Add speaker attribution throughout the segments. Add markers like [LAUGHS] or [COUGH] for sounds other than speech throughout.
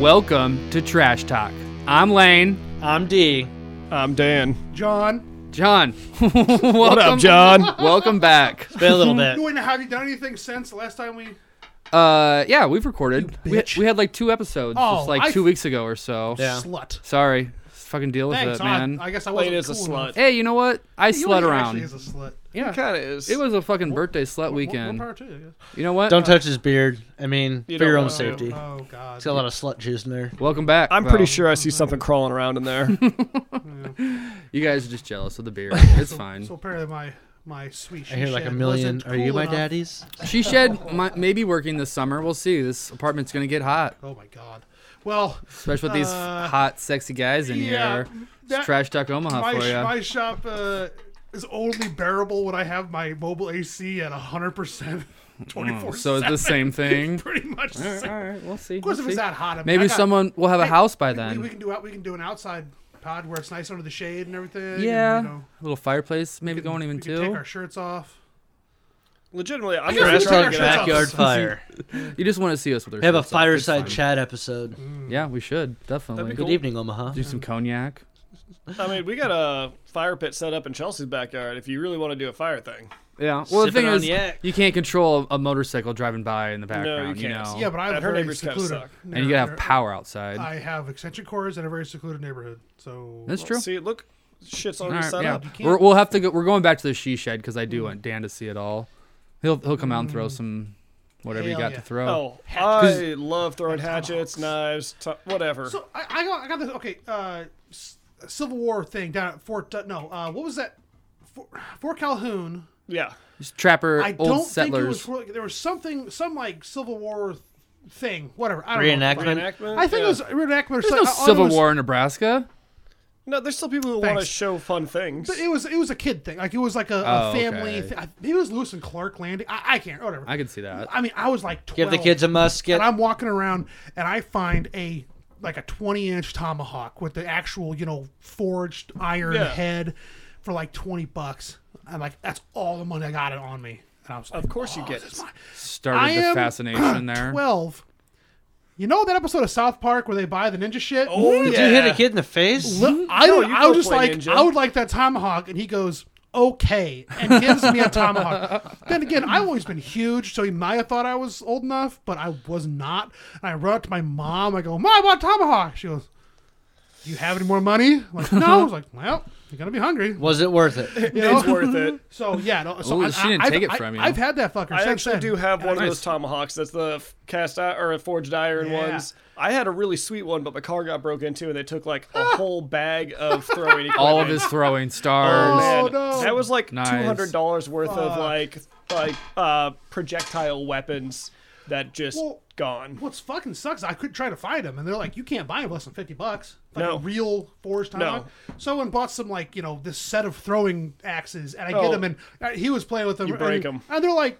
Speaker 1: Welcome to Trash Talk. I'm Lane.
Speaker 2: I'm D.
Speaker 3: I'm Dan.
Speaker 4: John,
Speaker 1: John. [LAUGHS] welcome,
Speaker 3: What up, John?
Speaker 1: [LAUGHS] Welcome back.
Speaker 2: Been a little bit.
Speaker 4: [LAUGHS] you wouldn't have you done anything since last time we?
Speaker 1: Uh, yeah, we've recorded.
Speaker 4: You
Speaker 1: We,
Speaker 4: bitch.
Speaker 1: we had like two episodes,
Speaker 4: Oh,
Speaker 1: just like
Speaker 4: I-
Speaker 1: two weeks ago or so.
Speaker 2: Yeah.
Speaker 4: Slut.
Speaker 1: Sorry. Fucking deal with
Speaker 4: Thanks,
Speaker 1: it,
Speaker 4: I-
Speaker 1: man.
Speaker 4: I, guess I wasn't
Speaker 3: Lane is a
Speaker 4: cool enough.
Speaker 3: slut.
Speaker 1: hey, you know what? I
Speaker 4: You
Speaker 1: slut
Speaker 4: actually
Speaker 1: around.
Speaker 4: is a slut.
Speaker 1: yeah.
Speaker 3: Kind of is.
Speaker 1: It was a fucking birthday slut
Speaker 4: What-
Speaker 1: weekend.
Speaker 4: What, what part two?
Speaker 1: you know what?
Speaker 2: Don't touch his beard. I mean,
Speaker 3: You
Speaker 2: for your
Speaker 3: don't
Speaker 2: own
Speaker 3: want to.
Speaker 2: safety.
Speaker 4: Yeah.
Speaker 2: He's
Speaker 4: Oh God.
Speaker 2: got a lot of slut juice in there.
Speaker 1: Uh, Welcome back.
Speaker 3: I'm pretty
Speaker 1: Well,
Speaker 3: sure I see something crawling around in [LAUGHS] there.
Speaker 1: you guys are just jealous of the
Speaker 4: [LAUGHS]
Speaker 1: beard. It's fine.
Speaker 4: So apparently my my sweet.
Speaker 2: I hear like a
Speaker 4: shit
Speaker 2: million.
Speaker 4: wasn't
Speaker 2: Are you
Speaker 4: cool
Speaker 2: my
Speaker 4: enough.
Speaker 2: daddy's?
Speaker 1: She shed might, maybe working this summer. We'll see. This apartment's gonna get hot,
Speaker 4: Oh my God. Well,
Speaker 1: especially with these
Speaker 4: Uh,
Speaker 1: hot, sexy guys in
Speaker 4: yeah,
Speaker 1: here. It's
Speaker 4: that-
Speaker 1: trash talk Omaha
Speaker 4: my
Speaker 1: for
Speaker 4: sh-
Speaker 1: you.
Speaker 4: my shop uh, is only bearable when I have my mobile AC at hundred percent, twenty four.
Speaker 1: Mm, so it's the same
Speaker 4: [LAUGHS]
Speaker 1: thing. [LAUGHS]
Speaker 4: Pretty much. the
Speaker 1: All
Speaker 4: same.
Speaker 1: right, we'll see.
Speaker 4: Of course, if it's that hot, I mean,
Speaker 1: Maybe
Speaker 4: I got-
Speaker 1: someone will have a
Speaker 4: Hey,
Speaker 1: house by
Speaker 4: we-
Speaker 1: then.
Speaker 4: We, can do out. We can do an outside pod where it's nice under the shade and everything. and,
Speaker 1: yeah,
Speaker 4: you know,
Speaker 1: a little fireplace maybe
Speaker 4: we can-
Speaker 1: going even
Speaker 4: we can Take
Speaker 1: too.
Speaker 4: our shirts off.
Speaker 3: Legitimately, I'm
Speaker 4: guess we
Speaker 3: gonna
Speaker 2: Trash
Speaker 4: Trash should talk
Speaker 2: talk
Speaker 4: talk about-
Speaker 2: [LAUGHS] backyard
Speaker 4: about-
Speaker 2: fire.
Speaker 1: You just want to see us with our.
Speaker 2: Have a
Speaker 1: shirts off, it's
Speaker 2: fireside
Speaker 1: fine.
Speaker 2: chat episode.
Speaker 4: Mm-hmm.
Speaker 1: Yeah, we should definitely
Speaker 3: That'd be
Speaker 2: Good
Speaker 3: Cool.
Speaker 2: evening, Omaha.
Speaker 1: do some cognac.
Speaker 3: I mean, we got a fire pit set up in Chelsea's backyard. If you really want to do a fire thing,
Speaker 1: Yeah. Well, the
Speaker 2: Sipping
Speaker 1: thing
Speaker 2: on
Speaker 1: is,
Speaker 2: yak.
Speaker 1: you can't control a, a motorcycle driving by in the background.
Speaker 3: you can't.
Speaker 1: know?
Speaker 4: Yeah, but I
Speaker 3: I've
Speaker 4: have
Speaker 3: heard
Speaker 4: very
Speaker 3: neighbors kinda
Speaker 4: secluded.
Speaker 3: suck.
Speaker 1: and you gotta have power outside.
Speaker 4: I have extension cords in a very secluded neighborhood. So
Speaker 1: That's true.
Speaker 3: see, look, shit's
Speaker 1: All
Speaker 3: already
Speaker 1: right,
Speaker 3: set
Speaker 1: yeah.
Speaker 3: up.
Speaker 4: You can't- Mm.
Speaker 1: We're, we'll
Speaker 4: [LAUGHS]
Speaker 1: have to go. We're going back to the she shed because I do want Dan to see it all. He'll he'll come out and throw some whatever you
Speaker 4: Hell
Speaker 1: got
Speaker 4: yeah.
Speaker 1: to throw.
Speaker 3: Oh,
Speaker 1: Cause-
Speaker 3: I love throwing hatchets, knives, t- whatever.
Speaker 4: So I, I, got, I got this. Okay, uh, S- Civil War thing down at Fort. Dut- No, uh, what was that? Fort, Fort Calhoun.
Speaker 3: yeah,
Speaker 1: Just Trapper,
Speaker 4: I
Speaker 1: old
Speaker 4: don't
Speaker 1: settlers.
Speaker 4: think it was. Fort, there was something, some like Civil War thing, whatever. I don't know.
Speaker 2: Reenactment.
Speaker 3: reenactment.
Speaker 4: I think
Speaker 3: yeah.
Speaker 4: it was reenactment. or
Speaker 1: There's no
Speaker 4: something. All I
Speaker 1: Civil
Speaker 4: was-
Speaker 1: War in Nebraska.
Speaker 3: No, there's still people who want to
Speaker 4: Thanks.
Speaker 3: show fun things.
Speaker 4: But it was it was a kid thing. Like it was like a,
Speaker 1: Oh,
Speaker 4: a family.
Speaker 1: okay.
Speaker 4: Thing. I- Maybe it was Lewis and Clark landing. I, I can't. Whatever.
Speaker 1: I could see that.
Speaker 4: I mean, I was like twelve.
Speaker 2: Give the kids a musket.
Speaker 4: and I'm walking around and I find a like a 20 inch tomahawk with the actual you know forged iron
Speaker 3: Yeah.
Speaker 4: head for like 20 bucks. I'm like, that's all the money I got it on me. And I was like,
Speaker 3: of course, you get it.
Speaker 1: Started
Speaker 4: I
Speaker 1: the
Speaker 4: am
Speaker 1: fascination there.
Speaker 4: 12. You know that episode of South Park where they buy the ninja shit?
Speaker 3: Oh,
Speaker 2: Did
Speaker 3: yeah.
Speaker 2: you hit a kid in the face?
Speaker 4: Look, I
Speaker 3: No,
Speaker 4: don't.
Speaker 3: you
Speaker 4: I
Speaker 3: go
Speaker 4: was just
Speaker 3: play
Speaker 4: like,
Speaker 3: ninja.
Speaker 4: I would like that tomahawk, and he goes, okay, and gives me a tomahawk. then again, I've always been huge, so he might have thought I was old enough, but I was not. And I run up to my mom. I go, Mom, I want a tomahawk. She goes, Do you have any more money? I'm like, no. I was like, Well, you're gonna be hungry.
Speaker 2: Was it worth
Speaker 4: [LAUGHS]
Speaker 2: it?
Speaker 4: You
Speaker 3: It's
Speaker 4: know?
Speaker 3: worth it.
Speaker 4: So yeah, no, so
Speaker 1: Ooh,
Speaker 4: I,
Speaker 1: she didn't
Speaker 4: I-
Speaker 1: take it
Speaker 4: I-
Speaker 1: from you.
Speaker 4: I've had that fucker.
Speaker 3: I
Speaker 4: since
Speaker 3: actually
Speaker 4: then.
Speaker 3: do have one of
Speaker 1: Nice.
Speaker 3: those tomahawks. That's the f- cast i- or forged iron
Speaker 4: Yeah.
Speaker 3: ones. I had a really sweet one, but my car got broke into, and they took like
Speaker 4: [LAUGHS]
Speaker 3: a whole bag of throwing equipment.
Speaker 1: All of his throwing
Speaker 3: Oh,
Speaker 1: stars.
Speaker 3: man.
Speaker 4: Oh, no.
Speaker 3: That was like
Speaker 1: Nice.
Speaker 3: two hundred dollars worth of like like uh, projectile weapons that just
Speaker 4: Well,
Speaker 3: gone.
Speaker 4: What's fucking sucks? I could try to find them, and they're like, "You can't buy them less than fifty bucks." Like
Speaker 3: No.
Speaker 4: a real forged tomahawk. Someone bought some like you know this set of throwing axes, and I get
Speaker 3: Oh.
Speaker 4: them, and uh, he was playing with them.
Speaker 3: You break
Speaker 4: and,
Speaker 3: 'em.
Speaker 4: and they're like,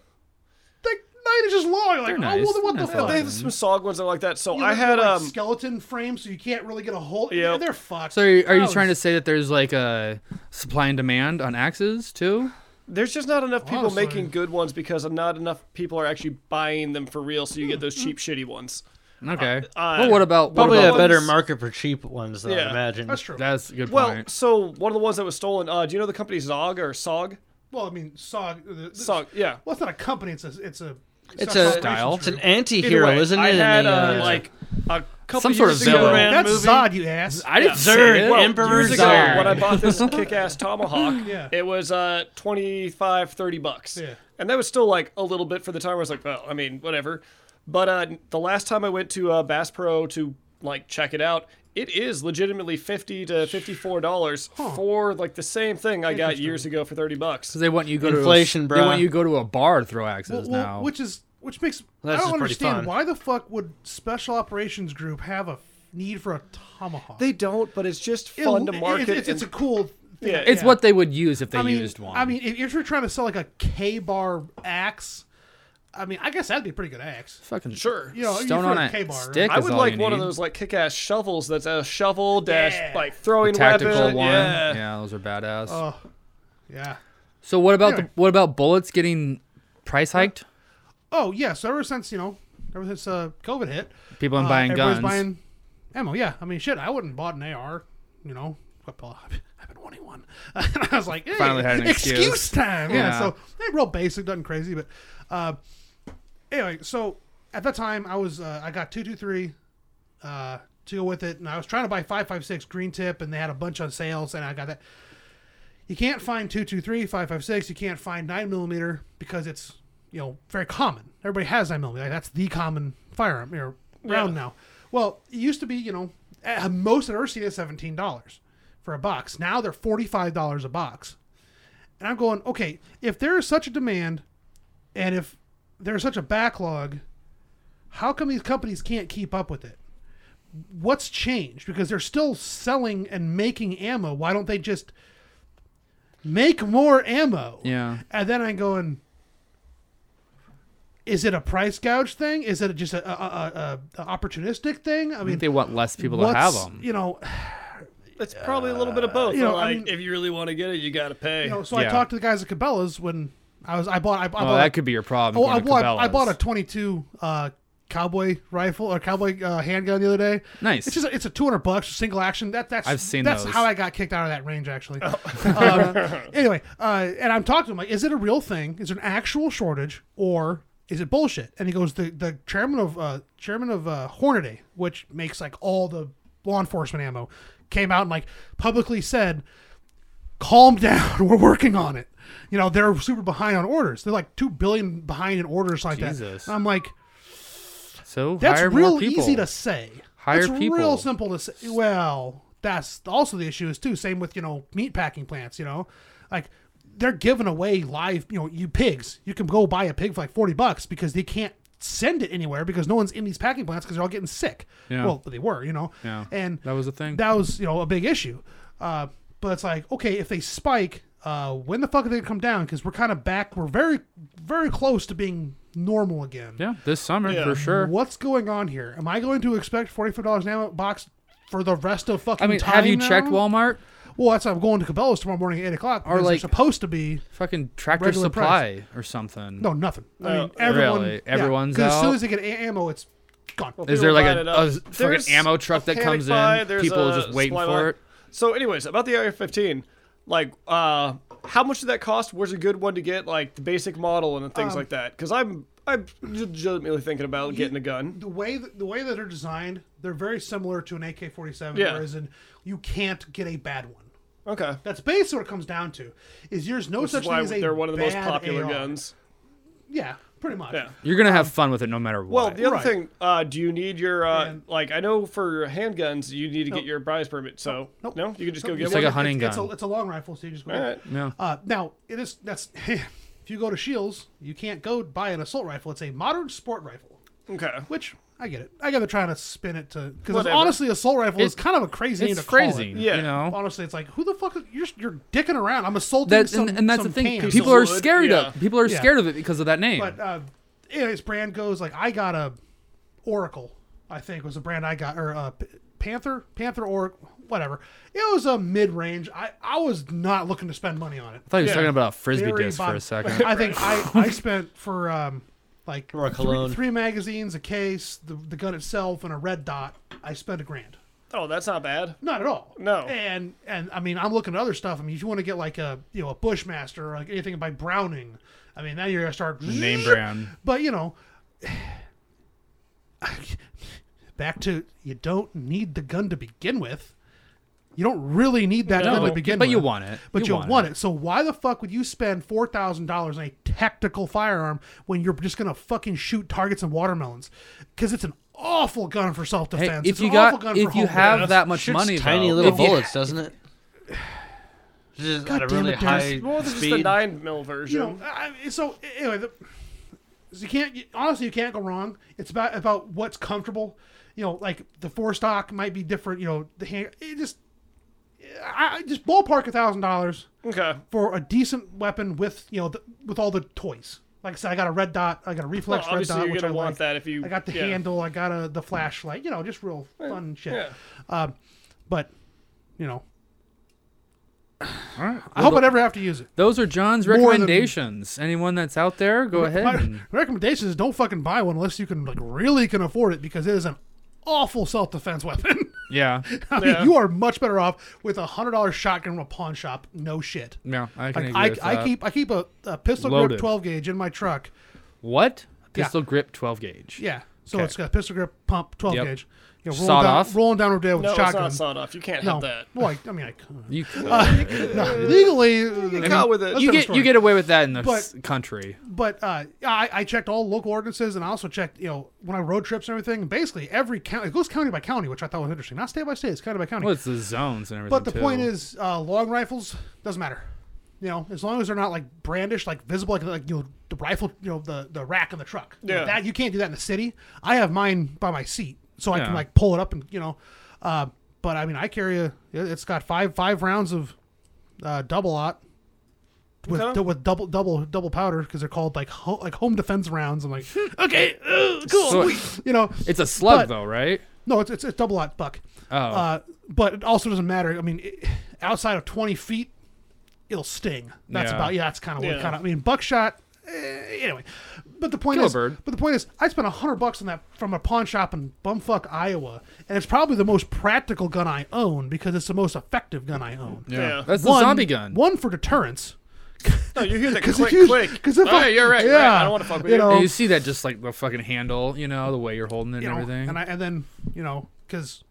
Speaker 4: like nine inches long. Like,
Speaker 1: They're
Speaker 4: oh,
Speaker 1: nice.
Speaker 4: well, then what
Speaker 1: They're
Speaker 4: the
Speaker 1: nice
Speaker 4: fuck?
Speaker 3: They have some sog ones that are like that. So
Speaker 4: You know,
Speaker 3: I
Speaker 4: they're
Speaker 3: had
Speaker 4: like
Speaker 3: um
Speaker 4: skeleton frames, so you can't really get a hold.
Speaker 3: Yep.
Speaker 4: they're fucked.
Speaker 1: So, are you, are you
Speaker 4: That
Speaker 1: trying to
Speaker 4: was-
Speaker 1: say that there's like a supply and demand on axes too?
Speaker 3: there's just not enough people
Speaker 4: Honestly.
Speaker 3: making good ones because not enough people are actually buying them for real. So you get those
Speaker 4: Mm-hmm.
Speaker 3: cheap shitty ones.
Speaker 1: Okay.
Speaker 3: uh,
Speaker 1: well, what about what
Speaker 2: Probably
Speaker 1: about
Speaker 2: a better
Speaker 3: ones-
Speaker 2: market for cheap ones, though,
Speaker 3: Yeah.
Speaker 2: I imagine.
Speaker 4: That's true.
Speaker 1: [LAUGHS] That's a good
Speaker 3: Well,
Speaker 1: point.
Speaker 3: so one of the ones that was stolen. Uh, do you know the company Zog or Sog?
Speaker 4: well, I mean, Sog. the- the-
Speaker 3: Sog, yeah.
Speaker 4: Well, it's not a company. It's a. It's a.
Speaker 2: It's
Speaker 4: not
Speaker 2: a
Speaker 4: corporation,
Speaker 1: style.
Speaker 2: It's an
Speaker 4: true.
Speaker 3: Either
Speaker 2: anti-hero,
Speaker 3: way,
Speaker 2: isn't it?
Speaker 3: I
Speaker 2: in
Speaker 3: had
Speaker 2: the,
Speaker 3: uh,
Speaker 2: uh,
Speaker 3: like a couple
Speaker 1: Some
Speaker 3: years
Speaker 1: sort of
Speaker 3: ago,
Speaker 1: villain.
Speaker 3: man,
Speaker 4: That's
Speaker 3: movie.
Speaker 4: Zod, you ass.
Speaker 1: I didn't say
Speaker 2: Zerg,
Speaker 1: it.
Speaker 3: Well,
Speaker 2: Emperor
Speaker 3: years ago,
Speaker 2: Zod.
Speaker 3: when I
Speaker 1: [LAUGHS]
Speaker 3: bought this
Speaker 4: [LAUGHS]
Speaker 3: kick-ass tomahawk,
Speaker 4: Yeah.
Speaker 3: it was uh 25 30 bucks.
Speaker 4: Yeah.
Speaker 3: And that was still like a little bit for the time where I was like, well, I mean, whatever. But uh the last time I went to uh, Bass Pro to like check it out, it is legitimately 50 to 54 dollars for like the same thing I got years ago for 30 bucks.
Speaker 1: 'Cause they want you to go
Speaker 2: Inflation,
Speaker 1: to a, they
Speaker 2: bruh.
Speaker 1: want you to go to a bar to throw axes
Speaker 4: Well, well,
Speaker 1: now.
Speaker 4: Which is which makes
Speaker 2: This
Speaker 4: I
Speaker 2: is
Speaker 4: don't
Speaker 2: pretty
Speaker 4: understand
Speaker 2: fun.
Speaker 4: why the fuck would Special Operations Group have a need for a tomahawk?
Speaker 3: They don't, but it's just
Speaker 4: It-
Speaker 3: fun to
Speaker 4: it-
Speaker 3: market.
Speaker 4: It's, it's a
Speaker 3: and-
Speaker 4: cool. Thing.
Speaker 3: Yeah.
Speaker 1: it's
Speaker 4: yeah.
Speaker 1: what they would use if they
Speaker 4: I mean,
Speaker 1: used one.
Speaker 4: I mean, if if you're trying to sell like a K bar axe, I mean, I guess that'd be a pretty good axe.
Speaker 1: fucking
Speaker 3: sure.
Speaker 4: You know, you
Speaker 1: Stone
Speaker 4: throw
Speaker 1: on
Speaker 4: a
Speaker 1: a
Speaker 4: K-bar, right?
Speaker 1: stick
Speaker 3: I
Speaker 1: is
Speaker 3: would
Speaker 1: all
Speaker 3: like
Speaker 1: you
Speaker 3: one of
Speaker 1: need.
Speaker 3: those like kick-ass shovels that's a shovel dash
Speaker 4: Yeah.
Speaker 3: like throwing
Speaker 1: tactical
Speaker 3: weapon.
Speaker 1: one.
Speaker 3: Yeah.
Speaker 1: those are badass.
Speaker 4: Oh, yeah.
Speaker 1: so what about
Speaker 4: anyway.
Speaker 1: the what about bullets getting price hiked?
Speaker 4: Oh yeah. So ever since you know, ever since uh, COVID hit,
Speaker 1: People been
Speaker 4: uh,
Speaker 1: buying
Speaker 4: everybody's
Speaker 1: guns.
Speaker 4: buying ammo. Yeah, I mean, shit, I wouldn't bought an AR. You know, I've been wanting one. [LAUGHS] and I was like, hey,
Speaker 1: Finally had an excuse.
Speaker 4: time. Yeah.
Speaker 1: Yeah.
Speaker 4: So hey, real basic, nothing crazy, but uh, anyway. So at that time, I was uh, I got two two three uh, to go with it, and I was trying to buy five five six green tip, and they had a bunch on sales, and I got that. You can't find 223, 556. You can't find 9mm because it's, you know, very common. Everybody has 9mm. Like, that's the common firearm or round
Speaker 3: Yeah.
Speaker 4: now. Well, it used to be, you know, at most at Ursina, $17 for a box. Now they're $45 a box. And I'm going, okay, if there is such a demand and if there's such a backlog, how come these companies can't keep up with it? What's changed? Because they're still selling and making ammo. Why don't they just make more ammo?
Speaker 1: Yeah.
Speaker 4: And then I'm going, is it a price gouge thing? Is it just a, a, a, a opportunistic thing? I
Speaker 1: I
Speaker 4: mean,
Speaker 1: think they want less people to have
Speaker 4: what's-
Speaker 1: them.
Speaker 4: You know,
Speaker 3: It's probably a little bit of both.
Speaker 4: you know,
Speaker 3: They're
Speaker 4: I
Speaker 3: like
Speaker 4: mean-
Speaker 3: if you really want to get it, you gotta pay.
Speaker 4: you know. So
Speaker 1: Yeah.
Speaker 4: I talked to the guys at Cabela's when I was I bought I, I
Speaker 1: Oh,
Speaker 4: bought
Speaker 1: that could be your problem.
Speaker 4: Oh, I
Speaker 1: going to
Speaker 4: bought I
Speaker 1: Cabela's.
Speaker 4: bought a 22 uh, cowboy rifle or cowboy uh, handgun the other day.
Speaker 1: Nice.
Speaker 4: It's just a, it's a 200 bucks single action. That that's
Speaker 1: I've seen
Speaker 4: that's
Speaker 1: those.
Speaker 4: how I got kicked out of that range actually. um, anyway, uh, and I'm talking to him like, is it a real thing? Is it an actual shortage or is it bullshit? And he goes, the the chairman of uh, chairman of uh, Hornaday, which makes like all the law enforcement ammo, came out and like publicly said calm [LAUGHS] down. We're working on it. You know, they're super behind on orders. They're like two billion behind in orders like
Speaker 1: Jesus.
Speaker 4: that. And I'm like,
Speaker 1: so
Speaker 4: that's
Speaker 1: hire
Speaker 4: real
Speaker 1: more people.
Speaker 4: easy to say.
Speaker 1: Hire
Speaker 4: that's
Speaker 1: people.
Speaker 4: real simple to say. Well, that's also the issue is too. Same with you know meat packing plants. You know, like they're giving away live. You know, you pigs. You can go buy a pig for like forty bucks because they can't send it anywhere because no one's in these packing plants because they're all getting sick.
Speaker 1: Yeah.
Speaker 4: Well, they were. You know.
Speaker 1: Yeah.
Speaker 4: And
Speaker 1: That was a thing.
Speaker 4: that was you know a big issue. Uh, but it's like okay, if they spike, uh, when the fuck are they gonna come down? Because we're kind of back. We're very, very close to being normal again.
Speaker 1: yeah, this summer
Speaker 3: Yeah.
Speaker 1: for sure.
Speaker 4: What's going on here? Am I going to expect forty five dollars an ammo box for the rest of fucking
Speaker 1: I mean,
Speaker 4: time?
Speaker 1: have you
Speaker 4: now?
Speaker 1: checked Walmart?
Speaker 4: Well, that's why I'm going to Cabela's tomorrow morning at eight o'clock.
Speaker 1: Or
Speaker 4: Or like
Speaker 1: like-
Speaker 4: supposed to be
Speaker 1: Fucking Tractor
Speaker 4: Regular
Speaker 1: Supply
Speaker 4: price.
Speaker 1: or something.
Speaker 4: no nothing. I
Speaker 3: No,
Speaker 4: mean, everyone,
Speaker 1: Oh, really?
Speaker 4: yeah,
Speaker 1: Everyone's
Speaker 4: 'cause as soon
Speaker 1: out?
Speaker 4: as they get a- ammo, it's gone.
Speaker 1: Is
Speaker 3: People
Speaker 1: there like
Speaker 3: line
Speaker 1: a,
Speaker 3: it
Speaker 1: a
Speaker 3: up. There's
Speaker 1: fucking ammo truck that
Speaker 3: panic
Speaker 1: comes
Speaker 3: buy,
Speaker 1: in?
Speaker 3: there's
Speaker 1: People
Speaker 3: a
Speaker 1: just waiting
Speaker 3: supply
Speaker 1: for
Speaker 3: line.
Speaker 1: it.
Speaker 3: So, anyways, about the AR-15, like, uh, how much did that cost? Where's a good one to get, like the basic model and things like that? Because I'm, I'm legitimately thinking about getting a gun.
Speaker 4: the way that, the way that they're designed, they're very similar to an AK forty seven.
Speaker 3: Yeah.
Speaker 4: Whereas in, you can't get a bad one.
Speaker 3: Okay,
Speaker 4: That's basically what it comes down to. Is there's no
Speaker 3: which
Speaker 4: such
Speaker 3: is why
Speaker 4: thing as a
Speaker 3: they're one of the most
Speaker 4: bad
Speaker 3: popular
Speaker 4: AR.
Speaker 3: guns.
Speaker 4: [LAUGHS] Yeah, pretty much.
Speaker 3: Yeah.
Speaker 1: You're gonna have fun with it no matter what.
Speaker 3: Well, the other
Speaker 4: Right.
Speaker 3: thing, uh, do you need your uh,
Speaker 4: And-
Speaker 3: like? I know for handguns, you need to get your buyer's permit. So
Speaker 4: Nope.
Speaker 3: no, you can just
Speaker 4: So
Speaker 3: go get
Speaker 1: It's
Speaker 3: one.
Speaker 1: like a hunting
Speaker 4: it's, It's
Speaker 1: gun.
Speaker 4: a, it's a long rifle, so you just go.
Speaker 3: All right.
Speaker 1: yeah.
Speaker 4: Uh, now it is that's [LAUGHS] if you go to Shields, you can't go buy an assault rifle. It's a modern sport rifle,
Speaker 3: Okay.
Speaker 4: which I get it. I get they're trying to spin it to because
Speaker 3: Whatever.
Speaker 4: honestly, assault rifle is
Speaker 1: It's-
Speaker 4: kind of a crazy. name
Speaker 1: It's
Speaker 4: to call it.
Speaker 1: crazy.
Speaker 3: Yeah.
Speaker 1: You know.
Speaker 4: Honestly, it's like who the fuck is, you're you're dicking around? I'm assaulting
Speaker 1: That,
Speaker 4: some
Speaker 1: and, and that's
Speaker 4: some
Speaker 1: the thing.
Speaker 4: cans.
Speaker 1: People
Speaker 3: of
Speaker 1: are
Speaker 3: wood,
Speaker 1: scared
Speaker 3: yeah.
Speaker 1: of. People are
Speaker 4: Yeah.
Speaker 1: scared of it because of that name.
Speaker 4: But uh, anyways, brand goes like I got a Oracle, I think was the brand I got, or uh, P- Panther, Panther or whatever. It was a mid range. I I was not looking to spend money on it.
Speaker 1: I thought you were
Speaker 3: yeah.
Speaker 1: talking about a frisbee
Speaker 4: Very
Speaker 1: disc for
Speaker 4: bottom.
Speaker 1: a second.
Speaker 4: [LAUGHS] I think I, I spent for um like
Speaker 2: Or a
Speaker 4: three,
Speaker 2: cologne.
Speaker 4: three magazines, a case, the, the gun itself, and a red dot. I spent a grand.
Speaker 3: Oh, that's not bad.
Speaker 4: Not at all.
Speaker 3: No.
Speaker 4: And and I mean, I'm looking at other stuff. I mean, if you want to get like a you know a Bushmaster or like anything by Browning, I mean, now you're gonna start
Speaker 1: Name brand.
Speaker 4: But you know, [SIGHS] back to you don't need the gun to begin with. You don't really need that
Speaker 3: No,
Speaker 4: gun to
Speaker 1: But,
Speaker 4: begin
Speaker 1: but
Speaker 4: with
Speaker 1: you want it.
Speaker 4: but you,
Speaker 1: want,
Speaker 4: it. So why the fuck would you spend four thousand dollars on a tactical firearm when you're just gonna fucking shoot targets and watermelons? Because it's an awful gun for self
Speaker 1: Hey,
Speaker 4: defense.
Speaker 1: if
Speaker 4: it's
Speaker 1: you
Speaker 4: an awful
Speaker 1: got,
Speaker 4: gun for
Speaker 1: if you
Speaker 4: home
Speaker 1: have
Speaker 4: defense.
Speaker 1: that much
Speaker 2: Shoots
Speaker 1: money,
Speaker 2: tiny
Speaker 1: though,
Speaker 2: little
Speaker 1: if you-
Speaker 2: bullets, doesn't
Speaker 4: [SIGHS]
Speaker 2: it? Just
Speaker 4: God
Speaker 2: at a
Speaker 4: damn
Speaker 2: really
Speaker 4: it,
Speaker 2: high
Speaker 4: Dennis.
Speaker 3: Well, there's just the
Speaker 2: speed.
Speaker 3: nine mil
Speaker 4: you
Speaker 3: version.
Speaker 4: know, I, I- so anyway, the, so you can't you, honestly you can't go wrong. It's about about what's comfortable. You know, like the four stock might be different. You know, the hand it just. I I- just ballpark a thousand dollars
Speaker 3: okay.
Speaker 4: for a decent weapon with you know the, with all the toys. Like I said, I got a red dot, I got a reflex
Speaker 3: Well,
Speaker 4: red
Speaker 3: obviously
Speaker 4: dot,
Speaker 3: you're
Speaker 4: which I
Speaker 3: gonna want
Speaker 4: like.
Speaker 3: that if you.
Speaker 4: I got the
Speaker 3: yeah.
Speaker 4: handle. I got a, the flashlight. You know, just real fun shit.
Speaker 3: Yeah.
Speaker 4: Um, but you know,
Speaker 1: All right.
Speaker 4: I hope I never have to use it.
Speaker 1: Those are John's
Speaker 4: More than-
Speaker 1: recommendations. Anyone that's out there, go ahead.
Speaker 4: My [LAUGHS]
Speaker 1: and-
Speaker 4: recommendation is don't fucking buy one unless you can like really can afford it because it is an awful self defense [LAUGHS] weapon.
Speaker 1: Yeah.
Speaker 4: I mean,
Speaker 3: Yeah.
Speaker 4: you are much better off with a hundred dollar shotgun from a pawn shop. No shit.
Speaker 1: Yeah. I can agree
Speaker 4: Like I,
Speaker 1: with uh,
Speaker 4: I
Speaker 1: that.
Speaker 4: keep I keep a, a pistol
Speaker 1: Loaded.
Speaker 4: grip twelve gauge in my truck.
Speaker 1: What?
Speaker 4: Yeah.
Speaker 1: Pistol grip 12 gauge.
Speaker 4: Yeah. So
Speaker 1: Okay.
Speaker 4: it's got a pistol grip pump twelve
Speaker 1: Yep.
Speaker 4: gauge. You know, rolling
Speaker 1: Sawed
Speaker 4: down,
Speaker 1: off?
Speaker 4: rolling down a day with
Speaker 3: No,
Speaker 4: a
Speaker 3: it's
Speaker 4: shotgun.
Speaker 3: not sawed off. You can't
Speaker 4: no,
Speaker 3: have that.
Speaker 4: well, I, I mean, I, could. [LAUGHS]
Speaker 1: You, [LAUGHS]
Speaker 4: no, legally, uh,
Speaker 2: Got with it.
Speaker 4: that's
Speaker 1: you
Speaker 4: different
Speaker 1: get
Speaker 4: story.
Speaker 1: you get away with that in this
Speaker 4: But-
Speaker 1: country.
Speaker 4: but uh, I, I checked all local ordinances, and I also checked, you know, when I road trips and everything. Basically, every county it goes county by county, which I thought was interesting. Not state by state; it's county by county.
Speaker 1: Well, it's the zones and everything.
Speaker 4: But the
Speaker 1: too.
Speaker 4: point is, uh, long rifles doesn't matter. You know, as long as they're not like brandished, like visible, like, like you know, the rifle, you know, the, the rack of the truck. You know,
Speaker 3: Yeah.
Speaker 4: that you can't do that in the city. I have mine by my seat, so I
Speaker 1: Yeah.
Speaker 4: can like pull it up and you know. Uh, but I mean, I carry a. it- It's got five five rounds of uh, double lot with
Speaker 3: Okay.
Speaker 4: d- with double double double powder because they're called like ho- like home defense rounds. I'm like, [LAUGHS] okay, uh, cool,
Speaker 1: So-
Speaker 4: sweet. You know,
Speaker 1: it's a slug
Speaker 4: but-
Speaker 1: though, right?
Speaker 4: no, it's it's a double lot buck.
Speaker 1: Oh,
Speaker 4: Uh, but it also doesn't matter. I mean, it, outside of 20 feet, it'll sting. That's
Speaker 1: Yeah.
Speaker 4: about yeah. That's kind of what
Speaker 3: Yeah.
Speaker 4: kind of. I mean, buckshot. Eh, anyway, but the point
Speaker 1: Kill a
Speaker 4: is,
Speaker 1: bird.
Speaker 4: but the point is, I spent hundred bucks on that from a pawn shop in bumfuck Iowa, and it's probably the most practical gun I own because it's the most effective gun I own.
Speaker 1: yeah.
Speaker 3: yeah.
Speaker 1: That's the zombie gun.
Speaker 4: One for deterrence.
Speaker 3: No, [LAUGHS] you hear that
Speaker 4: Because
Speaker 3: click,
Speaker 4: if you,
Speaker 3: click.
Speaker 4: [LAUGHS] because if
Speaker 3: Oh,
Speaker 4: I,
Speaker 3: you're right,
Speaker 4: yeah,
Speaker 3: you're right. I don't wanna fuck with you.
Speaker 4: know,
Speaker 1: And you see that just like the fucking handle, you know, the way you're holding it and
Speaker 4: you know,
Speaker 1: everything.
Speaker 4: And I, and then you know, because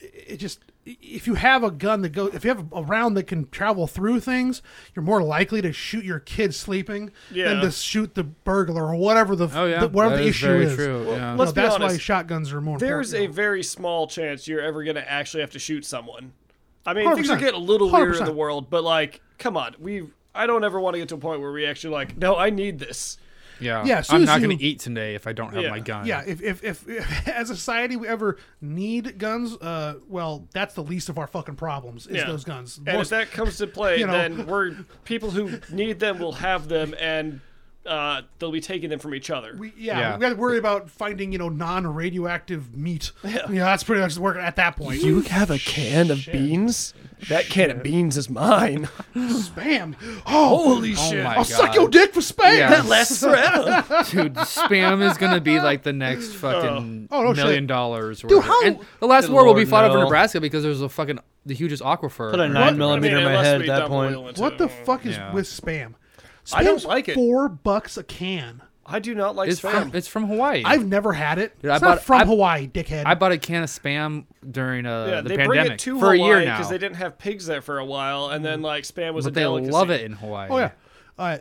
Speaker 4: it just if you have a gun that goes, if you have a round that can travel through things, you're more likely to shoot your kid sleeping than
Speaker 3: Yeah.
Speaker 4: to shoot the burglar or whatever the,
Speaker 1: oh yeah,
Speaker 4: the- whatever
Speaker 1: that
Speaker 4: the
Speaker 1: is
Speaker 4: issue
Speaker 1: very
Speaker 4: is.
Speaker 1: True.
Speaker 3: Well,
Speaker 1: yeah.
Speaker 4: You know,
Speaker 3: Let's be
Speaker 4: that's why
Speaker 3: honest.
Speaker 4: shotguns are more.
Speaker 3: There's a
Speaker 4: important,
Speaker 3: very small chance you're ever going to actually have to shoot someone. I mean, things are
Speaker 4: 100%.
Speaker 3: getting a little weird in
Speaker 4: 100%.
Speaker 3: the world, but like, come on, we. I don't ever want to get to a point where we actually like, no, I need this.
Speaker 1: yeah.
Speaker 4: yeah, as soon
Speaker 1: I'm
Speaker 4: as
Speaker 1: not
Speaker 4: you-
Speaker 1: gonna eat today if I don't have
Speaker 3: Yeah.
Speaker 1: my gun. [LAUGHS]
Speaker 4: yeah. If, if, if, if [LAUGHS] as a society we ever need guns, uh, well, that's the least of our fucking problems is
Speaker 3: Yeah.
Speaker 4: those guns.
Speaker 3: And
Speaker 4: Most-
Speaker 3: if that comes to play,
Speaker 4: you know.
Speaker 3: then we're people who need them will have them, and uh, they'll be taking them from each other.
Speaker 4: We, yeah,
Speaker 1: Yeah.
Speaker 4: we got to worry about finding you know
Speaker 1: [LAUGHS]
Speaker 4: non-radioactive meat. Yeah, that's pretty much working at that point.
Speaker 3: have a can of beans? That can of beans is mine.
Speaker 4: spam. Oh,
Speaker 3: [LAUGHS] Holy
Speaker 1: Oh
Speaker 3: shit!
Speaker 1: my
Speaker 4: I'll
Speaker 3: [LAUGHS]
Speaker 1: god.
Speaker 4: suck your dick for spam.
Speaker 1: Yeah.
Speaker 3: That lasts forever.
Speaker 1: Dude, spam is gonna be like the next fucking
Speaker 4: [LAUGHS] Oh, no
Speaker 1: million
Speaker 4: shit.
Speaker 1: dollars. or
Speaker 4: Dude,
Speaker 1: whatever.
Speaker 4: how-
Speaker 1: And the last
Speaker 2: Good
Speaker 1: war will be
Speaker 2: lord,
Speaker 1: fought over
Speaker 2: no.
Speaker 1: Nebraska because there's a fucking the hugest aquifer.
Speaker 2: Put a
Speaker 1: in Nebraska.
Speaker 2: nine millimeter in my
Speaker 3: unless
Speaker 2: head
Speaker 3: we
Speaker 2: at that
Speaker 3: double
Speaker 2: point.
Speaker 3: oil
Speaker 4: [LAUGHS]
Speaker 3: into
Speaker 4: What the
Speaker 3: Mm.
Speaker 4: fuck is
Speaker 1: Yeah.
Speaker 4: with spam? Spam's
Speaker 3: I don't like it.
Speaker 4: Four bucks a can.
Speaker 3: I do not like
Speaker 1: It's
Speaker 3: spam.
Speaker 1: from uh, it's from Hawaii.
Speaker 4: I've never had it.
Speaker 1: I
Speaker 4: it's
Speaker 1: bought-
Speaker 4: not from
Speaker 1: I-
Speaker 4: Hawaii, dickhead.
Speaker 1: I bought a can of spam during uh,
Speaker 3: yeah,
Speaker 1: the
Speaker 3: they
Speaker 1: pandemic
Speaker 3: bring it to
Speaker 1: for a year
Speaker 3: Hawaii
Speaker 1: now.
Speaker 3: they didn't have pigs there for a while, and then like spam was a
Speaker 1: but they
Speaker 3: delicacy.
Speaker 1: love it in Hawaii.
Speaker 4: oh yeah. Uh,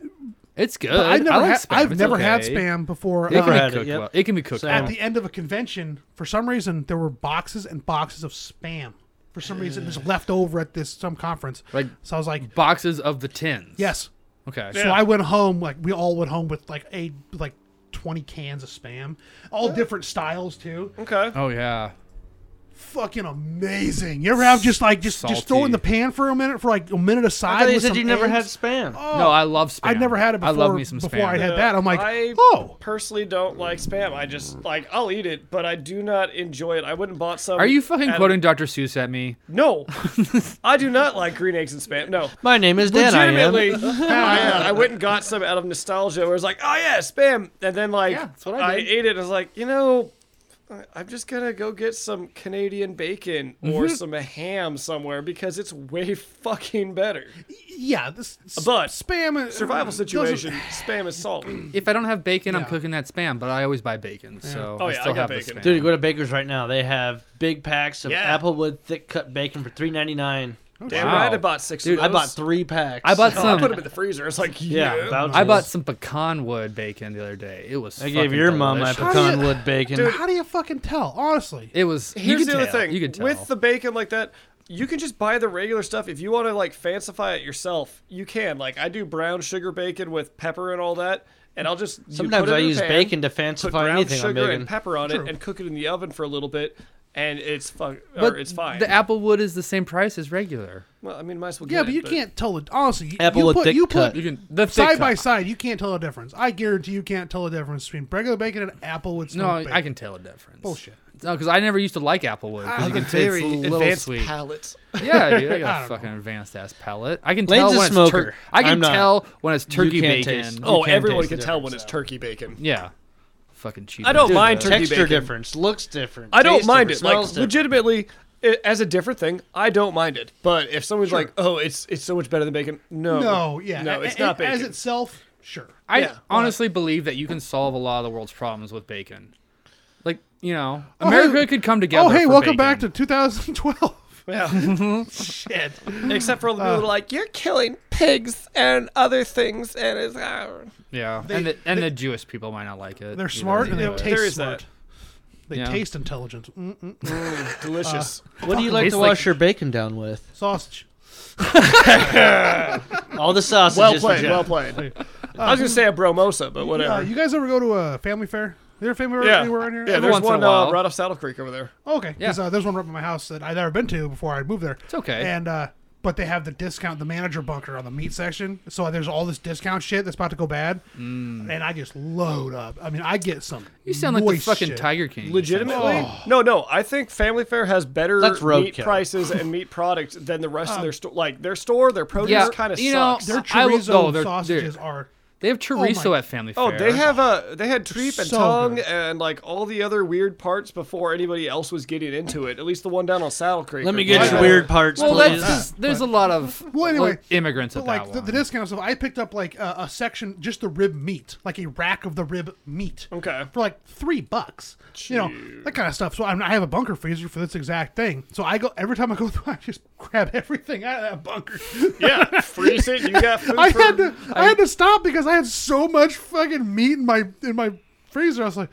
Speaker 1: it's good.
Speaker 4: but I've never,
Speaker 1: Uh, I like
Speaker 4: had,
Speaker 1: spam.
Speaker 4: I've
Speaker 1: It's
Speaker 4: never had
Speaker 1: okay.
Speaker 4: spam before.
Speaker 1: It
Speaker 4: Uh,
Speaker 1: can
Speaker 2: had
Speaker 1: be
Speaker 2: it,
Speaker 1: cooked
Speaker 2: yep.
Speaker 1: well. It can be cooked
Speaker 2: Same.
Speaker 1: well.
Speaker 4: at the end of a convention, for some reason, there were boxes and boxes of spam. For some reason, just left over at this some conference.
Speaker 1: Like-
Speaker 4: so, I was like,
Speaker 1: boxes of the tins.
Speaker 4: yes.
Speaker 1: Okay.
Speaker 4: So I went home, like we all went home with like a like twenty cans of spam, all different styles too.
Speaker 3: Okay.
Speaker 1: Oh yeah.
Speaker 4: Fucking amazing! You ever have just like just just throw it in the pan for a minute for like a minute
Speaker 2: I
Speaker 4: aside?
Speaker 2: thought you
Speaker 4: with
Speaker 2: said
Speaker 4: some
Speaker 2: you never had
Speaker 4: eggs?
Speaker 2: spam.
Speaker 1: No, I love spam.
Speaker 4: I'd Oh. never had it
Speaker 1: I
Speaker 4: before.
Speaker 1: love me some
Speaker 4: before
Speaker 1: spam.
Speaker 4: I had that. I'm like,
Speaker 3: I
Speaker 4: oh,
Speaker 3: personally don't like spam. I just like I'll eat it, but I do not enjoy it. I wouldn't bought some.
Speaker 1: Are you fucking
Speaker 3: at-
Speaker 1: quoting Dr. Seuss at me?
Speaker 3: No, I do not like green eggs and spam. No,
Speaker 2: My name is Dan. I am.
Speaker 3: legitimately,
Speaker 1: [LAUGHS]
Speaker 3: I, I went and got some out of nostalgia. Where it was like, oh yeah, spam, and then like
Speaker 1: Yeah, that's what I did.
Speaker 3: ate it. and I was like, you know. I- I'm just gonna go get some Canadian bacon or
Speaker 2: Mm-hmm.
Speaker 3: some ham somewhere because it's way fucking better.
Speaker 4: yeah, this
Speaker 3: But
Speaker 4: spam is-
Speaker 3: Survival
Speaker 4: doesn't-
Speaker 3: situation, spam
Speaker 1: [CLEARS THROAT]
Speaker 3: is salt.
Speaker 1: If I don't have bacon, I'm
Speaker 4: Yeah.
Speaker 1: cooking that spam, but I always buy bacon, so
Speaker 3: Oh,
Speaker 1: I
Speaker 3: yeah, I
Speaker 1: still
Speaker 3: got
Speaker 1: have
Speaker 3: bacon.
Speaker 1: the spam.
Speaker 2: Dude, you go to Baker's right now. They have big packs of
Speaker 3: Yeah.
Speaker 2: applewood thick cut bacon for three ninety nine.
Speaker 3: Damn
Speaker 1: Wow.
Speaker 3: right, I bought six
Speaker 1: Dude,
Speaker 3: of
Speaker 2: I
Speaker 3: those.
Speaker 2: bought three packs.
Speaker 1: I bought
Speaker 3: Oh, I
Speaker 1: some.
Speaker 3: put them in the freezer. It's like,
Speaker 2: Yeah,
Speaker 3: [LAUGHS] yeah.
Speaker 2: vouchers.
Speaker 1: I bought some pecan wood bacon the other day. It was.
Speaker 2: I gave
Speaker 1: fucking
Speaker 2: your mom my
Speaker 1: delicious.
Speaker 4: How do you-
Speaker 2: pecan wood bacon.
Speaker 4: How do you fucking tell? Honestly,
Speaker 1: It was. you
Speaker 3: Here's
Speaker 1: could
Speaker 3: the other
Speaker 1: tell.
Speaker 3: thing.
Speaker 1: You could tell.
Speaker 3: With the bacon like that, you can just buy the regular stuff. If you want to like fancify it yourself, you can. Like I do brown sugar bacon with pepper and all that, and I'll just you
Speaker 2: Sometimes
Speaker 3: put it
Speaker 2: I
Speaker 3: in a
Speaker 2: use
Speaker 3: pan,
Speaker 2: bacon to
Speaker 3: put
Speaker 2: fancify
Speaker 3: brown
Speaker 2: anything on
Speaker 3: sugar
Speaker 2: bacon.
Speaker 3: and pepper on
Speaker 4: True.
Speaker 3: it, and cook it in the oven for a little bit, and it's fun.
Speaker 1: but
Speaker 3: Or it's fine.
Speaker 1: The applewood is the same price as regular.
Speaker 3: well, I mean, might as well. Get
Speaker 4: yeah, but
Speaker 3: it,
Speaker 4: you can't tell it. Honestly, you,
Speaker 2: Apple
Speaker 4: you
Speaker 2: with
Speaker 4: put
Speaker 2: thick
Speaker 4: you put
Speaker 2: cut.
Speaker 1: You can the thick
Speaker 4: side by
Speaker 1: cut.
Speaker 4: side, you can't tell a difference. I guarantee you can't tell a difference between regular bacon and applewood smoked
Speaker 1: No,
Speaker 4: bacon.
Speaker 1: I can tell a difference.
Speaker 4: Bullshit.
Speaker 1: No, because I never used to like applewood.
Speaker 4: Ah,
Speaker 1: Because you
Speaker 4: the
Speaker 1: can taste it's a little
Speaker 3: advanced
Speaker 1: sweet.
Speaker 3: palate.
Speaker 1: [LAUGHS] Yeah, dude, I
Speaker 3: [LAUGHS]
Speaker 4: I
Speaker 1: got
Speaker 4: don't
Speaker 1: a fucking advanced ass palate. I can
Speaker 2: Lane's
Speaker 1: tell
Speaker 2: a
Speaker 1: when it's
Speaker 2: smoker.
Speaker 1: tur- I can
Speaker 2: I'm not.
Speaker 1: tell when it's turkey
Speaker 2: can't
Speaker 1: bacon.
Speaker 2: taste.
Speaker 1: Oh
Speaker 3: Oh,
Speaker 2: can
Speaker 3: everyone
Speaker 2: taste
Speaker 3: can
Speaker 2: the
Speaker 3: tell when it's turkey bacon.
Speaker 1: yeah, fucking cheap.
Speaker 3: I don't
Speaker 1: Dude,
Speaker 3: mind turkey
Speaker 2: Texture
Speaker 3: bacon.
Speaker 2: difference, looks different.
Speaker 3: I don't
Speaker 2: tastes
Speaker 3: mind it.
Speaker 2: different,
Speaker 3: Like
Speaker 2: smells different.
Speaker 3: legitimately, i as a different thing, I don't mind it. But if someone's like, "Oh, it's it's so much better than bacon," no,
Speaker 4: No, yeah.
Speaker 3: no,
Speaker 4: A-
Speaker 3: it's
Speaker 4: a-
Speaker 3: not bacon.
Speaker 4: As itself, sure.
Speaker 1: I
Speaker 3: Yeah.
Speaker 1: honestly believe that you can solve a lot of the world's problems with bacon. Like you know,
Speaker 4: Oh,
Speaker 1: America
Speaker 4: hey-
Speaker 1: could come together.
Speaker 4: Oh, hey,
Speaker 1: for
Speaker 4: welcome
Speaker 1: bacon.
Speaker 4: back to 2012.
Speaker 3: yeah.
Speaker 4: Shit. Uh.
Speaker 3: Except for all the people that are like, "You're killing pigs and other things," and it's uh,
Speaker 1: yeah, and the, and the Jewish people might not like it.
Speaker 4: [LAUGHS] They're
Speaker 1: either,
Speaker 4: smart
Speaker 1: you
Speaker 4: and they
Speaker 1: know,
Speaker 4: taste
Speaker 3: There is
Speaker 4: smart.
Speaker 3: that.
Speaker 4: They
Speaker 1: Yeah.
Speaker 4: taste intelligent. Mm-mm. Mm,
Speaker 3: [LAUGHS] delicious.
Speaker 2: What do you like
Speaker 1: Tastes
Speaker 2: to
Speaker 1: like-
Speaker 2: wash your bacon down with?
Speaker 4: Sausage.
Speaker 2: All the sausages.
Speaker 3: well
Speaker 2: for
Speaker 3: played,
Speaker 2: Jeff.
Speaker 3: well played. I was gonna say a bromosa, but
Speaker 4: Yeah,
Speaker 3: whatever.
Speaker 4: you guys ever go to a family fair? There a family fair
Speaker 3: yeah,
Speaker 4: anywhere in here?
Speaker 3: yeah.
Speaker 1: Every
Speaker 3: There's
Speaker 1: once in a
Speaker 3: one uh,
Speaker 1: while.
Speaker 3: right off Saddle Creek over there.
Speaker 4: Oh, okay. Because
Speaker 1: Yeah.
Speaker 4: uh, there's one right by my house that I'd never been to before I moved there. It's
Speaker 1: okay.
Speaker 4: And uh, but they have the discount, the manager bunker on the meat section. So there's all this discount shit that's about to go bad, and I just load up. I mean, I get some.
Speaker 1: Mm. You sound like the
Speaker 4: moist
Speaker 1: fucking
Speaker 4: shit. Oh.
Speaker 1: Tiger King.
Speaker 3: Legitimately, no, no. I think Family Fair has better
Speaker 2: That's
Speaker 3: meat
Speaker 2: roadkill.
Speaker 3: prices and meat products than the rest of
Speaker 4: Um,
Speaker 3: their store. Like their store, their produce
Speaker 1: Yeah,
Speaker 3: kind of
Speaker 1: you know,
Speaker 3: sucks.
Speaker 4: Their
Speaker 1: I will-
Speaker 4: chorizo
Speaker 1: no, they're-
Speaker 4: sausages
Speaker 1: they're-
Speaker 4: are.
Speaker 1: They have chorizo
Speaker 4: my-
Speaker 1: at Family Fair.
Speaker 3: Oh, they have uh, they had treep and
Speaker 4: So
Speaker 3: tongue
Speaker 4: good.
Speaker 3: and like all the other weird parts before anybody else was getting into it. At least the one down on Saddle Creek.
Speaker 2: Let
Speaker 3: or
Speaker 2: me get your
Speaker 3: whatever.
Speaker 2: weird parts,
Speaker 1: Well,
Speaker 2: please.
Speaker 1: that's just, there's a lot of
Speaker 4: [LAUGHS] Well, anyway,
Speaker 1: immigrants at
Speaker 4: But like
Speaker 1: that
Speaker 4: the, the
Speaker 1: one.
Speaker 4: discount stuff, I picked up like a, a section just the rib meat, like a rack of the rib meat.
Speaker 3: Okay.
Speaker 4: For like three bucks, you know that kind of stuff. So I'm, I have a bunker freezer for this exact thing. So I go every time I go [LAUGHS] through, I just grab everything out of
Speaker 1: [LAUGHS]
Speaker 4: that bunker.
Speaker 3: Yeah, freeze it. You
Speaker 4: [LAUGHS]
Speaker 3: got food.
Speaker 4: I
Speaker 3: for-
Speaker 4: had to I, had to stop because I had so much fucking meat in my in my freezer. I was like,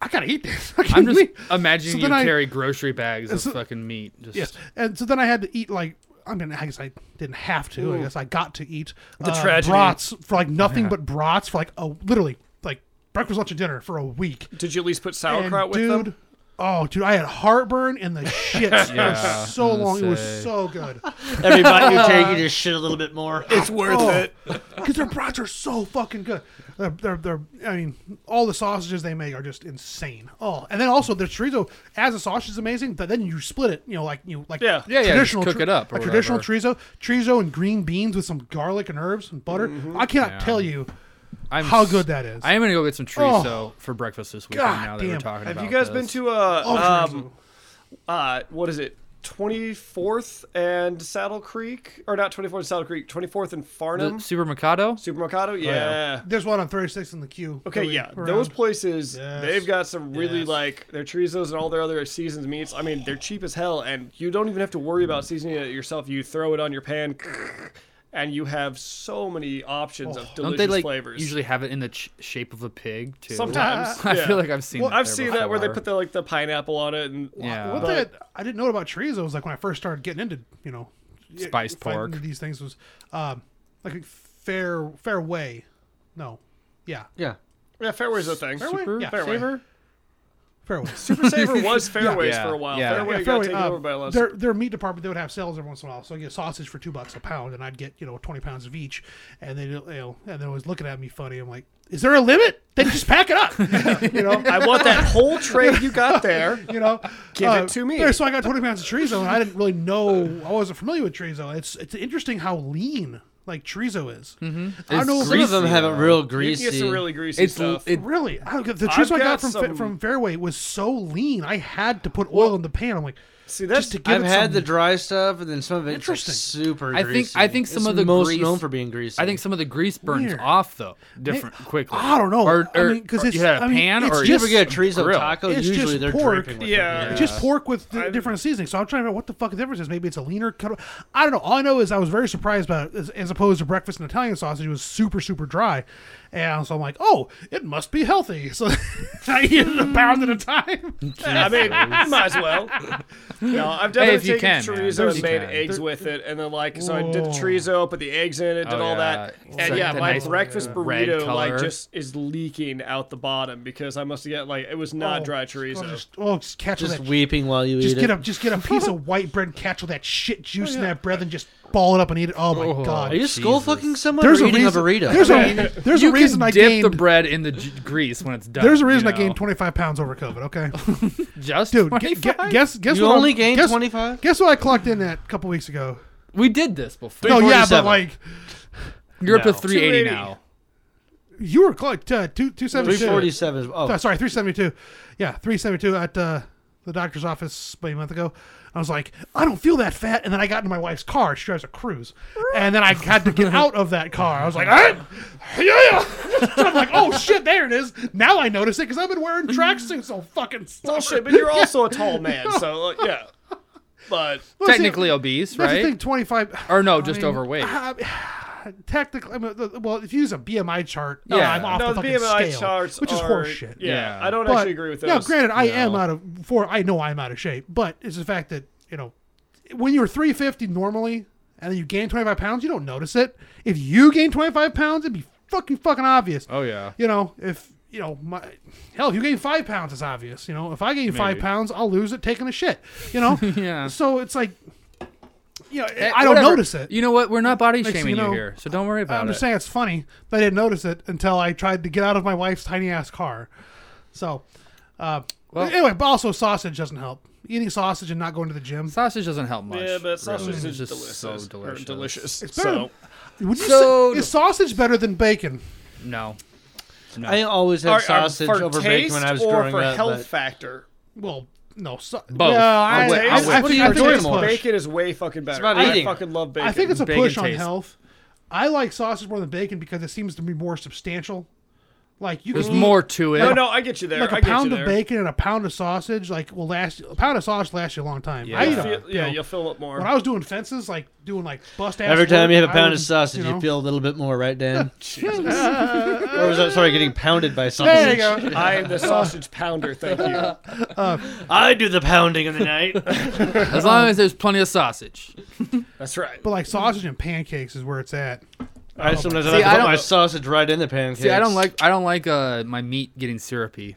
Speaker 4: I gotta eat this. [LAUGHS] I
Speaker 1: I'm
Speaker 4: can't
Speaker 1: just
Speaker 4: leave.
Speaker 1: imagining
Speaker 4: So
Speaker 1: you
Speaker 4: then I-
Speaker 1: carry grocery bags of
Speaker 4: so-
Speaker 1: fucking meat. Just
Speaker 4: yes. And so then I had to eat like I mean I guess I didn't have to. I guess I got to eat the
Speaker 3: tragedy.
Speaker 4: brats for like nothing but brats for like a literally like breakfast, lunch, and dinner for a week.
Speaker 3: Did you at least put
Speaker 4: And
Speaker 3: sauerkraut with
Speaker 4: dude,
Speaker 3: them?
Speaker 4: oh dude, I had heartburn
Speaker 3: [LAUGHS]
Speaker 4: and the shit
Speaker 1: Yeah,
Speaker 4: for so
Speaker 1: I'm gonna
Speaker 4: long. It was
Speaker 1: say.
Speaker 4: so good.
Speaker 2: Every bite you take, you just shit a little bit more.
Speaker 3: It's worth
Speaker 4: [LAUGHS]
Speaker 3: it.
Speaker 4: because Oh. their brats are so fucking good. They're, they're, they're, I mean, all the sausages they make are just insane. Oh, and then also their chorizo as a sausage is amazing. But then you split it, you know, like you know, like
Speaker 3: Yeah.
Speaker 1: Yeah, yeah, just
Speaker 4: traditional
Speaker 1: cook it up or
Speaker 4: a traditional
Speaker 1: whatever.
Speaker 4: chorizo, chorizo and green beans with some garlic and herbs and butter.
Speaker 3: Mm-hmm.
Speaker 4: I cannot tell you
Speaker 1: I'm
Speaker 4: how
Speaker 1: s-
Speaker 4: good that is. Oh.
Speaker 1: I am gonna go get some chorizo for breakfast this weekend.
Speaker 4: God
Speaker 1: now that we're
Speaker 4: damn.
Speaker 1: talking
Speaker 3: Have
Speaker 1: about
Speaker 3: you guys been
Speaker 1: this.
Speaker 3: to uh
Speaker 4: Oh,
Speaker 3: um uh what is it? 24th and Saddle Creek or not 24th and Saddle Creek, 24th and
Speaker 1: the
Speaker 3: Farnham
Speaker 1: Supermercado?
Speaker 3: Supermercado? Yeah.
Speaker 4: There's one on 36 in the queue.
Speaker 3: Okay,
Speaker 4: that we-
Speaker 3: yeah,
Speaker 4: around.
Speaker 3: those places
Speaker 4: Yes.
Speaker 3: they've got some really
Speaker 2: Yes.
Speaker 3: like their chorizos and all their other seasoned meats. I mean, they're cheap as hell, and you don't even have to worry about seasoning it yourself. You throw it on your pan, [LAUGHS] and you have so many options of
Speaker 1: Oh, Don't
Speaker 3: delicious
Speaker 1: they like
Speaker 3: flavors.
Speaker 1: usually have it in the ch- shape of a pig too?
Speaker 3: Sometimes,
Speaker 1: [LAUGHS] I
Speaker 3: yeah.
Speaker 1: feel like I've seen.
Speaker 3: Well,
Speaker 1: that
Speaker 3: I've
Speaker 1: there
Speaker 3: seen that where they
Speaker 1: before.
Speaker 3: put the like the pineapple on it, and
Speaker 1: Yeah.
Speaker 4: One
Speaker 1: But-
Speaker 4: thing that I didn't know about chorizo was like when I first started getting into you know y-
Speaker 1: Spiced
Speaker 4: finding
Speaker 1: pork.
Speaker 4: These things was um, like a fair fair way, no, yeah,
Speaker 2: yeah.
Speaker 3: yeah, fairway's a thing.
Speaker 4: Fairway?
Speaker 1: Super
Speaker 4: Yeah.
Speaker 3: Fairway.
Speaker 1: Saver?
Speaker 4: fair way.
Speaker 3: [LAUGHS] Super
Speaker 4: [LAUGHS]
Speaker 3: Saver was fairways
Speaker 1: Yeah.
Speaker 3: for a while.
Speaker 1: Yeah.
Speaker 3: Fairway
Speaker 4: Yeah,
Speaker 3: got
Speaker 4: fairway,
Speaker 3: taken
Speaker 4: um,
Speaker 3: over by a lot.
Speaker 4: their their meat department they would have sales every once in a while. So I get sausage for two bucks a pound, and I'd get you know twenty pounds of each, and they you know and they're always looking at me funny. I'm like, is there a limit? Then just pack it
Speaker 3: [LAUGHS]
Speaker 4: up, [LAUGHS] you know.
Speaker 3: I want that
Speaker 4: [LAUGHS]
Speaker 3: whole tray you got there.
Speaker 4: you know,
Speaker 3: Give it to me.
Speaker 4: yeah, So I got 20 pounds of chorizo, and I didn't really know. I wasn't familiar with chorizo. It's it's interesting how lean like chorizo is. Mm-hmm. I
Speaker 1: It's
Speaker 4: don't know.
Speaker 2: Some of them
Speaker 1: Greasy,
Speaker 2: have it
Speaker 1: though.
Speaker 2: real
Speaker 3: You can
Speaker 2: greasy.
Speaker 3: get some really greasy
Speaker 1: It's l-
Speaker 3: stuff.
Speaker 1: it,
Speaker 4: Really, I don't, the
Speaker 3: I've
Speaker 4: chorizo I
Speaker 3: got
Speaker 4: got from Fa-
Speaker 3: some-
Speaker 4: from Fairway was so lean. I had to put oil in the pan. I'm like,
Speaker 3: See, that's
Speaker 4: just to give
Speaker 2: I've
Speaker 4: it
Speaker 2: had
Speaker 4: some,
Speaker 2: the dry stuff, and then some of it's
Speaker 4: Interesting.
Speaker 2: Interesting. super.
Speaker 1: I think-
Speaker 2: greasy.
Speaker 1: I think some
Speaker 2: It's
Speaker 1: of the
Speaker 2: most
Speaker 1: grease-
Speaker 2: known for being greasy.
Speaker 1: I think some of the grease burns
Speaker 4: Weird.
Speaker 1: off though, different quickly.
Speaker 4: I don't know.
Speaker 1: Or,
Speaker 4: I
Speaker 1: or,
Speaker 4: mean, 'cause
Speaker 1: or
Speaker 4: it's-
Speaker 1: you had a
Speaker 4: I mean,
Speaker 1: pan,
Speaker 4: it's
Speaker 1: or
Speaker 2: You ever
Speaker 4: just-
Speaker 2: get a chorizo
Speaker 1: grill.
Speaker 2: taco?
Speaker 4: It's
Speaker 2: Usually
Speaker 4: just
Speaker 2: they're
Speaker 4: pork.
Speaker 2: dripping with
Speaker 3: [LAUGHS] Yeah.
Speaker 2: It.
Speaker 4: just pork with the different seasonings. So I'm trying to figure out what the fuck the difference is. Maybe it's a leaner cut. I don't know. All I know is I was very surprised by it, as, as opposed to breakfast and Italian sausage. It was super, super dry. And so I'm like, oh, it must be healthy. [LAUGHS] So I eat it a pound at a time.
Speaker 3: I mean, you might as well. No, I've
Speaker 1: Hey,
Speaker 3: definitely
Speaker 1: if you
Speaker 3: taken
Speaker 1: can, man.
Speaker 3: chorizo
Speaker 1: There's-
Speaker 3: and
Speaker 1: you
Speaker 3: made
Speaker 1: can.
Speaker 3: eggs with it, and then like, so I did
Speaker 4: Whoa.
Speaker 3: the chorizo, put the eggs in it, did
Speaker 1: Oh,
Speaker 3: all that,
Speaker 1: yeah. It's
Speaker 3: and
Speaker 1: like
Speaker 3: yeah,
Speaker 1: the
Speaker 3: my
Speaker 1: nice
Speaker 3: breakfast
Speaker 1: red
Speaker 3: burrito like
Speaker 1: color.
Speaker 3: just is leaking out the bottom because I must have got like it was not dry chorizo.
Speaker 4: Oh, just, oh, just catch all
Speaker 2: Just
Speaker 4: that.
Speaker 2: weeping while you
Speaker 4: Just
Speaker 2: eat
Speaker 4: get
Speaker 2: it.
Speaker 4: a just get a piece of white bread and catch all that shit
Speaker 3: Oh,
Speaker 4: juice in that bread and just ball it up and eat it. Oh my
Speaker 1: Oh.
Speaker 4: god!
Speaker 2: Are you skull
Speaker 1: Jesus.
Speaker 2: fucking someone?
Speaker 4: there's
Speaker 2: or
Speaker 4: a
Speaker 2: eating
Speaker 4: reason.
Speaker 2: a burrito.
Speaker 4: There's a there's
Speaker 1: you
Speaker 4: a reason
Speaker 1: can
Speaker 4: I
Speaker 1: dip the
Speaker 4: gained.
Speaker 1: bread in the j- grease when it's done.
Speaker 4: There's a reason
Speaker 1: you
Speaker 4: I gained
Speaker 1: know?
Speaker 4: 25 pounds over COVID. Okay,
Speaker 1: Just
Speaker 4: dude. gu- gu-
Speaker 1: 25?
Speaker 4: guess guess
Speaker 2: you
Speaker 4: what? I'm-
Speaker 2: only gained
Speaker 4: guess-
Speaker 2: twenty five.
Speaker 4: Guess what I clocked in at a couple weeks ago?
Speaker 1: we did this before.
Speaker 4: No, yeah, but
Speaker 2: 347.
Speaker 4: like
Speaker 1: You're up to
Speaker 2: No.
Speaker 1: 380
Speaker 3: 280.
Speaker 1: now.
Speaker 4: You were close. Uh, two two seventy
Speaker 2: Three
Speaker 4: two.
Speaker 2: forty-seven. is-
Speaker 4: Uh,
Speaker 2: Oh,
Speaker 4: sorry, 372. Yeah, 372 at uh, the doctor's office about a month ago. I was like, I don't feel that fat. And then I got into my wife's car. She drives a cruise. And then I had to get out of that car. I was like, "Ah, yeah, yeah. [LAUGHS] I'm like, oh shit, there it is. Now I notice it because I've been wearing tracksuits all fucking summer.
Speaker 3: Bullshit, but you're also a tall man, so like, yeah. But
Speaker 4: Well, see,
Speaker 1: Technically obese,
Speaker 4: that's the thing,
Speaker 1: right?
Speaker 4: 25.
Speaker 1: Or no, Oh, just
Speaker 4: mean,
Speaker 1: overweight.
Speaker 4: Uh, technically, I [SIGHS] mean, the- well, if you use a BMI chart, oh,
Speaker 1: Yeah.
Speaker 4: I'm off
Speaker 3: no,
Speaker 4: the
Speaker 3: the
Speaker 4: fucking
Speaker 3: BMI
Speaker 4: scale,
Speaker 3: charts
Speaker 4: which is
Speaker 3: are-
Speaker 4: horseshit.
Speaker 3: Yeah,
Speaker 1: Yeah.
Speaker 3: I don't
Speaker 4: But-
Speaker 3: actually agree with those.
Speaker 4: Now, granted, I am
Speaker 1: No.
Speaker 4: out of for I know I'm out of shape, but it's the fact that you know when you're 350 normally and then you gain 25 pounds, you don't notice it. If you gain 25 pounds, it'd be fucking fucking obvious.
Speaker 1: Oh yeah.
Speaker 4: You know if you know my hell, if you gain five pounds, it's obvious. You know if I gain five
Speaker 1: Maybe.
Speaker 4: pounds, I'll lose it taking a shit. You know,
Speaker 1: [LAUGHS] Yeah.
Speaker 4: So it's like, you know,
Speaker 1: Eh,
Speaker 4: I don't
Speaker 1: whatever.
Speaker 4: notice it.
Speaker 1: You know what? We're not body
Speaker 4: Next thing
Speaker 1: shaming
Speaker 4: you
Speaker 1: you,
Speaker 4: know,
Speaker 1: here, so don't worry about
Speaker 4: I'm
Speaker 1: it.
Speaker 4: just saying it's funny that I didn't notice it until I tried to get out of my wife's tiny ass car. So, uh,
Speaker 1: Well-
Speaker 4: anyway, but also sausage doesn't help. Eating sausage and not going to the gym.
Speaker 1: sausage doesn't help much.
Speaker 3: Yeah, but sausage
Speaker 1: really.
Speaker 3: is
Speaker 1: It's just
Speaker 3: delicious.
Speaker 1: so
Speaker 3: or
Speaker 1: delicious.
Speaker 3: delicious.
Speaker 4: better
Speaker 3: so
Speaker 4: Would you
Speaker 1: So-
Speaker 4: say, is sausage better than bacon?
Speaker 1: No. No.
Speaker 2: I always had
Speaker 3: Are- are
Speaker 2: sausage
Speaker 3: for
Speaker 2: over
Speaker 3: taste
Speaker 2: bacon when I was
Speaker 3: or
Speaker 2: growing
Speaker 3: for
Speaker 2: up.
Speaker 3: health
Speaker 2: but-
Speaker 3: factor.
Speaker 4: Well, no. So,
Speaker 1: Both.
Speaker 4: Well, I,
Speaker 1: I'll wait-
Speaker 4: I, I,
Speaker 1: I'll wait.
Speaker 4: think-
Speaker 2: What do you
Speaker 4: I
Speaker 2: enjoy
Speaker 4: think it's
Speaker 2: more,
Speaker 4: a push.
Speaker 3: Bacon is way fucking better.
Speaker 2: about
Speaker 3: I
Speaker 2: eating.
Speaker 3: fucking love bacon.
Speaker 4: I think it's a
Speaker 1: Bacon
Speaker 4: push on
Speaker 1: taste.
Speaker 4: health. I like sausage more than bacon because it seems to be more substantial. Like you
Speaker 1: There's
Speaker 4: can eat-
Speaker 1: more to it.
Speaker 3: no, no, I get you there.
Speaker 4: like
Speaker 3: I
Speaker 4: a
Speaker 3: get
Speaker 4: pound
Speaker 3: you
Speaker 4: of
Speaker 3: there.
Speaker 4: bacon and a pound of sausage like will last a pound of sausage lasts you a long time.
Speaker 1: Yeah.
Speaker 4: I eat
Speaker 3: You'll
Speaker 4: a,
Speaker 3: feel-
Speaker 4: you
Speaker 3: yeah,
Speaker 4: know,
Speaker 3: you'll fill up more.
Speaker 4: when I was doing fences, like doing like bust ass.
Speaker 2: Every time
Speaker 4: work,
Speaker 2: you have a
Speaker 4: I
Speaker 2: pound of
Speaker 4: would,
Speaker 2: sausage, you,
Speaker 4: know-
Speaker 2: feel a little bit more, right,
Speaker 4: [LAUGHS]
Speaker 2: Dan? or was that sorry, getting pounded by sausage?
Speaker 4: There you go.
Speaker 3: I am the sausage pounder. Thank you.
Speaker 2: [LAUGHS] I do the pounding of the
Speaker 4: [LAUGHS]
Speaker 2: night.
Speaker 1: As long as there's plenty of sausage.
Speaker 3: That's right.
Speaker 4: But like sausage and pancakes is where it's at.
Speaker 2: I sometimes
Speaker 1: See,
Speaker 2: I
Speaker 1: I
Speaker 2: have to put
Speaker 1: don't-
Speaker 2: my sausage right in the pancakes.
Speaker 1: See, I don't like I don't like uh, my meat getting syrupy.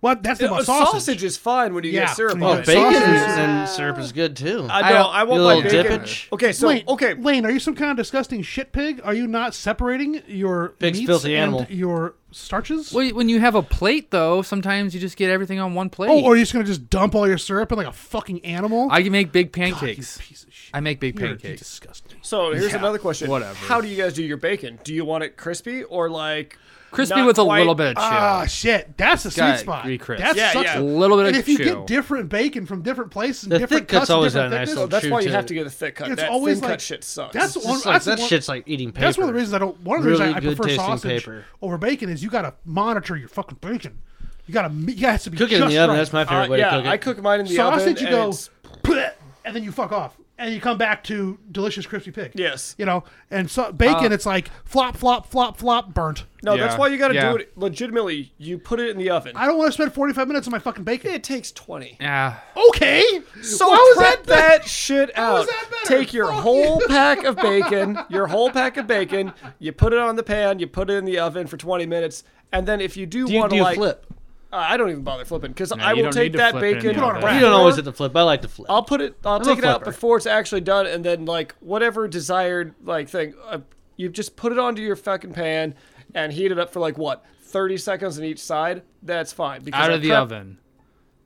Speaker 4: What? That's
Speaker 3: Uh,
Speaker 4: about
Speaker 3: sausage.
Speaker 4: sausage.
Speaker 3: is fine when you
Speaker 4: Yeah.
Speaker 3: get syrup
Speaker 4: Oh,
Speaker 3: on
Speaker 2: Oh,
Speaker 3: it.
Speaker 2: bacon
Speaker 4: Sausage.
Speaker 2: and syrup is good too.
Speaker 3: I
Speaker 1: I
Speaker 3: know.
Speaker 1: don't-
Speaker 3: I
Speaker 2: You
Speaker 3: want
Speaker 2: little
Speaker 3: my bacon.
Speaker 2: dippage?
Speaker 3: Okay, so
Speaker 4: Wait,
Speaker 3: okay.
Speaker 4: Lane, are you some kind of disgusting shit pig? Are you not separating your
Speaker 2: Pig's
Speaker 4: meats
Speaker 2: filthy
Speaker 4: and
Speaker 2: animal.
Speaker 4: your starches?
Speaker 1: Well, when you have a plate though, sometimes you just get everything on one plate.
Speaker 4: Oh, or are you just gonna just dump all your syrup in like a fucking animal?
Speaker 1: I can make big
Speaker 4: God, you
Speaker 1: pancakes.
Speaker 4: piece of shit.
Speaker 1: I make big
Speaker 4: You're
Speaker 1: pancakes.
Speaker 4: Disgusting.
Speaker 3: So here's another question.
Speaker 1: whatever.
Speaker 3: How do you guys do your bacon? Do you want it crispy or like
Speaker 1: Crispy
Speaker 3: not
Speaker 1: with a
Speaker 3: quite-
Speaker 1: little bit of chill.
Speaker 4: Ah, shit. That's the sweet
Speaker 1: Gotta
Speaker 4: spot.
Speaker 1: be crisp.
Speaker 4: That's
Speaker 3: Yeah,
Speaker 4: such
Speaker 3: yeah.
Speaker 1: a little bit
Speaker 4: And
Speaker 1: of
Speaker 4: if you
Speaker 1: chill.
Speaker 4: get different bacon from different places, and
Speaker 2: The
Speaker 4: different
Speaker 2: thick cut's
Speaker 4: cuts and
Speaker 2: always
Speaker 4: different
Speaker 2: got a nice
Speaker 4: thickness,
Speaker 3: So Oh, that's
Speaker 2: Chew
Speaker 3: why you
Speaker 2: to
Speaker 3: have
Speaker 2: it.
Speaker 3: to get a thick cut.
Speaker 4: It's
Speaker 3: that
Speaker 4: always
Speaker 3: thin
Speaker 4: like-
Speaker 3: cut shit sucks.
Speaker 4: That's
Speaker 2: It's
Speaker 4: one.
Speaker 2: just like,
Speaker 4: that's
Speaker 2: that
Speaker 4: one-
Speaker 2: shit's like eating paper.
Speaker 4: That's one of the reasons I don't. One of the
Speaker 2: Really
Speaker 4: reasons I, I
Speaker 2: good
Speaker 4: prefer
Speaker 2: tasting
Speaker 4: sausage
Speaker 2: paper.
Speaker 4: over bacon is you gotta monitor your fucking bacon. You gotta. m- You have to be
Speaker 2: Cook it in
Speaker 4: just
Speaker 2: the oven.
Speaker 4: right.
Speaker 2: That's my favorite
Speaker 3: Uh,
Speaker 2: way
Speaker 3: yeah,
Speaker 2: to cook it.
Speaker 3: I cook mine in the
Speaker 4: sausage.
Speaker 3: oven.
Speaker 4: you
Speaker 3: and
Speaker 4: go,
Speaker 3: it's-
Speaker 4: "Bleh," [LAUGHS] and then you fuck off, and you come back to delicious crispy pig.
Speaker 3: Yes.
Speaker 4: You know, and so
Speaker 2: Uh,
Speaker 4: bacon, it's like flop, flop, flop, flop, burnt.
Speaker 3: No,
Speaker 1: Yeah.
Speaker 3: that's why you got to
Speaker 1: Yeah.
Speaker 3: do it legitimately. You put it in the oven.
Speaker 4: I don't want to spend forty five minutes on my fucking bacon.
Speaker 3: it takes twenty.
Speaker 1: yeah.
Speaker 4: Okay.
Speaker 3: So
Speaker 4: Why was
Speaker 3: prep
Speaker 4: that
Speaker 3: that, shit out.
Speaker 4: was that better?
Speaker 3: Take your
Speaker 4: Fuck
Speaker 3: whole
Speaker 4: [LAUGHS]
Speaker 3: pack of bacon, your whole pack of bacon. You put it on the pan. You put it in the oven for twenty minutes, and then if you do,
Speaker 2: do you
Speaker 3: want
Speaker 2: do
Speaker 3: to
Speaker 2: you
Speaker 3: like,
Speaker 2: flip?
Speaker 3: Uh, I don't even bother flipping because I
Speaker 1: you
Speaker 3: will
Speaker 1: don't
Speaker 3: take
Speaker 1: need to
Speaker 3: that
Speaker 1: flip it in
Speaker 3: bacon.
Speaker 1: the oven.
Speaker 3: right
Speaker 2: You don't always hit
Speaker 3: before-
Speaker 2: the flip. I like to flip.
Speaker 3: I'll put it. I'll
Speaker 2: a
Speaker 3: take it out
Speaker 2: flipper.
Speaker 3: before it's actually done, and then like whatever desired like thing, uh, you just put it onto your fucking pan and heat it up for like what thirty seconds on each side. That's fine. Because
Speaker 1: Out
Speaker 3: I
Speaker 1: of the
Speaker 3: prep-
Speaker 1: oven.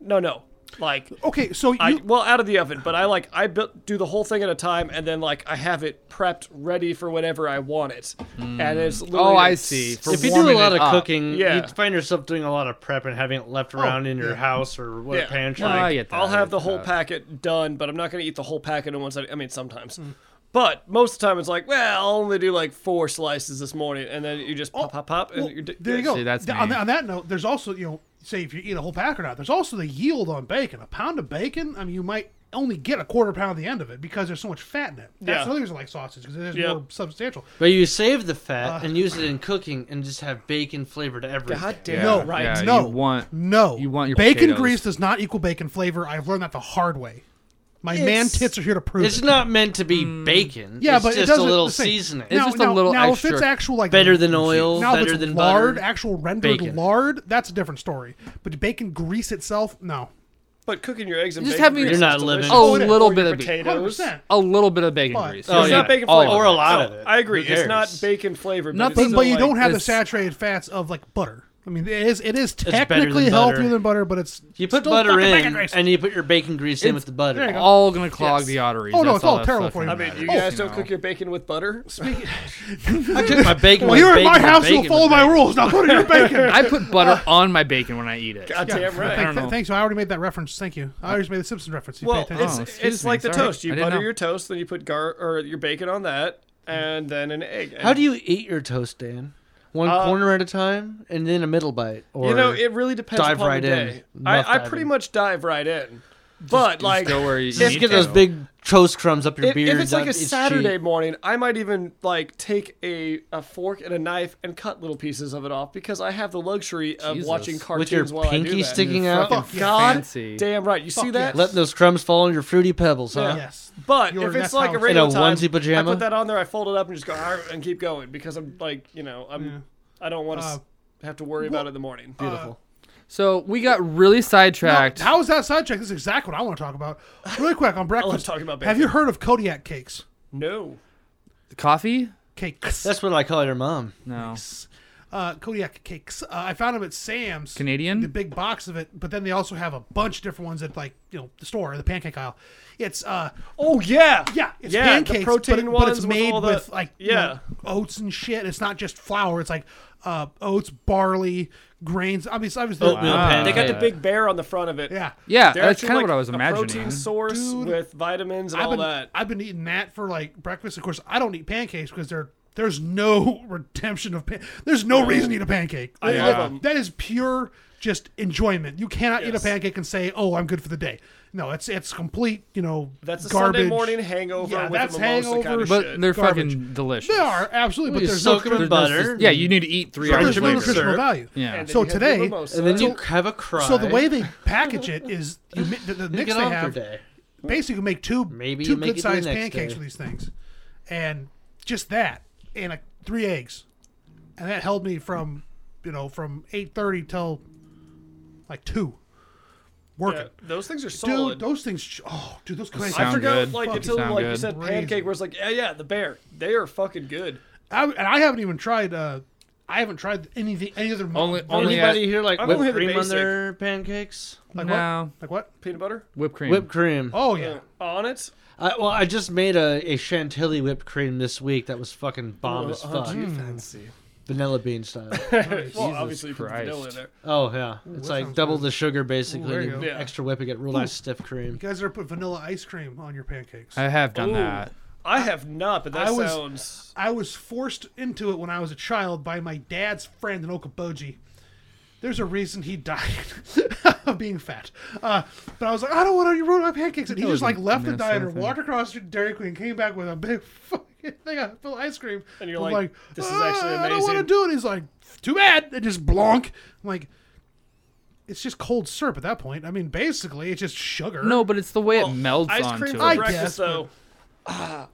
Speaker 3: No, no. Like
Speaker 4: Okay, so you.
Speaker 3: I well out of the oven, but I like I bu- do the whole thing at a time, and then like I have it prepped ready for whenever I want it, and it's literally
Speaker 1: Oh, I
Speaker 3: like,
Speaker 1: see.
Speaker 3: s-
Speaker 1: For
Speaker 2: if you do a
Speaker 1: warming
Speaker 2: lot
Speaker 1: it
Speaker 2: of
Speaker 1: up.
Speaker 2: cooking,
Speaker 3: Yeah.
Speaker 2: you find yourself doing a lot of prep and having it left around in your house or what
Speaker 3: Yeah.
Speaker 2: pantry.
Speaker 1: No, I get that.
Speaker 3: I'll
Speaker 1: I
Speaker 3: have
Speaker 1: get
Speaker 3: the whole
Speaker 1: that.
Speaker 3: packet done, but I'm not gonna eat the whole packet in one side. I mean, sometimes. But most of the time, it's like, well, I'll only do like four slices this morning, and then you just pop, pop, pop, and
Speaker 4: Well,
Speaker 3: you're d-
Speaker 4: there you go.
Speaker 1: See, that's
Speaker 4: Th- on,
Speaker 1: me.
Speaker 4: th- on that note, there's also you know, say if you eat a whole pack or not, there's also the yield on bacon. A pound of bacon, I mean, you might only get a quarter pound at the end of it because there's so much fat in it. That's
Speaker 3: Yeah.
Speaker 4: another reason I like sausage because it is
Speaker 3: Yep.
Speaker 4: more substantial.
Speaker 2: But you save the fat and use it in cooking and just have bacon flavored everything.
Speaker 3: God damn
Speaker 1: Yeah.
Speaker 3: it, right?
Speaker 1: Yeah, you
Speaker 4: no.
Speaker 1: want-
Speaker 4: no.
Speaker 1: you want your
Speaker 4: bacon
Speaker 1: potatoes.
Speaker 4: grease does not equal bacon flavor. I've learned that the hard way. My man
Speaker 3: It's-
Speaker 4: tits are here to prove
Speaker 2: It's
Speaker 4: it.
Speaker 2: not meant to be bacon.
Speaker 4: yeah,
Speaker 2: it's
Speaker 4: but it
Speaker 2: just a
Speaker 4: doesn't
Speaker 2: little
Speaker 4: the same.
Speaker 2: seasoning.
Speaker 1: It's
Speaker 4: now,
Speaker 1: just a
Speaker 4: now-
Speaker 1: little
Speaker 4: now if it's
Speaker 1: extra.
Speaker 4: actual like
Speaker 2: better than oil,
Speaker 4: Now, if
Speaker 2: better
Speaker 4: it's
Speaker 2: than
Speaker 4: lard,
Speaker 2: butter.
Speaker 4: actual rendered
Speaker 2: bacon.
Speaker 4: lard, that's a different story. But bacon grease itself, no.
Speaker 3: But cooking your eggs and
Speaker 1: Just
Speaker 3: bacon
Speaker 1: have me-
Speaker 3: grease
Speaker 1: You're
Speaker 3: is
Speaker 2: not
Speaker 3: delicious.
Speaker 2: living-
Speaker 1: A
Speaker 4: it is.
Speaker 1: little
Speaker 3: Or
Speaker 1: bit
Speaker 3: your
Speaker 1: of bacon.
Speaker 3: potatoes.
Speaker 4: 100%.
Speaker 1: A little bit of bacon
Speaker 4: But-
Speaker 1: grease.
Speaker 2: Oh,
Speaker 1: It's
Speaker 2: yeah.
Speaker 1: not bacon
Speaker 2: All
Speaker 1: flavored.
Speaker 2: Or a lot
Speaker 3: No,
Speaker 2: of it.
Speaker 3: I agree.
Speaker 2: Who
Speaker 3: It's not
Speaker 2: cares?
Speaker 3: bacon flavored.
Speaker 1: Nothing-
Speaker 3: But, it's
Speaker 4: But, but
Speaker 3: still
Speaker 4: you
Speaker 3: like-
Speaker 4: don't have the
Speaker 1: it's-
Speaker 4: saturated fats of like butter. I mean, it is it is
Speaker 2: better than
Speaker 4: technically
Speaker 2: butter.
Speaker 4: healthier than butter, but it's
Speaker 2: You put
Speaker 4: still
Speaker 2: butter
Speaker 4: fucking
Speaker 2: in,
Speaker 4: bacon grease.
Speaker 2: and you put your bacon grease in with the butter.
Speaker 1: all gonna clog
Speaker 3: Yes.
Speaker 1: the arteries.
Speaker 4: Oh, no,
Speaker 1: That's
Speaker 4: it's all
Speaker 1: that
Speaker 4: terrible for
Speaker 1: fucking
Speaker 4: you.
Speaker 3: I mean, you
Speaker 1: matters,
Speaker 3: guys don't
Speaker 1: know.
Speaker 3: cook your bacon with butter.
Speaker 2: I took my bacon.
Speaker 4: well,
Speaker 2: with
Speaker 4: you're at
Speaker 2: bacon
Speaker 4: my
Speaker 2: with
Speaker 4: house.
Speaker 2: bacon
Speaker 4: You'll follow
Speaker 2: with
Speaker 4: my
Speaker 2: bacon.
Speaker 4: rules. Now go
Speaker 2: [LAUGHS]
Speaker 4: to your bacon.
Speaker 1: I put butter
Speaker 3: [LAUGHS]
Speaker 1: on my bacon when I eat it.
Speaker 3: Goddamn right.
Speaker 1: I don't know.
Speaker 4: Thanks. I already made that reference. Thank you. I already made the Simpsons reference. You
Speaker 3: Well,
Speaker 4: pay
Speaker 1: Oh,
Speaker 4: attention.
Speaker 3: it's, it's
Speaker 1: excuse me,
Speaker 3: like the
Speaker 1: sorry.
Speaker 3: toast. You
Speaker 1: I didn't
Speaker 3: butter
Speaker 1: know.
Speaker 3: your toast, then you put gar or your bacon on that, and then an egg.
Speaker 2: How do you eat your toast, Dan? One
Speaker 3: Uh,
Speaker 2: corner at a time, and then a middle bite, or
Speaker 3: You know, it really depends
Speaker 2: dive
Speaker 3: upon
Speaker 2: right
Speaker 3: the
Speaker 2: in.
Speaker 3: day.
Speaker 2: Mouth
Speaker 3: I, I
Speaker 2: dive
Speaker 3: pretty
Speaker 2: in.
Speaker 3: much dive right in, but like
Speaker 1: Just go where you
Speaker 2: just
Speaker 1: need
Speaker 2: get
Speaker 1: to.
Speaker 2: those big toast crumbs up your
Speaker 3: if,
Speaker 2: beard.
Speaker 3: if it's like
Speaker 2: up
Speaker 3: a
Speaker 2: each cheek.
Speaker 3: Saturday morning, I might even like take a, a fork and a knife and cut little pieces of it off because I have the luxury of
Speaker 1: Jesus.
Speaker 3: watching
Speaker 2: with
Speaker 3: cartoons
Speaker 2: your
Speaker 3: while I do
Speaker 2: pinky
Speaker 3: that.
Speaker 2: sticking
Speaker 1: You're
Speaker 2: out,
Speaker 1: fucking
Speaker 4: Fuck yeah.
Speaker 3: God
Speaker 1: fancy.
Speaker 3: damn right. You see
Speaker 4: Fuck
Speaker 3: that?
Speaker 4: yes.
Speaker 2: letting those crumbs fall on your fruity pebbles, huh?
Speaker 4: yes.
Speaker 3: But
Speaker 4: You're-
Speaker 3: if it's
Speaker 4: that's
Speaker 3: like
Speaker 4: how
Speaker 3: a
Speaker 4: it's-
Speaker 3: regular
Speaker 2: In a
Speaker 3: time,
Speaker 2: onesie pajama?
Speaker 3: I put that on there, I fold it up and just go "Arr," and keep going because I'm like, you know, I'm I don't want to
Speaker 4: Uh,
Speaker 3: have to worry about it in the morning. Uh,
Speaker 2: Beautiful.
Speaker 1: So we got really sidetracked.
Speaker 4: How is that side check? This is exactly what I want to talk about. Really quick on breakfast.
Speaker 3: talk about
Speaker 4: Have you heard of Kodiak cakes?
Speaker 3: No.
Speaker 1: Coffee?
Speaker 4: Cakes.
Speaker 2: That's what I call your mom.
Speaker 1: No.
Speaker 4: uh, Kodiak cakes. Uh, I found them at Sam's. The
Speaker 1: Canadian?
Speaker 4: big box of it, but then they also have a bunch of different ones at like you know the store, the pancake aisle. It's uh
Speaker 3: Oh yeah.
Speaker 4: yeah, it's
Speaker 3: yeah,
Speaker 4: pancakes,
Speaker 3: the
Speaker 4: but
Speaker 3: protein
Speaker 4: it- but,
Speaker 3: ones
Speaker 4: it's made
Speaker 3: all
Speaker 4: with,
Speaker 3: the,
Speaker 4: like you
Speaker 3: yeah.
Speaker 4: know, oats and shit. It's not just flour. It's like uh, oats, barley, grains. Obviously, obviously,
Speaker 2: Oatmeal
Speaker 1: Wow.
Speaker 2: pancake.
Speaker 3: They got the big bear on the front of it.
Speaker 4: uh, yeah.
Speaker 1: Uh, Yeah,
Speaker 3: They're
Speaker 1: that's
Speaker 3: actually,
Speaker 1: kind of
Speaker 3: like,
Speaker 1: what I was
Speaker 3: a
Speaker 1: imagining.
Speaker 3: Protein source with vitamins and
Speaker 4: I've
Speaker 3: all
Speaker 4: been
Speaker 3: that.
Speaker 4: I've been eating that for like breakfast. Of course, I don't eat pancakes because they're there's no [LAUGHS] redemption of pan- there's no reason to eat a pancake.
Speaker 3: I
Speaker 4: Like,
Speaker 3: love 'em.
Speaker 4: That is pure just enjoyment. You cannot eat a
Speaker 3: Yes.
Speaker 4: pancake and say, "Oh, I'm good for the day." No, it's it's complete. You know,
Speaker 3: That's a
Speaker 4: garbage.
Speaker 3: Sunday morning hangover
Speaker 4: Yeah,
Speaker 3: with
Speaker 4: that's
Speaker 3: a mimosa kind
Speaker 4: hangover,
Speaker 3: of
Speaker 1: But
Speaker 3: shit.
Speaker 1: they're
Speaker 4: Garbage.
Speaker 1: fucking delicious.
Speaker 4: They are absolutely, but
Speaker 2: you
Speaker 4: there's
Speaker 2: soak
Speaker 4: no,
Speaker 2: 'em in
Speaker 4: there's-
Speaker 1: There's
Speaker 2: butter.
Speaker 1: this- yeah, you need to eat three hours
Speaker 4: there's no
Speaker 1: later.
Speaker 4: nutritional
Speaker 2: Sure.
Speaker 4: value.
Speaker 1: Yeah.
Speaker 3: And
Speaker 4: so
Speaker 3: then you have
Speaker 4: today-
Speaker 3: the mimosa.
Speaker 2: And then you
Speaker 4: So-
Speaker 2: have a cry.
Speaker 4: So the way
Speaker 3: [LAUGHS]
Speaker 4: they package it is you, mi- the, the
Speaker 2: you
Speaker 4: mix
Speaker 2: get
Speaker 4: they
Speaker 2: off your
Speaker 4: have
Speaker 2: day.
Speaker 4: basically make two
Speaker 2: Maybe
Speaker 4: two
Speaker 2: you make it
Speaker 4: good
Speaker 2: to the
Speaker 4: sized
Speaker 2: next
Speaker 4: pancakes
Speaker 2: day.
Speaker 4: with these things, and just that and a, three eggs, and that held me from you know from eight thirty till like two, working.
Speaker 3: Yeah, those things are
Speaker 4: Dude,
Speaker 3: solid.
Speaker 4: those things. Oh, dude, those kinds.
Speaker 3: I
Speaker 1: Sound
Speaker 3: forgot,
Speaker 1: good.
Speaker 3: like
Speaker 1: Fucking
Speaker 3: until
Speaker 1: sound
Speaker 3: like you
Speaker 1: good.
Speaker 3: said,
Speaker 4: Raisin.
Speaker 3: pancake. Where it's like, yeah, yeah, the bear. They are fucking good.
Speaker 4: I, and I haven't even tried. Uh, I haven't tried anything. Any other mo-
Speaker 1: Only, only
Speaker 2: Anybody
Speaker 1: at,
Speaker 2: here like
Speaker 3: I've only
Speaker 2: whipped
Speaker 3: had the
Speaker 2: cream on
Speaker 3: basic.
Speaker 2: their pancakes?
Speaker 4: like
Speaker 1: no
Speaker 4: what? Like what?
Speaker 3: Peanut butter
Speaker 1: whipped cream.
Speaker 2: Whipped cream.
Speaker 4: Oh [LAUGHS] yeah.
Speaker 3: Uh, on it.
Speaker 2: I, well, I just made a, a chantilly whipped cream this week that was fucking bomb as
Speaker 3: Oh,
Speaker 4: Uh-huh.
Speaker 2: fuck.
Speaker 3: gee, fancy.
Speaker 2: Vanilla bean style.
Speaker 3: Well, obviously you put
Speaker 1: Christ.
Speaker 3: vanilla in there.
Speaker 2: Oh yeah, it's
Speaker 4: that
Speaker 2: like
Speaker 4: sounds
Speaker 2: double the sugar basically.
Speaker 4: there you
Speaker 2: and
Speaker 3: go. Yeah.
Speaker 2: Extra whipping it, real nice stiff cream.
Speaker 4: You guys ever put vanilla ice cream on your pancakes?
Speaker 1: I have done
Speaker 3: Ooh.
Speaker 1: that.
Speaker 3: I have not, but that
Speaker 4: I was-
Speaker 3: sounds.
Speaker 4: I was forced into it when I was a child by my dad's friend in Okoboji. There's a reason he [LAUGHS] died of being fat. Uh, but I was like, I don't want to ruin my pancakes. And he
Speaker 1: That was
Speaker 4: just like
Speaker 1: a
Speaker 4: left the
Speaker 1: Minnesota
Speaker 4: diner,
Speaker 1: thing.
Speaker 4: walked across to Dairy Queen, came back with a big [LAUGHS] fucking thing of full of ice cream.
Speaker 3: And you're
Speaker 4: I'm
Speaker 3: like, this is actually
Speaker 4: "Ah, I don't want to
Speaker 3: amazing."
Speaker 4: do it. He's like, too bad. And just blonk. I'm like, it's just cold syrup at that point. I mean, basically, it's just sugar.
Speaker 1: No, but it's the way it melds
Speaker 3: Ice
Speaker 1: onto
Speaker 3: cream
Speaker 1: it.
Speaker 3: for
Speaker 4: I
Speaker 3: breakfast,
Speaker 4: guess, but-
Speaker 3: though.
Speaker 4: [SIGHS]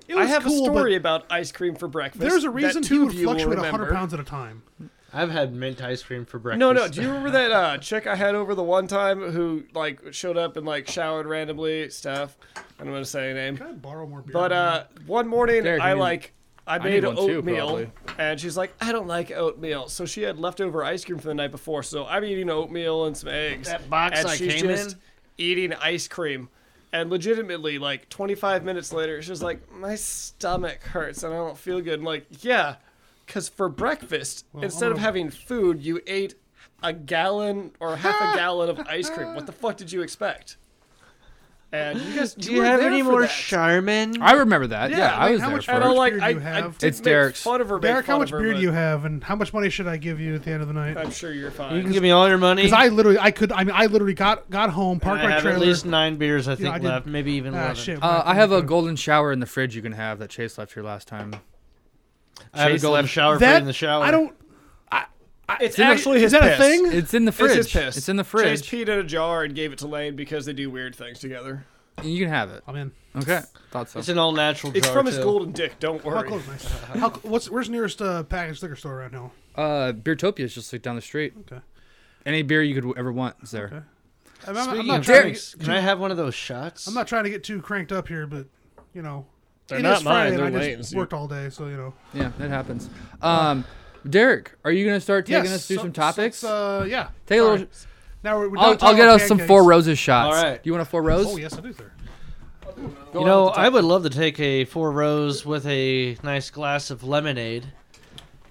Speaker 4: it
Speaker 3: I
Speaker 4: was
Speaker 3: have
Speaker 4: cool,
Speaker 3: a
Speaker 4: but
Speaker 3: story about ice cream for breakfast.
Speaker 4: There's a
Speaker 3: that
Speaker 4: reason
Speaker 3: two
Speaker 4: he would
Speaker 3: of you will
Speaker 4: fluctuate 100
Speaker 3: remember.
Speaker 4: pounds at a time.
Speaker 2: I've had mint ice cream for breakfast.
Speaker 3: No, no.
Speaker 2: [LAUGHS]
Speaker 3: Do you remember that uh, chick I had over the one time who like showed up and like showered randomly stuff? I don't want to say her name.
Speaker 4: Can I borrow more beer?
Speaker 3: But uh, one morning,
Speaker 1: Derek,
Speaker 3: I
Speaker 1: you need-
Speaker 3: like I
Speaker 1: need
Speaker 3: made
Speaker 1: one too,
Speaker 3: oatmeal,
Speaker 1: probably.
Speaker 3: and she's like, "I don't like oatmeal." So she had leftover ice cream from the night before, so I'm eating oatmeal and some eggs.
Speaker 2: That box
Speaker 3: and
Speaker 2: I
Speaker 3: she's
Speaker 2: came
Speaker 3: just
Speaker 2: in?
Speaker 3: eating ice cream, and legitimately, like 25 minutes later, she's like, "My stomach hurts and I don't feel good." I'm like, yeah, because for breakfast, instead of
Speaker 4: gonna-
Speaker 3: having food, you ate a gallon or half a gallon of ice cream. What the fuck did you expect? And you guys,
Speaker 2: Do you
Speaker 3: were
Speaker 2: have
Speaker 3: there
Speaker 2: any
Speaker 3: for
Speaker 2: more
Speaker 3: that.
Speaker 2: Charmin?
Speaker 1: I remember that. Yeah,
Speaker 3: Yeah,
Speaker 1: I
Speaker 3: wait,
Speaker 1: was
Speaker 4: how
Speaker 1: there
Speaker 4: much-
Speaker 1: for
Speaker 3: And
Speaker 1: it.
Speaker 3: I'm like,
Speaker 4: beer do
Speaker 3: I,
Speaker 4: you have?
Speaker 3: I
Speaker 4: It's
Speaker 3: didn't
Speaker 1: Derek's.
Speaker 3: Make fun of her, make
Speaker 4: Derek,
Speaker 3: fun
Speaker 4: how much
Speaker 3: of her,
Speaker 4: beer do
Speaker 3: but
Speaker 4: you have, and how much money should I give you at the end of the night?
Speaker 3: I'm sure you're
Speaker 2: You can
Speaker 3: fine.
Speaker 2: give me all your money.
Speaker 4: Because I literally, I could, I mean, I literally got got home,
Speaker 2: And
Speaker 4: parked
Speaker 2: I
Speaker 4: my
Speaker 2: have
Speaker 4: trailer.
Speaker 2: at least nine beers, I think,
Speaker 4: I did-
Speaker 2: left. Maybe even
Speaker 4: ah,
Speaker 2: 11.
Speaker 4: shit.
Speaker 1: Uh, I have a golden shower in the fridge you can have that Chase left here last time.
Speaker 2: I haven't
Speaker 1: Chase
Speaker 2: still had a
Speaker 1: left-
Speaker 2: shower
Speaker 4: that
Speaker 2: in the shower.
Speaker 4: I don't.
Speaker 3: It's
Speaker 1: in a-
Speaker 3: actually his
Speaker 4: is that
Speaker 3: piss.
Speaker 4: a thing?
Speaker 1: It's in the
Speaker 3: It's
Speaker 1: fridge.
Speaker 3: his piss.
Speaker 1: It's in the
Speaker 3: Chase
Speaker 1: fridge.
Speaker 3: peed in a jar and gave it to Lane because they do weird things together.
Speaker 1: you can have it.
Speaker 4: I'm in.
Speaker 1: Okay, thought so.
Speaker 2: It's an all natural
Speaker 3: It's
Speaker 2: jar,
Speaker 3: from his
Speaker 2: too.
Speaker 3: golden dick. Don't
Speaker 4: How
Speaker 3: worry.
Speaker 4: close? am I? How, cl- what's where's the nearest uh, packaged liquor store right now?
Speaker 1: Uh, Beertopia is just like down the street.
Speaker 4: Okay.
Speaker 1: Any beer you could ever want is there.
Speaker 4: I'm, I'm- I'm
Speaker 2: Speaking
Speaker 4: not
Speaker 2: of
Speaker 4: trying. To,
Speaker 2: drinks, can I have one of those shots?
Speaker 4: I'm not trying to get too cranked up here, but you know,
Speaker 3: They're
Speaker 4: it
Speaker 3: not
Speaker 4: is Friday,
Speaker 3: mine,
Speaker 4: and I
Speaker 3: they're
Speaker 4: just
Speaker 3: Lane's, dude.
Speaker 4: worked all day, so you know.
Speaker 1: Yeah, that happens. Um, Derek, are you gonna start taking
Speaker 4: Yes,
Speaker 1: us through
Speaker 4: so-
Speaker 1: some topics?
Speaker 4: so, uh, yeah.
Speaker 1: Take a
Speaker 4: Sorry.
Speaker 1: little.
Speaker 4: Now we're, we're
Speaker 1: I'll,
Speaker 4: done
Speaker 1: I'll
Speaker 4: talking
Speaker 1: get
Speaker 4: about
Speaker 1: us some
Speaker 4: pancakes.
Speaker 1: four roses shots.
Speaker 2: All right.
Speaker 1: Do you want a four rose?
Speaker 4: Oh yes, I do, sir.
Speaker 2: You know, I would love to take a four rose with a nice glass of lemonade.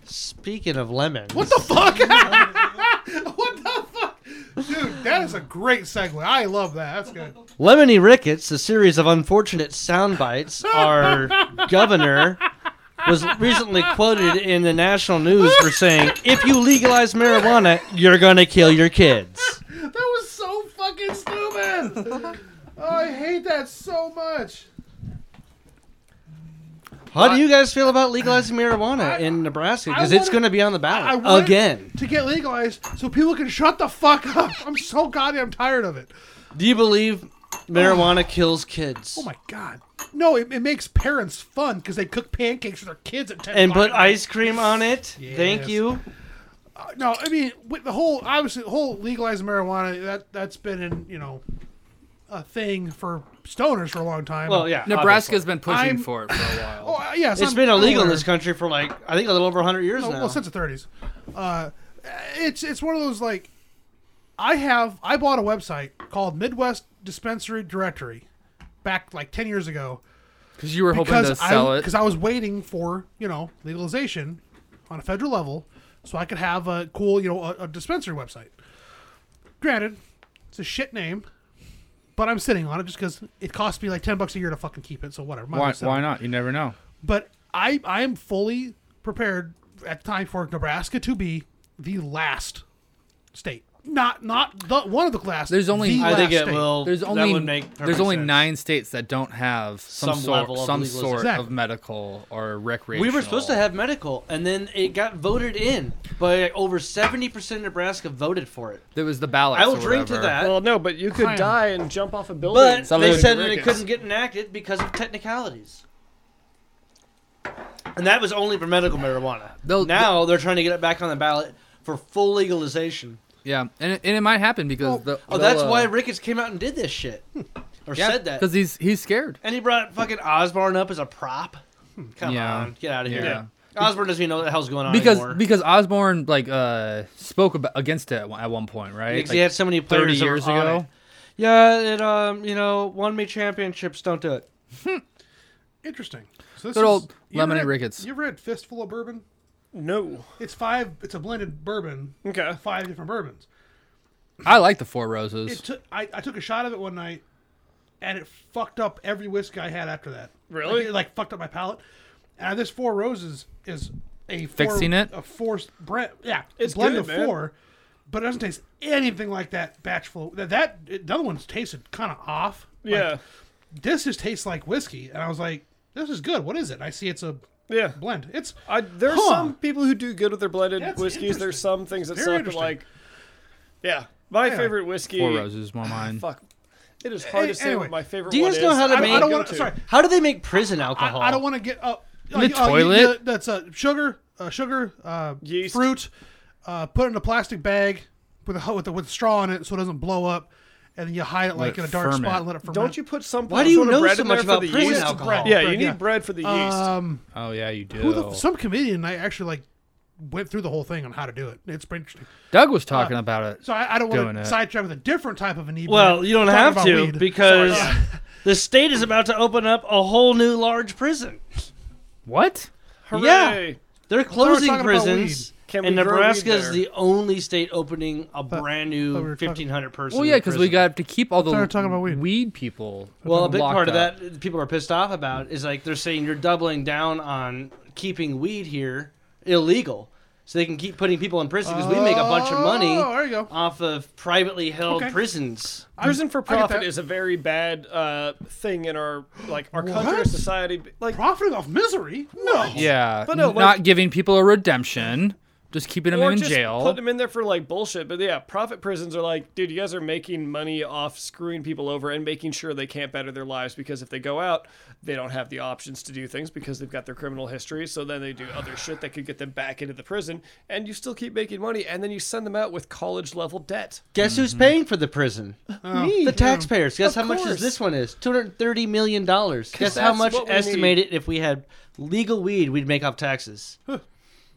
Speaker 2: Speaking of lemons,
Speaker 4: What the fuck? [LAUGHS] what the fuck, dude? That is a great segue. I love that. That's good.
Speaker 2: Lemony Ricketts, a series of unfortunate sound bites,
Speaker 4: [LAUGHS]
Speaker 2: our governor was recently quoted in the national news for saying, "If you legalize marijuana, you're gonna kill your kids."
Speaker 4: That was so fucking stupid. Oh, I hate that so much.
Speaker 2: How do you guys feel about legalizing marijuana in Nebraska? Because
Speaker 4: I
Speaker 2: it's
Speaker 4: wanna-
Speaker 2: gonna be on the
Speaker 4: I
Speaker 2: ballot
Speaker 4: want it
Speaker 2: again.
Speaker 4: to get legalized so people can shut the fuck up. I'm so goddamn tired of it.
Speaker 2: Do you believe marijuana kills kids?
Speaker 4: Oh my god. No, it, it makes parents fun because they cook pancakes for their kids at ten.
Speaker 2: and put
Speaker 4: o'clock.
Speaker 2: ice cream on it.
Speaker 4: Yes.
Speaker 2: Thank you.
Speaker 4: No, I mean with the whole obviously the whole legalized marijuana that that's been in you know a thing for stoners for a long time.
Speaker 2: Well, yeah.
Speaker 1: Nebraska's been pushing
Speaker 4: I'm-
Speaker 1: for [LAUGHS] it for a while.
Speaker 4: Oh uh, yeah.
Speaker 2: obviously. It's been illegal in this country for like I think a little over 100 years
Speaker 4: No,
Speaker 2: now.
Speaker 4: Oh, well, since the thirties. Uh, it's it's one of those like I have I bought a website called Midwest Dispensary Directory back like ten years ago.
Speaker 1: Because you were hoping to
Speaker 4: because
Speaker 1: sell
Speaker 4: I,
Speaker 1: it.
Speaker 4: because I was waiting for you know legalization on a federal level, so I could have a cool you know a, a dispensary website. Granted, it's a shit name, but I'm sitting on it just because it costs me like ten bucks a year to fucking keep it. So whatever. might as well
Speaker 1: Why,
Speaker 4: sit on
Speaker 1: why
Speaker 4: it.
Speaker 1: not? You never know.
Speaker 4: But I I am fully prepared at the time for Nebraska to be the last state. Not not the one of the last.
Speaker 1: There's only-
Speaker 4: the
Speaker 2: I think it
Speaker 4: last state.
Speaker 2: will.
Speaker 1: There's
Speaker 2: that
Speaker 1: only
Speaker 2: would make
Speaker 1: there's only
Speaker 2: perfect sense.
Speaker 1: nine states that don't have some,
Speaker 2: Some
Speaker 1: sort
Speaker 2: level of
Speaker 1: some
Speaker 2: legalization.
Speaker 1: sort
Speaker 4: Exactly.
Speaker 1: of medical or recreational.
Speaker 2: We were supposed to have medical, and then it got voted in by like, over 70 percent of Nebraska voted for it.
Speaker 1: There was the ballot.
Speaker 2: I will drink to that,
Speaker 3: Well, no, but you could
Speaker 4: Fine.
Speaker 3: die and jump off a building.
Speaker 2: but
Speaker 1: Salute.
Speaker 2: they said that it
Speaker 3: Ricketts.
Speaker 2: couldn't get enacted because of technicalities. And that was only for medical marijuana.
Speaker 1: They'll-
Speaker 2: now they're trying to get it back on the ballot for full legalization.
Speaker 1: Yeah, and it, and it might happen because
Speaker 4: Well-
Speaker 1: the,
Speaker 2: Oh,
Speaker 1: they'll,
Speaker 2: that's
Speaker 1: uh, Hmm.
Speaker 2: why Ricketts came out and did this shit, or
Speaker 1: yeah,
Speaker 2: said that.
Speaker 1: because he's he's scared.
Speaker 2: And he brought fucking Osborne up as a prop. Hmm, Come
Speaker 1: Yeah.
Speaker 2: on, get out of here.
Speaker 1: Yeah.
Speaker 2: Osborne doesn't even know what the hell's going on
Speaker 1: Because
Speaker 2: anymore.
Speaker 1: because Osborne like uh spoke about, against it at one- at one point, right?
Speaker 2: Because
Speaker 1: Like,
Speaker 2: he had so many players
Speaker 1: Thirty
Speaker 2: that were
Speaker 1: years
Speaker 2: on
Speaker 1: ago.
Speaker 2: it. Yeah, it um, you know, won me championships. Don't do it.
Speaker 4: Interesting. So this
Speaker 1: Good old
Speaker 4: is- you
Speaker 1: Lemony
Speaker 4: read-
Speaker 1: Ricketts.
Speaker 4: You read Fistful of Bourbon?
Speaker 3: no.
Speaker 4: It's five. It's a blended bourbon.
Speaker 3: Okay.
Speaker 4: Five different bourbons.
Speaker 1: I like the Four Roses.
Speaker 4: It took. I, I took a shot of it one night, and it fucked up every whiskey I had after that.
Speaker 3: Really?
Speaker 4: Like, it like fucked up my palate. And this Four Roses is a four,
Speaker 1: Fixing it?
Speaker 4: a four brand. Yeah,
Speaker 3: It's
Speaker 4: blend
Speaker 3: good,
Speaker 4: of
Speaker 3: man.
Speaker 4: four, but it doesn't taste anything like that batch flow. That that the other ones tasted kind of off. Like,
Speaker 3: Yeah.
Speaker 4: this just tastes like whiskey, and I was like, this is good. What is it? And I see it's a
Speaker 3: yeah.
Speaker 4: blend. It's
Speaker 3: I, there are
Speaker 4: Huh.
Speaker 3: some people who do good with their blended
Speaker 4: That's
Speaker 3: whiskeys. There's
Speaker 4: interesting.
Speaker 3: some things that
Speaker 4: Very
Speaker 3: suck, but
Speaker 4: interesting.
Speaker 3: like, yeah. My
Speaker 4: Yeah.
Speaker 3: favorite whiskey.
Speaker 1: Four Roses, my mind.
Speaker 3: Ah, Fuck. It is hard
Speaker 4: Hey,
Speaker 3: to say
Speaker 4: anyway.
Speaker 3: what my favorite
Speaker 2: Do you
Speaker 3: one
Speaker 2: guys know
Speaker 3: is.
Speaker 2: how to
Speaker 3: I,
Speaker 2: make-
Speaker 3: I don't
Speaker 2: go
Speaker 3: want
Speaker 4: to-
Speaker 3: to.
Speaker 4: sorry.
Speaker 2: How do they make prison alcohol?
Speaker 4: I, I don't want to get uh,
Speaker 1: the
Speaker 4: uh, uh, you-
Speaker 1: toilet?
Speaker 4: you- that's uh, sugar, uh, sugar, uh,
Speaker 3: Yeast.
Speaker 4: fruit. Uh, put it in a plastic bag with a ho- with a, with a straw in it so it doesn't blow up, and then you hide it like
Speaker 1: it
Speaker 4: in a dark
Speaker 1: ferment.
Speaker 4: spot and let it ferment.
Speaker 3: Don't you put some?
Speaker 2: Why do you
Speaker 3: sort of
Speaker 2: know
Speaker 3: bread
Speaker 2: so
Speaker 3: in there
Speaker 2: much
Speaker 3: for
Speaker 2: about
Speaker 3: the
Speaker 2: prison
Speaker 3: yeast?
Speaker 2: alcohol?
Speaker 3: Yeah,
Speaker 4: Bread,
Speaker 3: you need
Speaker 4: yeah.
Speaker 3: bread for the yeast.
Speaker 4: Um,
Speaker 1: Oh yeah, you do.
Speaker 4: who the, some comedian I actually like went through the whole thing on how to do it. It's pretty interesting.
Speaker 1: Doug was talking
Speaker 3: uh,
Speaker 1: about it.
Speaker 4: So I, I don't want
Speaker 1: Doing
Speaker 4: to
Speaker 1: it.
Speaker 4: sidetrack with a different type of an email.
Speaker 2: Well, you don't
Speaker 4: Talking
Speaker 2: have
Speaker 4: about
Speaker 2: to
Speaker 4: weed.
Speaker 2: because
Speaker 4: Sorry.
Speaker 2: the state is about to open up a whole new large prison.
Speaker 1: What?
Speaker 3: Hooray!
Speaker 2: They're
Speaker 4: we're
Speaker 2: closing
Speaker 4: talking about
Speaker 2: prisons.
Speaker 3: weed. Can
Speaker 2: and
Speaker 3: we grow weed
Speaker 2: Nebraska is
Speaker 3: there?
Speaker 2: the only state opening a brand new
Speaker 4: we were talking-
Speaker 2: 1,500 person.
Speaker 1: Well, yeah, because we
Speaker 2: prison.
Speaker 1: got to keep all the
Speaker 4: thought we were talking about weed.
Speaker 1: people.
Speaker 2: Well, a big
Speaker 1: locked
Speaker 2: part of
Speaker 1: up.
Speaker 2: that people are pissed off about is like they're saying you're doubling down on keeping weed here illegal, so they can keep putting people in prison because we make a bunch of
Speaker 4: Oh,
Speaker 2: money
Speaker 4: there you go.
Speaker 2: off of privately held
Speaker 4: Okay.
Speaker 2: prisons.
Speaker 3: Prison for
Speaker 4: I get
Speaker 3: profit
Speaker 4: that.
Speaker 3: is a very bad uh, thing in our like our country, our
Speaker 4: What?
Speaker 3: society. Like
Speaker 4: Profiting off misery? No.
Speaker 1: Yeah,
Speaker 3: But no,
Speaker 1: n-
Speaker 3: like-
Speaker 1: not giving people a redemption, just keeping them
Speaker 3: or
Speaker 1: in
Speaker 3: just
Speaker 1: jail.
Speaker 3: put them in there for like bullshit. But yeah, profit prisons are like, dude, you guys are making money off screwing people over and making sure they can't better their lives because if they go out, they don't have the options to do things because they've got their criminal history. So then they do other shit that could get them back into the prison, and you still keep making money, and then you send them out with college level debt.
Speaker 2: Guess who's paying for the prison?
Speaker 4: Me.
Speaker 2: Mm-hmm. The taxpayers. Guess how much
Speaker 3: course.
Speaker 2: is this one is? Two hundred thirty million dollars. Guess how
Speaker 3: that's
Speaker 2: much
Speaker 3: what we need.
Speaker 2: estimated if we had legal weed we'd make off taxes.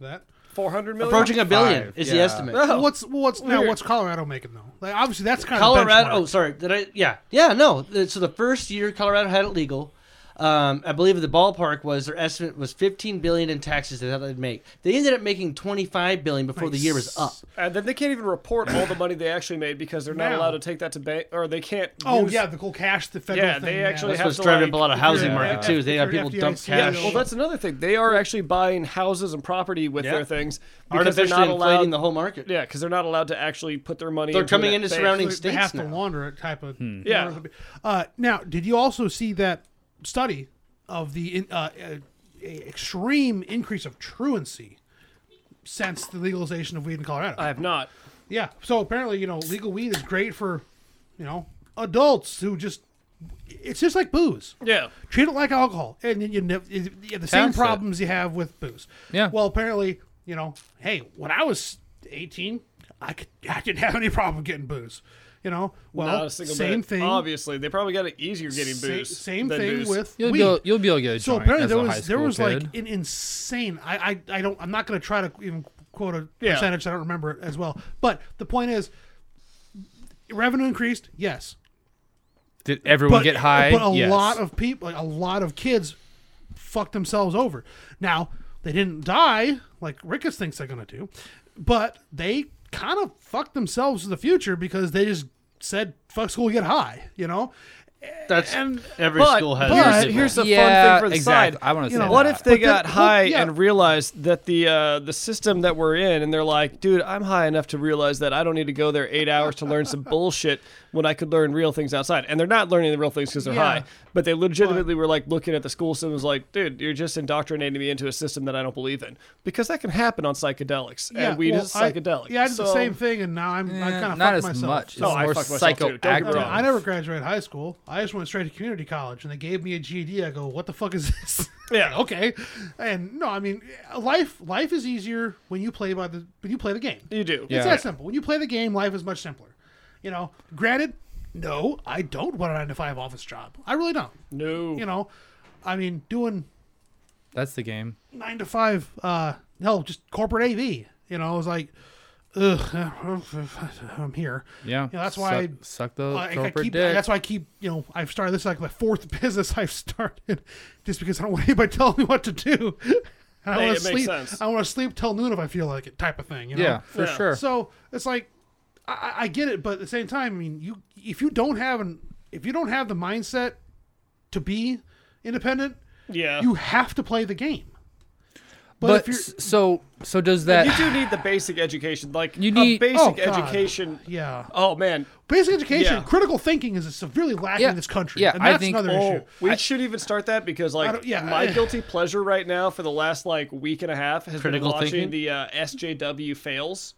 Speaker 4: That.
Speaker 3: 400 million?
Speaker 2: Approaching a billion
Speaker 1: Five,
Speaker 2: is the
Speaker 1: yeah.
Speaker 2: [LAUGHS] estimate.
Speaker 4: Well, what's well, what's now?
Speaker 3: Weird.
Speaker 4: What's Colorado making though? Like obviously that's kind
Speaker 2: Colorado.
Speaker 4: of
Speaker 2: Oh, sorry. Did I? Yeah, yeah. No. The- So the first year Colorado had it legal, um, I believe the ballpark was their estimate was 15 billion in taxes they thought they'd make. They ended up making 25 billion before the year was up.
Speaker 3: And then they can't even report all the money they actually made because they're not
Speaker 4: Now.
Speaker 3: allowed to take that to bank, or they can't.
Speaker 4: Oh
Speaker 3: use-
Speaker 4: yeah, the cool cash, the federal
Speaker 3: Yeah,
Speaker 4: thing.
Speaker 3: they actually
Speaker 2: That's
Speaker 3: have
Speaker 2: what's
Speaker 3: to,
Speaker 2: driving
Speaker 3: like,
Speaker 2: up a lot of housing
Speaker 4: yeah,
Speaker 2: market
Speaker 4: yeah.
Speaker 2: too. They have
Speaker 4: If you're
Speaker 2: people
Speaker 4: FDIC,
Speaker 2: dump
Speaker 3: Yeah,
Speaker 2: cash.
Speaker 3: well, that's another thing. They are actually buying houses and property with
Speaker 2: Yeah.
Speaker 3: their things because they're
Speaker 2: Artificially
Speaker 3: not
Speaker 2: inflating
Speaker 3: allowed.
Speaker 2: the whole market.
Speaker 3: yeah, because they're not allowed to actually put their money.
Speaker 2: They're
Speaker 3: into
Speaker 2: coming
Speaker 3: that
Speaker 2: into
Speaker 3: bank.
Speaker 2: surrounding-
Speaker 4: they have
Speaker 2: states Hmm.
Speaker 4: to
Speaker 2: now.
Speaker 4: launder it type of.
Speaker 3: Yeah.
Speaker 4: Uh, now, did you also see that study of the in, uh, uh, extreme increase of truancy since the legalization of weed in Colorado?
Speaker 3: I have not.
Speaker 4: Yeah. So apparently, you know, legal weed is great for, you know, adults who just. It's just like booze.
Speaker 3: Yeah,
Speaker 4: Treat it like alcohol, and then you never you have the same
Speaker 1: Tax it.
Speaker 4: problems you have with booze.
Speaker 1: Yeah.
Speaker 4: Well, apparently, you know, hey, when I was eighteen, I could, I didn't have any problem getting booze. You know, well,
Speaker 3: not a single
Speaker 4: same
Speaker 3: bit.
Speaker 4: thing.
Speaker 3: Obviously, they probably got it easier getting
Speaker 4: sa-
Speaker 3: booze.
Speaker 4: Same
Speaker 3: than
Speaker 4: thing
Speaker 3: booze.
Speaker 4: with
Speaker 1: You'll
Speaker 4: weed.
Speaker 1: be, able- you'll be able to get a
Speaker 4: So
Speaker 1: joint
Speaker 4: apparently
Speaker 1: as
Speaker 4: there
Speaker 1: a high
Speaker 4: was
Speaker 1: school
Speaker 4: there was
Speaker 1: kid.
Speaker 4: like an insane. I, I I don't. I'm not going to try to even quote a
Speaker 3: Yeah.
Speaker 4: percentage. I don't remember it as well. But the point is, revenue increased. Yes,
Speaker 1: Did everyone
Speaker 4: but,
Speaker 1: get high?
Speaker 4: But a
Speaker 1: Yes.
Speaker 4: lot of people, like, a lot of kids, fucked themselves over. Now they didn't die like Rickus thinks they're gonna do, but they kind of fucked themselves to the future because they just said "fuck school, get high," you know.
Speaker 2: That's
Speaker 4: And-
Speaker 2: every
Speaker 3: But,
Speaker 2: school has.
Speaker 3: but
Speaker 2: a
Speaker 3: here's the
Speaker 1: Yeah,
Speaker 3: fun thing for the
Speaker 1: exactly.
Speaker 3: side.
Speaker 1: I wanna
Speaker 3: You
Speaker 1: say
Speaker 3: know, What
Speaker 1: that.
Speaker 3: if they
Speaker 4: But then-
Speaker 3: got high
Speaker 4: well, yeah.
Speaker 3: and realized that the uh, the system that we're in, and they're like, dude, I'm high enough to realize that I don't need to go there eight hours to learn
Speaker 4: [LAUGHS]
Speaker 3: some bullshit when I could learn real things outside. And they're not learning the real things because they're
Speaker 4: Yeah.
Speaker 3: high, but they legitimately were like looking at the school system was like, dude, you're just indoctrinating me into a system that I don't believe in because that can happen on psychedelics, and weed
Speaker 4: well,
Speaker 3: is
Speaker 4: I-
Speaker 3: psychedelic.
Speaker 4: yeah, I did the
Speaker 3: So-
Speaker 4: same thing, and now I'm I
Speaker 1: Eh,
Speaker 4: kind of
Speaker 1: not
Speaker 4: fucked
Speaker 1: as
Speaker 4: myself.
Speaker 1: much. It's
Speaker 3: No, Oh, I
Speaker 1: more
Speaker 3: fucked myself too. Don't get me
Speaker 4: I, mean,
Speaker 1: psychoactive.
Speaker 3: wrong.
Speaker 4: I never graduated high school. I just went straight to community college, and they gave me a GED. I go, "What the fuck is this?" [LAUGHS]
Speaker 3: Yeah.
Speaker 4: okay. And no, I mean, life life is easier when you play by the when you play the game.
Speaker 3: You do.
Speaker 1: Yeah.
Speaker 4: It's that simple. When you play the game, life is much simpler. You know, granted, no, I don't want a nine to five office job. I really don't.
Speaker 3: No.
Speaker 4: You know, I mean, doing
Speaker 1: That's the game.
Speaker 4: nine to five, uh, no, just corporate AV. You know, I was like, ugh, I'm here.
Speaker 1: Yeah.
Speaker 4: You know, that's why
Speaker 1: suck,
Speaker 4: I-
Speaker 1: suck the
Speaker 4: I- I
Speaker 1: corporate
Speaker 4: keep-
Speaker 1: dick.
Speaker 4: That's why I keep, you know, I've started this is like my fourth [LAUGHS] business I've started just because I don't want anybody [LAUGHS] telling me what to do. [LAUGHS] I
Speaker 3: Hey,
Speaker 4: want
Speaker 3: it
Speaker 4: to
Speaker 3: makes
Speaker 4: sleep.
Speaker 3: sense.
Speaker 4: I want to sleep till noon if I feel like it, type of thing. You know?
Speaker 1: yeah, for
Speaker 3: Yeah.
Speaker 1: sure.
Speaker 4: So it's like, I- I, I get it, but at the same time, I mean, you if you don't have an if you don't have the mindset to be independent,
Speaker 3: Yeah.
Speaker 4: you have to play the game. But,
Speaker 1: but
Speaker 4: if you're
Speaker 1: s- so so does that?
Speaker 4: [LAUGHS]
Speaker 3: You do need the basic education, like
Speaker 1: You
Speaker 3: you
Speaker 1: need-
Speaker 3: need a basic
Speaker 4: Oh, God.
Speaker 3: education.
Speaker 4: yeah,
Speaker 3: Oh man,
Speaker 4: basic education,
Speaker 3: Yeah.
Speaker 4: critical thinking is severely lacking
Speaker 1: Yeah.
Speaker 4: in this country.
Speaker 1: Yeah,
Speaker 4: and
Speaker 1: I
Speaker 4: that's
Speaker 1: think-
Speaker 4: another
Speaker 3: oh,
Speaker 4: issue.
Speaker 3: we should even start that because like
Speaker 4: don't- yeah, [LAUGHS]
Speaker 3: my
Speaker 4: I-
Speaker 3: guilty pleasure right now for the last like week and a half has
Speaker 2: Critical
Speaker 3: been watching
Speaker 2: thinking?
Speaker 3: the uh, SJW fails,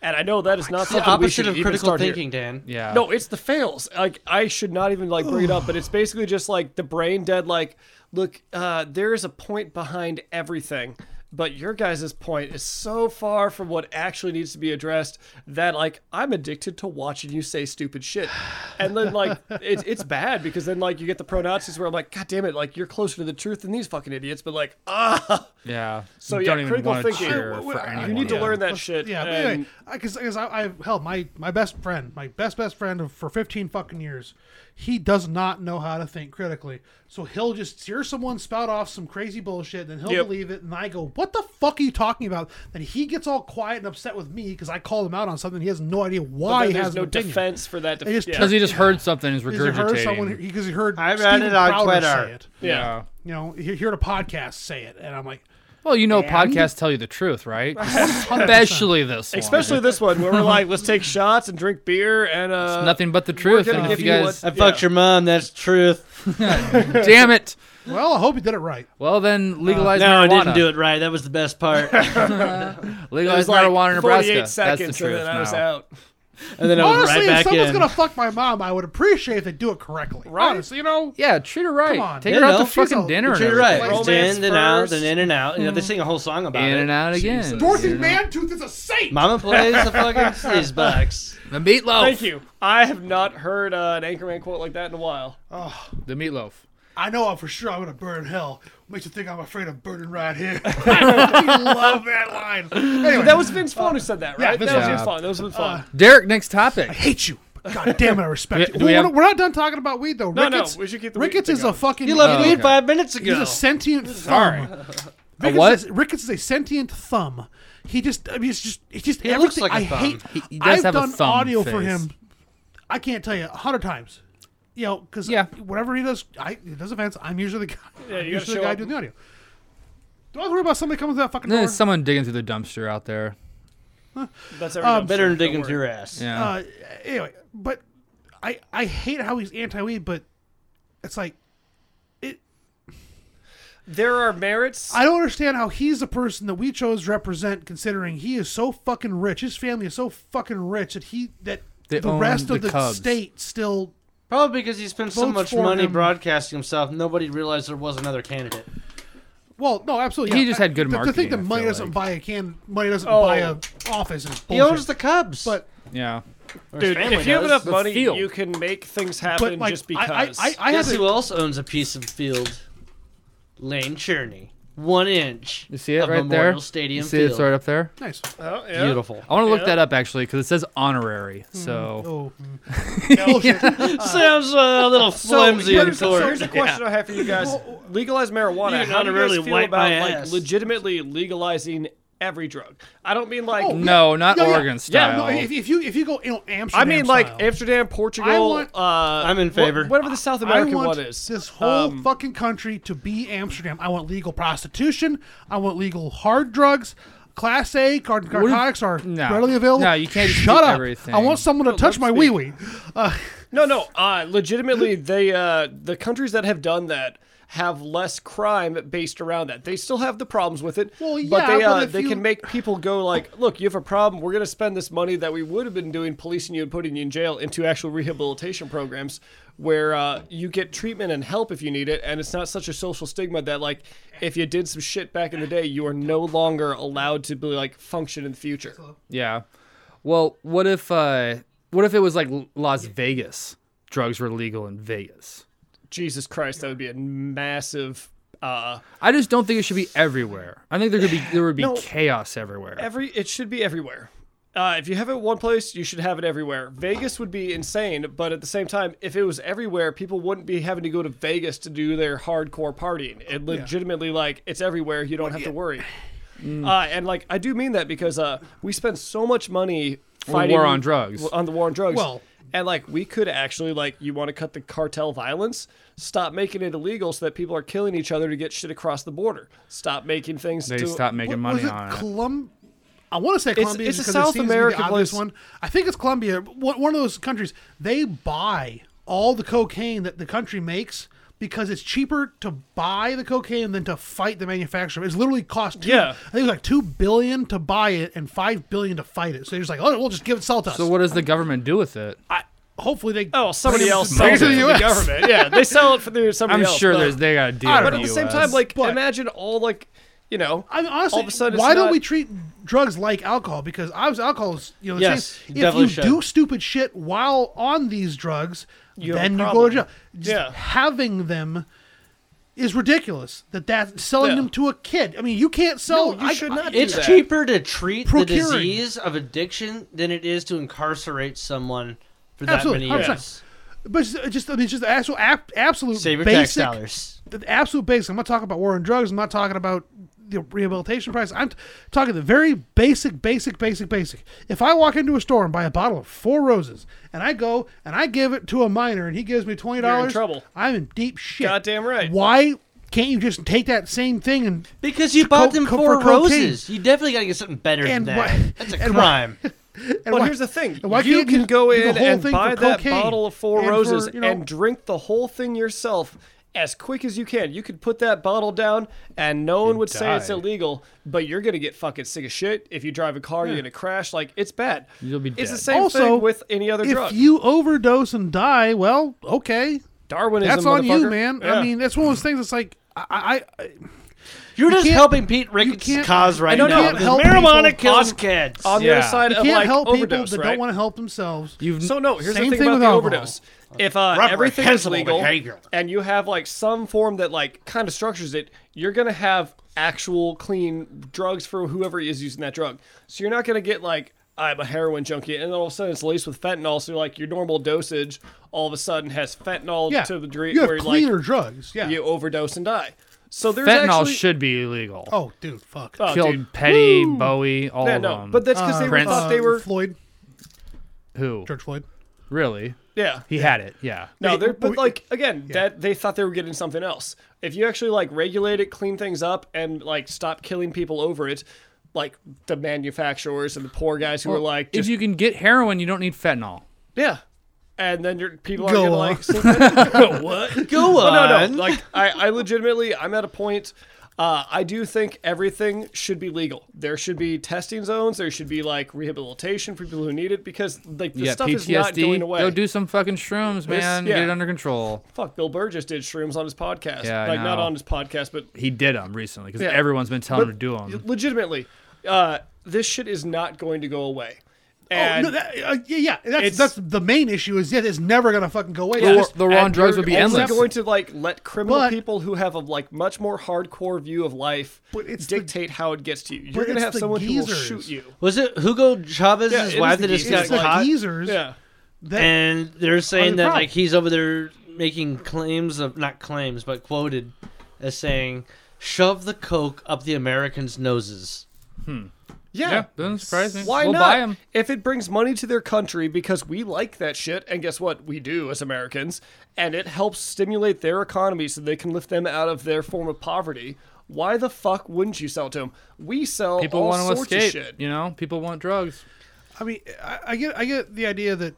Speaker 3: and I know that is not
Speaker 2: It's Oh the
Speaker 3: something we should
Speaker 2: opposite of
Speaker 3: even
Speaker 2: critical
Speaker 3: start here.
Speaker 2: thinking, Dan.
Speaker 1: yeah.
Speaker 3: No, it's the fails. Like I should not even like bring it up, but it's basically just like the brain dead. Like, look, uh, there is a point behind everything, but your guys' point is so far from what actually needs to be addressed that like I'm addicted to watching you say stupid shit, and then
Speaker 4: [LAUGHS]
Speaker 3: like it's it's bad because then like you get the pro Nazis where I'm like, god damn it, like you're closer to the truth than these fucking idiots, but like [LAUGHS] ah,
Speaker 1: Yeah.
Speaker 3: so
Speaker 1: you
Speaker 3: yeah,
Speaker 1: don't even
Speaker 3: critical
Speaker 1: want to
Speaker 3: thinking.
Speaker 1: cheer
Speaker 4: Well,
Speaker 1: for
Speaker 4: well,
Speaker 1: anyone.
Speaker 3: you need to
Speaker 1: yeah.
Speaker 3: learn that shit.
Speaker 4: Yeah,
Speaker 3: and-
Speaker 4: but because anyway, I, I held my my best friend, my best best friend of, for fifteen fucking years, he does not know how to think critically. So he'll just hear someone spout off some crazy bullshit, then he'll
Speaker 3: Yep.
Speaker 4: believe it, and I go, "What the fuck are you talking about?" Then he gets all quiet and upset with me because I called him out on something he has no idea why
Speaker 3: then
Speaker 4: he has
Speaker 3: there's
Speaker 4: no
Speaker 3: no
Speaker 4: an opinion.
Speaker 3: defense for that. def-
Speaker 4: It just
Speaker 3: yeah.
Speaker 1: Because he just heard something is
Speaker 4: Because he
Speaker 1: regurgitating.
Speaker 4: heard someone because he heard
Speaker 2: I read
Speaker 4: Steven
Speaker 2: it on
Speaker 4: Crowder
Speaker 2: Twitter.
Speaker 4: say it.
Speaker 3: yeah.
Speaker 1: yeah.
Speaker 4: You know, he heard a podcast say it, and I'm like,
Speaker 1: Well, you know, podcasts tell you the truth,
Speaker 4: [LAUGHS]
Speaker 1: right? Especially this one.
Speaker 3: Especially this one where we're like, let's take shots and drink beer and uh,
Speaker 1: nothing but the truth.
Speaker 3: gonna
Speaker 1: And if
Speaker 3: give
Speaker 1: you
Speaker 3: you
Speaker 1: guys,
Speaker 2: I
Speaker 3: what-
Speaker 2: fucked your mom. That's truth.
Speaker 4: [LAUGHS]
Speaker 1: damn it.
Speaker 4: "Well, I hope he did it right."
Speaker 1: Well, then legalize
Speaker 2: No, I
Speaker 1: marijuana.
Speaker 2: didn't do it right. That was the best part.
Speaker 3: [LAUGHS]
Speaker 2: and
Speaker 3: It
Speaker 1: Legalize
Speaker 3: was like
Speaker 1: marijuana in
Speaker 3: 48
Speaker 1: Nebraska. That's the
Speaker 3: seconds,
Speaker 1: truth.
Speaker 3: and then I was
Speaker 1: now.
Speaker 3: out.
Speaker 2: then I was
Speaker 4: Honestly,
Speaker 2: right
Speaker 4: if
Speaker 2: back
Speaker 4: someone's
Speaker 2: in.
Speaker 4: gonna fuck my mom, I would appreciate if they do it correctly.
Speaker 3: Right.
Speaker 4: Honestly, you know,
Speaker 1: Yeah, treat her right.
Speaker 4: on.
Speaker 1: Take
Speaker 2: You
Speaker 1: her out
Speaker 2: know,
Speaker 1: to
Speaker 2: she's
Speaker 1: fucking
Speaker 4: a-
Speaker 1: dinner. and
Speaker 2: But you're
Speaker 1: everything.
Speaker 2: right.
Speaker 3: Romance
Speaker 2: It's in then out,
Speaker 3: first.
Speaker 2: then in and out. You know, they sing a whole song about
Speaker 1: In
Speaker 2: it.
Speaker 1: and out again.
Speaker 3: Jesus.
Speaker 4: Dorothy
Speaker 1: You know?
Speaker 4: Mantooth is a saint.
Speaker 2: Mama plays the fucking sleaze box.
Speaker 1: The meatloaf.
Speaker 3: Thank you. I have not heard uh, an Anchorman quote like that in a while.
Speaker 1: The meatloaf.
Speaker 4: I know I'm for sure I'm gonna burn hell Makes you think I'm afraid of burning right
Speaker 3: [LAUGHS]
Speaker 4: here. [LAUGHS] I love that line. Anyway,
Speaker 3: That was Vince Vaughn who said that,
Speaker 4: yeah,
Speaker 3: right?
Speaker 4: Vince
Speaker 3: that
Speaker 1: Vaughn.
Speaker 3: was Vince Vaughn. Uh, That was Vince Vaughn.
Speaker 1: Derek, next topic.
Speaker 4: hate you. But God damn it, I respect
Speaker 1: Do
Speaker 4: you.
Speaker 1: we
Speaker 4: Well,
Speaker 1: have-
Speaker 4: we're, not done talking about weed though.
Speaker 3: No, no,
Speaker 4: Ricketts,
Speaker 3: we should keep the weed
Speaker 4: Ricketts
Speaker 3: thing
Speaker 4: is a
Speaker 3: going.
Speaker 4: fucking.
Speaker 2: You left
Speaker 1: Oh,
Speaker 2: weed
Speaker 1: okay.
Speaker 2: five minutes ago.
Speaker 4: He's a sentient thumb.
Speaker 1: Sorry.
Speaker 4: Ricketts
Speaker 1: what?
Speaker 4: Is, Ricketts is a sentient thumb. He just, I mean, it's just, he just.
Speaker 2: He
Speaker 4: everything,
Speaker 2: looks like a
Speaker 4: I
Speaker 2: thumb.
Speaker 4: hate.
Speaker 1: He- he does
Speaker 4: I've
Speaker 1: have a
Speaker 4: done
Speaker 1: thumb
Speaker 4: audio for
Speaker 1: face.
Speaker 4: him. I can't tell you a hundred times. You know, because
Speaker 1: Yeah.
Speaker 4: whatever he does, I it does offense. I'm usually the guy.
Speaker 3: Yeah,
Speaker 4: I'm
Speaker 3: you gotta
Speaker 4: usually
Speaker 3: show
Speaker 4: the guy
Speaker 3: up.
Speaker 4: doing the audio. Do I worry about somebody coming to that fucking door?
Speaker 1: There's someone digging through the dumpster out there.
Speaker 3: That's every dumpster,
Speaker 2: Better than
Speaker 3: don't
Speaker 2: digging to
Speaker 3: worry.
Speaker 2: your ass.
Speaker 1: Yeah.
Speaker 4: uh, anyway, but I I hate how he's anti-weed, but it's like
Speaker 3: There are merits.
Speaker 4: I don't understand how he's the person that we chose to represent, considering he is so fucking rich. His family is so fucking rich that he that
Speaker 1: They
Speaker 4: the
Speaker 1: own
Speaker 4: rest
Speaker 1: the
Speaker 4: of the
Speaker 1: Cubs.
Speaker 4: state still.
Speaker 2: Probably because he spent so
Speaker 4: Votes
Speaker 2: much
Speaker 4: for
Speaker 2: money
Speaker 4: him.
Speaker 2: broadcasting himself, nobody realized there was another candidate.
Speaker 4: Well, no, absolutely.
Speaker 1: He
Speaker 4: yeah.
Speaker 1: just had good
Speaker 4: The- The
Speaker 1: marketing,
Speaker 4: thing that
Speaker 1: I
Speaker 4: money
Speaker 1: feel
Speaker 4: doesn't
Speaker 1: like.
Speaker 4: buy a can, money doesn't
Speaker 3: Oh.
Speaker 4: buy a office. Is
Speaker 2: He
Speaker 4: bullshit.
Speaker 2: owns the Cubs.
Speaker 4: But-
Speaker 1: yeah.
Speaker 2: Or his
Speaker 3: Dude,
Speaker 2: family
Speaker 3: if you have
Speaker 2: does.
Speaker 3: enough
Speaker 1: The
Speaker 3: money,
Speaker 1: field.
Speaker 3: you can make things happen
Speaker 4: but like
Speaker 3: just
Speaker 4: I-
Speaker 3: because.
Speaker 4: I, I, I, had
Speaker 2: Guess
Speaker 4: to,
Speaker 2: who else owns a piece of field? Lane Cherney. One inch.
Speaker 1: You see it
Speaker 2: of
Speaker 1: right
Speaker 2: Memorial
Speaker 1: there?
Speaker 2: Stadium
Speaker 1: you see
Speaker 2: field.
Speaker 1: it's right up there?
Speaker 4: nice.
Speaker 3: oh, yeah.
Speaker 2: Beautiful.
Speaker 1: I want to look
Speaker 3: Yeah. Hmm.
Speaker 1: that up actually because it says honorary. So
Speaker 4: [LAUGHS] Oh,
Speaker 1: [LAUGHS]
Speaker 4: mm. bullshit.
Speaker 2: [LAUGHS] Sounds uh, a little flimsy and
Speaker 3: here's, so
Speaker 2: poor.
Speaker 3: here's a question I have for you guys: Legalize marijuana.
Speaker 2: You can
Speaker 3: how do you guys
Speaker 2: really
Speaker 3: feel
Speaker 2: wipe
Speaker 3: about
Speaker 2: my
Speaker 3: like
Speaker 2: ass.
Speaker 3: legitimately legalizing every drug? I don't mean like.
Speaker 4: Oh,
Speaker 1: no, not
Speaker 4: Yeah, yeah.
Speaker 1: Oregon style.
Speaker 4: Yeah, no, if, if you if you go, you know,
Speaker 3: I
Speaker 4: Amsterdam.
Speaker 3: mean like
Speaker 4: style.
Speaker 3: Amsterdam, Portugal.
Speaker 4: I want-
Speaker 3: uh, I'm
Speaker 2: in favor.
Speaker 3: Whatever the South American
Speaker 4: I want
Speaker 3: one is.
Speaker 4: This whole
Speaker 3: Um,
Speaker 4: fucking country to be Amsterdam. I want legal prostitution. I want legal hard drugs. Class A car- narcotics are
Speaker 1: no.
Speaker 4: readily available.
Speaker 1: No, you can't just
Speaker 4: Shut
Speaker 1: do
Speaker 4: up.
Speaker 1: everything.
Speaker 4: I want someone to touch my
Speaker 3: speak.
Speaker 4: wee wee. Uh,
Speaker 3: No, no. Uh, legitimately, they uh, the countries that have done that have less crime based around that. They still have the problems with it,
Speaker 4: Well,
Speaker 3: but
Speaker 4: yeah,
Speaker 3: they
Speaker 4: but
Speaker 3: uh,
Speaker 4: if
Speaker 3: they
Speaker 4: you-
Speaker 3: can make people go like, "Look, you have a problem. We're going to spend this money that we would have been doing policing you and putting you in jail into actual rehabilitation programs where uh, you get treatment and help if you need it, and it's not such a social stigma that like if you did some shit back in the day, you are no longer allowed to be like function in the future."
Speaker 1: Yeah. Well, what if uh what if it was like L- Las Vegas? Drugs were legal in Vegas.
Speaker 3: Jesus Christ, that would be a massive. Uh,
Speaker 1: I just don't think it should be everywhere. I think there could be there would be
Speaker 3: No.
Speaker 1: chaos everywhere.
Speaker 3: every it should be everywhere. Uh, if you have it one place, you should have it everywhere. Vegas would be insane, but at the same time, if it was everywhere, people wouldn't be having to go to Vegas to do their hardcore partying. It legitimately, like, it's everywhere. You don't have to worry.
Speaker 1: Mm.
Speaker 3: Uh, and like, I do mean that because uh, we spend so much money fighting
Speaker 1: war on drugs.
Speaker 3: on the war on drugs.
Speaker 4: Well-
Speaker 3: and like, we could actually like, you want to cut the cartel violence? Stop making it illegal so that people are killing each other to get shit across the border. Stop making things.
Speaker 1: they
Speaker 3: to,
Speaker 1: stop making
Speaker 4: what
Speaker 1: money
Speaker 4: was it
Speaker 1: on it.
Speaker 4: Colum- I want to say Colombia
Speaker 3: it's a
Speaker 4: because
Speaker 3: South
Speaker 4: it seems to
Speaker 3: American
Speaker 4: be the obvious
Speaker 3: place.
Speaker 4: one. I think it's Colombia, one one of those countries. They buy all the cocaine that the country makes because it's cheaper to buy the cocaine than to fight the manufacturer. It's literally cost two,
Speaker 3: Yeah.
Speaker 4: I think it was like two billion to buy it and five billion to fight it. So they're just like, oh, we'll just give it sell it to us.
Speaker 1: So what does the government do with it?
Speaker 4: I, hopefully they
Speaker 3: Oh, somebody
Speaker 4: bring it-
Speaker 3: else
Speaker 4: bring
Speaker 3: sells it to the,
Speaker 4: US. [LAUGHS]
Speaker 3: government. Yeah, they sell it for the, somebody
Speaker 1: I'm
Speaker 3: else.
Speaker 1: sure
Speaker 3: but-
Speaker 1: there's they got a deal.
Speaker 4: don't
Speaker 1: with
Speaker 3: But at the same
Speaker 1: US.
Speaker 3: time, like
Speaker 4: But-
Speaker 3: imagine all like you know.
Speaker 4: I mean, honestly,
Speaker 3: all of a sudden,
Speaker 4: why
Speaker 3: it's
Speaker 4: don't
Speaker 3: not-
Speaker 4: we treat drugs like alcohol? Because obviously, alcohol is you know the
Speaker 2: Yes,
Speaker 4: same. If
Speaker 2: definitely
Speaker 4: you
Speaker 2: should.
Speaker 4: do stupid shit while on these drugs,
Speaker 3: You have a
Speaker 4: then you go
Speaker 3: problem.
Speaker 4: to jail. Just
Speaker 3: Yeah.
Speaker 4: having them is ridiculous. That that selling
Speaker 3: Yeah.
Speaker 4: them to a kid. I mean, you can't sell.
Speaker 3: No, you
Speaker 4: I,
Speaker 3: should not. do
Speaker 2: It's
Speaker 3: that.
Speaker 2: cheaper to treat
Speaker 4: Procuring.
Speaker 2: the disease of addiction than it is to incarcerate someone for that
Speaker 4: Absolutely,
Speaker 2: many
Speaker 4: 100%.
Speaker 2: years.
Speaker 4: But it's just I mean, it's just the actual ab- absolute
Speaker 2: Save your tax
Speaker 4: basic
Speaker 2: dollars.
Speaker 4: the absolute basics. I'm not talking about war on drugs. I'm not talking about the rehabilitation price. I'm t- talking the very basic, basic, basic, basic. If I walk into a store and buy a bottle of Four Roses, and I go and I give it to a minor, and he gives me twenty
Speaker 3: You're in
Speaker 4: dollars,
Speaker 3: trouble.
Speaker 4: I'm in deep shit.
Speaker 3: Goddamn right.
Speaker 4: Why can't you just take that same thing and
Speaker 2: Because you bought
Speaker 4: co-
Speaker 2: them
Speaker 4: co-
Speaker 2: four
Speaker 4: for cocaine.
Speaker 2: roses. You definitely got to get something better
Speaker 4: And
Speaker 2: than that.
Speaker 4: why-
Speaker 2: That's a
Speaker 4: and why- [LAUGHS]
Speaker 2: crime.
Speaker 4: and
Speaker 3: Well,
Speaker 4: why-
Speaker 3: here's the thing.
Speaker 4: and why
Speaker 3: you
Speaker 4: can't
Speaker 3: can
Speaker 4: you
Speaker 3: go
Speaker 4: do the
Speaker 3: in
Speaker 4: whole
Speaker 3: and
Speaker 4: thing
Speaker 3: buy
Speaker 4: for
Speaker 3: that
Speaker 4: cocaine
Speaker 3: bottle of Four
Speaker 4: and for,
Speaker 3: Roses
Speaker 4: you know-
Speaker 3: and drink the whole thing yourself as quick as you can. You could put that bottle down, and no one would say it's
Speaker 1: die.
Speaker 3: illegal, but you're gonna get fucking sick of shit if you drive a car. You're gonna crash. Like it's bad.
Speaker 1: You'll be
Speaker 3: It's the
Speaker 1: dead.
Speaker 3: same
Speaker 4: Also,
Speaker 3: thing with any other
Speaker 4: if
Speaker 3: drug.
Speaker 4: you overdose and die, well, okay,
Speaker 3: Darwinism.
Speaker 4: that's on you,
Speaker 3: motherfucker.
Speaker 4: man.
Speaker 3: Yeah.
Speaker 4: I mean, that's one of those things. It's like I, I, I
Speaker 2: You're just
Speaker 4: can't-
Speaker 2: helping Pete Ricketts'
Speaker 4: can't-
Speaker 2: cause right
Speaker 3: don't
Speaker 2: now.
Speaker 3: know.
Speaker 2: because
Speaker 4: Help
Speaker 2: marijuana
Speaker 4: people
Speaker 2: kills
Speaker 3: on-
Speaker 2: kids.
Speaker 3: on the
Speaker 1: Yeah.
Speaker 3: other side
Speaker 4: You
Speaker 3: of
Speaker 4: can't
Speaker 3: like
Speaker 4: help
Speaker 3: overdose,
Speaker 4: people that
Speaker 3: right?
Speaker 4: don't want to help themselves.
Speaker 1: You've
Speaker 3: So Oh, no, here's
Speaker 4: Same
Speaker 3: the thing,
Speaker 4: thing
Speaker 3: about
Speaker 4: with
Speaker 3: the
Speaker 4: alcohol.
Speaker 3: overdose. If uh, everything is
Speaker 2: Reprehensible
Speaker 3: legal
Speaker 2: behavior.
Speaker 3: and you have like some form that like kind of structures it, you're gonna have actual clean drugs for whoever is using that drug. So you're not gonna get like I'm a heroin junkie, and then all of a sudden it's laced with fentanyl. So like your normal dosage all of a sudden has fentanyl
Speaker 4: Yeah,
Speaker 3: to the degree
Speaker 4: you have
Speaker 3: where
Speaker 4: cleaner
Speaker 3: like
Speaker 4: drugs. Yeah.
Speaker 3: you overdose and die. So there's
Speaker 1: fentanyl
Speaker 3: actually,
Speaker 1: should be illegal.
Speaker 4: oh, dude, fuck.
Speaker 3: Oh,
Speaker 1: Killed
Speaker 3: dude.
Speaker 1: Petty, Bowie, all
Speaker 3: Yeah,
Speaker 1: of
Speaker 3: no,
Speaker 1: them.
Speaker 3: but that's because they were
Speaker 1: Prince.
Speaker 3: thought they were
Speaker 4: Uh, Floyd,
Speaker 1: who
Speaker 4: George Floyd. Oh,
Speaker 1: really?
Speaker 3: yeah.
Speaker 1: He had it. Yeah.
Speaker 3: No,
Speaker 4: We-
Speaker 3: they're, but
Speaker 4: we-
Speaker 3: like again, that they thought they were getting something else. If you actually like regulate it, clean things up, and like stop killing people over it, like the manufacturers and the poor guys who are like,
Speaker 1: if
Speaker 3: just,
Speaker 1: you can get heroin, you don't need fentanyl.
Speaker 3: yeah, and then your people are
Speaker 4: Go
Speaker 3: gonna
Speaker 4: on.
Speaker 3: like, so [LAUGHS] then- what?
Speaker 2: Go on.
Speaker 3: No, no, like I, I legitimately, I'm at a point. Uh, I do think everything should be legal. There should be testing zones. There should be like rehabilitation for people who need it because like the
Speaker 1: You got
Speaker 3: stuff is not
Speaker 1: PTSD.
Speaker 3: going away.
Speaker 1: Go do some fucking shrooms, man.
Speaker 3: yeah.
Speaker 1: Get it under control.
Speaker 3: Fuck, Bill Burr just did shrooms on his podcast.
Speaker 1: Yeah, I
Speaker 3: like not
Speaker 1: know.
Speaker 3: on his podcast, but
Speaker 1: He did them recently because
Speaker 3: Yeah.
Speaker 1: everyone's been telling him to do
Speaker 3: Y-
Speaker 1: them.
Speaker 3: Legitimately, uh, this shit is not going to go away. And
Speaker 4: oh, no, that, uh, yeah, yeah. That's,
Speaker 3: it's-
Speaker 4: that's the main issue is yeah, it's never gonna fucking go away.
Speaker 1: The
Speaker 4: It's
Speaker 1: war-
Speaker 4: just-
Speaker 1: the wrong
Speaker 3: and
Speaker 1: drugs
Speaker 3: you're
Speaker 1: would be
Speaker 3: only
Speaker 1: endless.
Speaker 3: going to like let criminal
Speaker 4: But-
Speaker 3: people who have a like much more hardcore view of life
Speaker 4: But it's the-
Speaker 3: dictate how it gets to you. You're
Speaker 4: but
Speaker 3: gonna
Speaker 4: it's
Speaker 3: have
Speaker 4: the
Speaker 3: someone who will
Speaker 4: geezers.
Speaker 3: shoot you.
Speaker 2: Was it Hugo Chavez's
Speaker 3: Yeah, it is
Speaker 2: wife that
Speaker 3: the
Speaker 2: just
Speaker 3: geezer.
Speaker 2: got
Speaker 4: it's the
Speaker 2: caught?
Speaker 4: geezers.
Speaker 3: Yeah.
Speaker 4: That,
Speaker 2: and they're saying that
Speaker 4: problem.
Speaker 2: like he's over there making claims of not claims but quoted as saying shove the coke up the americans noses
Speaker 3: Yeah.
Speaker 1: Yeah, doesn't surprise me.
Speaker 3: Why
Speaker 1: Mm-hmm. we'll
Speaker 3: not?
Speaker 1: buy 'em.
Speaker 3: If it brings money to their country because we like that shit, and guess what? We do as Americans, and it helps stimulate their economy so they can lift them out of their form of poverty. Why the fuck wouldn't you sell to them? We sell
Speaker 1: People
Speaker 3: all
Speaker 1: want to
Speaker 3: sorts of
Speaker 1: escape.
Speaker 3: shit.
Speaker 1: You know, people want drugs.
Speaker 4: I mean, I, I get I get the idea that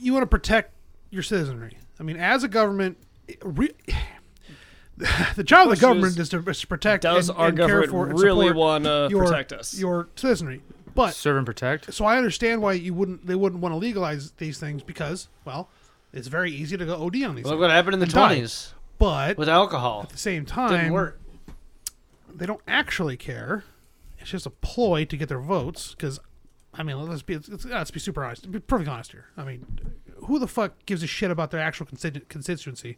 Speaker 4: you want to protect your citizenry. I mean, as a government, it re- [SIGHS] the job of the government is, to, is to protect.
Speaker 3: Does
Speaker 4: and,
Speaker 3: our
Speaker 4: and care
Speaker 3: government
Speaker 4: for and
Speaker 3: really
Speaker 4: support
Speaker 3: want to
Speaker 4: your,
Speaker 3: protect us?
Speaker 4: Your citizenry, but
Speaker 1: Serve and protect.
Speaker 4: so I understand why you wouldn't they wouldn't want to legalize these things because well, it's very easy to go OD on these.
Speaker 2: look
Speaker 4: things.
Speaker 2: what happened in the
Speaker 4: died.
Speaker 2: 20s
Speaker 4: But
Speaker 2: with alcohol
Speaker 4: at the same
Speaker 2: didn't
Speaker 4: time,
Speaker 2: work
Speaker 4: they don't actually care. It's just a ploy to get their votes. Because, I mean, let's be let's, let's be super honest, be perfectly honest here. I mean, who the fuck gives a shit about their actual constitu- constituency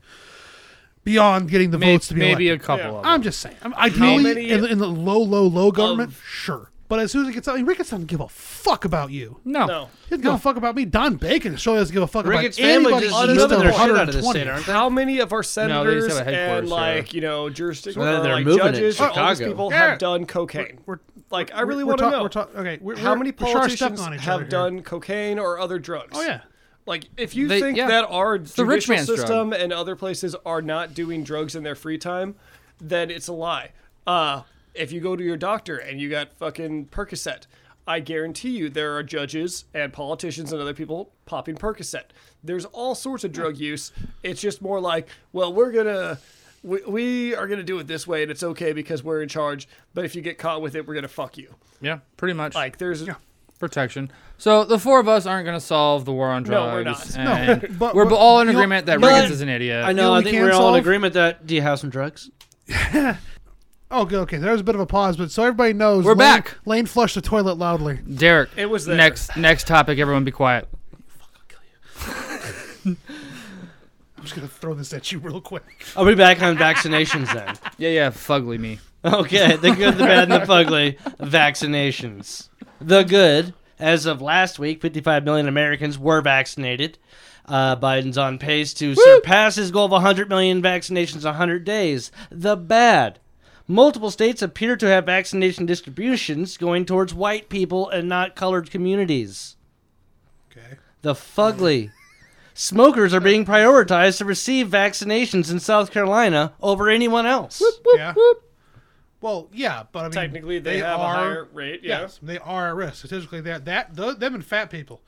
Speaker 4: beyond getting the
Speaker 1: May-
Speaker 4: votes to be
Speaker 1: maybe
Speaker 4: elected?
Speaker 1: a couple
Speaker 3: Yeah.
Speaker 1: of them.
Speaker 4: I'm just saying. I'm, ideally,
Speaker 3: many
Speaker 4: in, in the low, low, low government, sure. But as soon as it gets out, I mean, Ricketts doesn't give a fuck about you.
Speaker 1: no.
Speaker 3: No.
Speaker 4: He doesn't give a fuck about me. Don Bacon surely doesn't give a fuck
Speaker 2: Ricketts'
Speaker 4: about
Speaker 2: family
Speaker 4: anybody.
Speaker 2: just
Speaker 4: east
Speaker 3: lived
Speaker 4: of
Speaker 3: their shit out of
Speaker 4: 120th.
Speaker 2: state, aren't they?
Speaker 3: How many of
Speaker 1: No, they
Speaker 3: our
Speaker 1: just
Speaker 3: senators
Speaker 1: have a
Speaker 3: and
Speaker 1: headquarters,
Speaker 3: like
Speaker 1: yeah.
Speaker 3: you know jurisdictions,
Speaker 2: Well, then
Speaker 3: or,
Speaker 2: they're
Speaker 3: like
Speaker 2: moving it to
Speaker 3: judges, or all these
Speaker 2: Chicago.
Speaker 3: people
Speaker 4: Yeah.
Speaker 3: have done cocaine.
Speaker 4: We're-
Speaker 3: like I really
Speaker 4: we're
Speaker 3: want to
Speaker 4: talk-
Speaker 3: know
Speaker 4: We're talk- okay, we're,
Speaker 3: how
Speaker 4: we're-
Speaker 3: many
Speaker 4: we're sure stepping
Speaker 3: politicians
Speaker 4: on each other
Speaker 3: have
Speaker 4: here.
Speaker 3: done cocaine or other drugs?
Speaker 4: Oh yeah.
Speaker 3: Like if you
Speaker 1: They-
Speaker 3: think
Speaker 1: yeah.
Speaker 3: that our
Speaker 1: the
Speaker 3: judicial
Speaker 1: rich man's drug.
Speaker 3: system and other places are not doing drugs in their free time, then it's a lie. Uh, if you go to your doctor and you got fucking Percocet, I guarantee you there are judges and politicians and other people popping Percocet. There's all sorts of drug use. It's just more like, well, we're gonna. We, we are going to do it this way and it's okay because we're in charge but if you get caught with it we're going to fuck you
Speaker 1: Yeah, pretty much.
Speaker 3: like there's
Speaker 1: protection. So the four of us aren't going to solve the war on drugs.
Speaker 3: No, we're not.
Speaker 4: No,
Speaker 1: and
Speaker 4: but-
Speaker 1: we're
Speaker 4: but
Speaker 1: all in
Speaker 4: you'll-
Speaker 1: agreement that
Speaker 4: but-
Speaker 1: Reagan's is an idiot.
Speaker 2: i
Speaker 4: You know
Speaker 2: know i
Speaker 4: we
Speaker 2: think
Speaker 4: can't
Speaker 2: we're all
Speaker 4: solve?
Speaker 2: in agreement that do you have some drugs
Speaker 4: Oh, good. Okay, there was a bit of a pause, but so everybody knows
Speaker 1: We're
Speaker 4: Lane,
Speaker 1: back.
Speaker 4: Lane flushed the toilet loudly.
Speaker 1: Derek,
Speaker 3: It was there.
Speaker 1: next next topic. Everyone, be quiet.
Speaker 4: I'm just gonna throw this at you real quick.
Speaker 2: are we back
Speaker 4: [LAUGHS]
Speaker 2: on vaccinations then
Speaker 1: Yeah, yeah, fugly me.
Speaker 2: okay the good the bad and the fugly vaccinations the good as of last week 55 million americans were vaccinated Uh, Biden's on pace to surpass his goal of 100 million vaccinations in 100 days. The bad. Multiple states appear to have vaccination distributions going towards white people and not colored communities.
Speaker 4: Okay.
Speaker 2: The fugly. Smokers are being prioritized to receive vaccinations in South Carolina over anyone else.
Speaker 4: yeah. Well, yeah, but I mean,
Speaker 3: technically they, have
Speaker 4: are,
Speaker 3: a higher rate yeah.
Speaker 4: Yes, they are at risk statistically. That that th- them and fat people.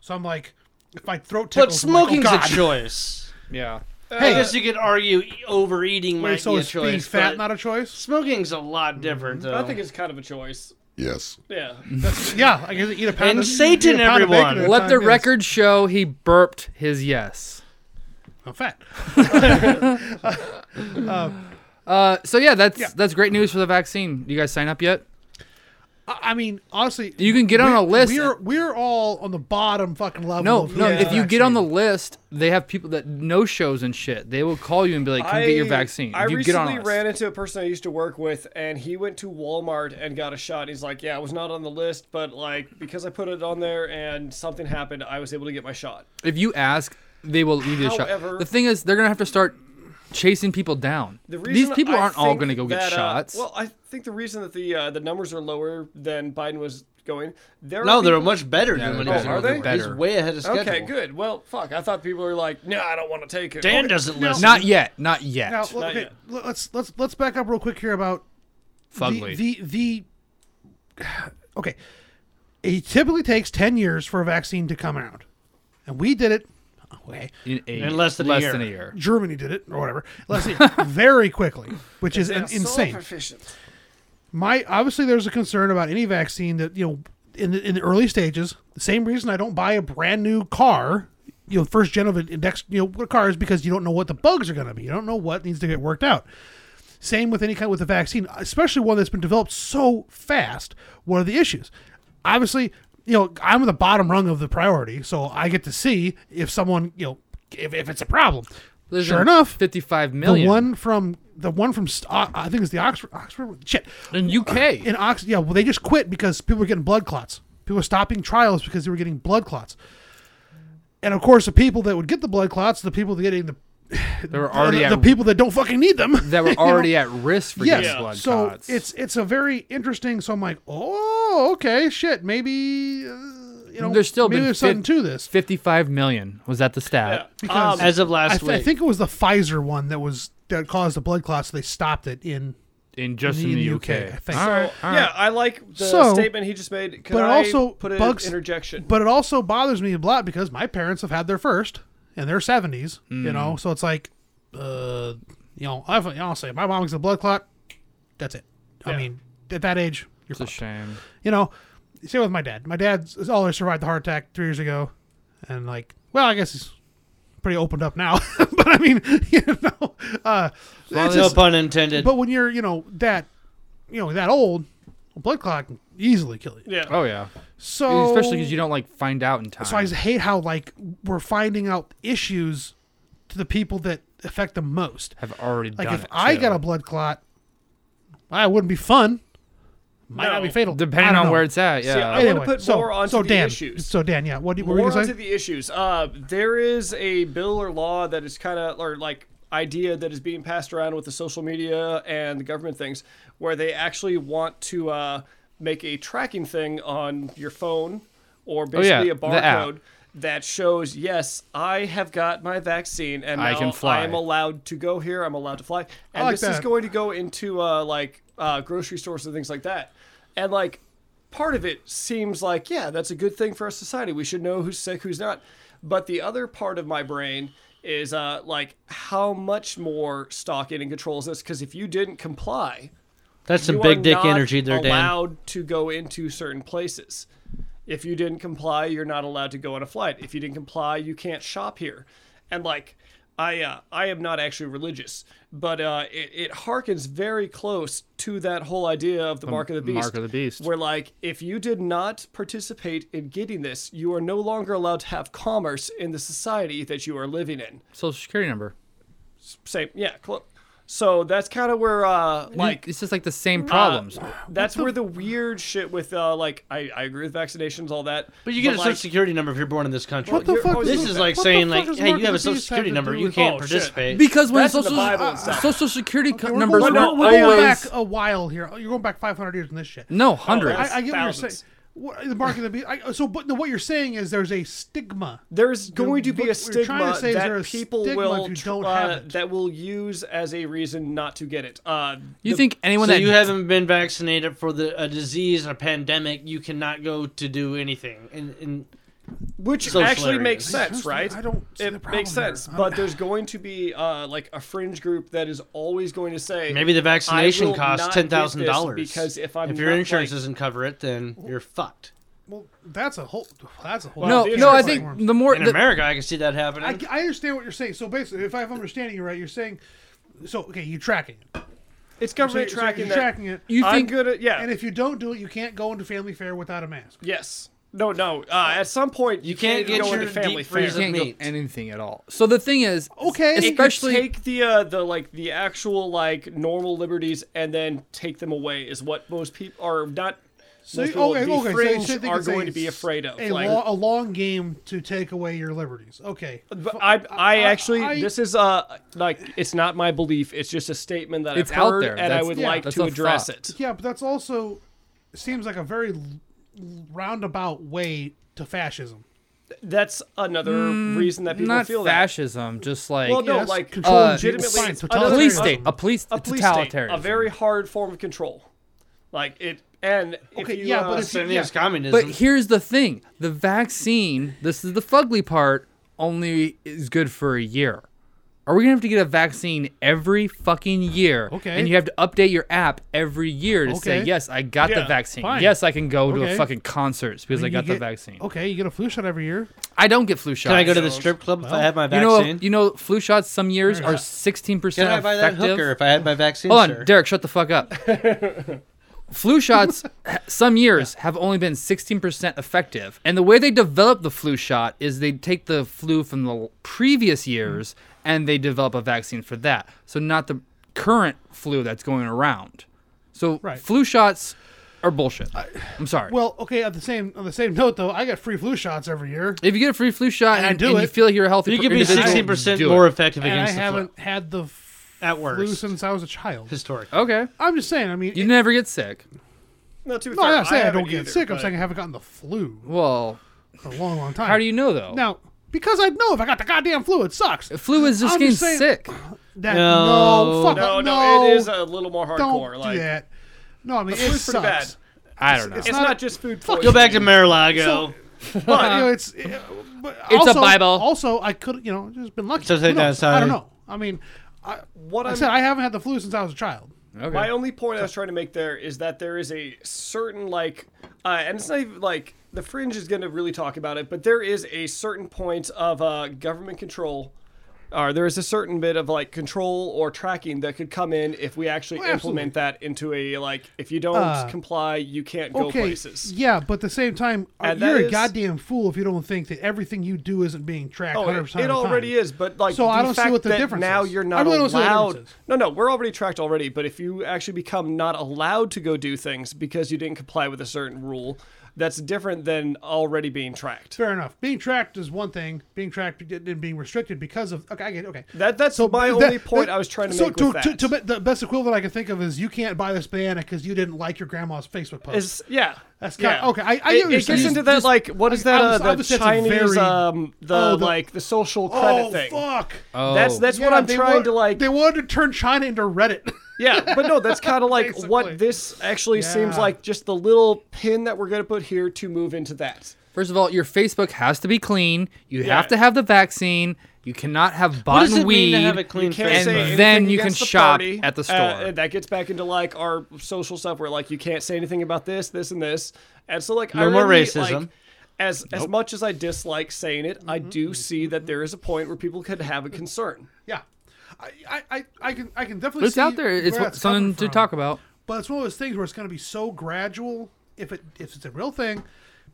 Speaker 4: So I'm like, if my throat
Speaker 2: But
Speaker 4: tickles, I'm like, oh,
Speaker 2: smoking's
Speaker 4: God.
Speaker 2: a choice.
Speaker 1: Yeah.
Speaker 2: I guess you could argue overeating might
Speaker 4: Wait, so
Speaker 2: be a
Speaker 4: is being
Speaker 2: choice.
Speaker 4: fat
Speaker 2: but
Speaker 4: not a choice?
Speaker 2: smoking's a lot different, though.
Speaker 3: Mm-hmm. I think it's kind of a choice.
Speaker 5: Yes.
Speaker 3: Yeah.
Speaker 4: Yeah, I guess eat a pound.
Speaker 2: And
Speaker 4: of,
Speaker 2: Satan,
Speaker 4: eat a pound of
Speaker 2: everyone.
Speaker 4: bacon at a
Speaker 1: Let
Speaker 4: time,
Speaker 1: the
Speaker 4: yes.
Speaker 1: record show he burped his yes.
Speaker 4: I'm fat. Uh,
Speaker 1: Uh, so yeah, that's
Speaker 4: Yeah.
Speaker 1: that's great news for the vaccine. You guys sign up yet?
Speaker 4: I I mean, honestly,
Speaker 1: You can get on a list.
Speaker 4: We're we're all on the bottom fucking level.
Speaker 1: No,
Speaker 4: of who
Speaker 1: no.
Speaker 4: gets
Speaker 1: If you get on the
Speaker 4: vaccinated.
Speaker 1: list, they have people that no shows and shit. They will call you and be like, "Come
Speaker 3: I,
Speaker 1: get your vaccine."
Speaker 3: I
Speaker 1: if you get on
Speaker 3: recently
Speaker 1: a list.
Speaker 3: ran into a person I used to work with, and he went to Walmart and got a shot. He's like, "Yeah, I was not on the list, but like because I put it on there and something happened, I was able to get my shot."
Speaker 1: If you ask, they will give you a shot.
Speaker 3: However-
Speaker 1: The thing is, they're gonna have to start chasing people down.
Speaker 3: The
Speaker 1: These
Speaker 3: reason
Speaker 1: people
Speaker 3: I
Speaker 1: aren't all
Speaker 3: think
Speaker 1: gonna go get
Speaker 3: that, uh,
Speaker 1: shots.
Speaker 3: well, I think the reason that the uh, the numbers are lower than Biden was going, there
Speaker 2: No,
Speaker 3: are
Speaker 2: they're
Speaker 3: people-
Speaker 2: much better than what
Speaker 1: they're
Speaker 2: he's
Speaker 3: better. Are
Speaker 2: doing.
Speaker 3: they?
Speaker 2: He's way ahead of schedule.
Speaker 3: Okay, good. Well, fuck. I thought people were like, "No, I don't want to take it."
Speaker 2: Dan
Speaker 3: Okay.
Speaker 2: doesn't listen.
Speaker 1: not yet. Not yet.
Speaker 4: Now, look,
Speaker 3: Not
Speaker 4: okay,
Speaker 3: yet.
Speaker 4: l- let's let's let's back up real quick here about the,
Speaker 1: Fugly.
Speaker 4: the the [SIGHS] okay. It typically takes ten years for a vaccine to come out, and we did it. [LAUGHS] Okay,
Speaker 1: in, a-
Speaker 2: In less than a year.
Speaker 1: than a year.
Speaker 4: Germany did it or whatever. Let's see, very quickly, which is
Speaker 3: They're
Speaker 4: an,
Speaker 3: so
Speaker 4: insane.
Speaker 3: proficient.
Speaker 4: My obviously, there's a concern about any vaccine that you know in the, in the early stages. The same reason I don't buy a brand new car, you know, first gen of an index, you know, what car is because you don't know what the bugs are going to be. You don't know what needs to get worked out. Same with any kind with a vaccine, especially one that's been developed so fast. What are the issues? Obviously, you know, I'm at the bottom rung of the priority, so I get to see if someone, you know, if, if it's a problem.
Speaker 1: There's
Speaker 4: sure
Speaker 1: a
Speaker 4: enough,
Speaker 1: fifty-five
Speaker 4: the
Speaker 1: million.
Speaker 4: one from the one from St- uh, I think it's the Oxford Oxford shit
Speaker 1: in UK.
Speaker 4: in Ox, yeah, well, they just quit because people were getting blood clots. People were stopping trials because they were getting blood clots. And of course, the people that would get the blood clots, the people that getting the
Speaker 1: they were already
Speaker 4: the,
Speaker 1: at,
Speaker 4: the people that don't fucking need them.
Speaker 1: [LAUGHS] that
Speaker 4: [LAUGHS]
Speaker 1: were already at risk for
Speaker 4: yes.
Speaker 1: getting blood
Speaker 4: so
Speaker 1: clots.
Speaker 4: it's it's a very interesting. So I'm like, oh, okay, shit, maybe uh, you know,
Speaker 1: There's still
Speaker 4: maybe
Speaker 1: been
Speaker 4: there's something
Speaker 1: fif-
Speaker 4: to this.
Speaker 1: fifty-five million. Was that the stat?
Speaker 3: Um,
Speaker 4: Because
Speaker 2: As of
Speaker 4: I,
Speaker 2: last
Speaker 4: th-
Speaker 2: week.
Speaker 4: I think it was the Pfizer one that was that caused the blood clots. So they stopped it in
Speaker 1: In just in,
Speaker 4: In
Speaker 1: the UK.
Speaker 4: UK, I think.
Speaker 1: All right. all right.
Speaker 3: Yeah, I like the
Speaker 4: So-
Speaker 3: statement he just made. Could
Speaker 4: but it
Speaker 3: I
Speaker 4: also
Speaker 3: put an
Speaker 4: bugs-
Speaker 3: interjection?
Speaker 4: But it also bothers me a lot because my parents have had their first, and they're seventies.
Speaker 3: Hmm.
Speaker 4: You know, so it's like, uh, you know, I've, I'll say my mom gets a blood clot. That's it. I
Speaker 3: Yeah.
Speaker 4: mean, at that age, you're
Speaker 1: It's a
Speaker 4: fucked.
Speaker 1: shame.
Speaker 4: you know. Same with my dad. My dad's all there survived the heart attack three years ago, and like, well, I guess he's pretty opened up now. [LAUGHS] but I mean, you know, uh, it's
Speaker 2: no
Speaker 4: just-
Speaker 2: pun intended.
Speaker 4: but when you're you know that, you know that old, a blood clot can easily kill you.
Speaker 3: yeah.
Speaker 1: Oh yeah.
Speaker 4: So
Speaker 1: Especially because you don't like find out in time.
Speaker 4: so I just hate how like we're finding out issues to the people that affect them most.
Speaker 1: have already
Speaker 4: Like
Speaker 1: done
Speaker 4: if
Speaker 1: it.
Speaker 4: I
Speaker 1: too.
Speaker 4: got a blood clot, I wouldn't be fun. Might not
Speaker 3: No.
Speaker 4: be fatal. I
Speaker 1: depending
Speaker 4: don't
Speaker 1: on
Speaker 4: know.
Speaker 1: where it's at.
Speaker 3: I
Speaker 1: Yeah.
Speaker 3: wanna
Speaker 4: Anyway,
Speaker 3: put
Speaker 4: so,
Speaker 3: more onto
Speaker 4: so
Speaker 3: the
Speaker 4: Dan,
Speaker 3: issues.
Speaker 4: So Dan, yeah. What, do- what were
Speaker 3: More
Speaker 4: you gonna
Speaker 3: onto
Speaker 4: say?
Speaker 3: the issues. Uh, there is a bill or law that is kind of or like idea that is being passed around with the social media and the government things, where they actually want to uh, make a tracking thing on your phone or
Speaker 4: Oh,
Speaker 1: yeah,
Speaker 3: basically a
Speaker 1: the app.
Speaker 3: barcode that shows yes, I have got my vaccine and
Speaker 1: I
Speaker 3: now
Speaker 1: can fly.
Speaker 3: I am allowed to go here. I'm allowed to fly, and
Speaker 4: like
Speaker 3: this is
Speaker 4: that.
Speaker 3: going to go into uh, like uh, grocery stores and things like that, and like part of it seems like, yeah, that's a good thing for our society. We should know who's sick, who's not. But the other part of my brain is uh, like, how much more stocking and controls this? Because if you didn't comply,
Speaker 2: That's some
Speaker 3: you
Speaker 2: big
Speaker 3: are
Speaker 2: dick
Speaker 3: not
Speaker 2: energy there, Dan.
Speaker 3: allowed to go into certain places. If you didn't comply, you're not allowed to go on a flight. If you didn't comply, you can't shop here. And like, I uh, I am not actually religious, but uh, it, it harkens very close to that whole idea of the, mark of the beast.
Speaker 1: mark of the beast.
Speaker 3: where like if you did not participate in getting this, you are no longer allowed to have commerce in the society that you are living in.
Speaker 1: Social security number.
Speaker 3: Same, yeah. Cl- so that's kind of where uh, like uh,
Speaker 1: it's just like the same problems.
Speaker 3: that's where the weird shit with uh, like I, I agree with vaccinations, all that.
Speaker 2: But you get a social
Speaker 3: like,
Speaker 2: security number if you're born in this country.
Speaker 4: What the
Speaker 3: you're-
Speaker 4: fuck?
Speaker 3: oh,
Speaker 2: this
Speaker 3: What
Speaker 2: is
Speaker 3: the
Speaker 2: like
Speaker 4: fuck
Speaker 2: saying
Speaker 4: does
Speaker 2: like,
Speaker 4: Mark
Speaker 2: hey,
Speaker 4: of
Speaker 2: you have
Speaker 4: the
Speaker 2: a social
Speaker 4: Beast have
Speaker 2: security
Speaker 4: to
Speaker 2: number,
Speaker 4: do
Speaker 2: you
Speaker 4: with-
Speaker 2: can't
Speaker 3: Oh, shit.
Speaker 2: participate.
Speaker 1: because when
Speaker 3: That's in the
Speaker 1: social uh,
Speaker 3: Bible and stuff.
Speaker 1: social security co-
Speaker 4: We're going-
Speaker 1: numbers
Speaker 4: we're
Speaker 1: were
Speaker 3: no,
Speaker 4: going,
Speaker 3: we're
Speaker 4: we're going
Speaker 1: always
Speaker 4: back a while here. You're going back 500 years in this shit.
Speaker 1: no hundreds.
Speaker 3: that's-
Speaker 4: I, I get what you're
Speaker 3: Thousands.
Speaker 4: saying. What, the mark of the beast. I, so, but what you're saying is there's a stigma.
Speaker 3: There's going to be a
Speaker 4: what we're trying to
Speaker 3: stigma
Speaker 4: say is there
Speaker 3: that
Speaker 4: a
Speaker 3: people
Speaker 4: stigma
Speaker 3: will
Speaker 4: if you
Speaker 3: tr-
Speaker 4: don't
Speaker 3: uh,
Speaker 4: have it?
Speaker 3: that will use as a reason not to get it. Uh,
Speaker 1: you
Speaker 3: the-
Speaker 1: think anyone
Speaker 2: So
Speaker 1: that
Speaker 2: you haven't been vaccinated for the a disease, a pandemic, you cannot go to do anything. And, and
Speaker 3: which
Speaker 2: social
Speaker 3: actually makes
Speaker 2: areas.
Speaker 3: sense,
Speaker 4: Honestly,
Speaker 3: right?
Speaker 4: I don't see
Speaker 3: it
Speaker 4: the problem
Speaker 3: makes sense,
Speaker 4: here.
Speaker 3: but there's going to be uh, like a fringe group that is always going to say
Speaker 2: maybe the
Speaker 3: "I
Speaker 2: vaccination
Speaker 3: will
Speaker 2: costs
Speaker 3: not
Speaker 2: ten
Speaker 3: get
Speaker 2: thousand dollars.
Speaker 3: this because if I'm
Speaker 2: if your
Speaker 3: not,
Speaker 2: insurance
Speaker 3: like,
Speaker 2: doesn't cover it, then you're fucked.
Speaker 4: Well, that's a whole. That's a whole.
Speaker 1: no
Speaker 3: the
Speaker 1: no I
Speaker 3: insurance
Speaker 1: think
Speaker 4: platform.
Speaker 1: the more
Speaker 2: In
Speaker 1: the-
Speaker 2: America, I can see that happening.
Speaker 4: I, I understand what you're saying. So basically, if I'm understanding you right, you're saying, so okay, you tracking. it.
Speaker 3: It's government
Speaker 4: So you're-
Speaker 3: tracking
Speaker 4: so
Speaker 3: that.
Speaker 4: you're tracking it.
Speaker 1: You
Speaker 3: I'm
Speaker 1: think
Speaker 3: good at yeah.
Speaker 4: And if you don't do it, you can't go into family fair without a mask.
Speaker 3: yes. No, no. Uh, at some point, you,
Speaker 2: can't
Speaker 3: even
Speaker 2: get
Speaker 3: go
Speaker 2: your
Speaker 3: into family
Speaker 2: deep
Speaker 3: fair.
Speaker 1: you can't
Speaker 2: meat.
Speaker 1: go anything at all? So the thing is,
Speaker 4: Okay.
Speaker 3: It could
Speaker 1: especially
Speaker 3: take the uh, the like the actual like normal liberties and then take them away is what most people are not.
Speaker 4: So
Speaker 3: most
Speaker 4: you-
Speaker 3: people
Speaker 4: okay,
Speaker 3: at the
Speaker 4: okay, so you
Speaker 3: fringe
Speaker 4: should think
Speaker 3: are
Speaker 4: it's a
Speaker 3: going to be
Speaker 4: s-
Speaker 3: afraid of.
Speaker 4: A,
Speaker 3: like,
Speaker 4: lo- a long game to take away your liberties. Okay.
Speaker 3: But I, I actually,
Speaker 4: I-
Speaker 3: this is uh, like it's not my belief. It's just a statement that
Speaker 1: It's
Speaker 3: I've
Speaker 1: out
Speaker 3: heard,
Speaker 1: there.
Speaker 3: and I
Speaker 1: That's-
Speaker 3: would
Speaker 1: yeah,
Speaker 3: like
Speaker 1: that's
Speaker 3: to
Speaker 1: a
Speaker 3: address
Speaker 1: thought.
Speaker 3: it.
Speaker 4: Yeah, but that's also seems like a very l- roundabout way to fascism.
Speaker 3: That's another reason that people
Speaker 1: Hmm, not
Speaker 3: feel
Speaker 1: fascism, just like
Speaker 3: that. Well, no,
Speaker 4: Yes,
Speaker 3: like
Speaker 4: control
Speaker 1: Uh,
Speaker 3: legitimately,
Speaker 4: fine,
Speaker 3: it's
Speaker 4: totalitarianism.
Speaker 3: another-
Speaker 1: police
Speaker 4: fascism.
Speaker 1: state, a police,
Speaker 3: a police state,
Speaker 1: totalitarian,
Speaker 3: a very hard form of control. Like it, and
Speaker 4: Okay,
Speaker 3: if you,
Speaker 4: yeah,
Speaker 3: uh,
Speaker 4: but if
Speaker 2: Same thing
Speaker 4: Yeah.
Speaker 2: as communism.
Speaker 1: But here's the thing: the vaccine. This is the fugly part. Only is good for a year. Are we gonna have to get a vaccine every fucking year?
Speaker 4: Okay.
Speaker 1: And you have to update your app every year to say
Speaker 4: Okay.
Speaker 1: yes, I got the
Speaker 3: Yeah,
Speaker 1: vaccine.
Speaker 4: fine.
Speaker 1: Yes, I can go to a
Speaker 4: Okay.
Speaker 1: fucking concert because I
Speaker 4: You
Speaker 1: got the
Speaker 4: get-
Speaker 1: vaccine.
Speaker 4: Okay, you get a flu shot every year.
Speaker 1: I don't get flu shots.
Speaker 2: Can I go to the strip club if I have my
Speaker 1: You know,
Speaker 2: vaccine?
Speaker 1: you know, flu shots some years are sixteen
Speaker 2: Can
Speaker 1: percent
Speaker 2: I
Speaker 1: effective.
Speaker 2: buy that hooker if I had my vaccine?
Speaker 1: Hold on,
Speaker 2: sir?
Speaker 1: Derek, shut the fuck
Speaker 4: [LAUGHS]
Speaker 1: up. flu shots, some years, have only been 16% effective. And the way they develop the flu shot is they take the flu from the previous years and they develop a vaccine for that. So, not the current flu that's going around. So,
Speaker 4: Right.
Speaker 1: flu shots are bullshit. I, am sorry.
Speaker 4: Well, okay. At the same on the same note, though, I got free flu shots every year,
Speaker 1: if you get a free flu shot and,
Speaker 4: I do
Speaker 1: and you
Speaker 4: it,
Speaker 1: feel like you're a healthy
Speaker 2: You
Speaker 1: per-
Speaker 2: could be
Speaker 1: individual,
Speaker 2: sixteen percent
Speaker 1: do
Speaker 2: more
Speaker 1: it.
Speaker 2: effective
Speaker 4: and I
Speaker 2: against the flu.
Speaker 4: haven't had the f-
Speaker 2: At
Speaker 4: flu
Speaker 2: worst,
Speaker 4: since I was a child.
Speaker 2: historically.
Speaker 1: Okay.
Speaker 4: I'm just saying. I mean,
Speaker 1: You never get sick.
Speaker 3: no, to be
Speaker 4: no,
Speaker 3: fair,
Speaker 4: I'm not saying I, don't
Speaker 3: haven't
Speaker 4: get
Speaker 3: either,
Speaker 4: sick. I'm
Speaker 3: but-
Speaker 4: saying I haven't gotten the flu
Speaker 1: Well,
Speaker 4: for a long, long time.
Speaker 1: how do you know, though?
Speaker 4: now? Because I know if I got the goddamn flu, it sucks.
Speaker 1: Flu is just
Speaker 4: I'm
Speaker 1: getting
Speaker 4: just saying-
Speaker 1: sick.
Speaker 4: That
Speaker 2: No.
Speaker 4: no, fuck
Speaker 3: no,
Speaker 4: it,
Speaker 3: no, it is a little more
Speaker 4: don't
Speaker 3: hardcore.
Speaker 4: do
Speaker 3: like
Speaker 4: that. No, I mean it
Speaker 3: flu's pretty bad.
Speaker 4: sucks.
Speaker 1: I don't know.
Speaker 3: It's not, just food poisoning.
Speaker 2: Go back to Mar-a-Lago.
Speaker 4: But, you know, it's it- but
Speaker 1: It's a
Speaker 4: also-
Speaker 1: Bible.
Speaker 4: Also, I could you know just been lucky.
Speaker 2: So take
Speaker 4: Who knows?
Speaker 2: that
Speaker 4: I don't
Speaker 2: aside.
Speaker 4: know. I mean, I,
Speaker 3: What
Speaker 4: I
Speaker 3: I'm-
Speaker 4: said I haven't had the flu since I was a child.
Speaker 1: Okay.
Speaker 3: My only point I was trying to make there is that there is a certain like, uh, and it's not even like the fringe is going to really talk about it, but there is a certain point of uh, government control, or there is a certain bit of like control or tracking that could come in if we actually
Speaker 4: Well, Oh, absolutely. Uh,
Speaker 3: implement that into a like, if you don't comply, you can't go
Speaker 4: okay,
Speaker 3: places.
Speaker 4: yeah, but at the same time, uh,
Speaker 3: And that
Speaker 4: you're a
Speaker 3: is-
Speaker 4: goddamn fool if you don't think that everything you do isn't being tracked.
Speaker 3: Oh,
Speaker 4: 100%
Speaker 3: it,
Speaker 4: of
Speaker 3: it
Speaker 4: the
Speaker 3: already
Speaker 4: time.
Speaker 3: is, but like,
Speaker 4: So
Speaker 3: the
Speaker 4: I don't see
Speaker 3: fact
Speaker 4: what the
Speaker 3: that
Speaker 4: difference
Speaker 3: now
Speaker 4: is.
Speaker 3: you're
Speaker 4: I
Speaker 3: not
Speaker 4: really don't see what the
Speaker 3: allowed.
Speaker 4: difference is.
Speaker 3: No, no, we're already tracked already. But if you actually become not allowed to go do things because you didn't comply with a certain rule, that's different than already being tracked.
Speaker 4: Fair enough. Being tracked is one thing. Being tracked and being restricted because of okay, I get it, okay.
Speaker 3: That that's my
Speaker 4: that-
Speaker 3: only point
Speaker 4: that-
Speaker 3: I was trying to
Speaker 4: so
Speaker 3: make
Speaker 4: to,
Speaker 3: with that.
Speaker 4: To, to, be- the best equivalent I can think of is you can't buy this banana because you didn't like your grandma's Facebook post.
Speaker 3: Is- yeah.
Speaker 4: That's kinda-
Speaker 3: yeah.
Speaker 4: okay, I- I get what
Speaker 3: it,
Speaker 4: you're
Speaker 3: it gets
Speaker 4: saying.
Speaker 3: into that
Speaker 4: Just-
Speaker 3: like what is
Speaker 4: I-
Speaker 3: that
Speaker 4: I was-
Speaker 3: uh,
Speaker 4: I
Speaker 3: the
Speaker 4: was- that's a
Speaker 3: Chinese
Speaker 4: very-
Speaker 3: um the,
Speaker 4: oh, the-
Speaker 3: like the social credit
Speaker 4: oh
Speaker 3: thing.
Speaker 4: fuck!
Speaker 1: Oh.
Speaker 3: That's that's what
Speaker 4: Yeah,
Speaker 3: I'm
Speaker 4: they
Speaker 3: trying
Speaker 4: want-
Speaker 3: to like.
Speaker 4: They wanted to turn China into Reddit. [LAUGHS]
Speaker 3: Yeah, but no, that's kind of like
Speaker 4: Basically.
Speaker 3: what this actually seems
Speaker 4: Yeah.
Speaker 3: like just the little pin that we're going to put here to move into that.
Speaker 1: First of all, your Facebook has to be clean. You
Speaker 3: Yeah.
Speaker 1: have to have the vaccine. You cannot have
Speaker 2: What
Speaker 1: bought
Speaker 2: does it
Speaker 1: weed.
Speaker 2: mean to have a clean
Speaker 3: Can't
Speaker 1: And
Speaker 3: say
Speaker 2: Facebook?
Speaker 3: anything
Speaker 1: then you can
Speaker 3: against the
Speaker 1: shop
Speaker 3: party,
Speaker 1: at the
Speaker 3: uh,
Speaker 1: store.
Speaker 3: and that gets back into like our social stuff where like you can't say anything about this, this, and this. And so like I
Speaker 2: No more
Speaker 3: really,
Speaker 2: racism.
Speaker 3: Like, as as much as I dislike saying it, I do see that there is a point where people could have a concern.
Speaker 4: yeah, I, I, I, I can, I can definitely.
Speaker 1: But it's
Speaker 4: see
Speaker 1: out there. It's
Speaker 4: where
Speaker 1: what,
Speaker 4: that's coming
Speaker 1: something to
Speaker 4: from.
Speaker 1: talk about.
Speaker 4: But it's one of those things where it's going to be so gradual. If it, if it's a real thing,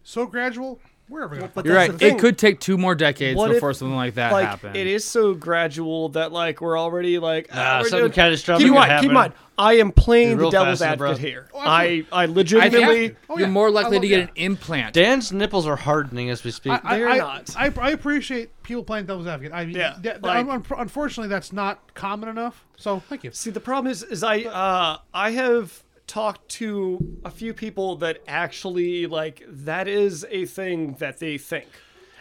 Speaker 4: so gradual. Where are we going?
Speaker 1: You're right.
Speaker 3: thing.
Speaker 1: It could take two more decades
Speaker 3: What if,
Speaker 1: before something like that
Speaker 3: like
Speaker 1: happens.
Speaker 3: it is so gradual that like we're already like
Speaker 2: Ah,
Speaker 3: we're
Speaker 2: something
Speaker 3: doing-
Speaker 2: catastrophic
Speaker 3: Keep in
Speaker 2: could
Speaker 3: mind, keep in mind,
Speaker 2: happen.
Speaker 3: I am playing
Speaker 2: Be
Speaker 3: the
Speaker 2: real
Speaker 3: devil's
Speaker 2: fast, bro.
Speaker 3: advocate here.
Speaker 4: Oh,
Speaker 3: I
Speaker 4: absolutely.
Speaker 3: I
Speaker 1: I think
Speaker 3: legitimately
Speaker 4: Oh,
Speaker 1: you're
Speaker 4: yeah.
Speaker 1: more
Speaker 4: I
Speaker 1: likely
Speaker 4: love
Speaker 1: to get
Speaker 4: that.
Speaker 1: an implant.
Speaker 2: Dan's nipples are hardening as we speak.
Speaker 4: I,
Speaker 3: They're
Speaker 4: I,
Speaker 3: not.
Speaker 4: I, I appreciate people playing devil's advocate. I mean,
Speaker 3: Yeah,
Speaker 4: yeah, th-
Speaker 3: like-
Speaker 4: un- unfortunately, that's not common enough. So thank you.
Speaker 3: See, the problem is, is I uh, I have talked to a few people that actually like that is a thing that they think,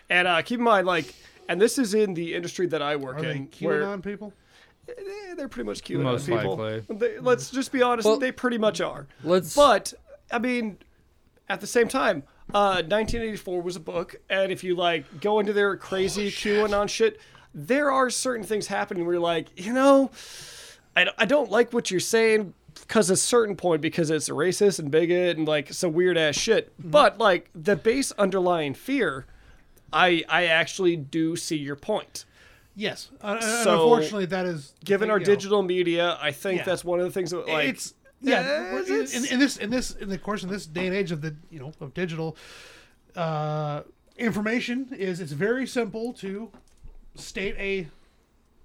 Speaker 3: and uh, keep in mind, like, and this is in the industry that I work
Speaker 4: Are they
Speaker 3: in,
Speaker 4: QAnon people?
Speaker 3: eh, they're pretty much QAnon
Speaker 1: Most
Speaker 3: people.
Speaker 1: likely.
Speaker 3: They- let's just be honest,
Speaker 1: Well,
Speaker 3: they pretty much are.
Speaker 1: let's-
Speaker 3: But I mean, at the same time, uh, 1984 was a book, and if you like go into their
Speaker 1: Oh,
Speaker 3: crazy QAnon shit, there are certain things happening where you're like, you know, I, I don't like what you're saying because a certain point because it's racist and bigot and like some weird ass shit.
Speaker 1: Mm-hmm.
Speaker 3: But like the base underlying fear, I I actually do see your point.
Speaker 4: Yes. Uh, and
Speaker 3: So-
Speaker 4: unfortunately, that is
Speaker 3: Given our
Speaker 4: you know,
Speaker 3: digital media, I think
Speaker 4: Yeah.
Speaker 3: that's one of the things that like
Speaker 4: it's yeah.
Speaker 3: Eh,
Speaker 4: in-
Speaker 3: it's-
Speaker 4: in, in this in this in the course in this day and age of the you know of digital uh, information is it's very simple to state a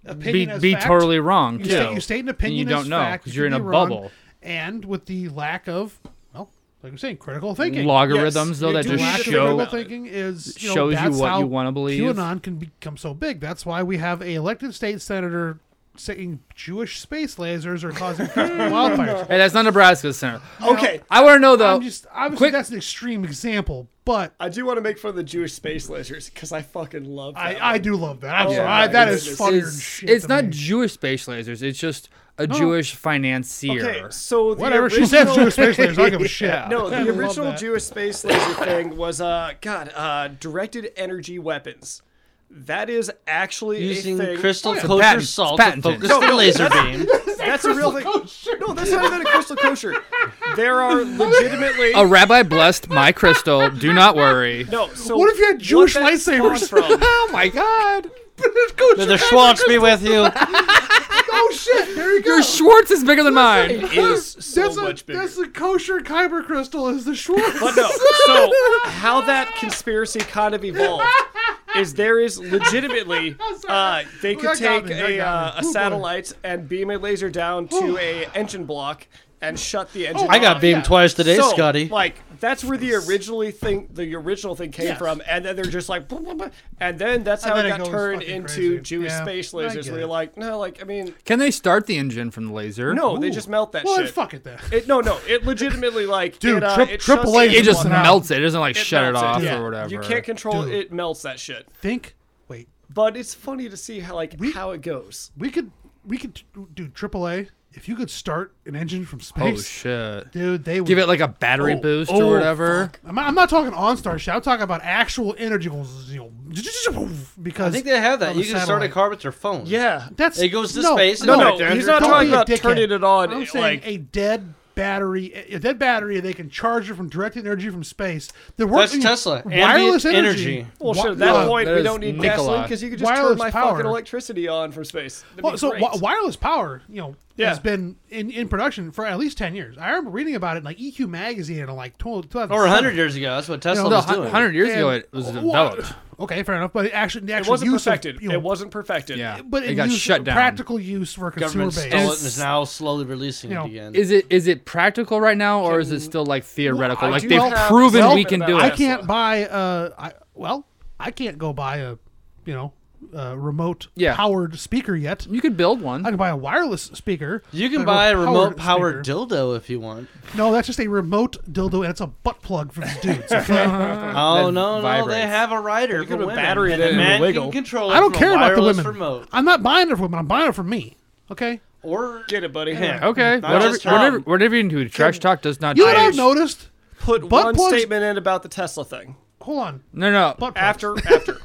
Speaker 1: Be,
Speaker 4: opinion as
Speaker 1: be
Speaker 4: fact.
Speaker 1: totally wrong.
Speaker 4: You,
Speaker 1: too.
Speaker 4: state, you state an opinion
Speaker 1: don't
Speaker 4: as
Speaker 1: know,
Speaker 4: fact,
Speaker 1: 'cause
Speaker 4: it
Speaker 1: you're
Speaker 4: could
Speaker 1: in
Speaker 4: be
Speaker 1: a
Speaker 4: wrong,
Speaker 1: bubble.
Speaker 4: and with the lack of well, like I'm saying, critical thinking.
Speaker 1: Logarithms,
Speaker 3: Yes,
Speaker 1: though,
Speaker 3: you
Speaker 1: that
Speaker 3: do
Speaker 1: just
Speaker 3: need
Speaker 4: lack
Speaker 3: to
Speaker 4: of
Speaker 3: figure
Speaker 1: show
Speaker 4: critical
Speaker 3: out-
Speaker 4: thinking is you know,
Speaker 1: shows you
Speaker 4: that's
Speaker 1: what you
Speaker 4: how
Speaker 1: wanna believe.
Speaker 4: QAnon can become so big. That's why we have a elected state senator saying Jewish space lasers are
Speaker 3: [LAUGHS]
Speaker 4: causing wildfires.
Speaker 1: Hey, that's not Nebraska Center.
Speaker 3: okay.
Speaker 1: I want to know though.
Speaker 4: Oh. I'm just obviously
Speaker 1: quick-
Speaker 4: that's an extreme example, but
Speaker 3: I do want to make fun of the Jewish space lasers because I fucking love. That
Speaker 4: I,
Speaker 3: one.
Speaker 4: I do love that. I'm
Speaker 3: Oh
Speaker 4: sorry.
Speaker 3: my
Speaker 4: I- that
Speaker 3: goodness.
Speaker 4: is funnier than
Speaker 1: it's,
Speaker 4: shit.
Speaker 1: it's
Speaker 4: to
Speaker 1: not
Speaker 4: me.
Speaker 1: Jewish space lasers. It's just a Jewish financier.
Speaker 3: Okay, so the
Speaker 4: whatever she
Speaker 3: original,
Speaker 4: says. Jewish space lasers. I
Speaker 1: [LAUGHS]
Speaker 4: don't give a shit.
Speaker 3: No,
Speaker 4: I
Speaker 3: the
Speaker 4: love
Speaker 3: original
Speaker 4: that. [LAUGHS]
Speaker 3: Jewish space laser thing was uh God, uh directed energy weapons. That is actually
Speaker 2: Using
Speaker 3: a thing.
Speaker 2: crystal
Speaker 1: It's
Speaker 2: kosher
Speaker 1: patent-
Speaker 2: salt
Speaker 1: it's
Speaker 2: to
Speaker 1: patented.
Speaker 2: focus
Speaker 1: No,
Speaker 2: the laser beam.
Speaker 3: that's a real thing. No, that's not even a crystal kosher. There are legitimately
Speaker 1: A rabbi blessed my crystal. Do not worry.
Speaker 3: no.
Speaker 4: [LAUGHS]
Speaker 3: So
Speaker 4: What if you had Jewish
Speaker 3: that
Speaker 4: lightsabers?
Speaker 3: spawned
Speaker 4: [LAUGHS]
Speaker 3: From,
Speaker 1: Oh my God!
Speaker 2: May the Schwartz be with you.
Speaker 4: oh shit! There you go.
Speaker 1: Your Schwartz is bigger than mine.
Speaker 3: it is so
Speaker 4: that's
Speaker 3: much
Speaker 4: a,
Speaker 3: bigger.
Speaker 4: That's the kosher kyber crystal. Is the Schwartz?
Speaker 3: But
Speaker 4: [LAUGHS]
Speaker 3: Oh, no, so how that conspiracy kind of evolved is there
Speaker 4: [LAUGHS]
Speaker 3: is legitimately uh, they could
Speaker 4: That got
Speaker 3: take
Speaker 4: me, that got
Speaker 3: a,
Speaker 4: me.
Speaker 3: uh, a
Speaker 4: Ooh, boy.
Speaker 3: satellite and beam a laser down to a engine block and shut the
Speaker 4: Oh,
Speaker 3: engine.
Speaker 2: I got
Speaker 3: off.
Speaker 2: beamed
Speaker 4: yeah.
Speaker 2: twice today,
Speaker 3: So,
Speaker 2: Scotty.
Speaker 3: Like that's where the originally thing, the original thing came
Speaker 4: Yes.
Speaker 3: from, and then they're just like, "Boop, boop, boop," and then that's
Speaker 4: And
Speaker 3: how
Speaker 4: then
Speaker 3: it
Speaker 4: it
Speaker 3: got
Speaker 4: goes
Speaker 3: turned
Speaker 4: fucking
Speaker 3: into
Speaker 4: crazy.
Speaker 3: Jewish
Speaker 4: Yeah,
Speaker 3: space
Speaker 4: I
Speaker 3: lasers.
Speaker 4: get
Speaker 3: Where
Speaker 4: it.
Speaker 3: you're like, no, like I mean,
Speaker 1: Can they start the engine from the laser?
Speaker 3: no, they just melt that
Speaker 4: Well, then
Speaker 3: shit.
Speaker 4: fuck it then.
Speaker 3: It, no, no, it legitimately like
Speaker 4: Dude,
Speaker 3: it, uh,
Speaker 4: trip-
Speaker 3: it
Speaker 4: triple
Speaker 3: shuts the
Speaker 4: A
Speaker 1: It just
Speaker 3: engine off.
Speaker 1: melts it. It doesn't like shut it
Speaker 3: melts it,
Speaker 1: off
Speaker 4: yeah.
Speaker 1: or whatever.
Speaker 3: You can't control
Speaker 4: Dude.
Speaker 3: it melts that shit.
Speaker 4: Think. Wait.
Speaker 3: But it's funny to see how like how it goes.
Speaker 4: We could. We could t- do AAA. If you could start an engine from
Speaker 1: Oh
Speaker 4: space,
Speaker 1: shit!
Speaker 4: dude, they would
Speaker 1: Give it like a battery boost or whatever.
Speaker 4: I'm, I'm not talking OnStar shit. I'm talking about actual energy goals. You know, because
Speaker 2: I think they have that.
Speaker 4: of
Speaker 2: You
Speaker 4: the
Speaker 2: can start a
Speaker 4: satellite.
Speaker 2: car with your phone.
Speaker 3: Yeah.
Speaker 4: That's
Speaker 2: It goes to
Speaker 4: no,
Speaker 2: space and
Speaker 4: No,
Speaker 2: all
Speaker 4: no,
Speaker 2: that. Don't
Speaker 3: he's not
Speaker 4: be
Speaker 3: talking
Speaker 4: a
Speaker 3: about
Speaker 4: dickhead.
Speaker 3: turning it on.
Speaker 4: I'm
Speaker 3: it,
Speaker 4: saying
Speaker 3: like
Speaker 4: a dead battery, a dead battery. They can charge it from directed energy from space. There works
Speaker 2: That's Tesla. Ambient
Speaker 4: wireless energy.
Speaker 2: energy.
Speaker 3: well,
Speaker 4: Wi-
Speaker 3: sure. At that
Speaker 4: uh,
Speaker 3: point,
Speaker 1: that
Speaker 3: we
Speaker 1: is
Speaker 3: don't need
Speaker 1: Nikola.
Speaker 3: gasoline because you could just turn
Speaker 4: Wireless
Speaker 3: my
Speaker 4: power.
Speaker 3: fucking electricity on from space. That'd
Speaker 4: Well,
Speaker 3: be
Speaker 4: so
Speaker 3: great.
Speaker 4: wi- wireless power, you know,
Speaker 3: Yeah.
Speaker 4: has been in, in production for at least ten years. I remember reading about it in like EQ magazine in like twelve.
Speaker 2: Or 100 years ago. That's what Tesla
Speaker 4: No,
Speaker 1: No,
Speaker 2: was
Speaker 1: hun-
Speaker 2: doing.
Speaker 1: hundred years ago
Speaker 4: And-
Speaker 1: it was
Speaker 4: Well,
Speaker 1: developed.
Speaker 4: Okay, fair enough. But it actually, the
Speaker 3: it
Speaker 4: actual
Speaker 3: wasn't
Speaker 4: use of,
Speaker 3: perfected.
Speaker 4: you know,
Speaker 3: it wasn't perfected.
Speaker 1: Yeah,
Speaker 4: But
Speaker 1: it
Speaker 4: in
Speaker 1: got
Speaker 4: use-
Speaker 1: shut down.
Speaker 4: Practical use for consumer
Speaker 2: Government
Speaker 4: base.
Speaker 2: stole it and is now slowly releasing
Speaker 4: you know,
Speaker 2: it again.
Speaker 1: Is it is it practical right now or is it still like theoretical?
Speaker 3: I
Speaker 1: like
Speaker 3: do
Speaker 1: they've
Speaker 3: have
Speaker 1: proven
Speaker 3: something
Speaker 1: we can
Speaker 3: about
Speaker 1: do
Speaker 3: that.
Speaker 1: it.
Speaker 4: I
Speaker 3: Tesla.
Speaker 4: can't buy. Uh, I well, I can't go buy a, you know, uh, remote
Speaker 1: Yeah.
Speaker 4: powered speaker yet.
Speaker 1: You could build one.
Speaker 4: I can buy a wireless speaker.
Speaker 2: you can
Speaker 4: but
Speaker 2: buy a remote
Speaker 4: powered
Speaker 2: powered
Speaker 4: speaker- Uh,
Speaker 2: dildo if you want.
Speaker 4: No, that's just a remote dildo, and it's a butt plug for the
Speaker 2: [LAUGHS]
Speaker 4: dudes. Okay?
Speaker 2: Oh no, no, they
Speaker 1: vibrates.
Speaker 2: have a rider for
Speaker 3: put a
Speaker 2: women.
Speaker 3: battery
Speaker 2: and
Speaker 3: in
Speaker 2: a
Speaker 3: it and
Speaker 2: man
Speaker 3: it'll wiggle.
Speaker 2: Can control it
Speaker 4: I don't
Speaker 2: from a
Speaker 4: care about the
Speaker 2: wireless
Speaker 4: women.
Speaker 2: Remote.
Speaker 4: I'm not buying it for women. I'm buying it for me. Okay.
Speaker 2: Or
Speaker 3: Get it, buddy.
Speaker 1: okay,
Speaker 3: Mm,
Speaker 2: Not
Speaker 1: whatever,
Speaker 2: just Trump.
Speaker 1: whatever, whatever you do, trash talk does not
Speaker 4: You know what I've
Speaker 1: change.
Speaker 4: noticed?
Speaker 3: Put
Speaker 4: Butt
Speaker 3: one
Speaker 4: plugs-
Speaker 3: statement in about the Tesla thing.
Speaker 4: Hold on.
Speaker 1: No, no,
Speaker 4: Butt plugs.
Speaker 3: After, after.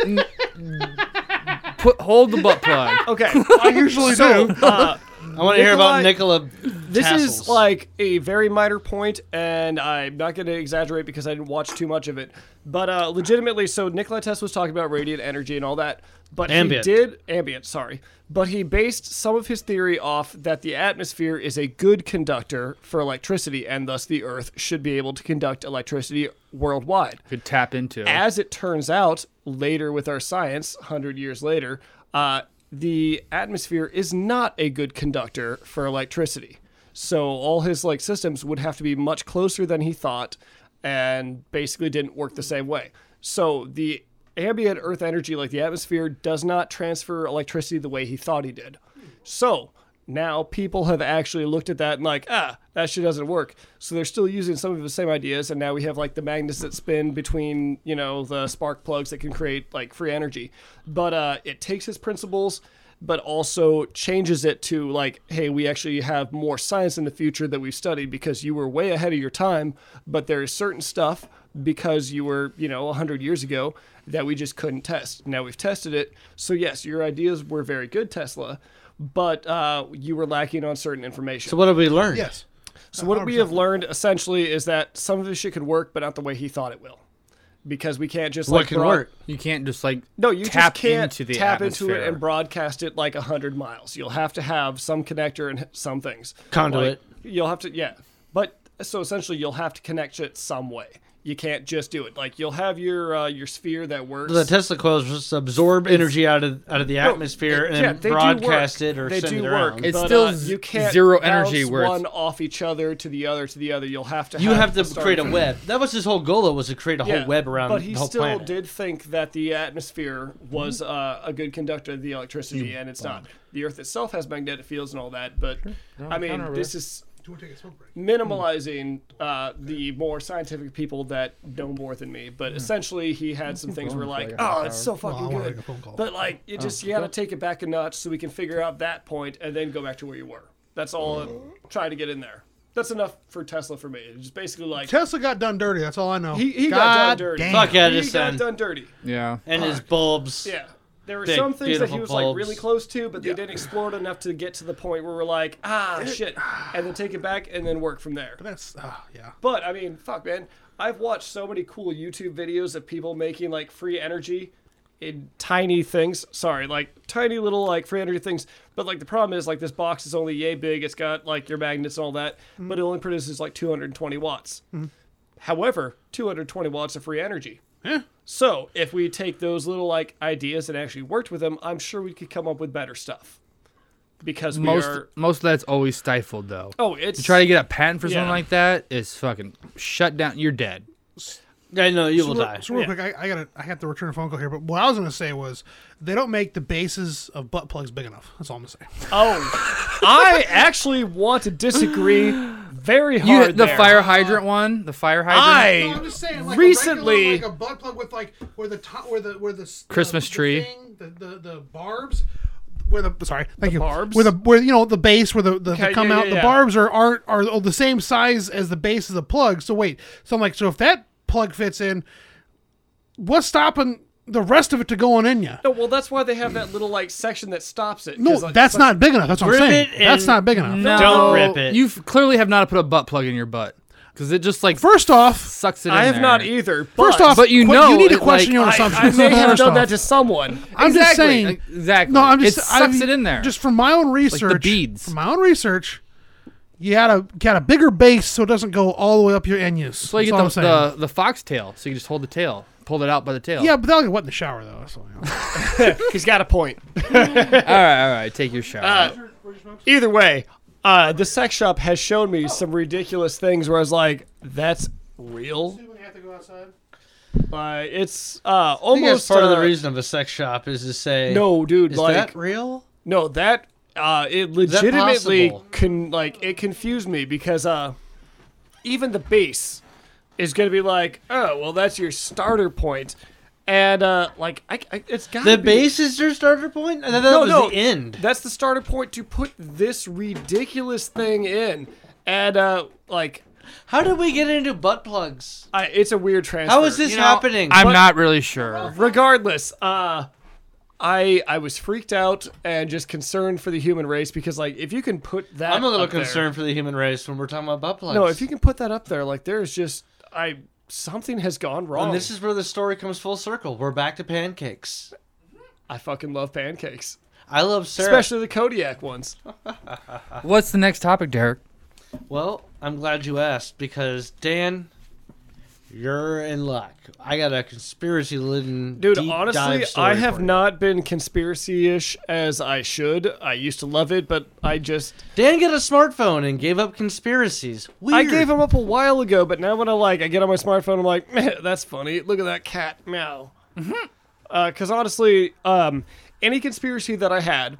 Speaker 1: put hold the
Speaker 3: [LAUGHS]
Speaker 1: butt plug.
Speaker 3: Okay.
Speaker 4: [LAUGHS] I usually
Speaker 2: [LAUGHS]
Speaker 3: so,
Speaker 4: do.
Speaker 3: uh,
Speaker 2: I want to hear about Nicola.
Speaker 3: This
Speaker 2: tassels.
Speaker 3: is like a very minor point, and I'm not going to exaggerate because I didn't watch too much of it. But uh, legitimately, so Nikola Tesla was talking about radiant energy and all that, but
Speaker 2: Ambient.
Speaker 3: he did ambient. Sorry, but he based some of his theory off that the atmosphere is a good conductor for electricity, and thus the Earth should be able to conduct electricity worldwide.
Speaker 1: Could tap into.
Speaker 3: As it turns out, later with our science, 100 years later, uh, the atmosphere is not a good conductor for electricity. So all his like systems would have to be much closer than he thought and basically didn't work the same way. So the ambient earth energy like the atmosphere does not transfer electricity the way he thought he did. So now people have actually looked at that and like, ah, that shit doesn't work. So they're still using some of the same ideas, and now we have like the magnets that spin between, you know, the spark plugs that can create like free energy. But uh, it takes his principles, but also changes it to like, hey, we actually have more science in the future that we've studied because you were way ahead of your time, but there is certain stuff because you were, you know, 100 years ago that we just couldn't test. Now we've tested it. So, yes, your ideas were very good, Tesla, but uh, you were lacking on certain information.
Speaker 2: So
Speaker 3: So,
Speaker 2: what have we learned?
Speaker 4: Yes.
Speaker 3: what we have learned essentially is that some of this shit could work, but not the way he thought it will. because we can't just
Speaker 2: What
Speaker 3: like
Speaker 2: can
Speaker 3: broad-
Speaker 2: work?
Speaker 1: You can't just like
Speaker 3: No, you
Speaker 1: tap
Speaker 3: just can't
Speaker 1: into the
Speaker 3: tap
Speaker 1: atmosphere.
Speaker 3: into it and broadcast it like hundred miles. You'll have to have some connector and some things.
Speaker 2: Conduit.
Speaker 3: Like, you'll have to yeah, but so essentially you'll have to connect it some way. You can't just do it. Like you'll have your uh, your sphere that works.
Speaker 2: The Tesla coils just absorb energy out of out of the atmosphere
Speaker 3: it-
Speaker 2: and
Speaker 3: yeah,
Speaker 2: then
Speaker 3: they do
Speaker 2: broadcast
Speaker 3: work.
Speaker 2: it or
Speaker 3: they
Speaker 2: send
Speaker 3: do
Speaker 2: it
Speaker 3: work.
Speaker 2: around.
Speaker 1: It's
Speaker 3: but,
Speaker 1: still
Speaker 3: uh, you can't
Speaker 1: zero energy
Speaker 3: bounce
Speaker 1: where it's-
Speaker 3: one off each other to the other to the other. You'll have to.
Speaker 2: you have to
Speaker 3: start
Speaker 2: create a
Speaker 3: from-
Speaker 2: web. That was his whole goal was to create a whole
Speaker 3: Yeah,
Speaker 2: web around
Speaker 3: But he
Speaker 2: the whole
Speaker 3: still
Speaker 2: planet.
Speaker 3: did think that the atmosphere was uh, a good conductor of the electricity, and it's not. The Earth itself has magnetic fields and all that, but I mean,
Speaker 1: counter
Speaker 3: this is
Speaker 4: Do you want to take a smoke break?
Speaker 3: minimalizing uh, the more scientific people that know more than me. But essentially, he had some things where like, oh, it's so fucking
Speaker 4: I wanna
Speaker 3: good,
Speaker 4: make a phone call. Oh,
Speaker 3: but like, you just you got to take it back a notch so we can figure out that point and then go back to where you were. That's all. I'm
Speaker 4: Mm-hmm.
Speaker 3: trying to get in there. That's enough for Tesla for me. It's just basically like
Speaker 4: Tesla got done dirty. That's all I know.
Speaker 3: He- he
Speaker 4: God
Speaker 3: got done dirty.
Speaker 4: damn.
Speaker 2: Fuck
Speaker 3: he
Speaker 2: Edison
Speaker 3: got done dirty.
Speaker 1: yeah.
Speaker 2: and his bulbs.
Speaker 3: Yeah. There were
Speaker 2: Big,
Speaker 3: some things that he
Speaker 2: beautiful
Speaker 3: was like
Speaker 2: bulbs.
Speaker 3: really close to, but they didn't explore it enough to get to the point where we're like, ah, shit, and then take it back and then work from there.
Speaker 4: That's uh, yeah.
Speaker 3: But I mean, fuck, man, I've watched so many cool YouTube videos of people making like free energy in tiny things. Sorry, like tiny little like free energy things. But like the problem is like this box is only yay big. It's got like your magnets and all that, but it only produces like 220 watts. However, 220 watts of free energy. So if we take those little like ideas and actually worked with them, I'm sure we could come up with better stuff. Because we
Speaker 1: Most
Speaker 3: are
Speaker 1: most of that's always stifled though.
Speaker 3: oh, it's
Speaker 1: You try to get a patent for something
Speaker 3: Yeah.
Speaker 1: like that, it's fucking shut down. You're dead.
Speaker 2: I know you
Speaker 4: So
Speaker 2: will
Speaker 4: real-
Speaker 2: die.
Speaker 4: So real quick, I, I gotta I have to return a phone call here. But what I was gonna say was they don't make the bases of butt plugs big enough. That's all I'm gonna say.
Speaker 3: Oh, I actually want to disagree very
Speaker 1: You
Speaker 3: hard.
Speaker 1: the
Speaker 3: there.
Speaker 1: fire hydrant one, the fire hydrant.
Speaker 3: I
Speaker 4: saying
Speaker 3: like, a recently- regular,
Speaker 4: a butt plug with like where the top where the where the
Speaker 1: Christmas the tree. thing,
Speaker 4: the, the the barbs. Where the sorry, thank you.
Speaker 3: barbs?
Speaker 4: Where the where you know the base where the, the,
Speaker 3: Okay,
Speaker 4: the come
Speaker 3: yeah,
Speaker 4: out
Speaker 3: yeah,
Speaker 4: the
Speaker 3: yeah.
Speaker 4: barbs are aren't are the same size as the base of the plug. So wait, so I'm like, so if that plug fits in, what's stopping the rest of it to going in ya?
Speaker 3: no, well, that's why they have that little like section that stops it. 'cause,
Speaker 4: No,
Speaker 3: like,
Speaker 4: that's
Speaker 3: it's like-
Speaker 4: not big enough. That's what I'm
Speaker 2: Rip
Speaker 4: saying.
Speaker 2: it
Speaker 4: That's
Speaker 2: and-
Speaker 4: not big enough.
Speaker 1: No,
Speaker 2: Don't rip it.
Speaker 1: You clearly have not put a butt plug in your butt because it just like
Speaker 4: First off,
Speaker 1: sucks it. in
Speaker 3: I have
Speaker 1: there.
Speaker 3: not either.
Speaker 4: first
Speaker 3: but
Speaker 4: off,
Speaker 1: but you
Speaker 4: que-
Speaker 1: know
Speaker 4: you need to
Speaker 1: it, like,
Speaker 4: question your
Speaker 3: I, I
Speaker 4: assumptions.
Speaker 3: may have
Speaker 4: first
Speaker 3: done
Speaker 4: off.
Speaker 3: that to someone.
Speaker 4: I'm just
Speaker 1: Exactly,
Speaker 4: saying.
Speaker 1: like, exactly.
Speaker 4: No, I'm just
Speaker 1: it sucks
Speaker 4: I-
Speaker 1: it in there.
Speaker 4: Just from my own research,
Speaker 1: beads.
Speaker 4: From my own research, you got a got a bigger base so it doesn't go all the way up your enyus.
Speaker 1: so you
Speaker 4: That's all
Speaker 1: get
Speaker 4: I'm
Speaker 1: the,
Speaker 4: saying.
Speaker 1: the the fox tail, so you just hold the tail, pull it out by the tail.
Speaker 4: yeah, but that'll get wet in the shower though. That's all, you know.
Speaker 3: He's got a point.
Speaker 1: all right, all right. Take your shot.
Speaker 3: Uh, Either way, uh, the sex shop has shown me some ridiculous things where I was like, "That's real." Like it's uh,
Speaker 2: I think that's
Speaker 3: almost
Speaker 2: part of the
Speaker 3: uh,
Speaker 2: reason of a sex shop is to say
Speaker 3: No, dude,
Speaker 2: Is
Speaker 3: like
Speaker 2: that real?
Speaker 3: No, that uh, it legitimately
Speaker 2: possible?
Speaker 3: can like it confused me because uh, even the base is gonna be like, oh well, that's your starter point, and uh, like I, I it's got
Speaker 2: The base is your starter point? I thought that
Speaker 3: No,
Speaker 2: was
Speaker 3: no,
Speaker 2: the end.
Speaker 3: That's the starter point to put this ridiculous thing in, and uh, like
Speaker 2: How did we get into butt plugs?
Speaker 3: I, it's a weird transfer.
Speaker 2: How is this
Speaker 1: You know,
Speaker 2: happening?
Speaker 1: I'm
Speaker 3: But-
Speaker 1: not really sure.
Speaker 3: regardless uh i i was freaked out and just concerned for the human race because like if you can put that
Speaker 2: I'm a little
Speaker 3: up there-
Speaker 2: concerned for the human race when we're talking about butt plugs.
Speaker 3: no if you can put that up there like there's just i something has gone wrong
Speaker 2: and this is where the story comes full circle. We're back to pancakes.
Speaker 3: i fucking love pancakes
Speaker 2: I love Sarah.
Speaker 3: especially the kodiak ones
Speaker 1: What's the next topic, Derek?
Speaker 2: Well, I'm glad you asked because Dan, you're in luck. I got a conspiracy laden
Speaker 3: dude
Speaker 2: deep
Speaker 3: honestly
Speaker 2: dive story
Speaker 3: i have
Speaker 2: for you.
Speaker 3: not been conspiracy-ish as i should i used to love it but i just
Speaker 2: Dan got a smartphone and gave up conspiracies. Weird.
Speaker 3: i gave him up a while ago but now when i like i get on my smartphone i'm like man that's funny look at that cat meow because honestly, um, any conspiracy that I had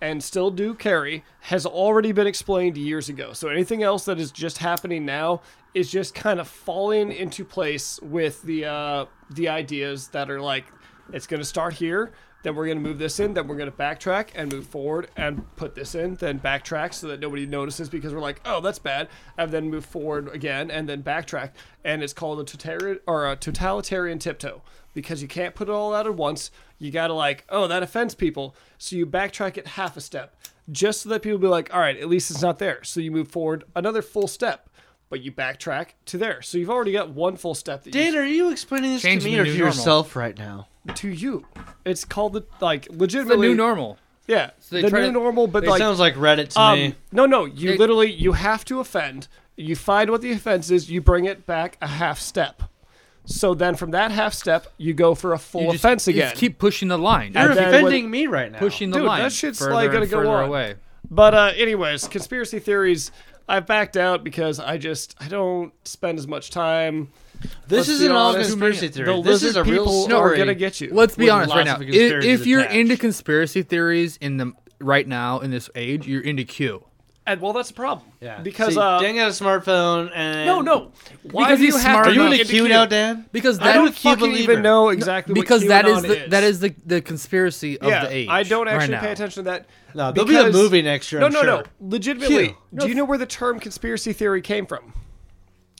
Speaker 3: and still do carry has already been explained years ago. So anything else that is just happening now is just kind of falling into place with the uh, the ideas that are like it's going to start here. Then we're going to move this in. Then we're going to backtrack and move forward and put this in. Then backtrack so that nobody notices because we're like, oh, that's bad. And then move forward again and then backtrack. And it's called a totalitarian or a totalitarian tiptoe because you can't put it all out at once. You gotta like, oh, that offends people, so you backtrack it half a step, just so that people be like, all right, at least it's not there. So you move forward another full step, but you backtrack to there. So you've already got one full step that
Speaker 2: Dan,
Speaker 3: you
Speaker 2: are you explaining this
Speaker 1: Change
Speaker 2: to me
Speaker 1: the
Speaker 2: or
Speaker 1: new
Speaker 2: to
Speaker 1: normal.
Speaker 2: yourself right now?
Speaker 3: to you. It's called the like
Speaker 1: the
Speaker 3: legitimately
Speaker 1: new normal.
Speaker 3: Yeah,
Speaker 1: they
Speaker 3: the
Speaker 1: try
Speaker 3: new
Speaker 1: to-
Speaker 3: normal, but
Speaker 2: It
Speaker 3: like
Speaker 2: sounds like Reddit to
Speaker 3: um,
Speaker 2: me.
Speaker 3: no, no. You
Speaker 1: It-
Speaker 3: literally you have to offend. You find what the offense is. You bring it back a half step. So then from that half step, you go for a full
Speaker 1: You just,
Speaker 3: offense
Speaker 1: you
Speaker 3: again.
Speaker 1: just keep pushing the line.
Speaker 2: You're
Speaker 3: and then
Speaker 2: offending me right now.
Speaker 1: pushing the
Speaker 3: Dude,
Speaker 1: line.
Speaker 3: that shit's
Speaker 1: further
Speaker 3: like
Speaker 1: and
Speaker 3: gonna go
Speaker 1: further
Speaker 3: on.
Speaker 1: away.
Speaker 3: But uh, anyways, conspiracy theories. I backed out because I just I don't spend as much time.
Speaker 2: this
Speaker 3: Let's
Speaker 2: isn't
Speaker 3: be
Speaker 2: all
Speaker 3: honest,
Speaker 2: conspiracy
Speaker 3: The
Speaker 2: theory. This
Speaker 3: lizard
Speaker 2: is a real
Speaker 3: people
Speaker 2: story.
Speaker 3: are gonna get you.
Speaker 1: Let's be
Speaker 2: With
Speaker 1: honest right
Speaker 2: lots
Speaker 1: now.
Speaker 2: of
Speaker 1: If,
Speaker 2: conspiracies
Speaker 1: if you're
Speaker 2: attached.
Speaker 1: into conspiracy theories in the right now in this age, you're into Q.
Speaker 3: and well, that's a problem.
Speaker 2: Yeah.
Speaker 3: Because
Speaker 2: See,
Speaker 3: uh,
Speaker 2: Dan got a smartphone and
Speaker 3: no, no. Why
Speaker 1: Because
Speaker 3: do you
Speaker 1: he's
Speaker 3: have
Speaker 1: smart
Speaker 3: to
Speaker 2: Are you
Speaker 1: I'm
Speaker 2: in
Speaker 1: not
Speaker 2: a
Speaker 3: get
Speaker 2: queue
Speaker 3: Q?
Speaker 2: now, Dan?
Speaker 1: Because
Speaker 3: I
Speaker 1: that
Speaker 3: don't
Speaker 2: a Q
Speaker 3: fucking
Speaker 2: believer.
Speaker 3: even know exactly what
Speaker 1: because that is
Speaker 3: QAnon
Speaker 1: the, that is the, the conspiracy of
Speaker 3: yeah,
Speaker 1: the age.
Speaker 3: I don't
Speaker 1: right
Speaker 3: actually
Speaker 1: now.
Speaker 3: pay attention to that.
Speaker 2: No, there'll be a
Speaker 3: because-
Speaker 2: movie next year,
Speaker 3: No,
Speaker 2: I'm
Speaker 3: no, no.
Speaker 2: sure.
Speaker 3: Legitimately,
Speaker 2: Q.
Speaker 3: do you know where the term conspiracy theory came from?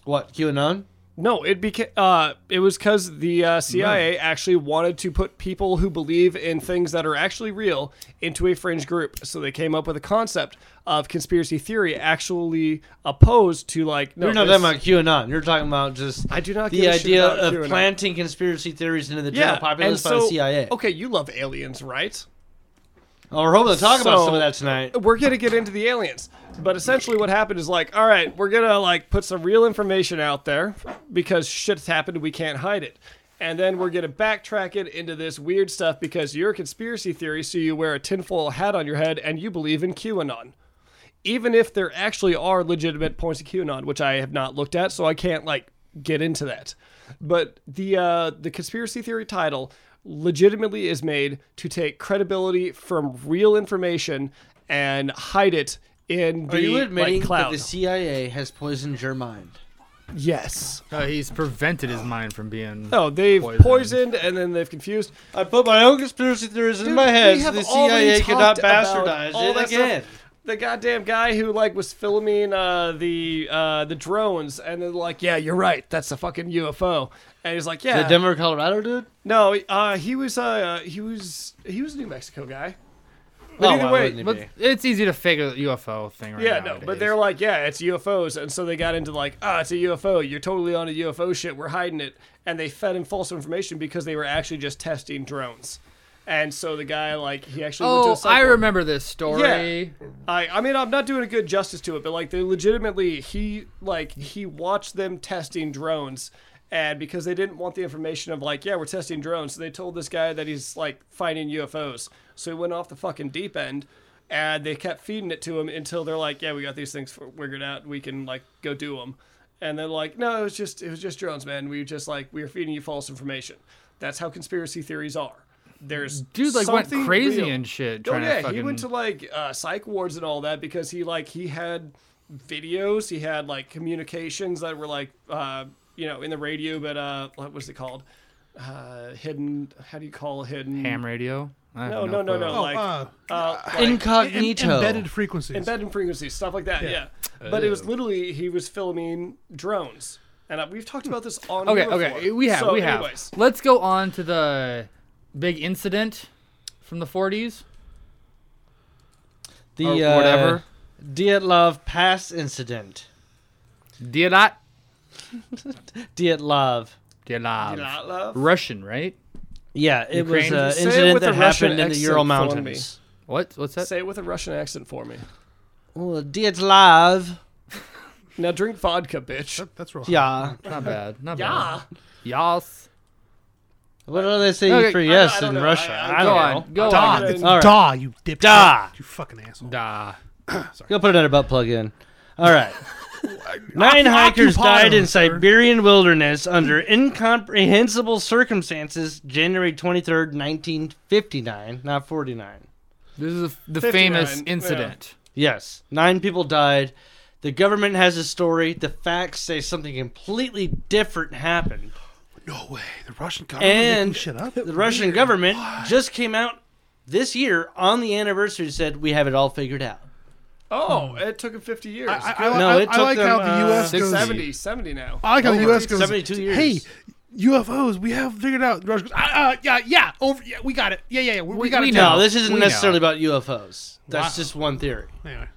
Speaker 2: What QAnon?
Speaker 3: No, it became uh, it was because the uh, CIA actually wanted to put people who believe in things that are actually real into a fringe group, so they came up with a concept of conspiracy theory, actually opposed to like no,
Speaker 2: You're not
Speaker 3: this-
Speaker 2: talking about QAnon. You're talking about just
Speaker 3: I do not
Speaker 2: the
Speaker 3: give a shit
Speaker 2: idea
Speaker 3: about
Speaker 2: of
Speaker 3: QAnon.
Speaker 2: planting conspiracy theories into the
Speaker 3: yeah,
Speaker 2: general populace
Speaker 3: and
Speaker 2: by
Speaker 3: so-
Speaker 2: the CIA.
Speaker 3: Okay, you love aliens, right?
Speaker 2: Oh, we're hoping to talk about
Speaker 3: So- uh,
Speaker 2: some of that tonight.
Speaker 3: we're gonna get into the aliens but essentially what happened is like all right we're gonna like put some real information out there because shit's happened we can't hide it and then we're gonna backtrack it into this weird stuff because you're a conspiracy theory so you wear a tinfoil hat on your head and you believe in qanon even if there actually are legitimate points of qanon which i have not looked at so i can't like get into that but the uh the conspiracy theory title legitimately is made to take credibility from real information and hide it in the
Speaker 2: Are you
Speaker 3: like,
Speaker 2: admitting that
Speaker 3: cloud.
Speaker 2: the CIA has poisoned your mind?
Speaker 3: yes.
Speaker 1: Uh, he's prevented his mind from being.
Speaker 3: No, they've
Speaker 1: Poisoned.
Speaker 3: poisoned. and then they've confused.
Speaker 2: I put my own conspiracy theories in
Speaker 3: Dude,
Speaker 2: my head
Speaker 3: we
Speaker 2: so
Speaker 3: have
Speaker 2: the
Speaker 3: already
Speaker 2: CIA could not
Speaker 3: talked about
Speaker 2: bastardize
Speaker 3: all
Speaker 2: it
Speaker 3: that stuff.
Speaker 2: again.
Speaker 3: The goddamn guy who like was filming uh, the uh, the drones, and then like, yeah, you're right, that's a fucking UFO, and he's like, yeah,
Speaker 2: The Denver, Colorado dude?
Speaker 3: no, uh, he was uh, he was he was a New Mexico guy. But
Speaker 2: Oh,
Speaker 3: either
Speaker 2: why
Speaker 3: way,
Speaker 2: wouldn't it
Speaker 1: But
Speaker 2: be?
Speaker 1: it's easy to fake a UFO thing right
Speaker 3: Yeah,
Speaker 1: now.
Speaker 3: no, but they're like, yeah, it's UFOs, and so they got into like, ah, it's a UFO. You're totally on a UFO shit. We're hiding it, and they fed him false information because they were actually just testing drones, and so the guy like he actually went to a
Speaker 1: Oh,
Speaker 3: psych
Speaker 1: I
Speaker 3: ward.
Speaker 1: remember this story.
Speaker 3: I I mean I'm not doing a good justice to it, but like they legitimately he like he watched them testing drones and because they didn't want the information of like, yeah, we're testing drones, so they told this guy that he's like finding UFOs. So he went off the fucking deep end and they kept feeding it to him until they're like, yeah, we got these things figured out. We can like go do them. And they're like, no, it was just it was just drones, man. We were just like we were feeding you false information. That's how conspiracy theories are. There's
Speaker 1: Dude, like, went
Speaker 3: something
Speaker 1: crazy
Speaker 3: real.
Speaker 1: and shit.
Speaker 3: Oh
Speaker 1: Trying
Speaker 3: yeah,
Speaker 1: to fucking...
Speaker 3: he went to like uh, psych wards and all that because he like he had videos, he had like communications that were like uh, you know in the radio, but uh, what was it called? Uh, hidden. How do you call hidden?
Speaker 1: ham radio. I have
Speaker 3: No, no, no,
Speaker 1: clue.
Speaker 3: no.
Speaker 4: Oh,
Speaker 3: like
Speaker 4: uh,
Speaker 3: uh, like,
Speaker 4: em-
Speaker 2: Incognito.
Speaker 4: embedded frequencies.
Speaker 3: embedded frequencies, stuff like that. Yeah,
Speaker 1: Uh,
Speaker 3: but it was literally he was filming drones, and uh, we've talked about this on.
Speaker 1: Okay,
Speaker 3: here
Speaker 1: okay,
Speaker 3: before.
Speaker 1: we have,
Speaker 3: So
Speaker 1: we have.
Speaker 3: anyways,
Speaker 1: Let's go on to the big incident from the 40s
Speaker 2: the
Speaker 1: or
Speaker 2: uh,
Speaker 1: whatever.
Speaker 2: Dyatlov Pass incident.
Speaker 1: Did not,
Speaker 2: Dyatlov.
Speaker 1: did
Speaker 3: Do
Speaker 1: not.
Speaker 3: not love.
Speaker 1: Russian, right?
Speaker 2: Yeah, it
Speaker 1: Ukraine?
Speaker 2: was
Speaker 3: Say
Speaker 2: an
Speaker 3: it
Speaker 2: incident
Speaker 3: with a
Speaker 2: that
Speaker 3: Russian
Speaker 2: happened in the
Speaker 3: accent
Speaker 2: Ural
Speaker 3: for me.
Speaker 2: Mountains.
Speaker 1: What? What's that?
Speaker 3: Say it with a Russian accent for me.
Speaker 2: Well, Dyatlov.
Speaker 3: Now drink vodka, bitch.
Speaker 4: That- that's real.
Speaker 2: Yeah.
Speaker 1: Not bad. Not
Speaker 3: [LAUGHS] Yeah.
Speaker 1: bad. Yas.
Speaker 2: What do they say
Speaker 1: Okay,
Speaker 2: for
Speaker 1: I- I
Speaker 2: yes
Speaker 3: don't
Speaker 2: in
Speaker 3: know.
Speaker 2: Russia?
Speaker 3: I-
Speaker 2: I,
Speaker 1: Go
Speaker 3: I-
Speaker 2: don't know.
Speaker 1: on. Go
Speaker 4: Da,
Speaker 1: on.
Speaker 4: it's
Speaker 2: All right.
Speaker 4: da, you dipshit.
Speaker 2: Da.
Speaker 4: You fucking asshole.
Speaker 1: Da.
Speaker 2: Go put another butt plug in. All right. Nine hikers
Speaker 4: Occupy
Speaker 2: died in
Speaker 4: them, sir.
Speaker 2: Siberian wilderness under incomprehensible circumstances January 23rd, 1959, not 49.
Speaker 1: This is the- the famous
Speaker 3: 59, yeah.
Speaker 1: incident.
Speaker 2: Yes, nine people died. The government has a story. The facts say something completely different happened.
Speaker 4: No way. The Russian government making
Speaker 2: And
Speaker 4: shit up.
Speaker 2: the Russian government just came out this year on the anniversary and said we have it all figured out.
Speaker 3: Oh, it took him 50 years.
Speaker 4: I,
Speaker 3: Good.
Speaker 4: I, I,
Speaker 2: No,
Speaker 4: I,
Speaker 2: it
Speaker 4: I
Speaker 2: took
Speaker 4: like how
Speaker 2: them,
Speaker 4: the
Speaker 2: uh,
Speaker 4: U.S.
Speaker 2: six,
Speaker 4: goes.
Speaker 2: seven-
Speaker 3: 70, 70 now.
Speaker 4: I like how the
Speaker 2: Over.
Speaker 4: U.S. goes.
Speaker 2: 72 years.
Speaker 4: Hey, UFOs. We have figured out. The Russian goes. Uh, uh, yeah, yeah. Over. Yeah, we got it. Yeah, yeah. yeah. We, we got
Speaker 1: we
Speaker 4: it.
Speaker 1: know.
Speaker 4: down.
Speaker 2: No, this isn't
Speaker 1: We know.
Speaker 2: necessarily about UFOs. That's just one theory.
Speaker 4: Anyway.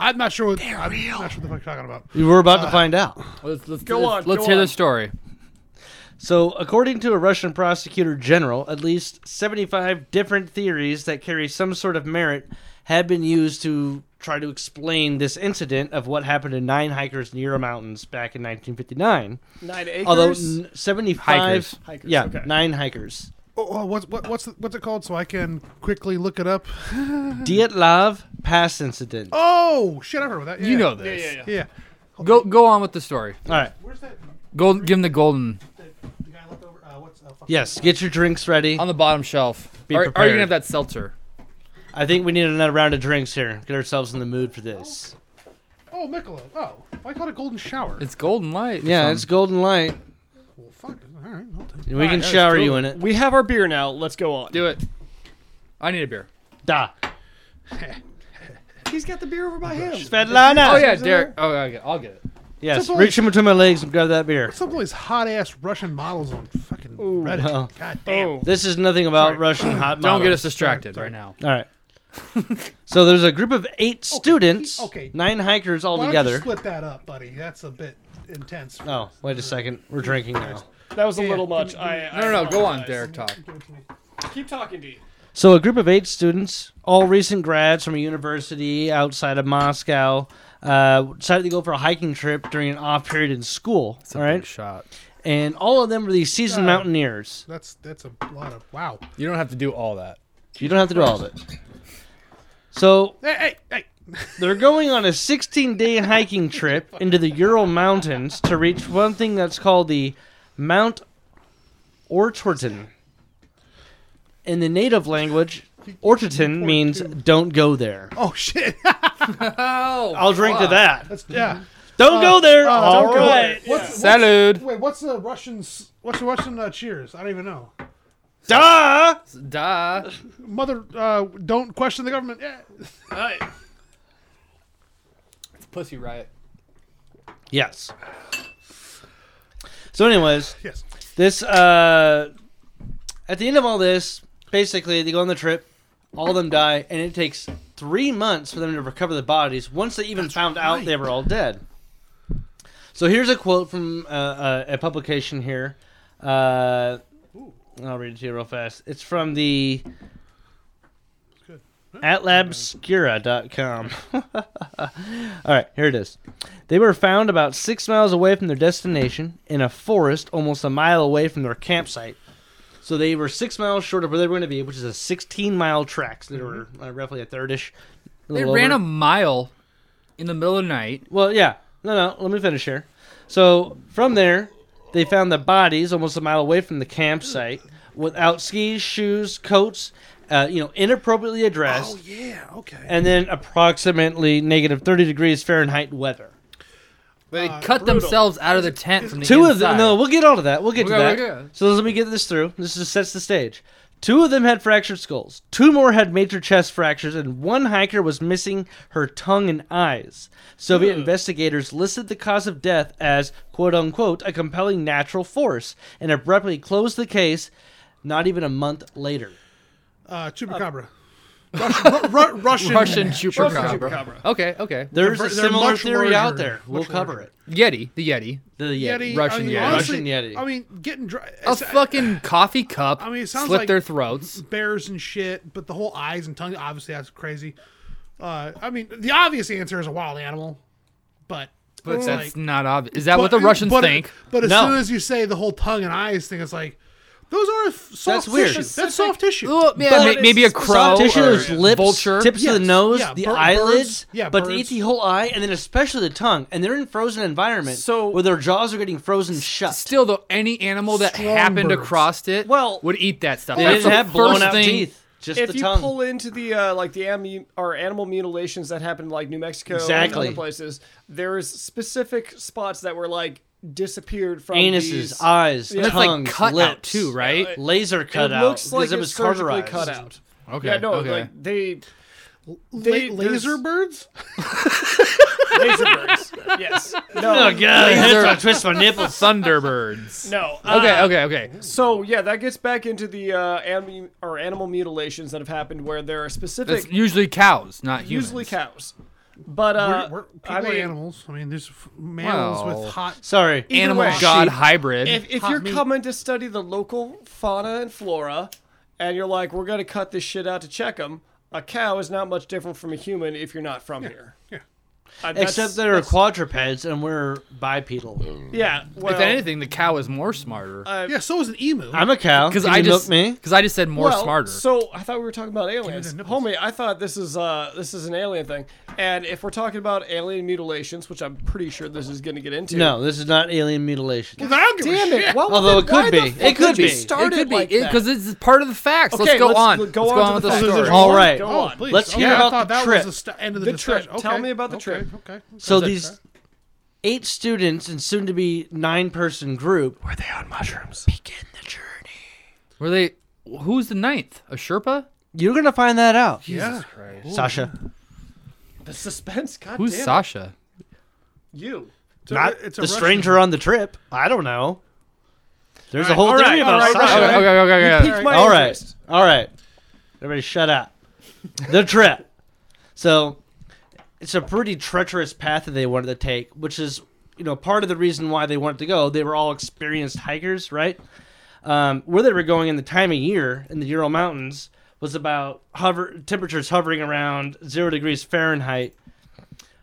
Speaker 4: I'm not sure what I'm not sure what the fuck you're talking about.
Speaker 2: We were about to find out.
Speaker 1: Let's, let's,
Speaker 3: Go
Speaker 1: let's,
Speaker 3: on,
Speaker 1: Let's
Speaker 3: go
Speaker 1: hear
Speaker 3: on.
Speaker 1: the story.
Speaker 2: So, according to a Russian prosecutor general, at least 75 different theories that carry some sort of merit had been used to try to explain this incident of what happened to nine hikers near mountains back in 1959.
Speaker 3: Nine acres.
Speaker 2: Although n- 75
Speaker 1: Hikers.
Speaker 3: Hikers,
Speaker 2: yeah,
Speaker 3: okay.
Speaker 2: nine hikers.
Speaker 4: Oh, oh, what's what, what's what's it called? So I can quickly look it up.
Speaker 2: Dietlav Pass incident.
Speaker 4: Oh shit! I heard about that.
Speaker 1: You
Speaker 4: Yeah.
Speaker 1: know
Speaker 3: yeah,
Speaker 1: this.
Speaker 3: yeah, yeah.
Speaker 4: Yeah.
Speaker 1: Go go on with the story.
Speaker 2: All right.
Speaker 4: Where's that?
Speaker 1: Go give him the golden
Speaker 4: The guy left over. Uh, what's uh, fuck-
Speaker 2: Yes, get your drinks ready.
Speaker 1: on the bottom shelf.
Speaker 2: Be
Speaker 1: are, are you
Speaker 2: prepared.
Speaker 1: gonna have that seltzer?
Speaker 2: I think we need another round of drinks here. Get ourselves in the mood for this.
Speaker 4: Oh, Michelob. Oh, I call it a golden shower.
Speaker 1: It's golden light.
Speaker 2: Yeah,
Speaker 1: Son.
Speaker 2: it's golden light.
Speaker 4: well, fuck. All right, I'll take it.
Speaker 2: and We can
Speaker 1: that's
Speaker 2: shower
Speaker 1: cool.
Speaker 2: you in it.
Speaker 3: We have our beer now. Let's go on.
Speaker 1: do it. I need a beer.
Speaker 2: Da.
Speaker 3: He's got the beer over by him.
Speaker 2: Svetlana.
Speaker 1: Oh yeah, Derek. Oh, okay, I'll get it.
Speaker 2: Yes,
Speaker 4: Triple
Speaker 2: reach him between my legs and grab that beer.
Speaker 4: Some of these hot ass Russian models on fucking Reddit.
Speaker 2: well.
Speaker 4: God damn.
Speaker 3: Oh,
Speaker 2: This is nothing about Russian hot
Speaker 1: Don't get us
Speaker 2: models.
Speaker 1: distracted
Speaker 4: sorry.
Speaker 1: right now.
Speaker 2: All right. so there's a group of eight students,
Speaker 4: okay.
Speaker 2: nine hikers all
Speaker 4: Why don't you
Speaker 2: together.
Speaker 4: split that up, buddy? That's a bit intense.
Speaker 2: Oh, wait a second. We're drinking now.
Speaker 3: that was a
Speaker 4: Yeah.
Speaker 3: little much. I, I
Speaker 1: No, no, no. Go on,
Speaker 3: apologize.
Speaker 1: Derek. Talk.
Speaker 4: Give it to me.
Speaker 3: Keep talking, D.
Speaker 2: So a group of eight students, all recent grads from a university outside of Moscow, uh, decided to go for a hiking trip during an off period in school. all right,
Speaker 1: Shot.
Speaker 2: and all of them were these seasoned mountaineers.
Speaker 4: That's that's a lot of wow.
Speaker 1: You don't have to do all that.
Speaker 2: You don't have to do all of it. So
Speaker 4: Hey, hey, hey.
Speaker 2: They're going on a 16 day hiking trip into the Ural Mountains to reach one thing that's called the Mount Ortorton. In the native language, Ortorton means don't go there.
Speaker 4: Oh [LAUGHS] shit.
Speaker 1: Oh,
Speaker 2: I'll drink to that.
Speaker 4: That's yeah.
Speaker 2: Don't go there. All
Speaker 4: Ah, don't go there.
Speaker 2: right.
Speaker 4: What's, what's
Speaker 1: Salud.
Speaker 4: Wait, what's the Russians? What's the Russian uh, cheers? I don't even know.
Speaker 2: Duh.
Speaker 1: Duh.
Speaker 4: Mother, uh, don't question the government. Yeah. [LAUGHS]
Speaker 1: It's pussy riot.
Speaker 2: Yes. So, anyways,
Speaker 4: Yes.
Speaker 2: this uh at the end of all this basically they go on the trip all of them die and it takes three months for them to recover the bodies once they even found out they were all dead so here's a quote from uh, uh, a publication here uh, i'll read it to you real fast it's from the
Speaker 4: Good.
Speaker 2: atlabscura.com [LAUGHS] all right here it is they were found about six miles away from their destination in a forest almost a mile away from their campsite. So they were six miles short of where they were going to be, which is a 16 mile track. So they were uh, roughly a thirdish. a
Speaker 1: Mm-hmm. They
Speaker 2: little
Speaker 1: ran
Speaker 2: over.
Speaker 1: a mile in the middle of the night.
Speaker 2: Well, yeah. No, no. Let me finish here. So from there, they found the bodies almost a mile away from the campsite without skis, shoes, coats, uh, you know, inappropriately addressed,
Speaker 4: Oh yeah. Okay.
Speaker 2: and then approximately negative 30 degrees Fahrenheit weather.
Speaker 1: They cut themselves out of the tent from the
Speaker 2: Two
Speaker 1: inside.
Speaker 2: of them. No, we'll get all to that. We'll get to
Speaker 1: Okay,
Speaker 2: that.
Speaker 1: we'll get it.
Speaker 2: So let me get this through. This just sets the stage. Two of them had fractured skulls. Two more had major chest fractures, and one hiker was missing her tongue and eyes. Soviet
Speaker 4: Hmm.
Speaker 2: investigators listed the cause of death as "quote unquote" a compelling natural force, and abruptly closed the case. Not even a month later.
Speaker 4: Uh, chupacabra. Russian, Ru- Ru- Russian.
Speaker 1: Russian chupacabra.
Speaker 3: Chupacabra.
Speaker 1: Okay, okay.
Speaker 2: There's
Speaker 4: They're-
Speaker 2: a
Speaker 4: they're
Speaker 2: similar
Speaker 4: much
Speaker 2: theory
Speaker 4: larger-
Speaker 2: out there. We'll
Speaker 4: much
Speaker 2: cover
Speaker 4: larger.
Speaker 2: it.
Speaker 1: Yeti, the Yeti.
Speaker 2: The
Speaker 4: Yeti.
Speaker 1: Russian
Speaker 4: I mean,
Speaker 1: Yeti.
Speaker 4: Honestly,
Speaker 2: Russian Yeti.
Speaker 4: I mean, getting dry.
Speaker 1: A
Speaker 4: it's- uh,
Speaker 1: fucking coffee cup.
Speaker 4: I mean, it sounds
Speaker 1: slit
Speaker 4: like-
Speaker 1: their throats.
Speaker 4: bears and shit, but the whole eyes and tongue, obviously, that's crazy. Uh, I mean, the obvious answer is a wild animal, but
Speaker 1: But
Speaker 4: it's
Speaker 1: that's
Speaker 4: like-
Speaker 1: not obvious. Is that what
Speaker 4: but-
Speaker 1: the Russians
Speaker 4: but-
Speaker 1: think?
Speaker 4: But as
Speaker 2: No.
Speaker 4: soon as you say the whole tongue and eyes thing, it's like those are f- soft
Speaker 2: That's weird.
Speaker 4: tissue. That's soft tissue.
Speaker 1: Well, yeah, may-
Speaker 3: it's
Speaker 1: maybe a
Speaker 3: soft
Speaker 1: crow
Speaker 2: tissue,
Speaker 1: or
Speaker 2: those lips,
Speaker 1: vulture.
Speaker 2: tips of the
Speaker 4: Yes.
Speaker 2: nose,
Speaker 4: Yeah,
Speaker 2: the
Speaker 4: bir- birds-
Speaker 2: eyelids,
Speaker 4: yeah,
Speaker 2: but they eat
Speaker 4: birds.
Speaker 2: the whole eye, and then especially the tongue. And they're in frozen environment,
Speaker 3: So-
Speaker 2: where their jaws are getting frozen shut.
Speaker 1: Still, though, any animal that
Speaker 4: Strong
Speaker 1: happened
Speaker 4: birds.
Speaker 1: across it
Speaker 2: Well,
Speaker 1: would eat that stuff.
Speaker 2: they
Speaker 1: That's
Speaker 2: didn't
Speaker 1: the
Speaker 2: have blown
Speaker 1: first
Speaker 2: out
Speaker 1: thing-
Speaker 2: teeth, just
Speaker 3: If
Speaker 2: the
Speaker 3: you
Speaker 2: tongue.
Speaker 3: pull into the uh, like the amu- or animal mutilations that happened in, like New Mexico
Speaker 2: Exactly.
Speaker 3: and other places, there is specific spots that were like disappeared from
Speaker 2: Anuses,
Speaker 3: these-
Speaker 2: eyes,
Speaker 1: That's like
Speaker 2: tongues,
Speaker 1: cut
Speaker 2: lips,
Speaker 1: out too, right?
Speaker 2: Laser cut
Speaker 3: it
Speaker 2: out
Speaker 3: looks like
Speaker 2: because it
Speaker 3: it's
Speaker 2: was
Speaker 3: surgically
Speaker 2: carterized. [LAUGHS]
Speaker 3: cut out.
Speaker 1: Okay.
Speaker 3: Yeah, no,
Speaker 1: okay.
Speaker 3: like they
Speaker 4: La-
Speaker 3: they-
Speaker 4: laser
Speaker 3: there's-
Speaker 4: birds?
Speaker 3: laser birds. [LAUGHS] yes.
Speaker 2: Oh
Speaker 3: No.
Speaker 2: god, that's
Speaker 1: Laser-
Speaker 2: why I twist my nipples.
Speaker 1: [LAUGHS]
Speaker 2: [LAUGHS]
Speaker 1: Thunderbirds.
Speaker 3: No. uh,
Speaker 1: Okay, okay, okay.
Speaker 3: So yeah, that gets back into the uh, amu- or animal mutilations that have happened where there are specific,
Speaker 1: That's usually cows, not humans.
Speaker 3: usually cows. But uh,
Speaker 4: we're, we're, people
Speaker 3: I
Speaker 4: are
Speaker 3: mean,
Speaker 4: animals. I mean, there's f- mammals
Speaker 1: Well,
Speaker 4: with hot.
Speaker 2: Sorry.
Speaker 3: Either
Speaker 1: Animal
Speaker 3: way.
Speaker 1: god
Speaker 2: Sheep.
Speaker 1: hybrid.
Speaker 3: if, if
Speaker 4: Hot
Speaker 3: you're
Speaker 4: meat.
Speaker 3: coming to study the local fauna and flora and you're like we're going to cut this shit out to check them a cow is not much different from a human if you're not from here
Speaker 4: yeah.
Speaker 3: Uh, that's-
Speaker 2: Except they're
Speaker 3: that's-
Speaker 2: quadrupeds and we're bipedal.
Speaker 1: Mm.
Speaker 3: yeah well,
Speaker 1: if anything, the cow is more smarter.
Speaker 4: Yeah, so is an emu.
Speaker 2: I'm a cow.
Speaker 1: Because
Speaker 2: Can
Speaker 1: I
Speaker 2: Uh, you
Speaker 1: just
Speaker 2: milk me.
Speaker 1: because I just said more
Speaker 3: well,
Speaker 1: smarter.
Speaker 3: So I thought we were talking about aliens,
Speaker 4: the nipples.
Speaker 3: homie. I thought this is uh this is an alien thing, and if we're talking about alien mutilations, which I'm pretty sure this is going to get into.
Speaker 2: No, this is not alien mutilation.
Speaker 4: [LAUGHS] I don't give a
Speaker 3: damn
Speaker 4: shit.
Speaker 3: it. Well,
Speaker 2: Although
Speaker 3: then
Speaker 2: it could
Speaker 3: why
Speaker 2: be.
Speaker 3: the
Speaker 2: It
Speaker 3: fuck did
Speaker 2: could
Speaker 3: you
Speaker 2: be.
Speaker 3: Start
Speaker 1: it could
Speaker 3: like
Speaker 1: be
Speaker 3: that?
Speaker 1: because it's part of the facts. let's
Speaker 3: Okay,
Speaker 1: go
Speaker 3: let's
Speaker 1: on.
Speaker 3: go
Speaker 1: let's go
Speaker 3: on to
Speaker 1: on with
Speaker 3: the
Speaker 1: the
Speaker 3: facts.
Speaker 4: Oh,
Speaker 1: story.
Speaker 4: [LAUGHS] there's
Speaker 2: All
Speaker 4: one?
Speaker 2: right.
Speaker 4: Oh,
Speaker 3: Go on.
Speaker 4: please.
Speaker 2: Let's
Speaker 4: Okay,
Speaker 2: hear
Speaker 4: I
Speaker 2: about
Speaker 4: thought
Speaker 2: the
Speaker 4: that
Speaker 2: trip.
Speaker 4: Was the st- end of the,
Speaker 3: The trip.
Speaker 4: discussion.
Speaker 3: Tell
Speaker 4: Okay,
Speaker 3: me about the
Speaker 4: okay,
Speaker 3: trip.
Speaker 4: Okay.
Speaker 2: So
Speaker 1: that
Speaker 2: these eight students and soon to be nine person group were they on mushrooms? Begin the journey.
Speaker 1: Were they? Who's the ninth? A Sherpa?
Speaker 2: You're gonna find that out,
Speaker 4: Yeah.
Speaker 2: Sasha.
Speaker 3: The suspense. God
Speaker 1: Who's
Speaker 3: damn it.
Speaker 1: Sasha?
Speaker 3: You.
Speaker 4: It's a-
Speaker 2: Not
Speaker 4: it's a
Speaker 2: the
Speaker 4: Russian-
Speaker 2: stranger on the trip. I don't know. There's a
Speaker 3: All
Speaker 2: whole
Speaker 3: right,
Speaker 2: theory
Speaker 3: all
Speaker 2: about
Speaker 3: right,
Speaker 2: Sasha.
Speaker 1: Okay, okay, okay, okay.
Speaker 3: Piqued my
Speaker 2: All right.
Speaker 3: interest.
Speaker 2: All right. Everybody shut
Speaker 4: [LAUGHS]
Speaker 2: up. The trip. So it's a pretty treacherous path that they wanted to take, which is, you know, part of the reason why they wanted to go. They were all experienced hikers, right? Um, where they were going in the time of year in the Ural Mountains was about hover temperatures hovering around zero degrees Fahrenheit.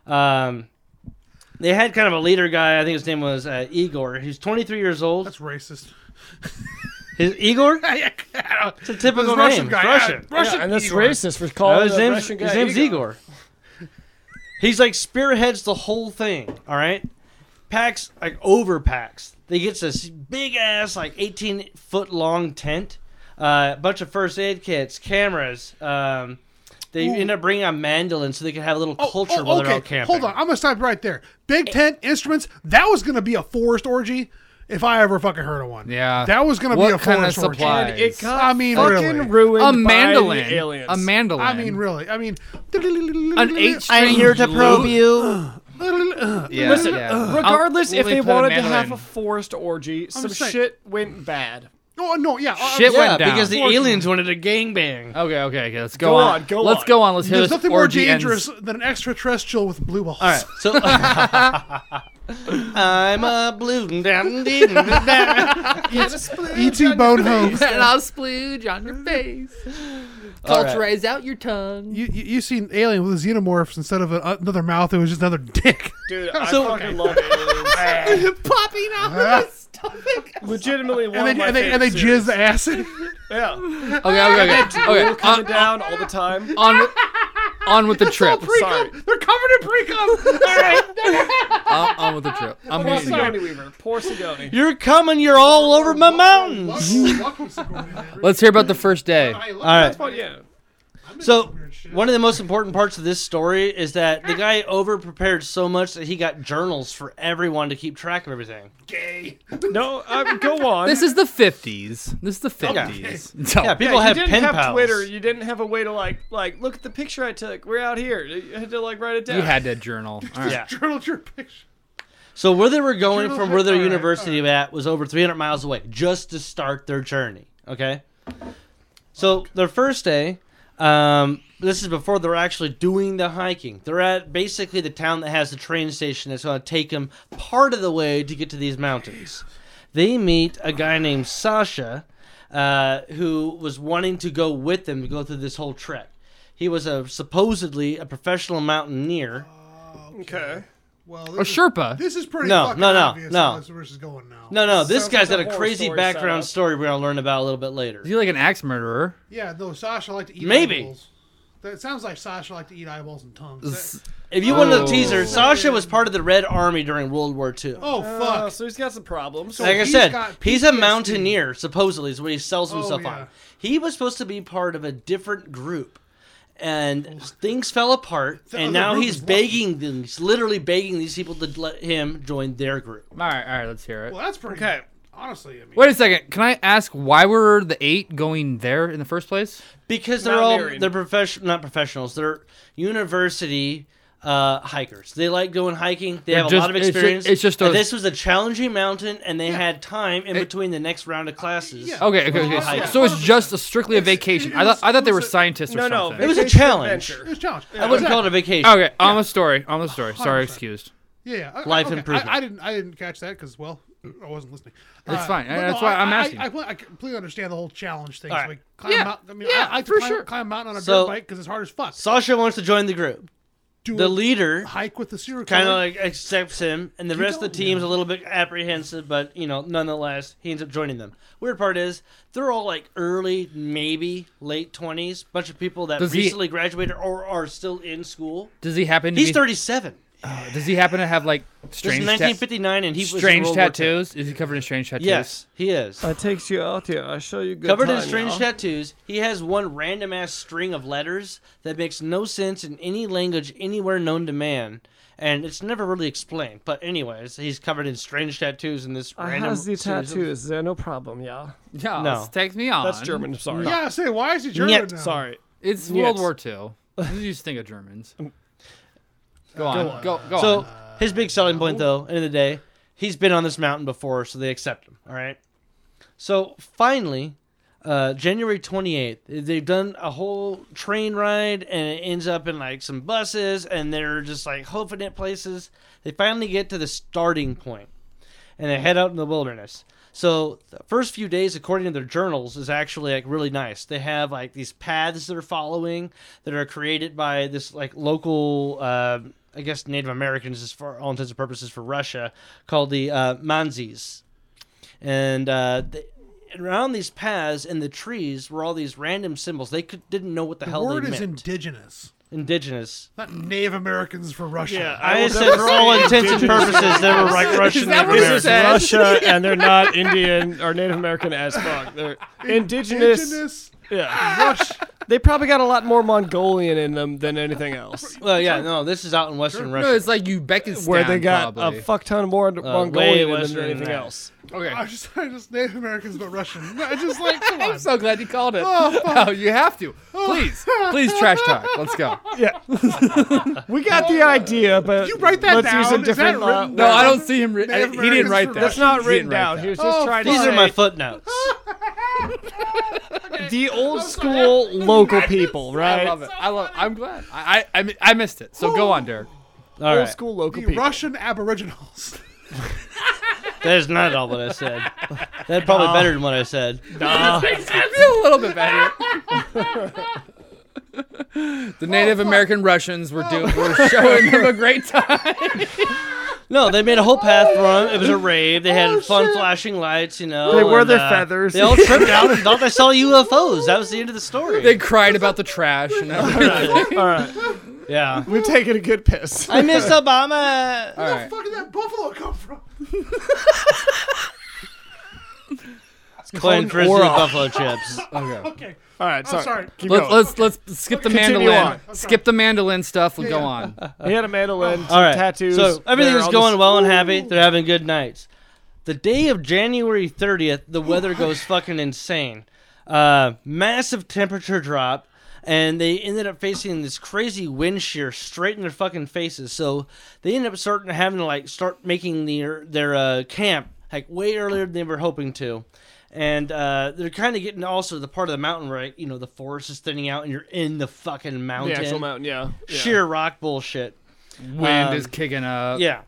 Speaker 2: Um, they had kind of a leader guy. I think his name was uh, Igor. He's 23 years old.
Speaker 4: That's [LAUGHS] racist.
Speaker 2: His Igor? It's a typical
Speaker 4: Russian
Speaker 2: name.
Speaker 4: guy.
Speaker 2: It's Russian.
Speaker 4: Yeah, Russian
Speaker 3: and that's
Speaker 4: Igor.
Speaker 3: racist for
Speaker 2: No,
Speaker 3: calling
Speaker 2: his,
Speaker 3: Oh, the
Speaker 2: name's,
Speaker 3: Russian guy
Speaker 2: his name's Uh,
Speaker 3: Igor.
Speaker 2: Igor. He's like spearheads the whole thing. All right, packs like overpacks. They gets this big ass like eighteen foot long tent, a uh, bunch of first aid kits, cameras. Um, they end up bringing a mandolin so they can have a little
Speaker 4: Oh,
Speaker 2: culture
Speaker 4: oh,
Speaker 2: while they're
Speaker 4: okay.
Speaker 2: out camping.
Speaker 4: Hold on, I'm gonna stop right there. Big tent instruments. That was gonna be a forest orgy, if I ever fucking heard of one.
Speaker 1: Yeah.
Speaker 4: That was gonna
Speaker 1: What
Speaker 4: be a
Speaker 1: kind of
Speaker 4: forest orgy.
Speaker 1: supply?
Speaker 3: And it got
Speaker 4: I mean,
Speaker 3: fucking
Speaker 4: really.
Speaker 3: ruined
Speaker 1: A
Speaker 3: by the
Speaker 1: mandolin.
Speaker 3: aliens.
Speaker 1: A mandolin.
Speaker 4: I mean, really. I mean, [LAUGHS]
Speaker 1: an eight
Speaker 2: I'm here to probe you.
Speaker 1: Yeah,
Speaker 3: Listen, uh,
Speaker 1: yeah.
Speaker 3: regardless
Speaker 1: I'll-
Speaker 3: if
Speaker 1: let me
Speaker 3: they
Speaker 1: put a
Speaker 3: wanted to
Speaker 1: mandolin.
Speaker 3: have a forest orgy, some
Speaker 4: just saying.
Speaker 3: shit went bad.
Speaker 4: [LAUGHS] No, no, yeah. I-
Speaker 1: Shit
Speaker 4: I'm-
Speaker 1: went
Speaker 2: Yeah,
Speaker 1: down.
Speaker 2: because the aliens wanted a gangbang.
Speaker 1: Okay, okay, okay. Let's go,
Speaker 3: Go
Speaker 1: on.
Speaker 3: on, go
Speaker 1: Let's
Speaker 3: on.
Speaker 1: go on. Let's hear
Speaker 4: There's
Speaker 1: this
Speaker 4: nothing more
Speaker 1: orgy ends.
Speaker 4: dangerous than an extraterrestrial with blue balls.
Speaker 2: All right, [LAUGHS] so [LAUGHS] I'm a blue.
Speaker 4: E.T. E Bone
Speaker 1: [LAUGHS]
Speaker 4: Home.
Speaker 1: [LAUGHS] And I'll splooge on your face. [LAUGHS] Culturize out your tongue.
Speaker 4: You, you you seen Alien with xenomorphs instead of a, another mouth? It was just another dick.
Speaker 3: Dude, I
Speaker 2: So-
Speaker 3: fucking love
Speaker 2: [LAUGHS]
Speaker 3: it.
Speaker 1: [LAUGHS] Popping out of his stomach.
Speaker 3: Legitimately, one
Speaker 4: and
Speaker 3: of
Speaker 4: they
Speaker 3: my
Speaker 4: and they, and they
Speaker 3: favorite
Speaker 4: jizz the acid.
Speaker 3: Yeah.
Speaker 1: Okay, okay, okay. uh, okay.
Speaker 3: Coming
Speaker 1: On,
Speaker 3: down all the time.
Speaker 1: on, with- on with the trip.
Speaker 3: Sorry.
Speaker 4: [LAUGHS] They're covered in pre-cum.
Speaker 1: On, on with the trip. I'm
Speaker 3: Poor
Speaker 1: muting you.
Speaker 3: Sigourney Weaver. Poor Sigourney.
Speaker 2: You're coming. You're all over my
Speaker 4: [LAUGHS]
Speaker 2: mountains.
Speaker 1: Let's hear about the first day.
Speaker 2: All right.
Speaker 3: But yeah.
Speaker 2: So
Speaker 4: weird shit.
Speaker 2: one of the most important parts of this story is that the guy over prepared so much that he got journals for everyone to keep track of everything.
Speaker 3: Oh,
Speaker 4: Gay.
Speaker 3: No, um, go on.
Speaker 1: This is the 50s. This is the 50s. No.
Speaker 2: [LAUGHS] Yeah,
Speaker 3: Yeah,
Speaker 2: people have
Speaker 3: you didn't
Speaker 2: pen
Speaker 3: have
Speaker 2: pals.
Speaker 3: Twitter. You didn't have a way to like, like, look at the picture I took. We're out here. You had to like write it down.
Speaker 1: You had that journal. All right.
Speaker 2: Yeah.
Speaker 4: Journal your picture.
Speaker 2: So where they were going
Speaker 4: Journal
Speaker 2: from where their
Speaker 4: picture, all right,
Speaker 2: university at was over 300 miles away just to start their journey. Okay. So their first day, um, this is before they're actually doing the hiking. They're at basically the town that has the train station that's going to take them part of the way to get to these mountains. They meet a guy named Sasha, uh, who was wanting to go with them to go through this whole trek. He was a supposedly a professional mountaineer.
Speaker 3: Okay.
Speaker 4: Well,
Speaker 1: A
Speaker 4: this, is,
Speaker 1: Oh, Sherpa.
Speaker 4: this is pretty
Speaker 2: No,
Speaker 4: fucking
Speaker 2: no, no,
Speaker 4: obvious
Speaker 2: no.
Speaker 4: how this- where this is going now.
Speaker 2: No, no, this
Speaker 3: Sounds
Speaker 2: guy's
Speaker 3: like a
Speaker 2: got a
Speaker 3: horror
Speaker 2: crazy
Speaker 3: story
Speaker 2: background
Speaker 3: setup.
Speaker 2: story we're gonna learn about a little bit later.
Speaker 1: Is he like an axe murderer?
Speaker 4: Yeah, though Sasha liked to eat
Speaker 2: Maybe.
Speaker 4: eyeballs. That sounds like Sasha liked to eat eyeballs and tongues.
Speaker 1: S-
Speaker 4: That-
Speaker 2: If you wanted
Speaker 1: Oh.
Speaker 2: a teaser, Sasha was part of the Red Army during World War II.
Speaker 4: oh
Speaker 3: Uh,
Speaker 4: fuck!
Speaker 3: so he's got some problems.
Speaker 4: So-
Speaker 2: like I
Speaker 4: he's
Speaker 2: said,
Speaker 4: got
Speaker 2: he's a
Speaker 4: PTSD.
Speaker 2: mountaineer, supposedly, is what he sells
Speaker 4: Oh,
Speaker 2: himself
Speaker 4: yeah.
Speaker 2: on. He was supposed to be part of a different group. And things fell apart,
Speaker 4: Oh. The
Speaker 2: and
Speaker 4: other
Speaker 2: now
Speaker 4: group
Speaker 2: he's
Speaker 4: is what?
Speaker 2: begging them, he's literally begging these people to let him join their group.
Speaker 1: All right, all right, let's hear it.
Speaker 4: well, that's pretty.
Speaker 3: Okay.
Speaker 4: Honestly, I mean,
Speaker 1: Wait a second. Can I ask why were the eight going there in the first place?
Speaker 2: Because they're all
Speaker 3: Mountaineering.
Speaker 2: they're profession not professionals. They're university uh, hikers. They like going hiking. They have
Speaker 1: just-
Speaker 2: a lot of
Speaker 1: it's ju-
Speaker 2: experience.
Speaker 1: it's just a-
Speaker 2: And this was a challenging mountain, and they had time in between the next round of classes.
Speaker 4: yeah.
Speaker 1: Okay, okay,
Speaker 4: Yeah.
Speaker 1: okay. So it's just a strictly a vacation. I thought I thought they were scientists or
Speaker 3: No, no.
Speaker 1: something.
Speaker 2: It was a
Speaker 3: vacation
Speaker 2: challenge.
Speaker 4: It was
Speaker 3: adventure.
Speaker 4: a challenge.
Speaker 2: I wouldn't call it a vacation.
Speaker 1: Okay, on the story, on the story. Sorry,
Speaker 4: 100%.
Speaker 1: excused.
Speaker 4: Yeah, yeah. I-
Speaker 2: Life
Speaker 4: okay. I-
Speaker 2: improvement.
Speaker 4: I, didn't. I didn't catch that because well, I wasn't listening. Uh,
Speaker 1: That's fine.
Speaker 4: but
Speaker 1: That's why
Speaker 4: I-
Speaker 1: I'm
Speaker 4: I-
Speaker 1: asking.
Speaker 4: I, I, I completely understand the whole challenge thing.
Speaker 2: All
Speaker 4: So
Speaker 2: right.
Speaker 4: we climb
Speaker 1: Yeah,
Speaker 4: Out, I mean,
Speaker 1: yeah,
Speaker 4: I like to
Speaker 1: for
Speaker 4: climb,
Speaker 1: sure.
Speaker 4: climb mountain on a
Speaker 2: So-
Speaker 4: dirt bike because it's hard as fuck.
Speaker 2: Sasha wants to join the group.
Speaker 4: Do
Speaker 2: The
Speaker 4: a
Speaker 2: leader
Speaker 4: hike with the serial
Speaker 2: kind of
Speaker 4: killer.
Speaker 2: like accepts him, and the rest of the
Speaker 4: don't
Speaker 2: team's
Speaker 4: know.
Speaker 2: a little bit apprehensive, but you know, nonetheless, he ends up joining them. Weird part is they're all like early, maybe late twenties, bunch of people that
Speaker 1: Does he-
Speaker 2: recently graduated or are still in school.
Speaker 1: Does he happen to
Speaker 2: He's
Speaker 1: be,
Speaker 2: thirty-seven.
Speaker 1: Does he happen to have like
Speaker 2: This is
Speaker 1: strange ta-
Speaker 2: 1959, and he was in
Speaker 1: strange
Speaker 2: World War II.
Speaker 1: tattoos? Is he covered in strange tattoos?
Speaker 2: Yes, he is.
Speaker 3: Oh,
Speaker 5: I takes you out here. I show you good
Speaker 2: Covered in
Speaker 5: time,
Speaker 2: strange
Speaker 5: y'all.
Speaker 2: tattoos, he has one random ass string of letters that makes no sense in any language anywhere known to man, and it's never really explained. But anyways, he's covered in strange tattoos in this
Speaker 5: I
Speaker 2: random.
Speaker 5: has Uh, the
Speaker 2: series of-
Speaker 5: tattoos. There, no problem, y'all.
Speaker 1: Yeah.
Speaker 2: No.
Speaker 1: Take me on.
Speaker 3: That's German. I'm sorry.
Speaker 4: yeah, I say why is he German
Speaker 2: Nyet,
Speaker 4: now?
Speaker 3: Sorry.
Speaker 1: It's World War II. You just think of Germans. Go on. Go go
Speaker 2: So
Speaker 1: on.
Speaker 2: his big selling point, though, end of the day, he's been on this mountain before, so they accept him. All right. So finally, uh, January twenty eighth, they've done a whole train ride, and it ends up in like some buses, and they're just like hoofing it places. They finally get to the starting point, and they head out in the wilderness. So the first few days, according to their journals, is actually like really nice. They have like these paths they're following that are created by this like local, uh, I guess Native Americans, as for all intents and purposes, for Russia, called the uh, Manzis, and uh, they, around these paths in the trees were all these random symbols. They could, didn't know what the,
Speaker 4: The
Speaker 2: hell
Speaker 4: word
Speaker 2: they
Speaker 4: is
Speaker 2: meant.
Speaker 4: indigenous,
Speaker 2: indigenous.
Speaker 4: not Native Americans for Russia.
Speaker 3: Yeah, I
Speaker 2: I
Speaker 3: will
Speaker 2: said
Speaker 3: never
Speaker 2: for all
Speaker 3: say
Speaker 2: intents and
Speaker 3: indigenous.
Speaker 2: purposes, they were like Russian
Speaker 1: that
Speaker 2: Native
Speaker 1: what you
Speaker 2: Americans.
Speaker 3: This is
Speaker 1: said?
Speaker 3: Russia, and they're not Indian or Native American as fuck. They're indigenous.
Speaker 4: indigenous.
Speaker 3: Yeah.
Speaker 4: Rush.
Speaker 3: They probably got a lot more Mongolian in them than anything else.
Speaker 2: Well, yeah, no, this is out in Western Russia.
Speaker 1: No, it's like Uzbekistan.
Speaker 3: Where they got
Speaker 1: probably.
Speaker 3: a fuck ton more
Speaker 2: way
Speaker 3: Mongolian
Speaker 2: less
Speaker 3: than
Speaker 2: than
Speaker 3: anything
Speaker 2: that.
Speaker 3: else.
Speaker 4: I
Speaker 1: okay.
Speaker 4: just, I just Native Americans but Russian. I just like come on.
Speaker 1: [LAUGHS] I'm so glad you called it.
Speaker 4: Oh, fuck.
Speaker 1: No, you have to. Please, please trash talk. Let's go.
Speaker 3: Yeah. [LAUGHS] we got the idea, but
Speaker 4: Oh. You write that
Speaker 3: let's use a
Speaker 4: down? Is that
Speaker 3: different
Speaker 4: written
Speaker 3: uh,
Speaker 1: No, I don't see him. Ri-
Speaker 4: Native
Speaker 1: he didn't
Speaker 4: Americans
Speaker 1: write
Speaker 4: for
Speaker 1: that.
Speaker 4: Russians.
Speaker 3: That's not written down. He was just
Speaker 4: Oh,
Speaker 3: trying
Speaker 2: These
Speaker 3: to
Speaker 2: are my
Speaker 3: say
Speaker 2: footnotes.
Speaker 4: [LAUGHS]
Speaker 3: the old school local people, right?
Speaker 1: I love it. I love. I'm glad. I I, I mi- I missed it. So go on, Derek.
Speaker 2: All
Speaker 3: Old
Speaker 2: right,
Speaker 3: school local
Speaker 4: the
Speaker 3: people.
Speaker 4: Russian aboriginals.
Speaker 2: that is not all what I said. That's probably better than what I said.
Speaker 1: I feel a little bit better. [LAUGHS] the Native American Russians were doing were showing them a great time.
Speaker 2: No, they made a whole path for them. It was a rave. They had fun flashing lights. You know,
Speaker 5: They wore
Speaker 2: and,
Speaker 5: their
Speaker 2: uh,
Speaker 5: feathers.
Speaker 2: They all tripped out
Speaker 5: [LAUGHS]
Speaker 2: and thought they saw UFOs. That was the end of the story.
Speaker 1: They cried about the trash and everything.
Speaker 3: All right.
Speaker 2: yeah,
Speaker 5: [LAUGHS]
Speaker 3: We're taking a good piss.
Speaker 2: I miss Obama.
Speaker 1: All
Speaker 4: Where
Speaker 1: right.
Speaker 4: the fuck did that buffalo come from?
Speaker 2: Playing Frisbee with buffalo [LAUGHS] chips.
Speaker 1: Okay.
Speaker 4: Okay,
Speaker 3: [LAUGHS] All right, sorry.
Speaker 4: sorry.
Speaker 3: Keep
Speaker 1: Let's
Speaker 3: going.
Speaker 1: let's let's skip the
Speaker 3: Continue
Speaker 1: mandolin.
Speaker 3: on.
Speaker 4: Okay.
Speaker 1: Skip the mandolin stuff. We'll go
Speaker 4: Yeah.
Speaker 1: on.
Speaker 2: [LAUGHS]
Speaker 3: He had a mandolin, some
Speaker 2: All right.
Speaker 3: tattoos.
Speaker 2: So everything
Speaker 3: They're
Speaker 2: is
Speaker 3: all
Speaker 2: going
Speaker 3: just-
Speaker 2: well and happy. They're having good nights. The day of January 30th, the weather
Speaker 3: [LAUGHS]
Speaker 2: goes fucking insane. Uh, massive temperature drop, and they ended up facing this crazy wind shear straight in their fucking faces. So they ended up starting having to like start making their their uh, camp like way earlier than they were hoping to. And uh, they're kind of getting also to the part of the mountain where like, you know the forest is thinning out, and you're in the fucking mountain.
Speaker 3: The actual mountain, yeah. yeah.
Speaker 2: Sheer rock bullshit.
Speaker 1: Wind
Speaker 2: Um,
Speaker 1: is kicking up.
Speaker 2: Yeah.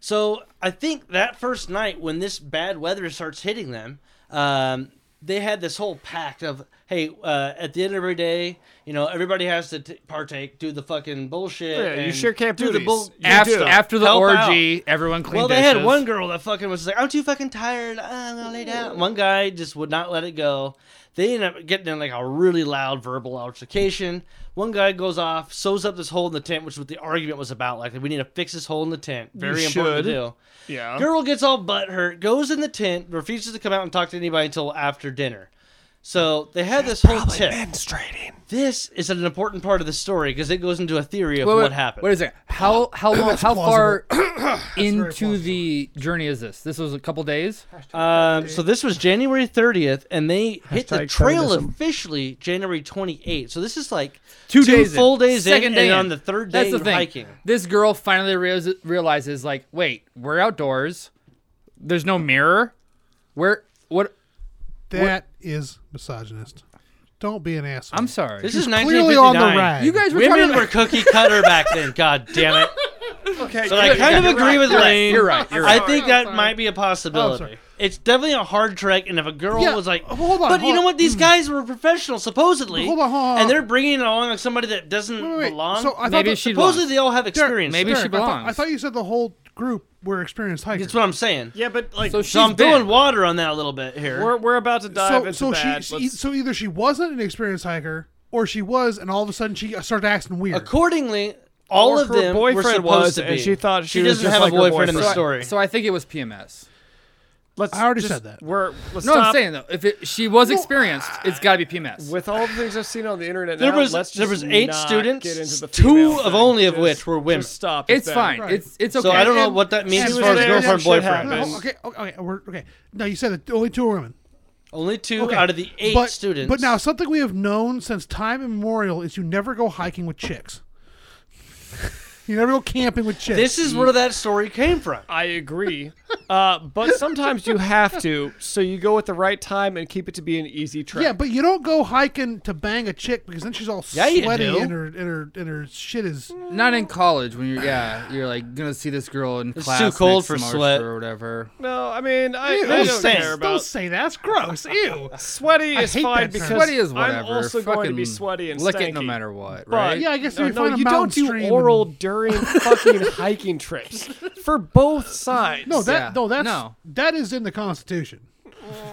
Speaker 2: So I think that first night when this bad weather starts hitting them, um, they had this whole pact of, hey, uh, at the end of every day, you know, everybody has to t- partake, do the fucking bullshit.
Speaker 3: Yeah, you
Speaker 2: and
Speaker 3: share camp
Speaker 2: do the
Speaker 3: duties.
Speaker 2: bull-
Speaker 3: You
Speaker 2: do
Speaker 1: After,
Speaker 2: stuff.
Speaker 1: after the
Speaker 2: Help out.
Speaker 1: orgy, everyone cleaned
Speaker 2: Well, they
Speaker 1: dishes.
Speaker 2: had one girl that fucking was like, I'm too fucking tired. Ah, I'm gonna lay down. One guy just would not let it go. They end up getting in like a really loud verbal altercation. One guy goes off, sews up this hole in the tent, which is what the argument was about. Like, we need to fix this hole in the tent. Very important to
Speaker 3: should.
Speaker 2: do.
Speaker 3: Yeah.
Speaker 2: Girl gets all butthurt, goes in the tent, refuses to come out and talk to anybody until after dinner. So they had this whole tip.
Speaker 3: menstruating.
Speaker 2: This is an important part of the story because it goes into a theory of
Speaker 1: Wait, wait,
Speaker 2: what happened.
Speaker 1: Wait a second. How how long, how far into
Speaker 4: plausible.
Speaker 1: the journey is this? This was a couple days.
Speaker 2: Um, so this was January 30th, and they hit the
Speaker 5: Hashtag
Speaker 2: trail
Speaker 5: feminism.
Speaker 2: officially January 28th. So this is like
Speaker 1: Two, days, in.
Speaker 2: full days
Speaker 1: Second
Speaker 2: in,
Speaker 1: day
Speaker 2: and
Speaker 1: in.
Speaker 2: on the third day
Speaker 1: That's the
Speaker 2: you're
Speaker 1: thing.
Speaker 2: hiking.
Speaker 1: This girl finally reas realizes, like, wait, we're outdoors. There's no mirror. Where? What?
Speaker 4: That is misogynist. Don't be an asshole.
Speaker 1: I'm sorry.
Speaker 2: This is
Speaker 4: clearly on the
Speaker 2: 1959.
Speaker 4: rag.
Speaker 1: you guys were
Speaker 2: Women
Speaker 1: talking
Speaker 2: were
Speaker 1: about-
Speaker 2: cookie cutter back then. God
Speaker 1: [LAUGHS]
Speaker 2: damn it.
Speaker 3: Okay,
Speaker 2: So I
Speaker 3: good.
Speaker 2: kind of
Speaker 3: You're
Speaker 2: agree
Speaker 3: right.
Speaker 2: with
Speaker 1: You're right.
Speaker 2: Lane.
Speaker 1: You're right. You're
Speaker 2: I
Speaker 1: right.
Speaker 2: think
Speaker 4: Sorry,
Speaker 2: that
Speaker 4: I'm sorry.
Speaker 2: might be a possibility.
Speaker 4: Oh, sorry.
Speaker 2: it's definitely a hard trek, and if a girl
Speaker 4: Yeah, Oh,
Speaker 2: was like,
Speaker 4: hold on,
Speaker 2: but you
Speaker 4: hold
Speaker 2: know
Speaker 4: on. Hmm.
Speaker 2: what? These guys were professionals, supposedly,
Speaker 4: Hold on, hold on,
Speaker 2: and
Speaker 4: hold
Speaker 2: they're bringing along like somebody that doesn't
Speaker 4: Wait, wait, wait.
Speaker 2: belong.
Speaker 4: So I thought
Speaker 1: Maybe
Speaker 4: that-
Speaker 1: she
Speaker 2: supposedly,
Speaker 1: belongs.
Speaker 2: they all have experience.
Speaker 1: Maybe
Speaker 4: Derek,
Speaker 1: she
Speaker 4: I thought, I
Speaker 1: belongs.
Speaker 4: thought you said the whole group were experienced hikers.
Speaker 2: That's what I'm saying.
Speaker 3: Yeah, but like
Speaker 1: so
Speaker 2: So
Speaker 1: she's
Speaker 2: I'm
Speaker 1: been.
Speaker 2: throwing water on that a little bit here.
Speaker 3: we're we're about to dive
Speaker 4: so
Speaker 3: into
Speaker 4: so she,
Speaker 3: bad.
Speaker 4: she e
Speaker 3: Let's-
Speaker 4: so either she wasn't an experienced hiker or she was, and all of a sudden she uh, started acting weird.
Speaker 2: Accordingly, all
Speaker 3: Or
Speaker 2: of
Speaker 3: her
Speaker 2: them were
Speaker 5: boyfriend
Speaker 2: supposed
Speaker 5: was,
Speaker 2: to be.
Speaker 5: and she thought she was
Speaker 2: doesn't
Speaker 5: just
Speaker 2: have
Speaker 5: like
Speaker 2: a
Speaker 5: her
Speaker 2: boyfriend, in the
Speaker 5: boyfriend.
Speaker 2: story.
Speaker 1: So I think it was PMS.
Speaker 3: let's
Speaker 4: I already
Speaker 3: just-
Speaker 4: said that.
Speaker 3: We're let's
Speaker 1: No,
Speaker 3: stop.
Speaker 1: I'm saying though, if it, she was experienced, it's got to be PMS.
Speaker 3: with all the things I've seen on the internet,
Speaker 2: There
Speaker 3: now,
Speaker 2: was-
Speaker 3: let's just
Speaker 2: there was eight
Speaker 3: not
Speaker 2: students,
Speaker 3: Get into the
Speaker 2: two
Speaker 3: female
Speaker 2: of
Speaker 3: thing.
Speaker 2: only of
Speaker 3: Just-
Speaker 2: which were women.
Speaker 3: Just stop.
Speaker 1: it's
Speaker 3: that.
Speaker 1: fine.
Speaker 4: Right.
Speaker 1: It's it's okay.
Speaker 2: So I don't know
Speaker 4: And-
Speaker 2: what that means
Speaker 4: and
Speaker 2: as
Speaker 4: she
Speaker 2: far
Speaker 4: was
Speaker 2: as
Speaker 4: there,
Speaker 2: girlfriend
Speaker 3: shit
Speaker 2: boyfriend.
Speaker 3: happened.
Speaker 4: No, okay, okay, okay, we're, okay. No, you said that only two were women.
Speaker 2: Only two
Speaker 4: Okay.
Speaker 2: out of the eight
Speaker 4: but,
Speaker 2: students.
Speaker 4: But now, something we have known since time immemorial is you never go hiking with chicks. [LAUGHS] you never go camping with chicks.
Speaker 2: this is where that story came from.
Speaker 3: I agree, uh, but sometimes you have to, so you go at the right time and keep it to be an easy trek.
Speaker 4: yeah, but you don't go hiking to bang a chick because then she's all
Speaker 2: Yeah, you
Speaker 4: sweaty
Speaker 2: do.
Speaker 4: and her, and her and her shit is.
Speaker 1: Not in college when you're yeah you're like gonna see this girl in class.
Speaker 2: too cold
Speaker 1: next
Speaker 2: for
Speaker 1: semester
Speaker 2: sweat.
Speaker 1: or whatever.
Speaker 3: no, I mean I,
Speaker 4: Ew,
Speaker 3: I don't
Speaker 2: don't say-
Speaker 3: care
Speaker 4: Don't
Speaker 3: about
Speaker 4: say that. that's gross. Ew.
Speaker 3: sweaty
Speaker 4: I
Speaker 3: is
Speaker 4: hate
Speaker 3: fine
Speaker 4: that term.
Speaker 3: because
Speaker 1: Sweaty is whatever.
Speaker 3: I'm also
Speaker 1: Fucking
Speaker 3: going to be sweaty and
Speaker 1: lick
Speaker 3: stanky.
Speaker 1: it no matter what,
Speaker 3: But
Speaker 1: right?
Speaker 4: Yeah, I guess
Speaker 3: no,
Speaker 4: if you
Speaker 3: no,
Speaker 4: find a
Speaker 3: you don't
Speaker 4: mountain
Speaker 3: do
Speaker 4: stream
Speaker 3: oral
Speaker 4: and-
Speaker 3: during
Speaker 4: [LAUGHS]
Speaker 3: fucking hiking trips for both sides.
Speaker 4: No, that
Speaker 1: Yeah.
Speaker 4: no, that's
Speaker 1: No.
Speaker 4: that is in the Constitution.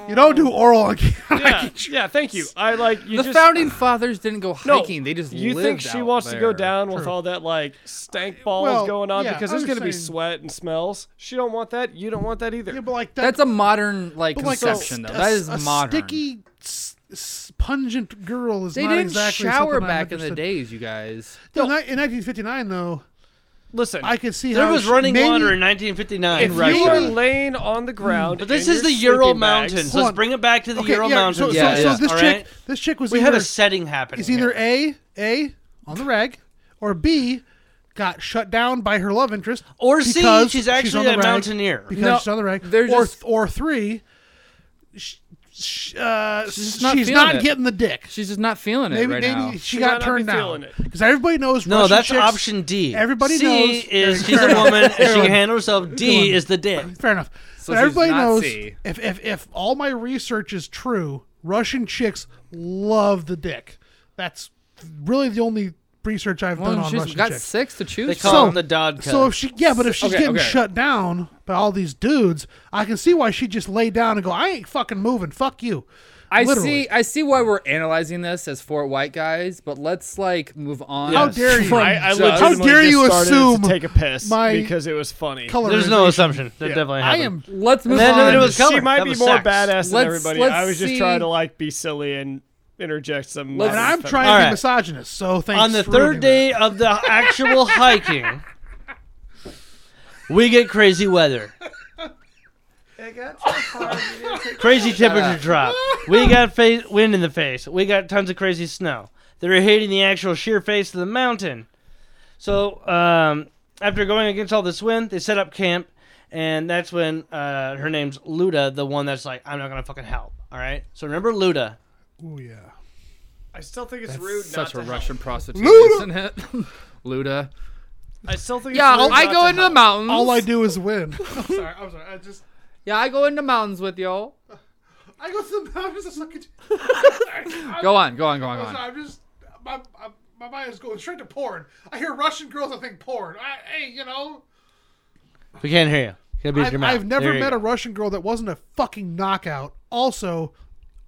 Speaker 4: You don't do oral [LAUGHS] on
Speaker 3: yeah,
Speaker 4: hiking.
Speaker 3: yeah, thank you. I like you
Speaker 1: the
Speaker 3: just
Speaker 1: founding fathers didn't go
Speaker 3: no,
Speaker 1: hiking; they just
Speaker 3: you
Speaker 1: lived
Speaker 3: think she
Speaker 1: out
Speaker 3: wants to go
Speaker 1: there.
Speaker 3: down with all that like stank balls
Speaker 4: well,
Speaker 3: going on
Speaker 4: yeah,
Speaker 3: because
Speaker 4: I'm
Speaker 3: there's
Speaker 4: just
Speaker 3: gonna be
Speaker 4: saying-
Speaker 3: sweat and smells. She don't want that. You don't want that either.
Speaker 4: Yeah, but like that,
Speaker 1: That's a modern like
Speaker 4: but like
Speaker 1: conception,
Speaker 4: a,
Speaker 1: though.
Speaker 4: a-
Speaker 1: that is
Speaker 4: a
Speaker 1: modern.
Speaker 4: Sticky, s- s- pungent girl is
Speaker 1: they
Speaker 4: not
Speaker 1: didn't
Speaker 4: exactly
Speaker 1: shower
Speaker 4: something I'm
Speaker 1: back in the
Speaker 4: interested-
Speaker 1: days, you guys.
Speaker 4: No, ni- in 1959 though,
Speaker 3: Listen,
Speaker 4: I could see
Speaker 2: There
Speaker 4: how
Speaker 2: was
Speaker 4: she-
Speaker 2: running
Speaker 4: maybe-
Speaker 2: water in 1959,
Speaker 3: if
Speaker 2: right?
Speaker 3: you are
Speaker 4: Maybe-
Speaker 3: laying on
Speaker 4: Hmm.
Speaker 3: the ground,
Speaker 2: But this
Speaker 3: in
Speaker 2: is
Speaker 3: your
Speaker 2: the Ural
Speaker 3: sleeping bags-
Speaker 2: Mountains.
Speaker 4: Hold
Speaker 2: Let's
Speaker 4: on.
Speaker 2: bring it back to the
Speaker 4: Okay,
Speaker 2: Ural
Speaker 4: yeah,
Speaker 2: Mountains.
Speaker 4: So, so,
Speaker 1: Yeah,
Speaker 4: so
Speaker 1: yeah.
Speaker 4: this
Speaker 2: all
Speaker 4: chick,
Speaker 2: right?
Speaker 4: this chick was
Speaker 2: we
Speaker 4: either,
Speaker 2: have a setting happening.
Speaker 4: is either
Speaker 2: here.
Speaker 4: a a on the rag, or b got shut down by her love interest,
Speaker 2: Or C,
Speaker 4: because
Speaker 2: she's
Speaker 4: on
Speaker 2: actually
Speaker 4: the
Speaker 2: a
Speaker 4: rag,
Speaker 2: mountaineer.
Speaker 4: because
Speaker 1: No,
Speaker 4: she's on the rag,
Speaker 1: they're
Speaker 4: or
Speaker 1: just-
Speaker 4: or three. Sh- sh- uh, she's
Speaker 1: just not
Speaker 4: she's
Speaker 1: feeling
Speaker 4: not
Speaker 1: it.
Speaker 4: getting the dick.
Speaker 1: She's just not feeling it
Speaker 4: Maybe,
Speaker 1: right
Speaker 4: maybe
Speaker 1: now.
Speaker 4: she
Speaker 3: might
Speaker 4: got
Speaker 3: not be
Speaker 4: turned
Speaker 3: feeling
Speaker 4: down
Speaker 3: it.
Speaker 4: because everybody knows.
Speaker 2: No,
Speaker 4: Russian
Speaker 2: that's
Speaker 4: chicks-
Speaker 2: option D.
Speaker 4: everybody
Speaker 2: C
Speaker 4: knows-
Speaker 2: is
Speaker 4: Fair
Speaker 2: she's a
Speaker 4: enough.
Speaker 2: woman and
Speaker 4: Fair
Speaker 2: she
Speaker 4: enough.
Speaker 2: handles herself. D is the dick.
Speaker 4: Fair enough.
Speaker 1: So
Speaker 4: but
Speaker 1: she's
Speaker 4: everybody
Speaker 1: not
Speaker 4: knows
Speaker 1: C.
Speaker 4: if, if if all my research is true, Russian chicks love the dick. That's really the only research I've done
Speaker 1: Well,
Speaker 4: on
Speaker 1: she's
Speaker 4: Russian
Speaker 1: got
Speaker 4: chicks.
Speaker 1: six to choose
Speaker 2: They
Speaker 1: from.
Speaker 2: call
Speaker 4: So-
Speaker 2: him the Dodd cut.
Speaker 4: So if she yeah, but if she's
Speaker 1: Okay,
Speaker 4: getting
Speaker 1: okay.
Speaker 4: shut down by all these dudes, I can see why she just lay down and go, I ain't fucking moving. Fuck you.
Speaker 1: I
Speaker 4: Literally.
Speaker 1: see. I see why we're analyzing this as four white guys, but let's like move on.
Speaker 4: How dare you?
Speaker 1: from
Speaker 3: I, I
Speaker 1: just-
Speaker 3: legitimately
Speaker 4: How dare
Speaker 3: just
Speaker 4: you
Speaker 3: started
Speaker 4: assume
Speaker 3: to take a piss
Speaker 4: my
Speaker 3: because it was funny.
Speaker 4: Color
Speaker 2: There's
Speaker 4: is-
Speaker 2: no assumption. That
Speaker 4: Yeah.
Speaker 2: definitely
Speaker 4: I
Speaker 2: happened.
Speaker 4: am
Speaker 1: Let's move
Speaker 2: then
Speaker 1: on.
Speaker 2: it was-
Speaker 3: she
Speaker 2: color.
Speaker 3: might
Speaker 2: That
Speaker 3: be
Speaker 2: was
Speaker 3: more
Speaker 2: sex.
Speaker 3: badass than
Speaker 1: Let's-
Speaker 3: everybody.
Speaker 1: let's
Speaker 3: I was just
Speaker 1: see-
Speaker 3: trying to like be silly and interject some.
Speaker 1: Let's-
Speaker 4: and
Speaker 3: uh,
Speaker 4: I'm
Speaker 3: fe-
Speaker 4: trying
Speaker 2: All
Speaker 4: to
Speaker 2: right.
Speaker 4: be misogynist, so thanks.
Speaker 2: on the
Speaker 4: for
Speaker 2: third
Speaker 4: ruining that.
Speaker 2: day of the
Speaker 4: [LAUGHS]
Speaker 2: actual hiking, we get crazy weather. crazy temperature drop. We got fa- wind in the face. We got tons of crazy snow. They were hitting the actual sheer face of the mountain. So um, after going against all this wind, they set up camp, and that's when uh, her name's Luda, the one that's like, "I'm not gonna fucking help." All right. So remember Luda.
Speaker 4: Ooh yeah.
Speaker 3: I still think it's rude. not
Speaker 1: such
Speaker 3: to
Speaker 1: a
Speaker 3: help.
Speaker 1: Russian prostitute,
Speaker 4: Luda.
Speaker 1: isn't it? [LAUGHS] Luda.
Speaker 3: I still think.
Speaker 1: Yeah,
Speaker 3: it's rude
Speaker 1: I
Speaker 3: not
Speaker 1: go
Speaker 3: to
Speaker 1: into
Speaker 3: help.
Speaker 1: the mountains.
Speaker 4: All I do is win. [LAUGHS] I'm sorry. I'm sorry. I just
Speaker 1: Yeah, I go into mountains with y'all.
Speaker 4: I go to the mountains. I'm [LAUGHS] like,
Speaker 1: Go on, go on, go on, go on.
Speaker 4: I'm, I'm just my, my my mind is going straight to porn. I hear Russian girls. I think porn. I, hey, you know,
Speaker 2: We can't hear you. Gotta be
Speaker 4: I've,
Speaker 2: your mouth.
Speaker 4: I've never
Speaker 2: There you
Speaker 4: met
Speaker 2: go.
Speaker 4: a Russian girl that wasn't a fucking knockout. Also,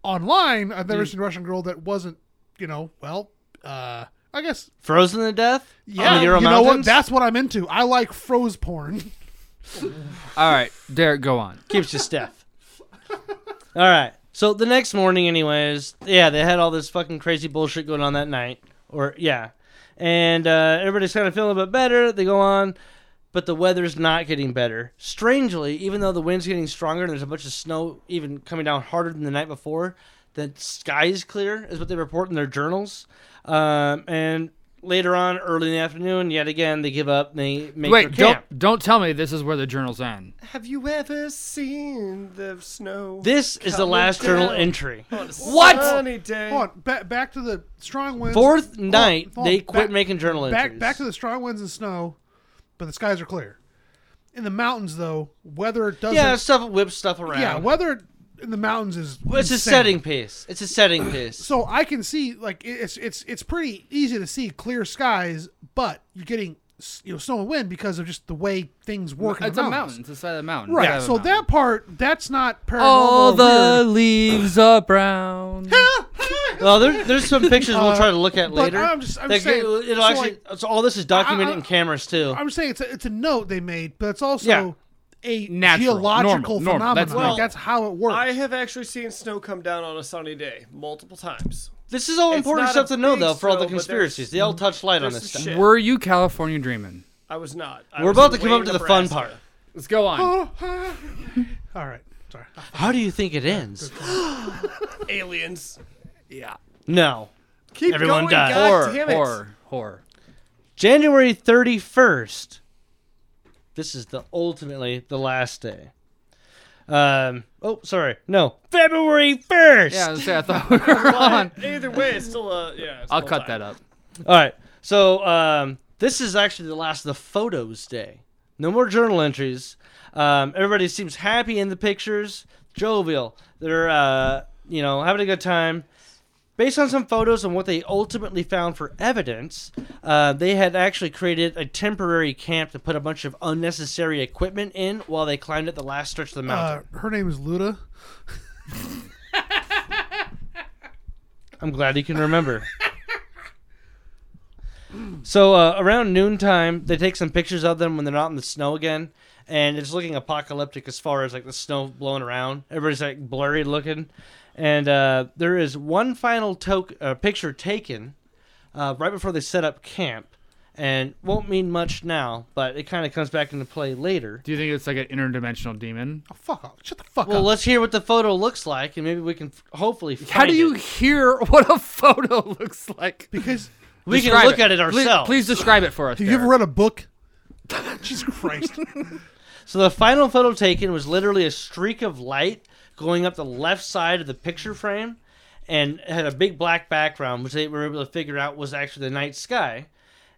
Speaker 4: online, I've
Speaker 2: Mm.
Speaker 4: never seen a Russian girl that wasn't, you know, well, uh, I guess.
Speaker 2: frozen to death.
Speaker 4: Yeah,
Speaker 2: on the Ural
Speaker 4: you know what?
Speaker 2: Mountains?
Speaker 4: That's what I'm into. I like froze porn.
Speaker 1: All right, Derek, go on.
Speaker 2: keeps you stiff. All right. So the next morning, anyways, yeah, they had all this fucking crazy bullshit going on that night. Or, yeah. And uh, everybody's kind of feeling a bit better. They go on, but the weather's not getting better. Strangely, even though the wind's getting stronger and there's a bunch of snow even coming down harder than the night before, the sky's clear, is what they report in their journals. Um, and later on, early in the afternoon, yet again, they give up and they make their
Speaker 1: Wait,
Speaker 2: camp.
Speaker 1: don't don't tell me this is where the journals end.
Speaker 3: Have you ever seen the snow?
Speaker 2: This is the
Speaker 3: Coming
Speaker 2: last journal
Speaker 3: down.
Speaker 2: entry.
Speaker 1: What?
Speaker 3: Sunny day.
Speaker 4: Hold on, ba- back to the strong winds.
Speaker 2: Fourth
Speaker 4: Hold on,
Speaker 2: night,
Speaker 4: hold on,
Speaker 2: they quit
Speaker 4: back-
Speaker 2: making journal entries.
Speaker 4: back back to the strong winds and snow, but the skies are clear. In the mountains, though, weather doesn't.
Speaker 2: yeah, stuff whips stuff around.
Speaker 4: yeah, weather in the mountains is.
Speaker 2: Well, it's a
Speaker 4: insane.
Speaker 2: setting piece. It's a setting piece.
Speaker 4: So I can see like it- it's it's it's pretty easy to see clear skies, but you're getting s- you know snow and wind because of just the way things work. in
Speaker 1: It's
Speaker 4: the
Speaker 1: a
Speaker 4: mountains.
Speaker 1: mountain. It's the side of the mountain.
Speaker 4: right?
Speaker 1: Side of the
Speaker 4: So
Speaker 1: mountain.
Speaker 4: that part that's not paranormal.
Speaker 1: all
Speaker 4: or
Speaker 1: the
Speaker 4: weird.
Speaker 1: leaves are brown. [LAUGHS]
Speaker 2: well, there, there's some pictures we'll
Speaker 4: Uh,
Speaker 2: try to look at
Speaker 4: but
Speaker 2: later.
Speaker 4: I'm just- I'm
Speaker 2: That
Speaker 4: saying,
Speaker 2: go- it'll
Speaker 4: so,
Speaker 2: actually. so all this is documented
Speaker 4: I- I-
Speaker 2: in cameras too.
Speaker 4: I'm saying it's a, it's a note they made, but it's also
Speaker 2: Yeah.
Speaker 4: a
Speaker 1: Natural, normal, normal.
Speaker 4: geological phenomenon.
Speaker 1: That's
Speaker 4: like,
Speaker 1: normal.
Speaker 4: that's how it works.
Speaker 3: I have actually seen snow come down on a sunny day multiple times.
Speaker 2: this is all
Speaker 3: it's
Speaker 2: important
Speaker 3: not
Speaker 2: stuff
Speaker 3: a
Speaker 2: to know
Speaker 3: big
Speaker 2: though for all
Speaker 3: snow,
Speaker 2: the
Speaker 3: but there's-
Speaker 2: conspiracies. They all touch light on
Speaker 3: there's
Speaker 2: this
Speaker 3: some
Speaker 2: stuff.
Speaker 3: shit.
Speaker 1: Were you California dreaming?
Speaker 3: I was not. I
Speaker 2: We're
Speaker 3: was
Speaker 2: about to
Speaker 3: in
Speaker 2: come up
Speaker 3: Wayne,
Speaker 2: to the fun part.
Speaker 3: Nebraska.
Speaker 1: Let's go on.
Speaker 4: [LAUGHS] All right, sorry.
Speaker 2: How do you think it ends?
Speaker 3: Aliens.
Speaker 1: Yeah.
Speaker 2: No.
Speaker 3: Keep
Speaker 2: Everyone
Speaker 3: going,
Speaker 2: dies.
Speaker 3: God
Speaker 1: Horror,
Speaker 3: damn it.
Speaker 1: horror, horror.
Speaker 2: January 31st. This is the ultimately the last day. Um. Oh, sorry. No, February 1st.
Speaker 1: Yeah, I was gonna say I [LAUGHS] thought we were on.
Speaker 3: But either way, it's still a yeah. it's
Speaker 1: I'll
Speaker 3: still
Speaker 1: cut
Speaker 3: time.
Speaker 1: that up.
Speaker 2: All right. So um, this is actually the last of the photos day. No more journal entries. Um, everybody seems happy in the pictures, jovial. They're uh, you know having a good time. Based on some photos and what they ultimately found for evidence, uh, they had actually created a temporary camp to put a bunch of unnecessary equipment in while they climbed up the last stretch of the
Speaker 4: Uh,
Speaker 2: mountain.
Speaker 4: her name is Luda.
Speaker 2: I'm glad you can remember. so uh, around noontime, they take some pictures of them when they're not in the snow again, and it's looking apocalyptic as far as like the snow blowing around. Everybody's like blurry looking, and uh, there is one final to- uh, picture taken uh, right before they set up camp, and won't mean much now, but it kind of comes back into play later.
Speaker 1: Do you think it's like an interdimensional demon?
Speaker 4: Oh, fuck off! Shut the fuck
Speaker 2: Well,
Speaker 4: up.
Speaker 2: let's hear what the photo looks like, and maybe we can f- hopefully. Find
Speaker 1: How do you
Speaker 2: it.
Speaker 1: hear what a [LAUGHS] photo looks like? [LAUGHS]
Speaker 4: Because
Speaker 2: We can
Speaker 1: Describe
Speaker 2: look at it
Speaker 1: Please-
Speaker 2: ourselves.
Speaker 1: Please, describe it for us.
Speaker 4: have you ever
Speaker 1: Derek.
Speaker 4: read a book? Jesus Christ!
Speaker 2: So the final photo taken was literally a streak of light going up the left side of the picture frame and it had a big black background, which they were able to figure out was actually the night sky.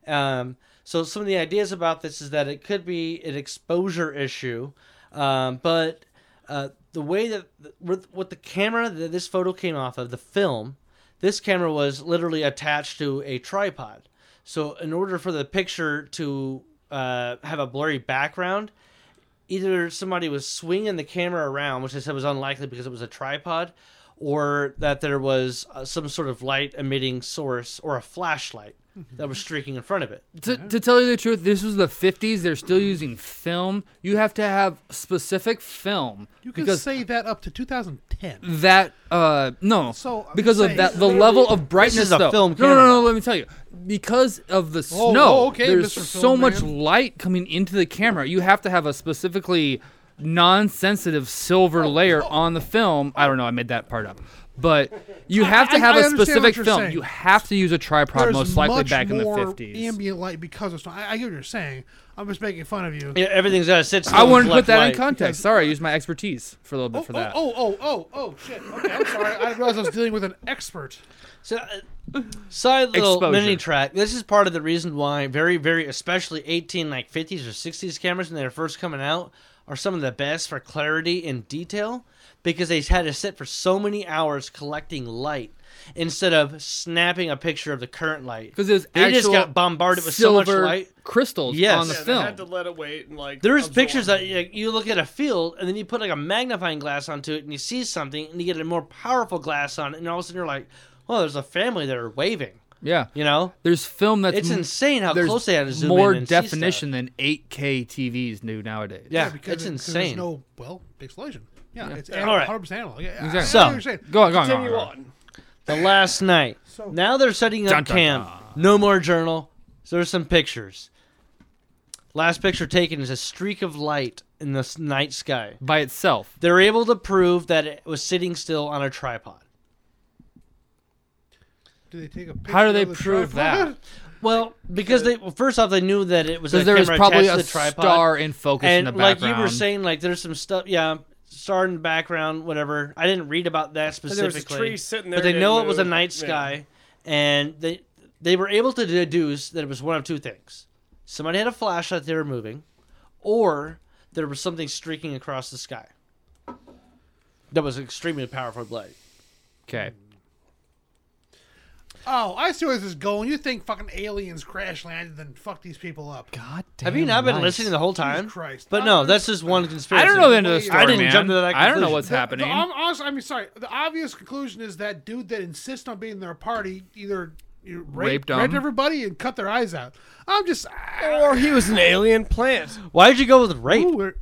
Speaker 2: Um, so some of the ideas about this is that it could be an exposure issue, um, but uh, the way that with, with the camera that this photo came off of the film, this camera was literally attached to a tripod. So in order for the picture to uh, have a blurry background, either somebody was swinging the camera around, which I said was unlikely because it was a tripod, or that there was uh, some sort of light emitting source or a flashlight that
Speaker 1: Mm-hmm.
Speaker 2: was streaking in front of it.
Speaker 1: To, to tell you the truth, this was the 50s. They're still using film. You have to have specific film
Speaker 4: You can
Speaker 1: because Mm,
Speaker 4: say that up to 2010.
Speaker 1: that uh no
Speaker 4: So, I'm
Speaker 1: because of
Speaker 4: saying-
Speaker 1: that the level of brightness
Speaker 2: This is a
Speaker 1: though.
Speaker 2: film
Speaker 1: no, no,
Speaker 2: camera.
Speaker 1: no, no, let me tell you. Because of the snow,
Speaker 4: oh, okay,
Speaker 1: there's
Speaker 4: Mr.
Speaker 1: so
Speaker 4: Film
Speaker 1: much
Speaker 4: Man.
Speaker 1: light coming into the camera. You have to have a specifically non-sensitive silver
Speaker 4: Oh,
Speaker 1: layer on the film. I don't know, I made that part up. But you have
Speaker 4: I-
Speaker 1: to have
Speaker 4: I
Speaker 1: a
Speaker 4: understand what
Speaker 1: specific
Speaker 4: you're
Speaker 1: film.
Speaker 4: saying.
Speaker 1: You have to use a tripod
Speaker 4: There's
Speaker 1: most likely
Speaker 4: much
Speaker 1: back in the
Speaker 4: more
Speaker 1: 50s.
Speaker 4: ambient light because of snow. I, I get what you're saying. I'm just making fun of you.
Speaker 2: Yeah, everything's got to sit still.
Speaker 1: I
Speaker 2: with
Speaker 1: wanted to
Speaker 2: left
Speaker 1: put that in
Speaker 2: light.
Speaker 1: context. Sorry, I used my expertise for a little bit
Speaker 4: Oh,
Speaker 1: for
Speaker 4: oh,
Speaker 1: that.
Speaker 4: oh, oh, oh, oh, shit. Okay, I'm sorry. I didn't realize I was dealing with an expert.
Speaker 2: So, uh, side little
Speaker 1: Exposure.
Speaker 2: mini track. This is part of the reason why very, very, especially 18, like 50s or 60s cameras when they were first coming out are some of the best for clarity and detail because they had to sit for so many hours collecting light instead of snapping a picture of the current light.
Speaker 1: Because it was
Speaker 2: they just
Speaker 1: actual
Speaker 2: got bombarded with so
Speaker 1: silver
Speaker 2: much light.
Speaker 1: crystals
Speaker 2: Yes.
Speaker 1: on the
Speaker 3: Yeah,
Speaker 1: film.
Speaker 3: They had to let it wait and like.
Speaker 2: There's
Speaker 3: absorb.
Speaker 2: pictures that like, you look at a field and then you put like a magnifying glass onto it and you see something and you get a more powerful glass on it and all of a sudden you're like, well, there's a family that are waving.
Speaker 1: yeah.
Speaker 2: You know,
Speaker 1: There's film that's
Speaker 2: It's
Speaker 1: m-
Speaker 2: insane how
Speaker 1: there's
Speaker 2: close they had to zoom
Speaker 1: more
Speaker 2: in and see
Speaker 1: definition than 8K TVs do nowadays.
Speaker 2: Yeah,
Speaker 4: because
Speaker 2: it's
Speaker 4: it- 'cause
Speaker 2: insane.
Speaker 4: There's no, well, pixelation. Yeah, it's
Speaker 2: All
Speaker 4: analog,
Speaker 2: right.
Speaker 4: 100% analog. Yeah, I- I,
Speaker 1: Exactly.
Speaker 4: know what
Speaker 2: So,
Speaker 4: you're saying.
Speaker 1: Go on, go on, go on.
Speaker 3: Continue
Speaker 1: go on.
Speaker 3: on.
Speaker 2: The last night.
Speaker 4: So-
Speaker 2: now they're setting up
Speaker 1: Dun, dun,
Speaker 2: camp. No more journal. So there's some pictures. Last picture taken is a streak of light in the s- night sky.
Speaker 1: By itself.
Speaker 2: They're able to prove that it was sitting still on a tripod.
Speaker 4: Do they take a picture
Speaker 1: How do they
Speaker 4: of the
Speaker 1: prove
Speaker 4: tripod?
Speaker 1: that?
Speaker 2: Well, because they well, first off they knew that it was a
Speaker 1: Because there was
Speaker 2: camera
Speaker 1: probably
Speaker 2: attached
Speaker 1: a
Speaker 2: to the tripod.
Speaker 1: star in focus
Speaker 2: and
Speaker 1: in the
Speaker 2: like
Speaker 1: background.
Speaker 2: you were saying, like there's some stuff. Yeah, star in the background, whatever. I didn't read about that
Speaker 3: there was a
Speaker 2: specifically.
Speaker 3: tree sitting there
Speaker 2: but they
Speaker 3: that
Speaker 2: know it was a
Speaker 3: moved.
Speaker 2: night
Speaker 3: Yeah.
Speaker 2: sky, and they they were able to deduce that it was one of two things: somebody had a flashlight they were moving, or there was something streaking across the sky. That was extremely powerful light.
Speaker 1: okay.
Speaker 4: Oh, I see where this is going. You think fucking aliens crash landed and fuck these people up?
Speaker 1: God damn.
Speaker 2: Have you not been listening the whole time?
Speaker 4: Christ.
Speaker 2: But no, that's just one conspiracy.
Speaker 1: I don't know the end of the
Speaker 4: Wait,
Speaker 1: story.
Speaker 2: I didn't
Speaker 1: man.
Speaker 2: jump to that
Speaker 1: I don't know
Speaker 2: conclusion.
Speaker 1: what's
Speaker 4: The-
Speaker 1: happening.
Speaker 4: The, I'm honest, I mean, sorry. The obvious conclusion is that dude that insists on being in their party either you
Speaker 1: Raped
Speaker 4: raped, raped,
Speaker 1: 'em.
Speaker 4: everybody and cut their eyes out. I'm just. I-
Speaker 3: Or he was an alien plant.
Speaker 2: Why'd you go with rape?
Speaker 4: Ooh, we're-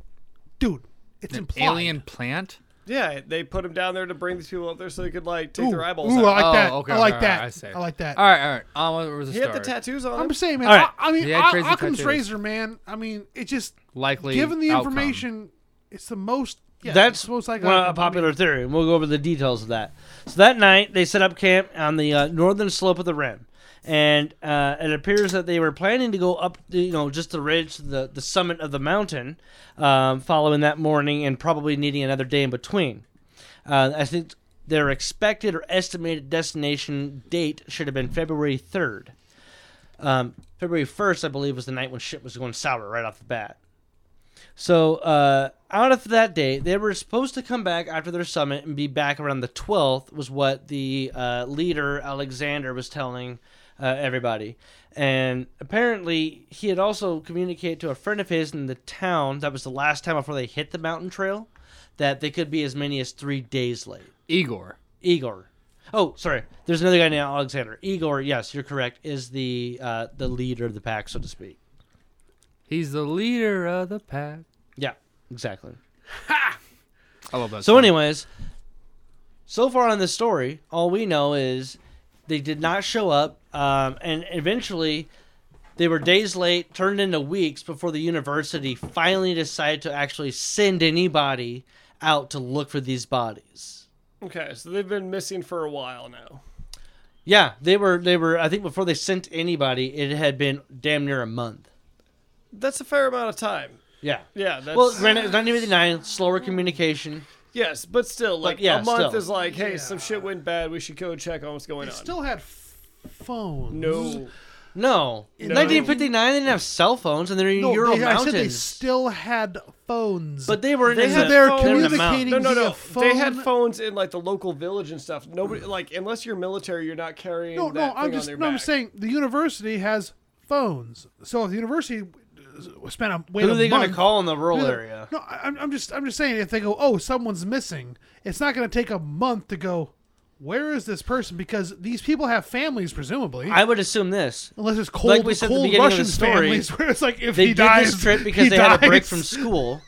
Speaker 4: dude, it's implied.
Speaker 1: Alien plant?
Speaker 3: Yeah, they put him down there to bring these people up there so they could like take
Speaker 4: Ooh,
Speaker 3: their eyeballs
Speaker 4: ooh, uh, I
Speaker 3: out.
Speaker 4: like
Speaker 1: Oh,
Speaker 4: that.
Speaker 1: okay,
Speaker 4: I like
Speaker 1: alright,
Speaker 4: that.
Speaker 1: I see.
Speaker 4: I like that.
Speaker 1: All right, all right. Uh, what was the
Speaker 3: He
Speaker 1: story?
Speaker 3: had the tattoos on.
Speaker 4: I'm
Speaker 3: him.
Speaker 4: saying, man.
Speaker 2: All right.
Speaker 4: I, I mean,
Speaker 1: He had
Speaker 4: Oc-
Speaker 1: crazy
Speaker 4: Occam's
Speaker 1: tattoos.
Speaker 4: razor, man. I mean, it just
Speaker 1: Likely
Speaker 4: given the
Speaker 1: outcome.
Speaker 4: information, it's the most. Yeah, it's
Speaker 2: That's
Speaker 4: the most likely
Speaker 2: one- a
Speaker 4: outcome.
Speaker 2: popular theory, and we'll go over the details of that. So that night, they set up camp on the uh, northern slope of the rim, and uh, it appears that they were planning to go up, the, you know, just the ridge, the the summit of the mountain, um, following that morning, and probably needing another day in between. Uh, I think their expected or estimated destination date should have been February third. Um, February first, I believe, was the night when shit was going sour right off the bat. So uh, out of that day, they were supposed to come back after their summit and be back around the twelfth, was what the uh, leader Alexander was telling uh, everybody. And apparently, he had also communicated to a friend of his in the town that was the last time before they hit the mountain trail that they could be as many as three days late.
Speaker 1: Igor.
Speaker 2: Igor. Oh, sorry. There's another guy named Alexander. Igor. Yes, you're correct. Is the uh, the leader of the pack, so to speak.
Speaker 1: He's the leader of the pack.
Speaker 2: Yeah, exactly.
Speaker 1: I love that.
Speaker 2: So, anyways, so far on this story, all we know is they did not show up, um, and eventually they were days late, turned into weeks before the university finally decided to actually send anybody out to look for these bodies.
Speaker 3: Okay, so they've been missing for a while now.
Speaker 2: Yeah, they were. They were. I think before they sent anybody, it had been damn near a month.
Speaker 3: That's a fair amount of time.
Speaker 2: Yeah.
Speaker 3: Yeah, that's
Speaker 2: Well, granted, it's 1989, slower communication.
Speaker 3: yes, but still, like
Speaker 2: yeah,
Speaker 3: a month
Speaker 2: still.
Speaker 3: is like, hey, some shit went bad. We should go check on what's going
Speaker 4: They
Speaker 3: on.
Speaker 4: still had f- phones.
Speaker 3: no,
Speaker 2: No. 1959, they didn't have cell phones, and they're in
Speaker 4: No,
Speaker 2: Ural
Speaker 4: they, I
Speaker 2: Mountains.
Speaker 4: said they still had phones.
Speaker 2: But they were in
Speaker 3: They
Speaker 2: the-
Speaker 3: had
Speaker 2: they're
Speaker 3: phones.
Speaker 2: in the mountains.
Speaker 4: Communicating-
Speaker 3: no, no, no.
Speaker 4: via
Speaker 3: They had
Speaker 4: phone-
Speaker 3: phones in like the local village and stuff. Nobody, like, unless you're military, you're not carrying.
Speaker 4: no, no,
Speaker 3: that
Speaker 4: I'm
Speaker 3: thing on
Speaker 4: just
Speaker 3: their
Speaker 4: no, I'm
Speaker 3: back.
Speaker 4: saying the university has phones. So if the university uh, spent a wait
Speaker 2: Who
Speaker 4: a
Speaker 2: are they going
Speaker 4: month,
Speaker 2: to call in the rural
Speaker 4: who-
Speaker 2: area?
Speaker 4: No, I- I'm, I'm just I'm just saying if they go, oh, someone's missing, it's not going to take a month to go. Where is this person? Because these people have families, presumably.
Speaker 2: I would assume this.
Speaker 4: Unless it's cold,
Speaker 2: Like we said at the
Speaker 4: cold
Speaker 2: beginning of the
Speaker 4: Russian
Speaker 2: story,
Speaker 4: families, [LAUGHS] where it's like if
Speaker 2: They
Speaker 4: he
Speaker 2: did
Speaker 4: dies,
Speaker 2: this trip because
Speaker 4: [LAUGHS] he
Speaker 2: they had a break
Speaker 4: dies.
Speaker 2: from school,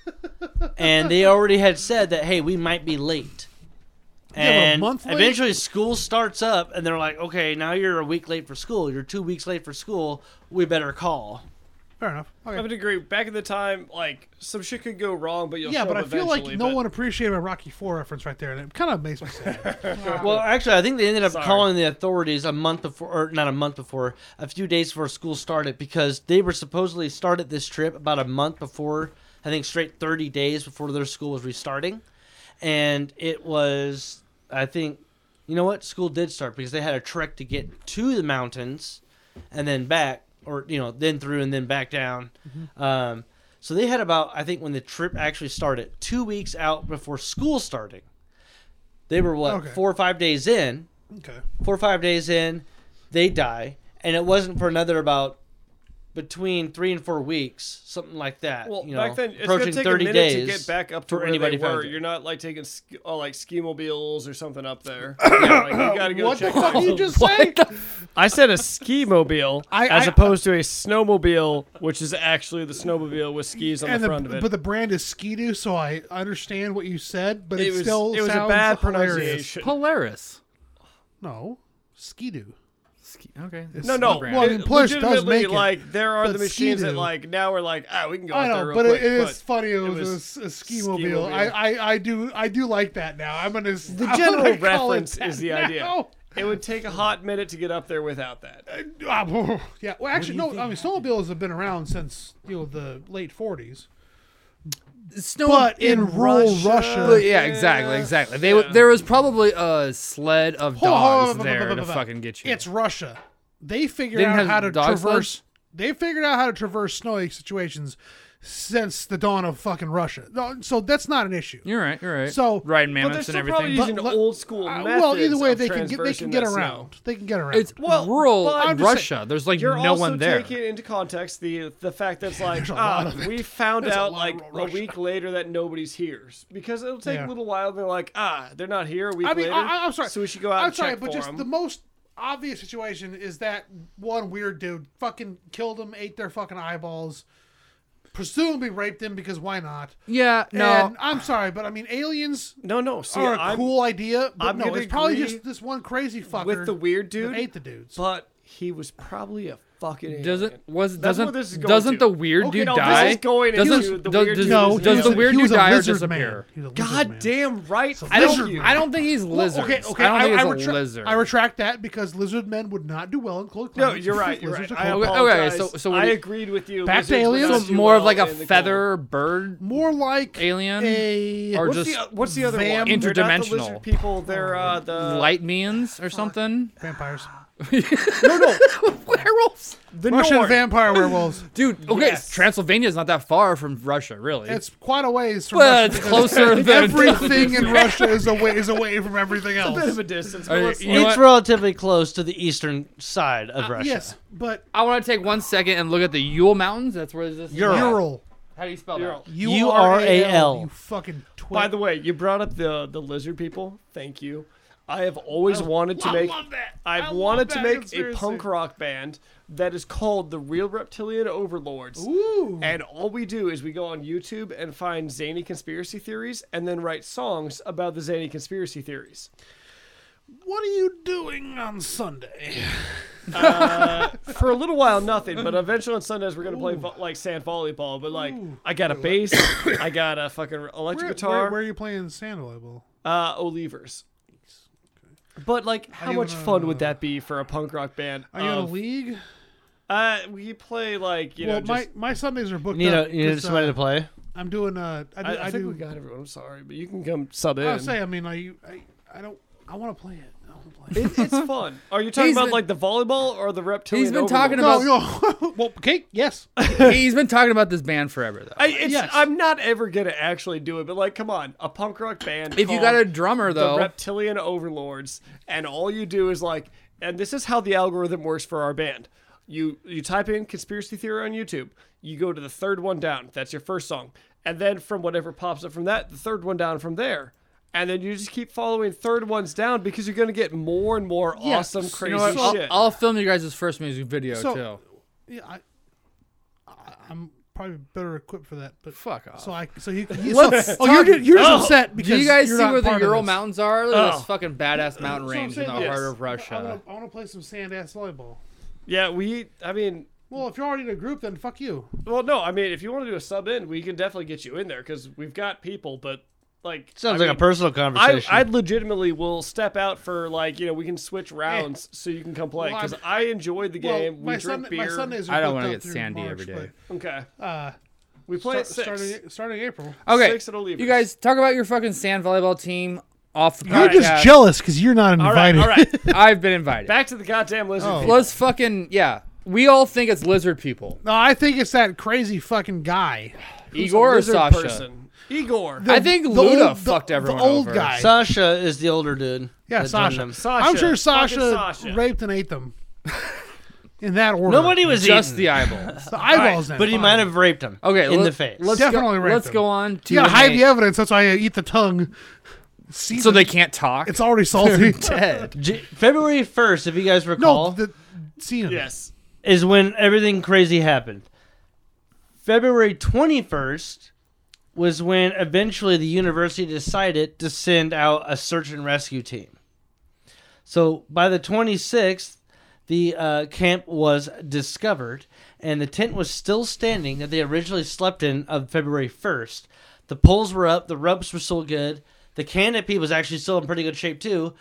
Speaker 2: and they already had said that, hey, we might be late.
Speaker 4: but a
Speaker 2: And
Speaker 4: month late?
Speaker 2: eventually, school starts up, and they're like, okay, now you're a week late for school. You're two weeks late for school. We better call.
Speaker 4: Fair enough. Okay.
Speaker 3: I would agree. Back in the time, like some shit could go wrong, but you'll
Speaker 4: yeah,
Speaker 3: show
Speaker 4: but I
Speaker 3: up
Speaker 4: feel like
Speaker 3: eventually,
Speaker 4: no
Speaker 3: but-
Speaker 4: one appreciated my Rocky Four reference right there, and it kind of makes me
Speaker 2: [LAUGHS]
Speaker 4: sad.
Speaker 2: Well, actually, I think they ended up
Speaker 3: Sorry.
Speaker 2: calling the authorities a month before, or not a month before, a few days before school started because they were supposedly started this trip about a month before, I think straight 30 days before their school was restarting. And it was, I think, you know what? School did start because they had a trek to get to the mountains and then back, or, you know, then through and then back down. Um, so they had about, I think, when the trip actually started, two weeks out before school starting. They were what
Speaker 4: Okay.
Speaker 2: four or five days in.
Speaker 4: okay.
Speaker 2: Four or five days in, they die, and it wasn't for another about between three and four weeks, something like that.
Speaker 3: Well,
Speaker 2: you know,
Speaker 3: back then, it's going to
Speaker 2: approaching
Speaker 3: take a
Speaker 2: thirty
Speaker 3: minute
Speaker 2: days
Speaker 3: to get back up to
Speaker 2: for
Speaker 3: where
Speaker 2: anybody
Speaker 3: they were.
Speaker 2: finds it.
Speaker 3: You're not like taking sk- oh, like ski mobiles or something
Speaker 4: [COUGHS]
Speaker 3: up there. yeah, like, you gotta go
Speaker 4: What the
Speaker 3: check.
Speaker 4: fuck
Speaker 3: things.
Speaker 4: did
Speaker 2: [LAUGHS]
Speaker 4: you just say?
Speaker 3: I said a ski mobile
Speaker 4: [LAUGHS] I-
Speaker 3: as
Speaker 4: I-
Speaker 3: opposed to a snowmobile, which is actually the snowmobile with skis on
Speaker 4: And the,
Speaker 3: the front of it.
Speaker 4: but the brand is Skidoo, so I understand what you said, but it,
Speaker 3: it was
Speaker 4: still
Speaker 3: it was a
Speaker 4: sounds
Speaker 3: bad
Speaker 4: hilarious.
Speaker 3: pronunciation.
Speaker 1: Polaris.
Speaker 4: No, Skidoo.
Speaker 1: Ski- Okay.
Speaker 3: No, no.
Speaker 4: Well, I mean,
Speaker 3: it-
Speaker 4: Polaris does
Speaker 3: legitimately,
Speaker 4: make it,
Speaker 3: Like there are
Speaker 4: but
Speaker 3: the machines that
Speaker 4: Ski-Doo-
Speaker 3: like now we're like ah we can go
Speaker 4: I
Speaker 3: out there
Speaker 4: know,
Speaker 3: real
Speaker 4: but
Speaker 3: quick.
Speaker 4: it is
Speaker 3: but
Speaker 4: funny. It was,
Speaker 3: was
Speaker 4: a s- a, ski
Speaker 3: ski-mobile.
Speaker 4: mobile. I, I, I do I do like that now. I'm gonna.
Speaker 3: [LAUGHS]
Speaker 4: The
Speaker 3: general reference is [LAUGHS] the idea. It would take a hot minute to get up there without that.
Speaker 4: [LAUGHS] yeah. Well, actually, no. I mean, snowmobiles have been around since you know the late 40s,
Speaker 1: Snow
Speaker 4: but in, rural Russia,
Speaker 1: But yeah, exactly, exactly. They w there was probably a sled of
Speaker 4: Hold on, hold on,
Speaker 1: dogs
Speaker 4: hold on,
Speaker 1: there
Speaker 4: hold on,
Speaker 1: to
Speaker 4: hold on.
Speaker 1: fucking get you.
Speaker 4: it's Russia. They figured
Speaker 1: They didn't
Speaker 4: out
Speaker 1: have
Speaker 4: how to
Speaker 1: dog
Speaker 4: traverse.
Speaker 1: sleds?
Speaker 4: They figured out how to traverse snowy situations since the dawn of fucking Russia. No, So that's not an issue.
Speaker 1: you're right. You're right.
Speaker 4: So-
Speaker 1: riding
Speaker 3: But they're
Speaker 1: mammoths and
Speaker 3: still
Speaker 1: everything.
Speaker 3: probably using
Speaker 4: But let-
Speaker 3: old school
Speaker 4: Uh,
Speaker 3: methods.
Speaker 4: well, either way,
Speaker 3: of
Speaker 4: they can get they can
Speaker 3: transversing
Speaker 4: get
Speaker 3: that snow.
Speaker 4: around. They can get around.
Speaker 1: it's
Speaker 3: Well,
Speaker 1: rural
Speaker 3: but I'm just
Speaker 1: Russia. There's like
Speaker 3: You're
Speaker 1: no
Speaker 3: also
Speaker 1: one there.
Speaker 3: taking into context the the fact that's like
Speaker 4: a lot
Speaker 3: ah,
Speaker 4: of it.
Speaker 3: we found
Speaker 4: There's a
Speaker 3: out
Speaker 4: lot
Speaker 3: like
Speaker 4: of
Speaker 3: a
Speaker 4: Russia.
Speaker 3: week later that nobody's here because it'll take
Speaker 4: Yeah.
Speaker 3: a little while. They're like ah, they're not here a week
Speaker 4: I mean,
Speaker 3: later.
Speaker 4: I, I'm sorry.
Speaker 3: So we should go out.
Speaker 4: I'm
Speaker 3: and
Speaker 4: sorry,
Speaker 3: check
Speaker 4: but
Speaker 3: for
Speaker 4: just
Speaker 3: 'em.
Speaker 4: the most obvious situation is that one weird dude fucking killed him, ate their fucking eyeballs, presumably raped him because why not?
Speaker 1: yeah, no.
Speaker 4: And I'm sorry, but I mean, aliens
Speaker 3: no no. See,
Speaker 4: are a
Speaker 3: I'm
Speaker 4: cool idea, but
Speaker 3: I'm
Speaker 4: no,
Speaker 3: gonna
Speaker 4: it's probably
Speaker 3: agree
Speaker 4: just this one crazy fucker
Speaker 3: with the weird
Speaker 4: that
Speaker 3: dude,
Speaker 4: ate the dudes.
Speaker 3: but he was probably a fucking.
Speaker 1: doesn't
Speaker 3: alien.
Speaker 1: was
Speaker 3: That's where
Speaker 1: doesn't
Speaker 3: this is going
Speaker 1: doesn't
Speaker 3: to.
Speaker 1: the weird
Speaker 3: Okay,
Speaker 1: dude
Speaker 3: no, this
Speaker 1: die?
Speaker 3: is going
Speaker 1: doesn't
Speaker 3: into the
Speaker 1: does,
Speaker 3: weird
Speaker 1: does,
Speaker 3: dude
Speaker 4: no,
Speaker 3: is-
Speaker 1: does
Speaker 4: he
Speaker 1: the
Speaker 4: was a-
Speaker 1: weird
Speaker 4: he
Speaker 1: dude
Speaker 4: was a
Speaker 1: die or
Speaker 4: lizard
Speaker 1: disappear?
Speaker 4: Man. He was a lizard
Speaker 3: God
Speaker 4: man.
Speaker 3: damn right.
Speaker 1: I
Speaker 4: lizard
Speaker 1: don't.
Speaker 4: man.
Speaker 1: I don't think he's lizard.
Speaker 4: Okay, okay.
Speaker 1: I don't think he's a
Speaker 4: retra-
Speaker 1: lizard.
Speaker 4: I retract that because lizard men would not do well in cold
Speaker 3: No,
Speaker 4: climates.
Speaker 3: you're right. You're right.
Speaker 4: Lizards
Speaker 3: I
Speaker 4: are cold.
Speaker 1: Okay, okay,
Speaker 3: apologize.
Speaker 1: so- so what
Speaker 3: I
Speaker 1: do you-
Speaker 3: agreed with you.
Speaker 4: Back to
Speaker 3: Lizards would
Speaker 4: aliens?
Speaker 3: not
Speaker 1: so
Speaker 3: do
Speaker 1: more of
Speaker 3: well
Speaker 1: like a
Speaker 3: in the cold.
Speaker 1: feather bird
Speaker 4: More like
Speaker 1: alien
Speaker 4: a
Speaker 1: or
Speaker 3: What's
Speaker 1: just
Speaker 3: the, what's the other
Speaker 4: vam-
Speaker 3: one? They're not the lizard
Speaker 1: interdimensional.
Speaker 3: people. They're uh, the
Speaker 1: light beings or something.
Speaker 4: vampires.
Speaker 1: Werewolves.
Speaker 3: the
Speaker 4: Russian
Speaker 3: Nord.
Speaker 4: vampire
Speaker 1: [LAUGHS]
Speaker 4: werewolves.
Speaker 1: Dude, okay,
Speaker 3: Yes.
Speaker 1: Transylvania is not that far from Russia, really.
Speaker 4: It's quite a ways from
Speaker 1: well,
Speaker 4: Russia.
Speaker 1: it's
Speaker 4: [LAUGHS]
Speaker 1: closer than
Speaker 4: Everything in Russia is away is away from everything
Speaker 3: [LAUGHS] bit of
Speaker 4: else.
Speaker 3: a distance.
Speaker 1: Uh,
Speaker 3: but let's-
Speaker 1: you know
Speaker 2: it's
Speaker 1: what?
Speaker 2: relatively close to the eastern side
Speaker 3: Uh,
Speaker 2: of Russia.
Speaker 4: Yes, but
Speaker 1: [LAUGHS] I want to take one second and look at the Ural Mountains. That's where this is.
Speaker 2: Ural.
Speaker 4: Ural,
Speaker 1: How do you spell
Speaker 3: Ural.
Speaker 1: that?
Speaker 4: U R A
Speaker 2: U-R-A-L.
Speaker 4: L, you fucking twit.
Speaker 3: By the way, you brought up the the lizard people. Thank you. I have always wanted to make. I've wanted to make a punk rock band that is called the Real Reptilian Overlords.
Speaker 4: Ooh.
Speaker 3: And all we do is we go on YouTube and find zany conspiracy theories, and then write songs about the zany conspiracy theories.
Speaker 4: what are you doing on
Speaker 3: [SIGHS]
Speaker 4: Sunday?
Speaker 3: for a little while nothing, but eventually on Sundays we're gonna play vo- like sand volleyball. But like, I got a bass, I got a fucking electric
Speaker 4: Where,
Speaker 3: guitar,
Speaker 4: where, where are you playing sand volleyball?
Speaker 3: uh, Olivers. But like, how
Speaker 4: you
Speaker 3: much
Speaker 4: in a-
Speaker 3: fun would that be for a punk rock band?
Speaker 4: Are you in a
Speaker 3: of-
Speaker 4: league?
Speaker 3: Uh, we play like you
Speaker 4: Well,
Speaker 3: know.
Speaker 4: my
Speaker 3: just-
Speaker 4: my Sundays are booked
Speaker 2: You know,
Speaker 4: up.
Speaker 2: you need
Speaker 4: 'cause,
Speaker 2: somebody
Speaker 4: uh,
Speaker 2: to play.
Speaker 4: I'm doing. Uh, I, do,
Speaker 3: I, I, think
Speaker 4: do.
Speaker 3: we got everyone. I'm sorry, but you can come sub in.
Speaker 4: I was saying. I mean, I I, I don't. I want to play it. I want to play it.
Speaker 3: It- it's fun. Are you talking
Speaker 1: He's
Speaker 3: about
Speaker 1: been-
Speaker 3: like the volleyball or the reptilian?
Speaker 1: He's been talking
Speaker 3: overlord?
Speaker 1: about-
Speaker 4: No, no. [LAUGHS] well, okay, yes.
Speaker 3: [LAUGHS]
Speaker 1: He's been talking about this band forever, though.
Speaker 3: I, it's,
Speaker 4: Yes.
Speaker 3: I'm not ever gonna actually do it, but like, come on, a punk rock band.
Speaker 1: if you got a
Speaker 3: called-
Speaker 1: drummer,
Speaker 3: the
Speaker 1: though,
Speaker 3: reptilian overlords, and all you do is like, and this is how the algorithm works for our band. You you type in conspiracy theory on YouTube. You go to the third one down. That's your first song, and then from whatever pops up from that, the third one down from there, and then you just keep following third ones down because you're gonna get more and more
Speaker 4: Yes.
Speaker 3: awesome
Speaker 4: You
Speaker 3: crazy
Speaker 1: you know what? I'll,
Speaker 3: shit.
Speaker 1: I'll film you guys' first music video,
Speaker 4: So-
Speaker 1: too.
Speaker 4: Yeah, I, I, I'm probably better equipped for that. But
Speaker 1: Fuck off.
Speaker 4: So I, so you. you
Speaker 1: Let's
Speaker 4: so, oh, you're,
Speaker 1: talk-
Speaker 4: ju- you're just
Speaker 3: Oh.
Speaker 4: upset because
Speaker 1: Do you guys
Speaker 4: you're
Speaker 1: see
Speaker 4: not
Speaker 1: where the
Speaker 4: part of
Speaker 1: Ural
Speaker 4: this.
Speaker 1: Mountains are? Look at
Speaker 3: Oh.
Speaker 1: this fucking badass mountain
Speaker 4: So I'm
Speaker 1: range in the
Speaker 4: saying
Speaker 1: heart of
Speaker 4: this. I wanna-
Speaker 1: Russia.
Speaker 4: I want to play some sand ass volleyball.
Speaker 3: yeah, we. I mean,
Speaker 4: Well, if you're already in a group, then fuck you.
Speaker 3: well, no, I mean, if you want to do a sub in, we can definitely get you in there because we've got people, but. Like
Speaker 2: Sounds
Speaker 3: I
Speaker 2: like
Speaker 3: mean,
Speaker 2: a personal
Speaker 3: I,
Speaker 2: conversation.
Speaker 3: I legitimately will step out for like you know we can switch rounds so you can come play
Speaker 4: Eh. Well,
Speaker 3: because I enjoyed the game.
Speaker 4: well,
Speaker 3: we
Speaker 4: my,
Speaker 3: drink
Speaker 4: Sunday-
Speaker 3: beer.
Speaker 4: my Sundays are
Speaker 1: I don't
Speaker 4: want
Speaker 1: wanna
Speaker 4: to
Speaker 1: get sandy every day.
Speaker 3: okay,
Speaker 4: But, uh,
Speaker 3: we
Speaker 4: start-
Speaker 3: play at six.
Speaker 4: starting starting April.
Speaker 1: Okay,
Speaker 3: Six at Olivers.
Speaker 1: you guys talk about your fucking sand volleyball team off the podcast.
Speaker 4: You're just jealous because you're not
Speaker 3: all right,
Speaker 4: invited.
Speaker 3: all
Speaker 1: [LAUGHS]
Speaker 3: right.
Speaker 1: I've been invited.
Speaker 3: Back to the goddamn lizard. people.
Speaker 1: Let's fucking yeah. We all think it's lizard people.
Speaker 4: [LAUGHS] No, I think it's that crazy fucking guy.
Speaker 1: Igor or
Speaker 3: Lizard
Speaker 1: Sasha?
Speaker 3: person. Igor.
Speaker 1: I think
Speaker 4: the
Speaker 1: Luda
Speaker 4: old- the-
Speaker 1: fucked
Speaker 4: the
Speaker 1: everyone
Speaker 4: old
Speaker 1: over.
Speaker 4: guy.
Speaker 2: Sasha is the older dude.
Speaker 4: Yeah,
Speaker 2: that joined
Speaker 4: Sasha.
Speaker 2: them.
Speaker 3: Sasha.
Speaker 4: I'm sure
Speaker 3: Fucking
Speaker 4: Sasha,
Speaker 3: Sasha.
Speaker 4: raped and ate them. in that order.
Speaker 2: Nobody was
Speaker 1: Just
Speaker 2: eaten,
Speaker 1: the
Speaker 2: [LAUGHS]
Speaker 1: eyeballs.
Speaker 4: the eyeballs. in
Speaker 2: but
Speaker 4: it.
Speaker 2: he
Speaker 4: Fine.
Speaker 2: might have raped him.
Speaker 1: Okay,
Speaker 2: in
Speaker 1: let-
Speaker 2: the face.
Speaker 1: Let's
Speaker 4: Definitely
Speaker 1: go,
Speaker 4: raped
Speaker 1: Let's
Speaker 4: him.
Speaker 1: go on to
Speaker 4: You gotta hide
Speaker 1: Nate.
Speaker 4: the evidence. That's why I eat the tongue. See,
Speaker 1: so they can't talk. [LAUGHS]
Speaker 4: it's already [LAUGHS] salty.
Speaker 1: dead.
Speaker 2: J- February first, if you guys recall,
Speaker 4: no, the semen.
Speaker 3: Yes.
Speaker 2: is when everything crazy happened. February twenty first was when eventually the university decided to send out a search and rescue team. So by the twenty sixth, the uh, camp was discovered, and the tent was still standing that they originally slept in of February 1st. The poles were up, the ropes were still good, the canopy was actually still in pretty good shape too.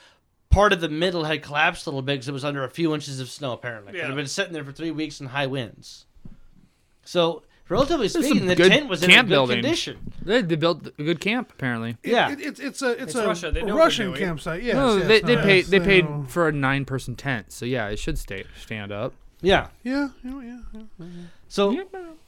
Speaker 2: Part of the middle had collapsed a little bit because it was under a few inches of snow, apparently. It
Speaker 3: Yeah.
Speaker 2: had been sitting there for three weeks in high winds. So, relatively
Speaker 1: some
Speaker 2: speaking, the
Speaker 1: good
Speaker 2: tent was in a
Speaker 1: camp
Speaker 2: good
Speaker 1: building.
Speaker 2: condition.
Speaker 1: They, they built a good camp apparently.
Speaker 2: Yeah.
Speaker 4: It, it's it's a it's, a
Speaker 3: Russia. They know what they're
Speaker 4: Russian
Speaker 3: doing.
Speaker 4: campsite. Yes,
Speaker 1: No,
Speaker 4: yes,
Speaker 1: they, they
Speaker 4: no,
Speaker 1: paid
Speaker 4: yes,
Speaker 1: they paid
Speaker 4: know.
Speaker 1: for a nine person tent, so yeah, it should stay stand up.
Speaker 2: Yeah.
Speaker 4: Yeah, you know, yeah, yeah.
Speaker 2: So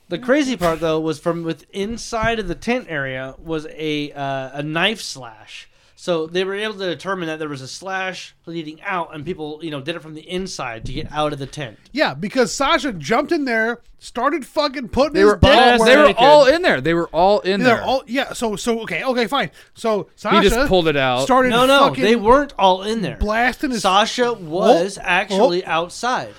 Speaker 2: the crazy part though was from with inside of the tent area was a uh, a knife slash. So they were able to determine that there was a slash leading out, and people you know did it from the inside to get out of the tent.
Speaker 4: Yeah, because Sasha jumped in there, started fucking putting
Speaker 1: They
Speaker 4: his
Speaker 1: were
Speaker 4: dick
Speaker 1: all
Speaker 2: where
Speaker 1: they
Speaker 2: they
Speaker 1: were
Speaker 2: could.
Speaker 1: all in there. They were all in
Speaker 4: They're
Speaker 1: there.
Speaker 4: all yeah. So so okay okay fine. So Sasha
Speaker 1: he just pulled it out.
Speaker 4: started
Speaker 2: No, no,
Speaker 4: fucking
Speaker 2: they weren't all in there.
Speaker 4: blasting his
Speaker 2: Sasha was actually outside.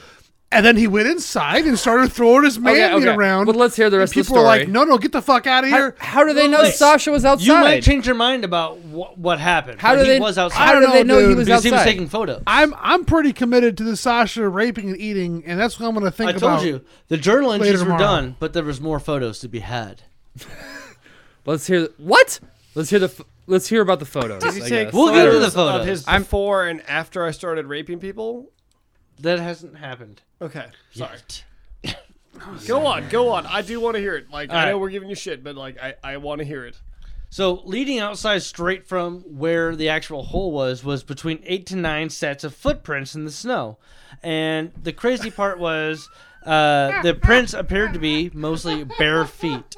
Speaker 4: and then he went inside and started throwing his man meat
Speaker 1: okay.
Speaker 4: around.
Speaker 1: Well, let's hear the
Speaker 4: And
Speaker 1: rest of the
Speaker 4: People were like,
Speaker 1: story.
Speaker 4: no no get the fuck out of
Speaker 1: how,
Speaker 4: here.
Speaker 1: how do they know
Speaker 2: Wait.
Speaker 1: Sasha was outside?
Speaker 2: You might change your mind about wh- what happened.
Speaker 1: how
Speaker 2: but
Speaker 1: do
Speaker 2: he
Speaker 1: they
Speaker 2: was outside?
Speaker 1: How do
Speaker 4: don't
Speaker 1: they know
Speaker 4: know,
Speaker 1: he
Speaker 4: dude.
Speaker 1: was
Speaker 2: because
Speaker 1: outside?
Speaker 2: he was taking photos.
Speaker 4: I'm I'm pretty committed to the Sasha raping and eating, and that's what I'm gonna
Speaker 2: I
Speaker 4: think about.
Speaker 2: told you the journal
Speaker 4: later
Speaker 2: entries were
Speaker 4: tomorrow.
Speaker 2: done, but there was more photos to be had.
Speaker 1: Let's hear what? Let's hear the f- let's hear about the photos. I guess.
Speaker 2: We'll get into the
Speaker 3: Photos
Speaker 2: photos.
Speaker 3: Of his
Speaker 1: I'm-
Speaker 3: before and after I started raping people.
Speaker 2: That hasn't happened.
Speaker 3: Okay. Sorry.
Speaker 2: Yet.
Speaker 3: [LAUGHS] Go on. Go on. I do want to hear it. Like I know
Speaker 2: right.
Speaker 3: we're giving you shit, but like I I want to hear it.
Speaker 2: So leading outside straight from where the actual hole was was between eight to nine sets of footprints in the snow, and the crazy part was uh, the prints appeared to be mostly bare feet.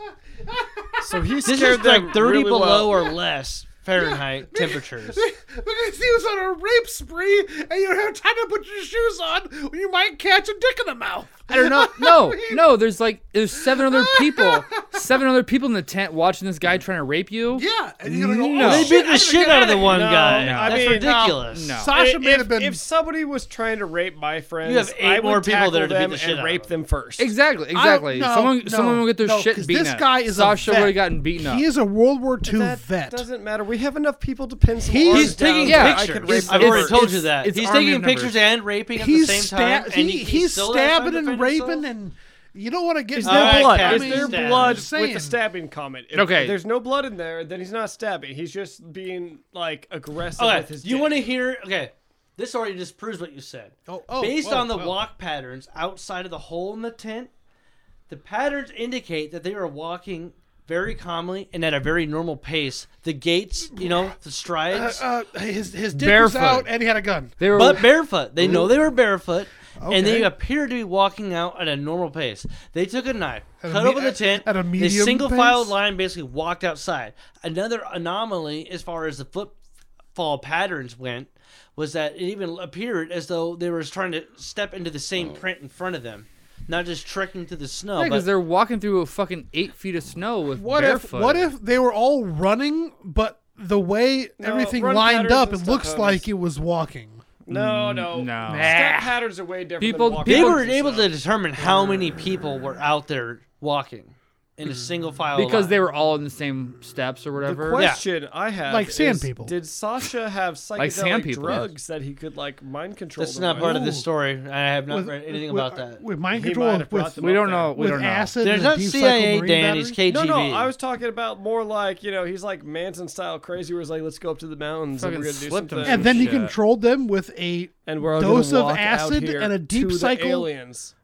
Speaker 3: So he
Speaker 2: This
Speaker 3: scared
Speaker 2: is
Speaker 3: them
Speaker 2: like thirty
Speaker 3: really
Speaker 2: below
Speaker 3: well.
Speaker 2: or less Fahrenheit temperatures.
Speaker 4: Because he was on a rape spree, and you don't have time to put your shoes on, or you might catch a dick in the mouth.
Speaker 1: I don't
Speaker 4: [LAUGHS]
Speaker 1: know. No, no. There's like there's seven other people, seven other people in the tent watching this guy trying to rape you.
Speaker 4: Yeah, and you're gonna go.
Speaker 1: No.
Speaker 4: Oh,
Speaker 2: They
Speaker 4: shit,
Speaker 2: beat
Speaker 4: I
Speaker 2: the
Speaker 4: gotta
Speaker 2: shit out
Speaker 4: get
Speaker 2: of
Speaker 4: outta
Speaker 2: the
Speaker 4: here."
Speaker 2: one
Speaker 3: No,
Speaker 2: guy.
Speaker 3: no. I
Speaker 2: That's
Speaker 3: mean, no,
Speaker 2: ridiculous.
Speaker 1: no.
Speaker 4: Sasha
Speaker 3: if,
Speaker 4: may have been.
Speaker 3: if somebody was trying to rape my friends,
Speaker 2: have eight
Speaker 3: I would
Speaker 2: more people
Speaker 3: tackle
Speaker 2: there to beat
Speaker 3: them
Speaker 2: the shit out
Speaker 3: and
Speaker 2: of
Speaker 3: rape
Speaker 2: them.
Speaker 3: them first.
Speaker 1: Exactly, exactly.
Speaker 4: no,
Speaker 1: someone,
Speaker 4: no,
Speaker 1: someone will get their
Speaker 4: no,
Speaker 1: shit
Speaker 4: 'cause
Speaker 1: beaten.
Speaker 4: this
Speaker 1: at.
Speaker 4: guy is a
Speaker 1: Sasha
Speaker 4: vet.
Speaker 1: would have gotten beaten up.
Speaker 4: he is a World War II
Speaker 3: that
Speaker 4: vet.
Speaker 3: doesn't matter. We have enough people to pin some
Speaker 4: He's
Speaker 3: arms
Speaker 2: taking
Speaker 3: down.
Speaker 1: Yeah,
Speaker 3: I could rape
Speaker 1: pictures.
Speaker 2: I've
Speaker 3: them
Speaker 2: already
Speaker 1: It's-
Speaker 3: first.
Speaker 2: told you
Speaker 1: it's-
Speaker 2: that.
Speaker 1: it's
Speaker 2: he's
Speaker 1: army
Speaker 2: taking
Speaker 1: numbers.
Speaker 2: pictures and raping at
Speaker 4: He's
Speaker 2: the same
Speaker 4: stab-
Speaker 2: time. and
Speaker 4: he-
Speaker 2: he
Speaker 4: he's
Speaker 2: still has time
Speaker 4: stabbing
Speaker 2: to
Speaker 4: and
Speaker 2: defend
Speaker 4: raping,
Speaker 2: himself?
Speaker 4: and you don't want to get.
Speaker 3: Is
Speaker 2: All
Speaker 3: there
Speaker 2: right,
Speaker 3: blood?
Speaker 2: Captain
Speaker 3: Is there
Speaker 2: Stab.
Speaker 3: blood
Speaker 4: Just
Speaker 3: with
Speaker 4: saying.
Speaker 3: the stabbing comment? If
Speaker 1: Okay.
Speaker 3: There's no blood in there, then he's not stabbing. He's just being like aggressive
Speaker 2: Okay,
Speaker 3: with his.
Speaker 2: you
Speaker 3: dick.
Speaker 2: want to hear? Okay, this already disproves what you said.
Speaker 4: Oh, oh,
Speaker 2: Based
Speaker 4: whoa,
Speaker 2: on the
Speaker 4: whoa.
Speaker 2: walk patterns outside of the hole in the tent, the patterns indicate that they are walking very calmly and at a very normal pace. The gates, you know, the strides,
Speaker 4: Uh, his his dick
Speaker 1: Barefoot.
Speaker 4: was out, and he had a gun.
Speaker 1: They were
Speaker 2: but barefoot. They know they were barefoot. And they
Speaker 4: Okay.
Speaker 2: appear to be walking out at a normal pace. They took a knife,
Speaker 4: At a
Speaker 2: cut
Speaker 4: me-
Speaker 2: open the
Speaker 4: at-
Speaker 2: tent,
Speaker 4: at a
Speaker 2: they
Speaker 4: medium
Speaker 2: single file
Speaker 4: pace?
Speaker 2: line basically walked outside. Another anomaly as far as the footfall patterns went was that it even appeared as though they were trying to step into the
Speaker 4: Oh.
Speaker 2: same print in front of them, not just trekking through the snow.
Speaker 1: because
Speaker 2: but
Speaker 1: they're walking through a fucking eight feet of snow with
Speaker 4: What
Speaker 1: barefoot.
Speaker 4: if what if they were all running, but the way everything
Speaker 3: run
Speaker 4: lined
Speaker 3: patterns
Speaker 4: up,
Speaker 3: and
Speaker 4: it
Speaker 3: stuff,
Speaker 4: looks
Speaker 3: homies.
Speaker 4: like it was walking.
Speaker 3: No, no,
Speaker 1: Mm, no. Nah.
Speaker 3: Step patterns are way different.
Speaker 1: People-
Speaker 3: than walk
Speaker 2: they
Speaker 1: people-
Speaker 2: were
Speaker 3: patterns and
Speaker 2: able
Speaker 3: stuff.
Speaker 2: to determine how many people were out there walking in
Speaker 4: Mm.
Speaker 2: a single file
Speaker 1: Because
Speaker 2: line.
Speaker 1: they were all in the same steps or
Speaker 3: The
Speaker 1: whatever.
Speaker 3: question I have,
Speaker 4: Like sand
Speaker 3: is,
Speaker 4: people.
Speaker 3: Did Sasha have psychedelic
Speaker 1: sand people, yeah.
Speaker 3: drugs that he could like mind control?
Speaker 2: That's
Speaker 3: them
Speaker 2: not
Speaker 3: with?
Speaker 2: part of this
Speaker 4: Ooh.
Speaker 2: story. and I have not
Speaker 4: With-
Speaker 2: read anything
Speaker 4: with-
Speaker 2: about that.
Speaker 4: With mind
Speaker 3: He might
Speaker 4: control,
Speaker 3: have brought
Speaker 4: with,
Speaker 3: them
Speaker 1: we
Speaker 3: up
Speaker 1: don't
Speaker 3: there.
Speaker 1: know. We
Speaker 4: with
Speaker 1: don't know.
Speaker 4: acid.
Speaker 2: There's
Speaker 4: and
Speaker 2: not
Speaker 4: deep cycle
Speaker 2: CIA,
Speaker 4: marine
Speaker 2: Dan.
Speaker 4: battery?
Speaker 2: He's KGB.
Speaker 3: No, no, I was talking about more like you know he's like Manson style crazy. Where he's like, let's go up to the mountains and
Speaker 1: Fucking
Speaker 3: we're gonna do
Speaker 1: slipped
Speaker 3: something.
Speaker 1: him.
Speaker 4: And then he
Speaker 1: Shit.
Speaker 4: controlled them with a
Speaker 3: and we're all
Speaker 4: Dose
Speaker 3: gonna
Speaker 4: of
Speaker 3: walk out
Speaker 4: acid
Speaker 3: here
Speaker 4: and a deep
Speaker 3: to the
Speaker 4: cycle.
Speaker 3: aliens.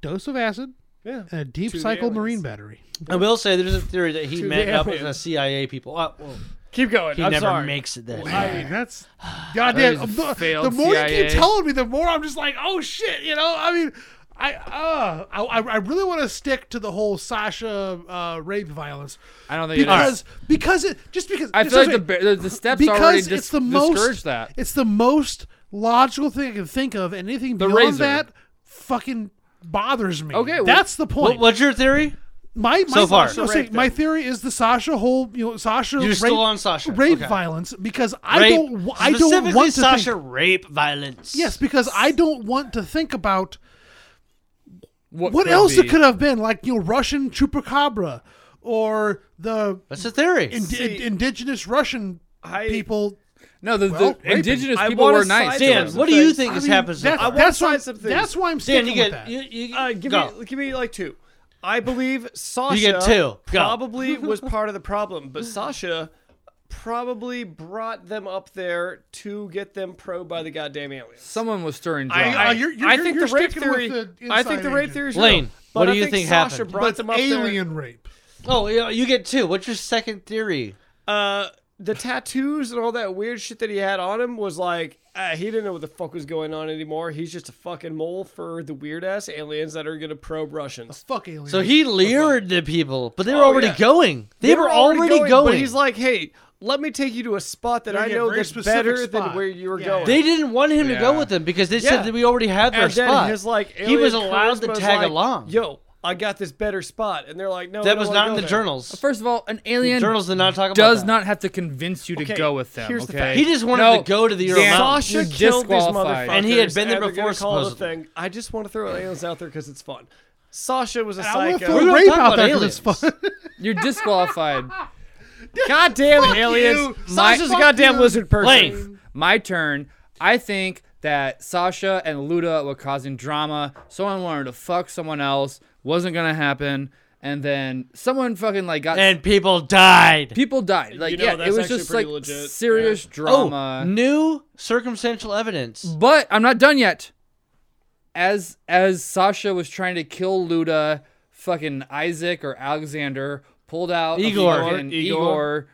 Speaker 4: dose of acid
Speaker 3: Yeah.
Speaker 4: and a deep
Speaker 3: To the
Speaker 4: cycle
Speaker 3: aliens.
Speaker 4: marine battery.
Speaker 2: I will say there's a theory that he
Speaker 3: the
Speaker 2: met up with
Speaker 3: aliens.
Speaker 2: the CIA people. Oh, well,
Speaker 3: Keep going.
Speaker 2: he
Speaker 3: I'm
Speaker 2: never
Speaker 3: sorry.
Speaker 2: makes it there.
Speaker 4: Man, that's goddamn.
Speaker 1: That is a
Speaker 4: The,
Speaker 1: failed
Speaker 4: the more you
Speaker 1: CIA.
Speaker 4: keep telling me, the more I'm just like, oh shit. You know, I mean, I uh, I, I I really want to stick to the whole Sasha uh, rape violence
Speaker 1: I don't think it is.
Speaker 4: because because it just because
Speaker 1: I
Speaker 4: just
Speaker 1: feel like
Speaker 4: because-
Speaker 1: the, ba- the the steps already
Speaker 4: because
Speaker 1: dis-
Speaker 4: it's the most
Speaker 1: discourage that.
Speaker 4: It's the most logical thing I can think of, and anything beyond
Speaker 1: razor.
Speaker 4: that fucking bothers me.
Speaker 1: Okay, well-
Speaker 4: that's the
Speaker 2: What,
Speaker 4: point.
Speaker 2: what's your theory?
Speaker 4: my, my
Speaker 2: so far.
Speaker 4: no, see, my theory is the Sasha whole you know Sasha
Speaker 2: You're
Speaker 4: rape,
Speaker 2: still on Sasha.
Speaker 4: rape
Speaker 2: Okay.
Speaker 4: violence because I
Speaker 2: Rape.
Speaker 4: don't wa- I don't
Speaker 2: Specifically
Speaker 4: want to
Speaker 2: Sasha
Speaker 4: think,
Speaker 2: rape violence.
Speaker 4: yes because I don't want to think about
Speaker 1: What,
Speaker 4: what else
Speaker 1: be?
Speaker 4: it could have been like you know Russian chupacabra or the
Speaker 2: that's the theory.
Speaker 4: ind- indigenous Russian
Speaker 3: I-
Speaker 4: people.
Speaker 1: No, the,
Speaker 4: Well,
Speaker 1: the indigenous
Speaker 3: I
Speaker 1: people
Speaker 3: wanna
Speaker 1: were nice.
Speaker 3: side
Speaker 1: to
Speaker 2: Dan,
Speaker 1: us.
Speaker 3: That's
Speaker 2: what
Speaker 3: the
Speaker 2: do you
Speaker 3: thing.
Speaker 2: think
Speaker 4: I
Speaker 2: has
Speaker 4: mean,
Speaker 2: happened? so
Speaker 4: that's,
Speaker 2: far?
Speaker 3: want
Speaker 4: that's why
Speaker 3: sides of things.
Speaker 4: that's why I'm
Speaker 2: Dan,
Speaker 4: sticking
Speaker 2: you get
Speaker 4: with that.
Speaker 2: you, you
Speaker 3: Uh, give
Speaker 2: go.
Speaker 3: me, give me like two. I believe Sasha.
Speaker 2: get two. Go.
Speaker 3: Probably was part of the problem, but Sasha probably brought them up there to get them probed by the goddamn aliens.
Speaker 1: Someone was stirring
Speaker 3: I,
Speaker 1: drama.
Speaker 3: I,
Speaker 4: Uh, you're- you're-
Speaker 3: I think
Speaker 4: you're
Speaker 3: the rape
Speaker 4: sticking
Speaker 3: theory.
Speaker 4: with the
Speaker 3: I think
Speaker 4: inside
Speaker 3: the rape
Speaker 4: agent.
Speaker 3: theory is
Speaker 2: Lane,
Speaker 3: real, but
Speaker 2: what do
Speaker 3: I
Speaker 2: you think
Speaker 3: Sasha
Speaker 2: happened?
Speaker 3: brought
Speaker 4: But
Speaker 3: them up
Speaker 4: alien rape.
Speaker 2: Oh, yeah, you get two. What's your second theory?
Speaker 3: there. Uh, the tattoos and all that weird shit that he had on him was like uh, he didn't know what the fuck was going on anymore. He's just a fucking mole for the weird ass aliens that are gonna probe Russians.
Speaker 4: Fuck aliens.
Speaker 2: So he lured the people, but they were
Speaker 3: Oh,
Speaker 2: already
Speaker 3: yeah.
Speaker 2: going. They, were, already going.
Speaker 3: But he's like, hey, let me take you to a spot that I
Speaker 4: yeah,
Speaker 3: know
Speaker 4: very
Speaker 3: that's
Speaker 4: specific
Speaker 3: better
Speaker 4: spot.
Speaker 3: than where you were
Speaker 4: Yeah.
Speaker 3: going.
Speaker 2: they didn't want him to go
Speaker 1: Yeah.
Speaker 2: with them because they
Speaker 3: Yeah.
Speaker 2: said that we already had their
Speaker 3: and then
Speaker 2: spot.
Speaker 3: his like
Speaker 2: he was
Speaker 3: alien
Speaker 2: allowed to
Speaker 3: charisma is
Speaker 2: tag
Speaker 3: like,
Speaker 2: along.
Speaker 3: Yo, I got this better spot, and they're like, no, I
Speaker 2: that
Speaker 3: don't
Speaker 2: was
Speaker 3: wanna
Speaker 2: not
Speaker 3: go
Speaker 2: in the
Speaker 3: there.
Speaker 2: journals.
Speaker 1: First of all, an alien
Speaker 2: Journals did not talk about
Speaker 1: does
Speaker 2: that.
Speaker 1: not have to convince you to
Speaker 3: Okay,
Speaker 1: go with them.
Speaker 3: here's the
Speaker 1: okay?
Speaker 3: fact.
Speaker 2: He just wanted
Speaker 1: No,
Speaker 2: to go to the Ural
Speaker 1: Dan,
Speaker 2: Mountains.
Speaker 3: Sasha
Speaker 1: you're
Speaker 3: killed these
Speaker 1: disqualified.
Speaker 3: motherfuckers,
Speaker 2: And he had been there
Speaker 3: and they're gonna
Speaker 2: before,
Speaker 3: Call it a
Speaker 2: supposedly.
Speaker 3: thing. I just want to throw aliens out there because it's fun. Sasha was a
Speaker 4: I want to
Speaker 3: psycho.
Speaker 2: We
Speaker 4: throw
Speaker 2: were
Speaker 4: rape
Speaker 2: talking
Speaker 4: out
Speaker 2: about
Speaker 4: there because it's
Speaker 2: aliens.
Speaker 4: fun.
Speaker 1: You're
Speaker 3: [LAUGHS]
Speaker 1: disqualified.
Speaker 3: goddamn aliens.
Speaker 1: My-
Speaker 3: Sasha's a goddamn
Speaker 4: you.
Speaker 3: lizard person.
Speaker 2: Lane.
Speaker 1: My turn. I think that Sasha and Luda were causing drama. Someone wanted to fuck someone else. Wasn't gonna happen. And then someone fucking like got
Speaker 2: And people died.
Speaker 1: people died. Like
Speaker 3: You know,
Speaker 1: yeah, it
Speaker 3: that's
Speaker 1: was
Speaker 3: actually
Speaker 1: just like
Speaker 3: pretty legit,
Speaker 1: serious
Speaker 2: Oh,
Speaker 1: drama.
Speaker 2: new circumstantial evidence.
Speaker 1: But I'm not done yet. As as Sasha was trying to kill Luda, fucking Isaac or Alexander pulled out a
Speaker 2: Igor.
Speaker 1: fucking-
Speaker 3: Igor.
Speaker 1: Igor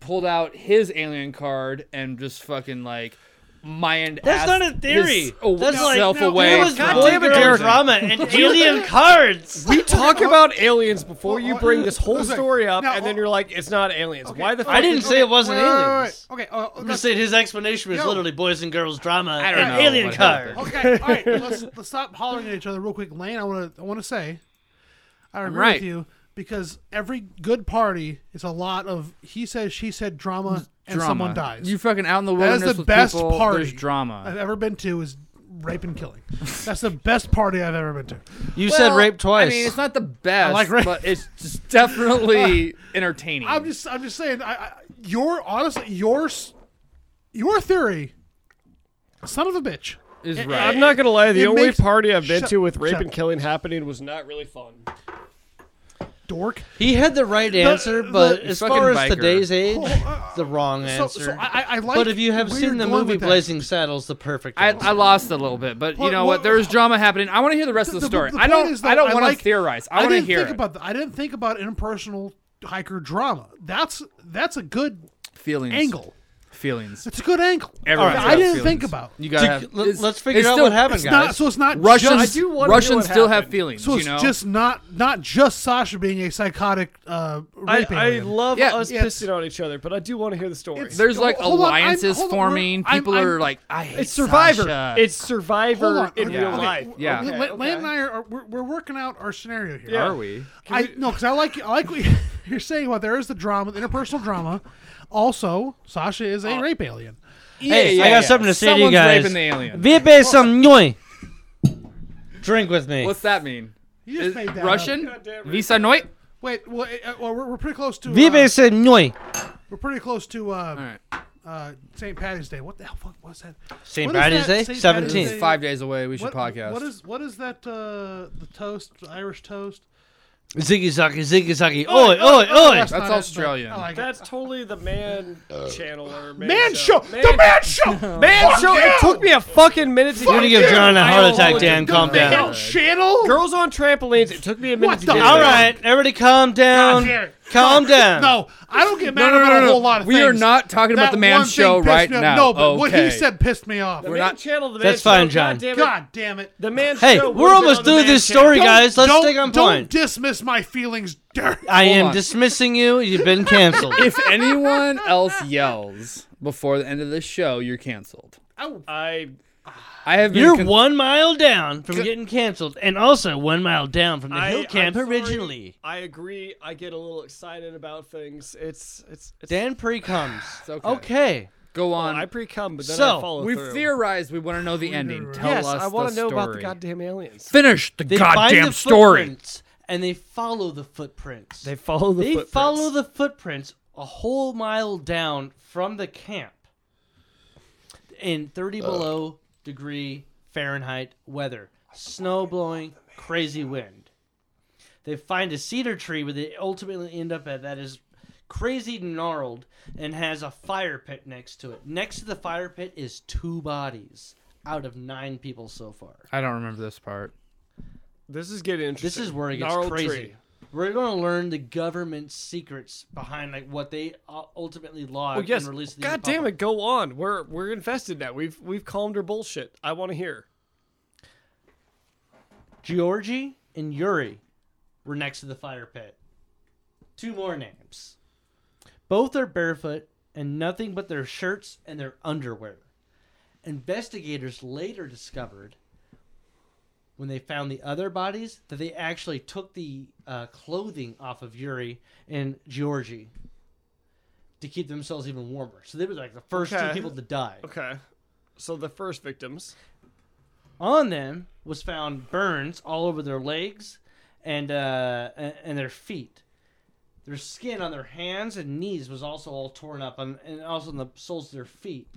Speaker 1: pulled out his alien card and just fucking like mind.
Speaker 2: That's
Speaker 1: ass-
Speaker 2: not a theory.
Speaker 1: his- oh,
Speaker 2: That's like-
Speaker 1: self
Speaker 4: no,
Speaker 1: away.
Speaker 2: It was
Speaker 1: from-
Speaker 2: goddamn
Speaker 3: it, Derek.
Speaker 2: drama and alien cards.
Speaker 3: We talk about aliens before you
Speaker 4: oh,
Speaker 3: bring this whole
Speaker 4: okay.
Speaker 3: story up,
Speaker 4: Now,
Speaker 3: and then
Speaker 4: oh,
Speaker 3: you're like, it's not aliens. Why the fuck?
Speaker 2: I didn't say it wasn't
Speaker 4: Wait, wait, wait,
Speaker 2: aliens.
Speaker 4: wait. Okay, uh,
Speaker 2: I'm just
Speaker 4: let's-
Speaker 2: saying his explanation was
Speaker 4: No.
Speaker 2: literally boys and girls drama I
Speaker 1: don't
Speaker 2: and
Speaker 1: know
Speaker 2: alien
Speaker 1: what
Speaker 2: card.
Speaker 1: happened.
Speaker 4: Okay, all right. Let's let's stop hollering at each other real quick. Lane, I want to I want to say, I agree
Speaker 1: right.
Speaker 4: with you because every good party is a lot of he says she said drama and
Speaker 1: drama.
Speaker 4: someone dies.
Speaker 1: You fucking out in the
Speaker 4: that
Speaker 1: wilderness
Speaker 4: is the
Speaker 1: with
Speaker 4: best
Speaker 1: people.
Speaker 4: party
Speaker 1: There's
Speaker 4: I've
Speaker 1: drama.
Speaker 4: ever been to is rape and killing. That's the best party I've ever been to.
Speaker 2: You
Speaker 1: Well,
Speaker 2: said rape twice.
Speaker 1: I mean, it's not the best,
Speaker 4: like rape.
Speaker 1: but it's just definitely entertaining.
Speaker 4: I'm just I'm just saying. I, I your honestly your s- your theory, son of a bitch.
Speaker 1: is right.
Speaker 3: I'm not gonna lie. The
Speaker 4: It
Speaker 3: only
Speaker 4: makes-
Speaker 3: party I've been
Speaker 4: Shut-
Speaker 3: to with rape
Speaker 4: shut
Speaker 3: and
Speaker 4: up.
Speaker 3: killing happening was not really fun.
Speaker 4: Dork.
Speaker 2: he had the right answer, but
Speaker 1: the
Speaker 2: as
Speaker 1: fucking
Speaker 2: far as
Speaker 1: biker.
Speaker 2: today's age,
Speaker 4: uh,
Speaker 2: the wrong
Speaker 4: So,
Speaker 2: answer.
Speaker 4: so I, I- I like.
Speaker 2: but if you have
Speaker 4: where
Speaker 2: seen
Speaker 4: you're
Speaker 2: the
Speaker 4: going
Speaker 2: movie
Speaker 4: with that.
Speaker 2: Blazing Saddles, the perfect
Speaker 1: I,
Speaker 2: answer.
Speaker 1: I lost a little bit, but you
Speaker 4: What-
Speaker 1: know
Speaker 4: what-
Speaker 1: what? There's drama happening. I want to hear the rest of the
Speaker 4: The- the-
Speaker 1: story.
Speaker 4: the
Speaker 1: I
Speaker 4: point is
Speaker 1: don't.
Speaker 4: that
Speaker 1: I don't
Speaker 4: I
Speaker 1: want
Speaker 4: like-
Speaker 1: to theorize. I, want to
Speaker 4: didn't
Speaker 1: hear.
Speaker 4: think
Speaker 1: it.
Speaker 4: about that. I didn't think about interpersonal hiker drama. That's that's a good
Speaker 1: feelings.
Speaker 4: angle.
Speaker 1: Feelings.
Speaker 4: It's a good angle.
Speaker 1: Everyone's
Speaker 4: That
Speaker 1: got
Speaker 4: I didn't
Speaker 1: feelings.
Speaker 4: think about.
Speaker 1: You gotta.
Speaker 2: To-
Speaker 1: have,
Speaker 2: let-
Speaker 1: it's-
Speaker 2: let's figure
Speaker 1: it's
Speaker 2: out
Speaker 1: still-
Speaker 2: what happened,
Speaker 4: It's
Speaker 2: guys.
Speaker 4: not so. It's not
Speaker 1: Russians.
Speaker 4: Just,
Speaker 3: do wanna hear
Speaker 1: Russians
Speaker 3: what
Speaker 1: still have
Speaker 3: happened.
Speaker 1: feelings.
Speaker 4: so
Speaker 1: you
Speaker 4: it's
Speaker 1: know.
Speaker 4: just not not just Sasha being a psychotic uh,
Speaker 3: I,
Speaker 4: rape
Speaker 3: I
Speaker 4: alien.
Speaker 3: love
Speaker 1: Yeah,
Speaker 3: us
Speaker 4: it's-
Speaker 3: pissing on each other, but I do want to hear the story.
Speaker 4: It's-
Speaker 1: There's like
Speaker 4: Hold on, I'm-
Speaker 1: alliances
Speaker 4: hold on, we're-
Speaker 1: forming.
Speaker 4: I'm-
Speaker 1: People
Speaker 4: I'm-
Speaker 1: are like, I hate
Speaker 3: It's Survivor.
Speaker 1: Sasha.
Speaker 3: It's Survivor
Speaker 4: Hold on.
Speaker 3: in
Speaker 4: okay,
Speaker 3: real
Speaker 4: okay,
Speaker 3: life.
Speaker 1: Yeah.
Speaker 4: okay,
Speaker 3: Okay,
Speaker 4: Lan- Lan
Speaker 3: okay.
Speaker 4: and I are we're, we're working out our scenario here.
Speaker 3: Yeah.
Speaker 1: Are we?
Speaker 4: I no, because I like I like what [LAUGHS] you're saying about there is the drama, the interpersonal drama. Also, Sasha is
Speaker 1: Uh,
Speaker 4: a rape alien.
Speaker 2: Hey, I got something to say to you
Speaker 1: Someone's
Speaker 2: guys.
Speaker 1: raping the alien.
Speaker 2: Vipe some noi. Drink with me.
Speaker 1: What's that mean?
Speaker 4: You just made that up.
Speaker 1: Russian?
Speaker 3: Goddamn right.
Speaker 1: Visa noit?
Speaker 4: Wait, well, uh, well we're, we're pretty close to. uh,
Speaker 2: Vipe some noi.
Speaker 4: we're pretty close to uh,
Speaker 1: All right.
Speaker 4: uh, St. Patty's Day. What the hell fuck was that?
Speaker 2: St.
Speaker 4: What is
Speaker 2: Patty's
Speaker 4: that?
Speaker 2: Day,
Speaker 4: St. Patty's
Speaker 1: It's
Speaker 4: Day?
Speaker 2: 17th.
Speaker 1: five days away. We should
Speaker 4: What,
Speaker 1: podcast.
Speaker 4: what is what is that? Uh, the toast, the Irish toast.
Speaker 2: Ziggy zaggy, ziggy zaggy. Oi, oi, oi.
Speaker 1: That's
Speaker 4: not it, but
Speaker 1: Australian.
Speaker 4: I like it.
Speaker 3: That's totally the man channel or man,
Speaker 4: Man show,
Speaker 3: Man,
Speaker 4: the man show,
Speaker 3: Man
Speaker 4: Fuck
Speaker 3: show.
Speaker 4: you!
Speaker 3: It took me a fucking minute to
Speaker 2: You're gonna
Speaker 3: get
Speaker 2: give
Speaker 3: it.
Speaker 2: John a
Speaker 3: I
Speaker 2: heart
Speaker 3: don't
Speaker 2: attack,
Speaker 3: hold it.
Speaker 2: Dan. Calm
Speaker 4: The
Speaker 2: down.
Speaker 4: man channel.
Speaker 3: Girls on trampolines. It took me a minute
Speaker 4: What
Speaker 3: to
Speaker 4: the-
Speaker 3: get it.
Speaker 2: All right, everybody calm down.
Speaker 4: damn it.
Speaker 2: Calm down.
Speaker 4: No, I don't get
Speaker 1: No,
Speaker 4: mad
Speaker 1: no, no,
Speaker 4: about
Speaker 1: no,
Speaker 4: a
Speaker 1: no.
Speaker 4: whole lot of
Speaker 1: we
Speaker 4: things.
Speaker 1: are not talking
Speaker 4: That
Speaker 1: about the man
Speaker 4: one thing
Speaker 1: show
Speaker 4: pissed
Speaker 1: right
Speaker 4: me off.
Speaker 1: now.
Speaker 4: No, but what he
Speaker 1: Okay.
Speaker 4: said pissed me off.
Speaker 3: The
Speaker 1: We're
Speaker 3: man
Speaker 1: not-
Speaker 3: channel. The man
Speaker 2: That's
Speaker 3: show,
Speaker 2: fine,
Speaker 3: God
Speaker 2: John.
Speaker 3: damn it.
Speaker 4: God damn it.
Speaker 3: The man
Speaker 2: Hey,
Speaker 3: show
Speaker 2: we're
Speaker 3: was
Speaker 2: almost
Speaker 3: on the
Speaker 2: through
Speaker 3: man
Speaker 2: this
Speaker 3: channel.
Speaker 2: story,
Speaker 4: Don't-
Speaker 2: guys. Let's
Speaker 4: don't-
Speaker 2: take on
Speaker 4: Don't
Speaker 2: point.
Speaker 4: dismiss my feelings, Derek.
Speaker 2: I am
Speaker 1: on.
Speaker 2: dismissing you. You've been canceled.
Speaker 1: [LAUGHS] if
Speaker 4: Oh,
Speaker 1: anyone else yells before the end of this show, you're canceled.
Speaker 4: Ow.
Speaker 3: I
Speaker 1: I have been
Speaker 2: You're
Speaker 1: con-
Speaker 2: one mile down from getting canceled, and also one mile down from the
Speaker 3: I-
Speaker 2: hill camp
Speaker 3: I'm sorry.
Speaker 2: originally.
Speaker 3: I agree. I get a little excited about things. It's it's, it's
Speaker 2: Dan Pre comes.
Speaker 1: okay.
Speaker 2: okay.
Speaker 1: Go on.
Speaker 3: I pre-cum, but then
Speaker 2: So,
Speaker 3: I follow
Speaker 1: We've
Speaker 3: through.
Speaker 1: theorized. We want to know the ending. Tell
Speaker 3: yes,
Speaker 1: us
Speaker 3: I
Speaker 1: want to
Speaker 3: know about the goddamn aliens.
Speaker 1: Finish the
Speaker 2: They
Speaker 1: goddamn
Speaker 2: find the
Speaker 1: story.
Speaker 2: footprints, and they follow the footprints.
Speaker 3: They follow the
Speaker 2: They follow the footprints a whole mile down from the camp in 30 below degree Fahrenheit weather, snow blowing, crazy wind. They find a cedar tree where they ultimately end up at that is crazy gnarled and has a fire pit next to it. Next to the fire pit is two bodies out of nine people so far.
Speaker 1: I don't remember this part.
Speaker 3: This is getting interesting.
Speaker 2: This is where it gets
Speaker 3: Gnarled
Speaker 2: crazy.
Speaker 3: tree.
Speaker 2: We're going to learn the government secrets behind like what they uh, ultimately logged
Speaker 3: Oh yes.
Speaker 2: and released. to the
Speaker 3: God damn
Speaker 2: public.
Speaker 3: it, go on. We're we're invested now. We've we've calmed her bullshit. I want to hear.
Speaker 2: Georgie and Yuri were next to the fire pit. Two more names. Both are barefoot and nothing but their shirts and their underwear. Investigators later discovered, when they found the other bodies, that they actually took the uh, clothing off of Yuri and Georgie to keep themselves even warmer. So they were like the first
Speaker 3: Okay.
Speaker 2: two people to die.
Speaker 3: Okay. So the first victims.
Speaker 2: on them was found burns all over their legs and uh, a- and their feet. Their skin on their hands and knees was also all torn up, on, and also on the soles of their feet.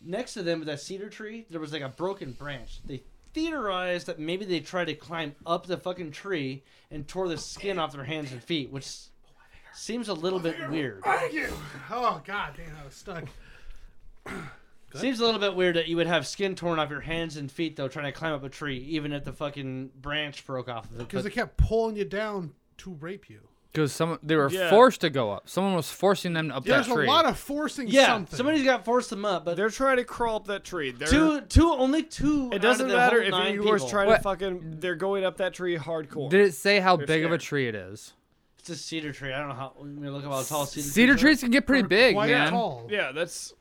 Speaker 2: Next to them with that cedar tree, there was like a broken branch. They theorized that maybe they tried to climb up the fucking tree and tore the skin off their hands and feet, which seems a little bit weird.
Speaker 4: Thank you. Oh god, damn, I was stuck.
Speaker 2: Seems a little bit weird that you would have skin torn off your hands and feet though, trying to climb up a tree, even if the fucking branch broke off of it. but-
Speaker 4: Because they kept pulling you down to rape you.
Speaker 1: Because some they were
Speaker 3: Yeah.
Speaker 1: forced to go up. Someone was forcing them up
Speaker 4: There's
Speaker 1: that tree.
Speaker 4: a lot of forcing
Speaker 2: Yeah,
Speaker 4: something.
Speaker 2: somebody's got to force them up, but
Speaker 3: They're trying to crawl up that tree. They're,
Speaker 2: two, two, only two.
Speaker 3: it doesn't matter if you
Speaker 2: were
Speaker 3: were trying
Speaker 1: What?
Speaker 3: to fucking. They're going up that tree hardcore.
Speaker 1: Did it say how big of a
Speaker 3: scared.
Speaker 1: tree it is?
Speaker 2: It's a cedar tree. I don't know how. Let me look up how tall cedar,
Speaker 1: Cedar
Speaker 2: trees.
Speaker 1: trees can get pretty
Speaker 4: They're
Speaker 1: big,
Speaker 4: quite
Speaker 1: man.
Speaker 4: Tall.
Speaker 3: yeah, that's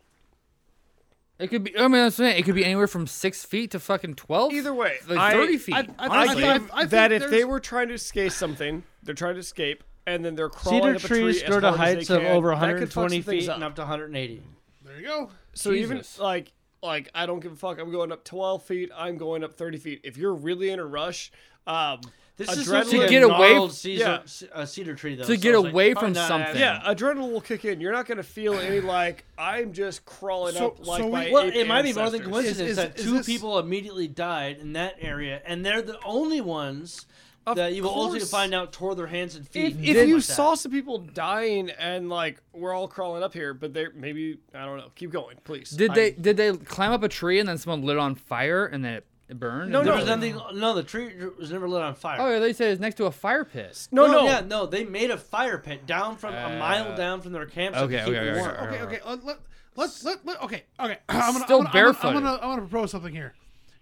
Speaker 1: It could be. I mean, I'm saying it could be anywhere from six feet to fucking twelve.
Speaker 3: either way.
Speaker 1: like
Speaker 3: I-
Speaker 1: thirty feet.
Speaker 4: I, I, I,
Speaker 3: I,
Speaker 4: I,
Speaker 3: believe
Speaker 4: I think
Speaker 3: that if
Speaker 4: there's-
Speaker 3: they were trying to escape something, they're trying to escape, and then they're
Speaker 2: are.
Speaker 3: crawling
Speaker 2: Cedar
Speaker 3: up a
Speaker 2: trees
Speaker 3: tree as
Speaker 2: grow to
Speaker 3: hard as they
Speaker 2: heights of
Speaker 3: can,
Speaker 2: over
Speaker 3: that could fuck
Speaker 2: 120
Speaker 3: some things
Speaker 2: feet
Speaker 3: up.
Speaker 2: and up to 180.
Speaker 4: there you go.
Speaker 3: So
Speaker 1: Jesus.
Speaker 3: even like like I don't give a fuck. I'm going up 12 feet. I'm going up 30 feet. If you're really in a rush, um,
Speaker 2: This is
Speaker 3: adrenaline.
Speaker 1: To get away-
Speaker 2: Cedar,
Speaker 3: Yeah.
Speaker 2: c- uh, cedar tree though.
Speaker 1: To
Speaker 2: so
Speaker 1: get
Speaker 2: it's like,
Speaker 1: away
Speaker 2: probably
Speaker 1: from
Speaker 2: not
Speaker 1: something.
Speaker 2: happening.
Speaker 3: yeah, adrenaline will kick in. You're not gonna feel any like I'm just crawling
Speaker 4: So-
Speaker 3: up like
Speaker 4: so we-
Speaker 3: my
Speaker 2: Well,
Speaker 3: ape
Speaker 2: it might be more than
Speaker 3: ancestors.
Speaker 2: coincidence
Speaker 4: Is- is-
Speaker 2: that
Speaker 4: is
Speaker 2: two
Speaker 4: this-
Speaker 2: people immediately died in that area, and they're the only ones that you will ultimately
Speaker 3: course.
Speaker 2: find out tore their hands and feet.
Speaker 3: If,
Speaker 2: and
Speaker 3: if
Speaker 2: stuff
Speaker 3: you
Speaker 2: like that.
Speaker 3: saw some people dying and like we're all crawling up here, but they're maybe I don't know. Keep going, please.
Speaker 1: did
Speaker 3: I-
Speaker 1: they did they climb up a tree and then someone lit it on fire and then it it burned?
Speaker 3: No,
Speaker 1: And
Speaker 2: There
Speaker 1: then-
Speaker 2: was nothing. No, the tree was never lit on fire.
Speaker 1: Oh, yeah, they said it's next to a fire pit.
Speaker 3: No, no.
Speaker 2: Yeah, no. They made a fire pit down from a mile down from their camp. so they
Speaker 1: Uh, okay,
Speaker 2: keep
Speaker 1: okay,
Speaker 2: it
Speaker 1: okay,
Speaker 2: warm.
Speaker 1: okay.
Speaker 4: Okay, okay. Let, let, let's let, let okay, okay. [CLEARS THROAT] I'm gonna,
Speaker 1: Still
Speaker 4: I'm gonna, I'm gonna-
Speaker 1: barefooted.
Speaker 4: I'm gonna, I'm gonna propose something here.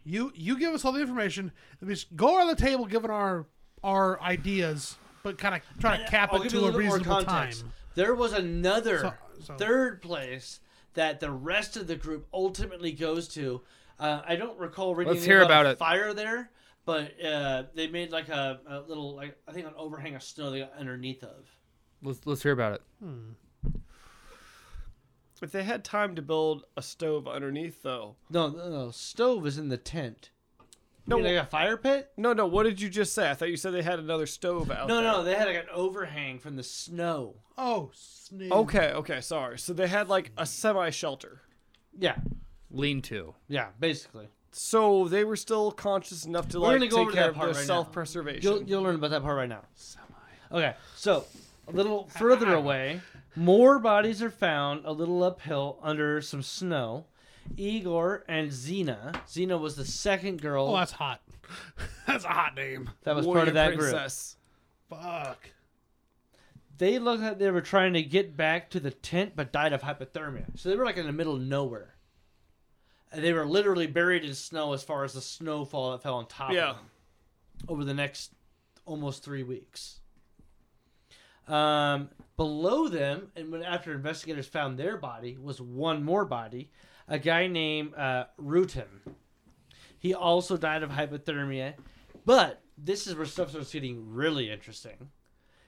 Speaker 4: You you give us all the information. and We just go around the table, giving our our ideas, but kind of try to cap
Speaker 2: I'll
Speaker 4: it
Speaker 2: Oh, give
Speaker 4: to
Speaker 2: you
Speaker 4: a
Speaker 2: a little bit more
Speaker 4: reasonable
Speaker 2: context.
Speaker 4: time.
Speaker 2: There was another
Speaker 4: So- so-
Speaker 2: third place that the rest of the group ultimately goes to. Uh, I don't recall reading
Speaker 1: Let's
Speaker 2: anything
Speaker 1: hear about
Speaker 2: a
Speaker 1: it.
Speaker 2: fire there, but uh, they made like a, a little, like I think, an overhang of snow they got underneath of.
Speaker 1: Let's let's hear about it.
Speaker 3: If they had time to build a stove underneath, though.
Speaker 2: No, no, no. Stove is in the tent.
Speaker 3: No,
Speaker 2: No, like a fire pit.
Speaker 3: no, no. What did you just say? I thought you said they had another stove out
Speaker 2: No,
Speaker 3: there.
Speaker 2: no, they had like an overhang from the snow.
Speaker 4: Oh, snake.
Speaker 3: Okay, okay, sorry. So they had like a semi shelter.
Speaker 2: Yeah,
Speaker 1: Lean to.
Speaker 2: yeah, basically.
Speaker 3: So they were still conscious enough to
Speaker 2: We're gonna
Speaker 3: like
Speaker 2: go
Speaker 3: take
Speaker 2: over
Speaker 3: care
Speaker 2: that
Speaker 3: of
Speaker 2: part
Speaker 3: their
Speaker 2: right now.
Speaker 3: self
Speaker 2: You'll,
Speaker 3: preservation.
Speaker 2: you'll learn about that part right now. Okay, so a little further away, more bodies are found a little uphill under some snow. Igor and Xena. Xena was the second girl
Speaker 4: Oh, that's hot. [LAUGHS] that's a hot name.
Speaker 2: that was part of that group.
Speaker 3: princess.
Speaker 4: Fuck.
Speaker 2: They looked like they were trying to get back to the tent but died of hypothermia. So they were like in the middle of nowhere. And they were literally buried in snow as far as the snowfall that fell on top of
Speaker 3: Yeah.
Speaker 2: them. over the next almost three weeks. Um, below them, and when after investigators found their body, was one more body, a guy named uh, Rutan. He also died of hypothermia. But this is where stuff starts getting really interesting.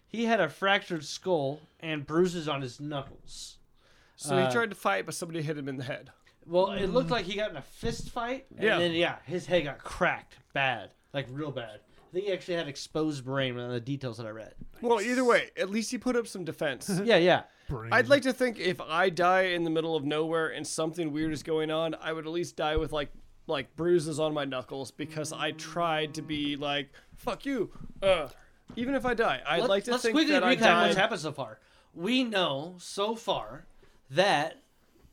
Speaker 2: He had a fractured skull and bruises on his knuckles.
Speaker 3: So
Speaker 2: Uh,
Speaker 3: he tried to fight, but somebody hit him in the head.
Speaker 2: Well, it looked like he got in a fist fight, and
Speaker 3: Mm. Yeah.
Speaker 2: then yeah, his head got cracked bad, like real bad. I think he actually had exposed brain. On the details that I read.
Speaker 3: Well, either way, at least he put up some defense.
Speaker 2: Yeah, yeah.
Speaker 4: Brain.
Speaker 3: I'd like to think if I die in the middle of nowhere and something weird is going on, I would at least die with like like bruises on my knuckles because I tried to be like fuck you. Uh, even if I die, I'd
Speaker 2: Let-
Speaker 3: like to
Speaker 2: let's
Speaker 3: think
Speaker 2: quickly
Speaker 3: that I
Speaker 2: recap what's
Speaker 3: died.
Speaker 2: happened so far. We know so far that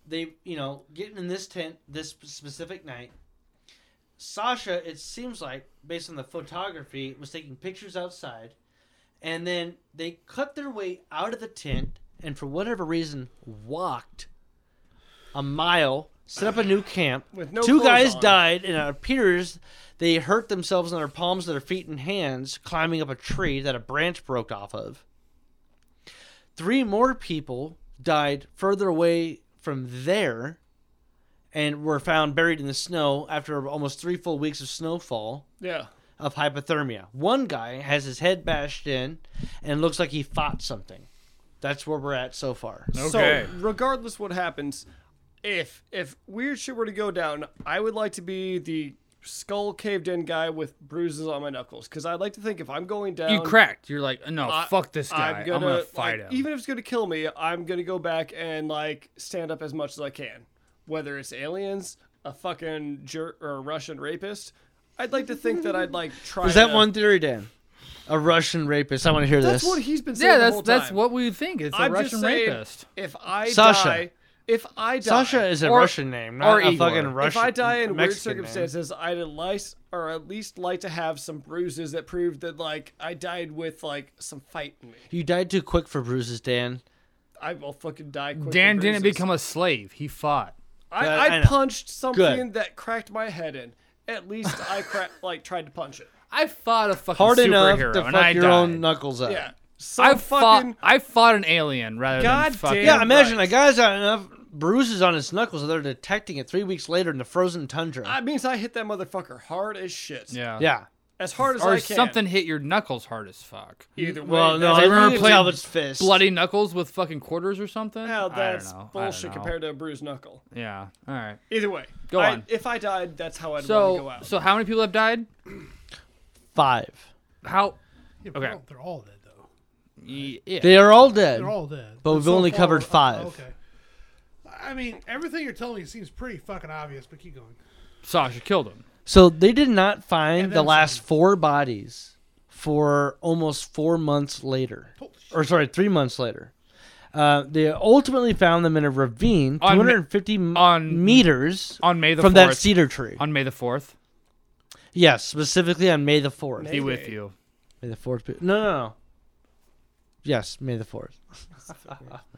Speaker 2: they, you know, getting in this tent this specific night. Sasha, it seems like, based on the photography, was taking pictures outside, and then they cut their way out of the tent, and for whatever reason, walked a mile, set up a new camp.
Speaker 3: With no
Speaker 2: Two
Speaker 3: clothes
Speaker 2: guys
Speaker 3: on.
Speaker 2: died, and it appears they hurt themselves on their palms, their feet, and hands climbing up a tree that a branch broke off of. Three more people died further away from there and were found buried in the snow after almost three full weeks of snowfall
Speaker 3: Yeah.
Speaker 2: of hypothermia. One guy has his head bashed in and looks like he fought something. That's where we're at so far.
Speaker 1: Okay.
Speaker 3: So regardless what happens, if if weird shit were to go down, I would like to be the skull caved in guy with bruises on my knuckles because I'd like to think if I'm going down,
Speaker 1: You cracked. You're like, no,
Speaker 3: Um, I-
Speaker 1: fuck this guy. I'm gonna, fight
Speaker 3: like,
Speaker 1: him.
Speaker 3: Even if it's gonna kill me, I'm gonna go back and like stand up as much as I can. Whether it's aliens, a fucking jerk, or a Russian rapist, I'd like to think that
Speaker 2: [LAUGHS]
Speaker 3: I'd like try.
Speaker 2: Is that
Speaker 3: to-
Speaker 2: one theory, Dan? A Russian rapist. I want to hear
Speaker 3: That's
Speaker 2: this.
Speaker 3: what he's been saying.
Speaker 1: yeah,
Speaker 3: the
Speaker 1: that's
Speaker 3: whole
Speaker 1: that's
Speaker 3: time.
Speaker 1: what we think. It's a
Speaker 3: I'm
Speaker 1: Russian
Speaker 3: just saying,
Speaker 1: rapist.
Speaker 3: If I
Speaker 2: Sasha.
Speaker 3: die, if I die,
Speaker 2: Sasha is a
Speaker 1: Or-
Speaker 2: Russian name, not
Speaker 1: or
Speaker 2: a
Speaker 1: Igor.
Speaker 2: fucking
Speaker 1: If
Speaker 2: Russian.
Speaker 3: If I die in
Speaker 2: Mexican name.
Speaker 3: weird circumstances, I'd at least, or at least like to have some bruises that prove that like I died with like some fight in me.
Speaker 2: you died too quick for bruises, Dan.
Speaker 3: I will fucking die. Quick
Speaker 1: Dan
Speaker 3: with
Speaker 1: didn't
Speaker 3: bruises.
Speaker 1: become a slave. He fought.
Speaker 3: I,
Speaker 2: That-
Speaker 3: I,
Speaker 2: I know.
Speaker 3: punched something that cracked my head in. At least I cra- like tried to punch it.
Speaker 1: I fought a fucking
Speaker 2: Hard enough
Speaker 1: superhero,
Speaker 2: to
Speaker 1: and
Speaker 2: fuck
Speaker 1: I
Speaker 2: your
Speaker 1: died.
Speaker 2: own knuckles up.
Speaker 3: Yeah. Some
Speaker 1: I
Speaker 3: fucking
Speaker 1: fought. I fought an alien rather
Speaker 3: God
Speaker 1: than fucking.
Speaker 2: Yeah,
Speaker 3: damn
Speaker 2: imagine
Speaker 3: right.
Speaker 2: a guy's got enough bruises on his knuckles that they're detecting it three weeks later in the frozen tundra.
Speaker 3: that means I hit that motherfucker hard as shit.
Speaker 1: Yeah.
Speaker 2: yeah.
Speaker 3: As hard as
Speaker 1: Or
Speaker 3: I can.
Speaker 1: something hit your knuckles hard as fuck.
Speaker 3: Either way.
Speaker 2: Well, no,
Speaker 3: that's-
Speaker 2: I
Speaker 1: remember
Speaker 2: remember
Speaker 1: playing
Speaker 2: playing fist.
Speaker 1: Bloody knuckles with fucking quarters or something.
Speaker 3: Now that's
Speaker 1: I don't know. I don't
Speaker 3: bullshit
Speaker 1: know.
Speaker 3: compared to a bruised knuckle.
Speaker 1: Yeah. All right.
Speaker 3: Either way.
Speaker 1: Go
Speaker 3: I-
Speaker 1: on.
Speaker 3: If I died, that's how I'd want to go
Speaker 1: So,
Speaker 3: out.
Speaker 1: so how many people have died?
Speaker 2: five.
Speaker 1: How?
Speaker 4: Yeah, but they're
Speaker 1: okay.
Speaker 4: all- They're all dead though.
Speaker 1: Yeah.
Speaker 2: They are all dead.
Speaker 4: They're all dead.
Speaker 2: But we've only covered
Speaker 4: oh,
Speaker 2: five.
Speaker 4: okay. I mean, everything you're telling me seems pretty fucking obvious, but keep going.
Speaker 1: Sasha killed him.
Speaker 2: So they did not find
Speaker 4: And
Speaker 2: the
Speaker 4: then
Speaker 2: last four bodies for almost four months later,
Speaker 4: Holy shit.
Speaker 2: or sorry, three months later. Uh, they ultimately found them in a ravine,
Speaker 1: On Ma-
Speaker 2: 250 m-
Speaker 1: on-
Speaker 2: meters
Speaker 1: on May the
Speaker 2: from
Speaker 1: 4th.
Speaker 2: that cedar tree.
Speaker 1: On May the fourth,
Speaker 2: yes, specifically on May the 4th.
Speaker 1: be with you.
Speaker 2: May the 4th. be- No, no, no. Yes, May the 4th.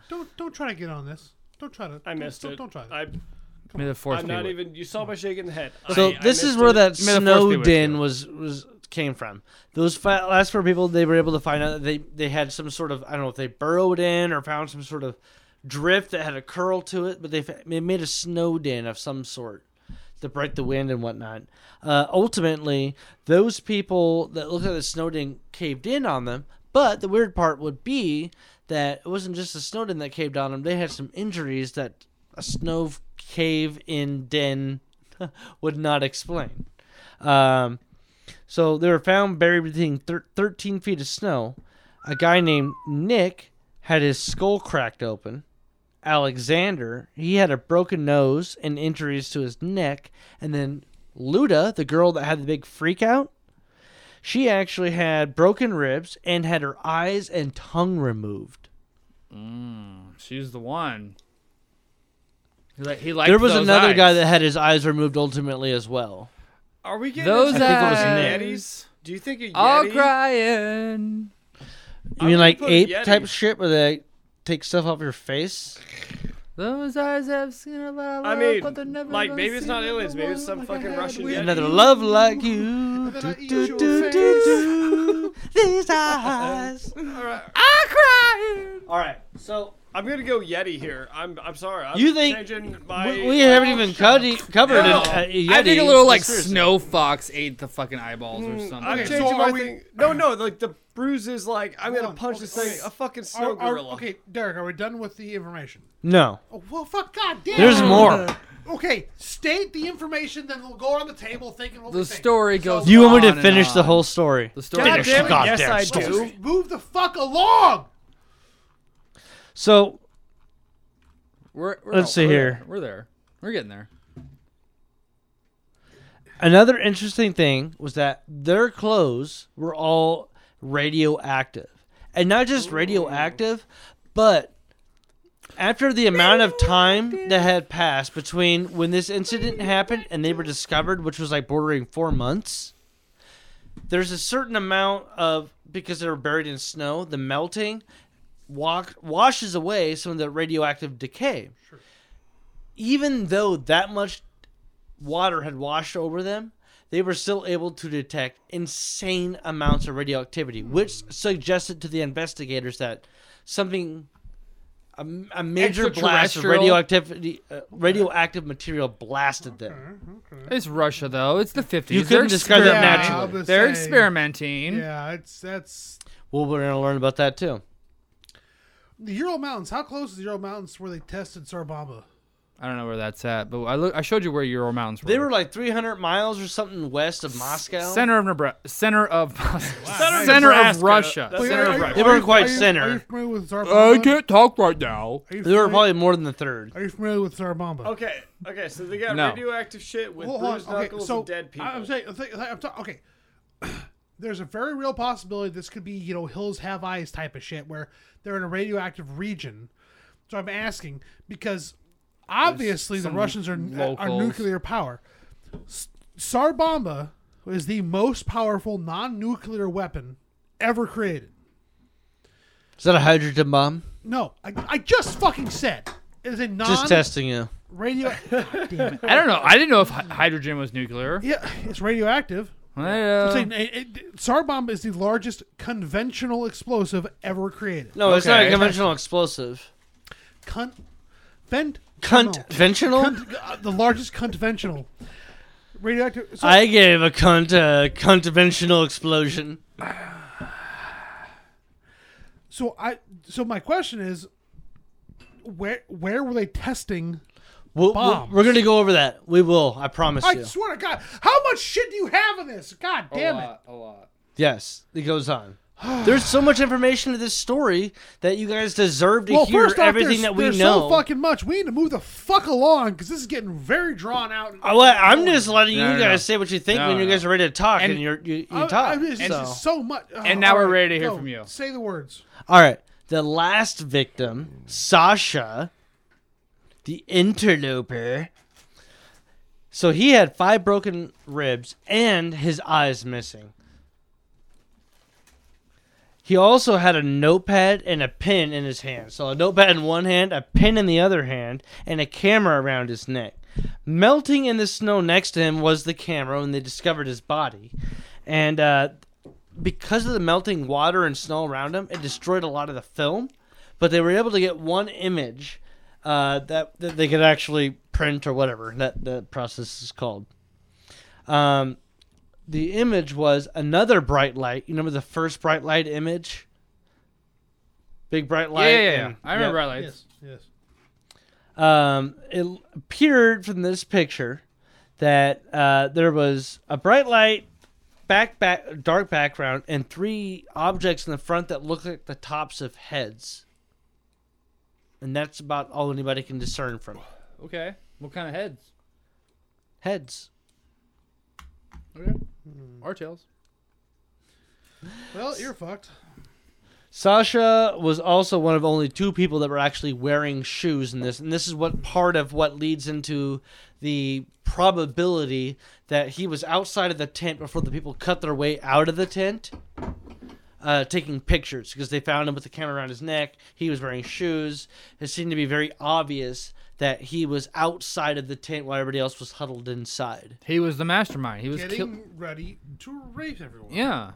Speaker 4: Don't don't try to get on this. Don't try to.
Speaker 3: I
Speaker 4: don't-
Speaker 3: missed
Speaker 4: don't,
Speaker 3: it.
Speaker 4: Don't try that.
Speaker 3: I,
Speaker 1: May the fourth.
Speaker 3: I'm not even. You saw my shaking head.
Speaker 2: So
Speaker 3: I- I
Speaker 2: this is
Speaker 3: missed
Speaker 2: where
Speaker 3: it.
Speaker 2: that
Speaker 1: May the Fourth be
Speaker 2: snow
Speaker 1: with
Speaker 2: den
Speaker 1: you.
Speaker 2: was was came from. Those fi- last four people, they were able to find out that they they had some sort of I don't know if they burrowed in or found some sort of drift that had a curl to it, but they, fa- they made a snow den of some sort to break the wind and whatnot. Uh, ultimately, those people that looked at the snow den caved in on them. But the weird part would be that it wasn't just the snow den that caved on them; they had some injuries that a snow cave in den [LAUGHS] would not explain. Um, so they were found buried between thir- 13 feet of snow. A guy named Nick had his skull cracked open. Alexander, he had a broken nose and injuries to his neck. And then Luda, the girl that had the big freak out, she actually had broken ribs and had her eyes and tongue removed.
Speaker 1: She's the one. He, li- he liked
Speaker 2: there was
Speaker 1: those
Speaker 2: another guy
Speaker 1: eyes.
Speaker 2: that had his eyes removed ultimately as well.
Speaker 3: Are we getting
Speaker 1: Those
Speaker 3: into
Speaker 1: eyes.
Speaker 3: Yetis? Do you think a
Speaker 1: all
Speaker 3: Yeti?
Speaker 1: crying.
Speaker 2: You mean
Speaker 3: gonna
Speaker 2: like
Speaker 3: put
Speaker 2: ape
Speaker 3: Yeti.
Speaker 2: type shit where they take stuff off your face?
Speaker 1: Those eyes have seen a lot of
Speaker 3: I
Speaker 1: love,
Speaker 3: mean,
Speaker 1: but they're never
Speaker 3: like
Speaker 1: gonna
Speaker 3: maybe it's
Speaker 1: see
Speaker 3: not
Speaker 1: the
Speaker 3: aliens, maybe
Speaker 4: one
Speaker 3: it's some
Speaker 4: like I
Speaker 3: fucking
Speaker 4: had
Speaker 3: Russian
Speaker 4: with-
Speaker 3: Yeti.
Speaker 2: Another love like you.
Speaker 4: Then I
Speaker 2: Do,
Speaker 4: eat
Speaker 2: do,
Speaker 4: your
Speaker 2: do,
Speaker 4: face.
Speaker 2: do,
Speaker 1: [LAUGHS]
Speaker 2: do. These eyes.
Speaker 1: I'm crying.
Speaker 2: All right. So
Speaker 3: I'm gonna go Yeti here. I'm I'm sorry. I'm
Speaker 2: You think-
Speaker 3: changing my,
Speaker 2: we, we haven't even covered covered
Speaker 3: No.
Speaker 2: it. a- a
Speaker 1: I think a
Speaker 2: Yeti.
Speaker 1: little like
Speaker 2: Seriously.
Speaker 1: snow fox ate the fucking eyeballs or something.
Speaker 3: I'm
Speaker 4: so
Speaker 3: changing my
Speaker 4: are we-
Speaker 3: thing. No, no, like the bruise is like I'm gonna
Speaker 4: on,
Speaker 3: punch
Speaker 4: okay,
Speaker 3: this thing.
Speaker 4: okay.
Speaker 3: A fucking snow
Speaker 4: Are, are,
Speaker 3: gorilla.
Speaker 4: okay, Derek, are we done with the information?
Speaker 2: No,
Speaker 4: Oh, well, fuck, god damn.
Speaker 2: there's more.
Speaker 4: Okay, state the information, then we'll go around the table thinking what
Speaker 1: the
Speaker 4: we think.
Speaker 1: story goes.
Speaker 2: You want me
Speaker 1: on
Speaker 2: to
Speaker 1: and
Speaker 2: finish the
Speaker 1: on.
Speaker 2: whole story?
Speaker 1: The story.
Speaker 3: God
Speaker 1: goes
Speaker 3: damn it,
Speaker 1: on.
Speaker 3: yes, I
Speaker 2: story.
Speaker 3: do.
Speaker 4: Move the fuck along!
Speaker 2: So
Speaker 1: We're, we're
Speaker 2: Let's
Speaker 1: all-
Speaker 2: see
Speaker 1: we're
Speaker 2: here.
Speaker 1: there. We're there. We're getting there.
Speaker 2: another interesting thing was that their clothes were all radioactive, and not just radioactive, but after the amount of time that had passed between when this incident happened and they were discovered, which was like bordering four months, there's a certain amount of because they were buried in snow, the melting walk, washes away some of the radioactive decay. Even though that much water had washed over them, they were still able to detect insane amounts of radioactivity, which suggested to the investigators that something a, a major blast of
Speaker 1: Extraterrestrial.
Speaker 2: radioactivity, uh, radioactive material blasted them.
Speaker 1: It's Russia though. It's the fifties.
Speaker 2: couldn't describe that naturally.
Speaker 4: I was
Speaker 1: They're
Speaker 4: saying,
Speaker 1: experimenting.
Speaker 4: Yeah, it's that's
Speaker 2: Well, we're gonna learn about that too.
Speaker 4: the Ural Mountains. How close is the Ural Mountains to where they tested Sarbamba?
Speaker 1: I don't know where that's at, but I look. I showed you where Ural Mountains were.
Speaker 2: They were like 300 miles or something west of Moscow.
Speaker 1: center of Nebraska. Center of [LAUGHS]
Speaker 3: of
Speaker 1: center of
Speaker 3: Nebraska.
Speaker 1: Russia.
Speaker 3: That's-
Speaker 1: Center
Speaker 4: Are
Speaker 1: of
Speaker 4: you-
Speaker 1: Russia.
Speaker 2: They
Speaker 4: are
Speaker 2: weren't
Speaker 4: you-
Speaker 2: quite
Speaker 4: are you-
Speaker 2: center.
Speaker 4: Are you familiar with Zarbamba?
Speaker 1: I can't talk right now.
Speaker 4: Are
Speaker 3: [LAUGHS]
Speaker 4: you
Speaker 2: They were
Speaker 4: familiar-
Speaker 2: probably more than the third.
Speaker 4: Are you familiar with Zarbamba?
Speaker 3: Okay, okay, so they got
Speaker 1: No.
Speaker 3: radioactive shit with
Speaker 4: Hold on,
Speaker 3: bruised knuckles
Speaker 4: so
Speaker 3: and dead people.
Speaker 4: I- I'm saying, I'm saying- I'm ta- okay. [CLEARS THROAT] There's a very real possibility this could be, you know, hills have eyes type of shit where they're in a radioactive region. So I'm asking because obviously the
Speaker 1: some
Speaker 4: Russians are are
Speaker 1: locals.
Speaker 4: nuclear power. S- Tsar-bomba is the most powerful non-nuclear weapon ever created.
Speaker 2: Is that a hydrogen bomb?
Speaker 4: No, I, I just fucking said it is a
Speaker 2: Just
Speaker 4: non-radio.
Speaker 2: testing you. [LAUGHS]
Speaker 4: God damn it.
Speaker 1: I don't know. I didn't know if hy- hydrogen was nuclear.
Speaker 4: Yeah, it's radioactive.
Speaker 1: Yeah.
Speaker 2: Uh.
Speaker 4: saying eh, it, it, Tsar bomb is the largest conventional explosive ever created.
Speaker 2: No, it's not a
Speaker 1: Okay.
Speaker 2: conventional explosive.
Speaker 4: Cunt, vent,
Speaker 2: Conventional?
Speaker 4: cunt, uh, the largest conventional radioactive. So,
Speaker 2: I gave a cunt a conventional explosion.
Speaker 4: so I, so my question is, where where were they testing?
Speaker 2: We'll, we'll-
Speaker 4: Bombs.
Speaker 2: we're gonna go over that. We will. I promise
Speaker 4: I
Speaker 2: you.
Speaker 4: swear to God, how much shit do you have in this? God damn it!
Speaker 1: A lot.
Speaker 2: yes, it goes on. There's so much information to this story that you guys deserve to
Speaker 4: Well,
Speaker 2: hear
Speaker 4: first off,
Speaker 2: everything
Speaker 4: there's,
Speaker 2: that we
Speaker 4: there's
Speaker 2: know.
Speaker 4: so fucking much. We need to move the fuck along because this is getting very drawn out. and-
Speaker 2: I, am Uh, just letting
Speaker 1: No,
Speaker 2: you
Speaker 1: no,
Speaker 2: guys
Speaker 1: no.
Speaker 2: say what you think
Speaker 1: No,
Speaker 2: when you
Speaker 1: no.
Speaker 2: guys are ready to talk and,
Speaker 1: And-
Speaker 2: you're, you, you
Speaker 4: I-
Speaker 2: talk.
Speaker 4: I- it's
Speaker 1: And
Speaker 4: just so much. Oh,
Speaker 1: and now we're
Speaker 4: all right,
Speaker 1: ready to hear
Speaker 4: go.
Speaker 1: from you.
Speaker 4: Say the words.
Speaker 2: All right. The last victim, Sasha, the interloper. So he had five broken ribs and his eyes missing. He also had a notepad and a pin in his hand. So a notepad in one hand, a pin in the other hand, and a camera around his neck. Melting in the snow next to him was the camera when they discovered his body. And uh, because of the melting water and snow around him, it destroyed a lot of the film. But they were able to get one image uh, that, that they could actually print or whatever that that process is called. Um, the image was another bright light. You remember the first bright light image? Big bright
Speaker 1: Yeah,
Speaker 2: light.
Speaker 1: yeah, yeah.
Speaker 2: and-
Speaker 1: I remember
Speaker 2: Yep.
Speaker 1: our lights.
Speaker 4: Yes, yes.
Speaker 2: um, it appeared from this picture that uh, there was a bright light, back back dark background, and three objects in the front that looked like the tops of heads. And that's about all anybody can discern from it.
Speaker 1: Okay. What kind of heads?
Speaker 2: heads.
Speaker 1: Okay. Or tails.
Speaker 4: Well, you're fucked.
Speaker 2: Sasha was also one of only two people that were actually wearing shoes in this, and this is what part of what leads into the probability that he was outside of the tent before the people cut their way out of the tent, uh, taking pictures because they found him with the camera around his neck. He was wearing shoes. It seemed to be very obvious that he was outside of the tent while everybody else was huddled inside.
Speaker 1: He was the mastermind. He was
Speaker 4: Getting
Speaker 1: killed.
Speaker 4: ready to rape everyone.
Speaker 1: Yeah.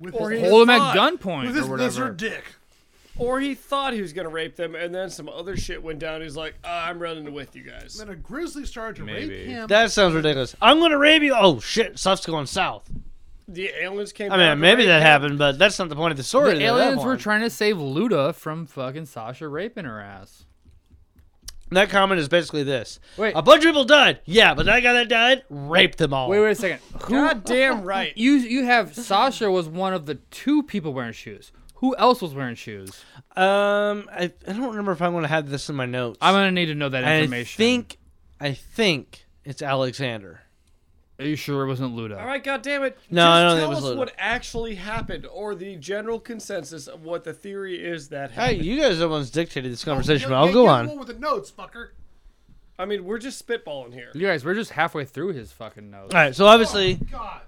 Speaker 4: With
Speaker 1: Hold
Speaker 4: his,
Speaker 1: him at
Speaker 3: thought.
Speaker 1: gunpoint
Speaker 4: with
Speaker 1: or
Speaker 4: his
Speaker 1: whatever.
Speaker 4: lizard dick.
Speaker 3: Or he thought he was gonna rape them, and then some other shit went down. He's like, "Ah, I'm running with you guys.
Speaker 4: Then a grizzly started to
Speaker 6: Maybe.
Speaker 4: rape him.
Speaker 2: That sounds ridiculous. I'm gonna rape you. Oh shit, stuff's going south.
Speaker 3: The aliens came.
Speaker 2: I
Speaker 3: back
Speaker 2: mean,
Speaker 3: and
Speaker 2: maybe
Speaker 3: raped
Speaker 2: that
Speaker 3: them.
Speaker 2: happened, but that's not the point of the story.
Speaker 1: The
Speaker 2: though, that
Speaker 1: aliens were
Speaker 2: one.
Speaker 1: trying to save Luda from fucking Sasha raping her ass.
Speaker 2: That comment is basically this:
Speaker 1: Wait.
Speaker 2: a bunch of people died. Yeah, but that guy that died raped them all.
Speaker 1: Wait, wait a second. Who,
Speaker 3: God damn
Speaker 1: [LAUGHS]
Speaker 3: right.
Speaker 1: you you have Sasha was one of the two people wearing shoes. Who else was wearing shoes?
Speaker 2: Um, I, I don't remember if I want to have this in my notes.
Speaker 1: I'm gonna need to know that
Speaker 2: I
Speaker 1: information.
Speaker 2: think, I think it's Alexander.
Speaker 1: Are you sure it wasn't Luda?
Speaker 3: All right, God damn it.
Speaker 2: No,
Speaker 3: Just
Speaker 2: I don't think
Speaker 3: tell
Speaker 2: it was
Speaker 3: us
Speaker 2: Luda.
Speaker 3: what actually happened, or the general consensus of what the theory is that
Speaker 2: Hey,
Speaker 3: happened.
Speaker 2: you guys are the ones dictated this conversation, but
Speaker 4: Yeah,
Speaker 2: I'll
Speaker 4: yeah,
Speaker 2: go
Speaker 4: yeah,
Speaker 2: on.
Speaker 4: One with the notes, fucker.
Speaker 3: I mean, we're just spitballing here.
Speaker 1: You guys, we're just halfway through his fucking nose.
Speaker 2: All right, so obviously
Speaker 4: God.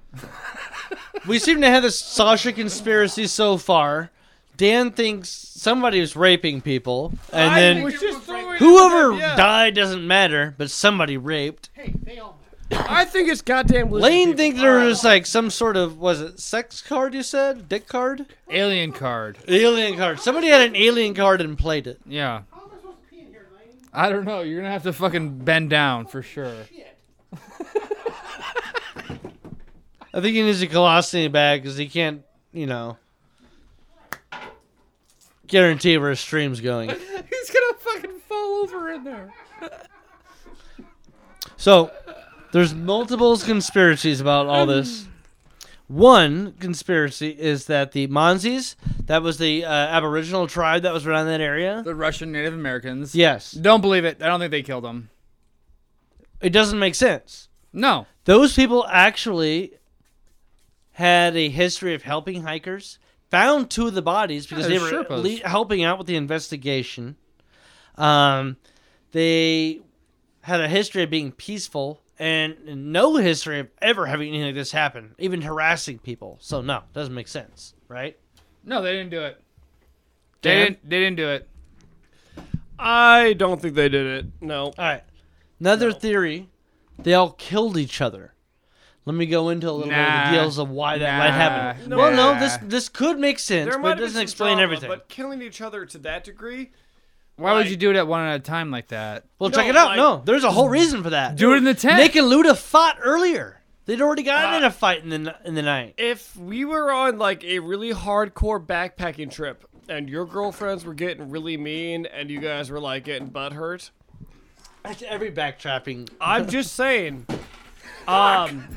Speaker 2: we seem to have this Sasha conspiracy so far. Dan thinks somebody was raping people, and
Speaker 3: I
Speaker 2: then
Speaker 3: was just throwing
Speaker 2: whoever
Speaker 3: it out there,
Speaker 2: died doesn't matter, but somebody raped.
Speaker 4: Hey, they all.
Speaker 3: yeah. I think it's goddamn lizard
Speaker 2: Lane
Speaker 3: people.
Speaker 2: thinks there was like some sort of was it sex card you said, dick card,
Speaker 1: Alien card.
Speaker 2: alien card. Somebody had an alien card and played it.
Speaker 1: Yeah.
Speaker 4: How am I supposed to pee in here, Lane?
Speaker 1: I don't know. You're gonna have to fucking bend down for sure.
Speaker 2: I think he needs a colostomy bag because he can't, you know, guarantee where his stream's going.
Speaker 1: He's gonna fucking fall over in there.
Speaker 2: So there's multiple conspiracies about all this. One conspiracy is that the Monzis, that was the uh, Aboriginal tribe that was around that area.
Speaker 1: The Russian Native Americans.
Speaker 2: Yes,
Speaker 1: Don't believe it. I don't think they killed him.
Speaker 2: it doesn't make sense.
Speaker 1: No.
Speaker 2: Those people actually had a history of helping hikers. Found two of the bodies because
Speaker 1: Yeah,
Speaker 2: they were
Speaker 1: they're Sherpas.
Speaker 2: le- helping out with the investigation. Um, they had a history of being peaceful and no history of ever having anything like this happen, even harassing people. So no, doesn't make sense, right?
Speaker 1: No, they didn't do it. They
Speaker 2: Dan?
Speaker 1: didn't. They didn't do it.
Speaker 3: I don't think they did it. No.
Speaker 2: All right. Another theory: they all killed each other. Let me go into a little bit of
Speaker 1: Nah.
Speaker 2: the details of why that
Speaker 1: Nah.
Speaker 2: might happen.
Speaker 1: No.
Speaker 2: well, no, this
Speaker 1: Nah.
Speaker 2: this could make sense,
Speaker 3: There might
Speaker 2: but it
Speaker 3: have been
Speaker 2: doesn't
Speaker 3: some
Speaker 2: explain
Speaker 3: drama,
Speaker 2: everything.
Speaker 3: But killing each other to that degree,
Speaker 1: Why would
Speaker 3: Like-
Speaker 1: you do it at one at a time like that?
Speaker 2: Well,
Speaker 3: No,
Speaker 2: check it out.
Speaker 3: like-
Speaker 2: no, there's a
Speaker 3: [LAUGHS]
Speaker 2: whole reason for that.
Speaker 1: Do it in the tent.
Speaker 2: Nick and Luda fought earlier. They'd already
Speaker 3: Uh,
Speaker 2: gotten in a fight in the n- in the night.
Speaker 3: if we were on like a really hardcore backpacking trip and your girlfriends were getting really mean and you guys were like getting butt hurt,
Speaker 2: That's every backtrapping.
Speaker 3: I'm just
Speaker 2: [LAUGHS]
Speaker 3: saying. Um,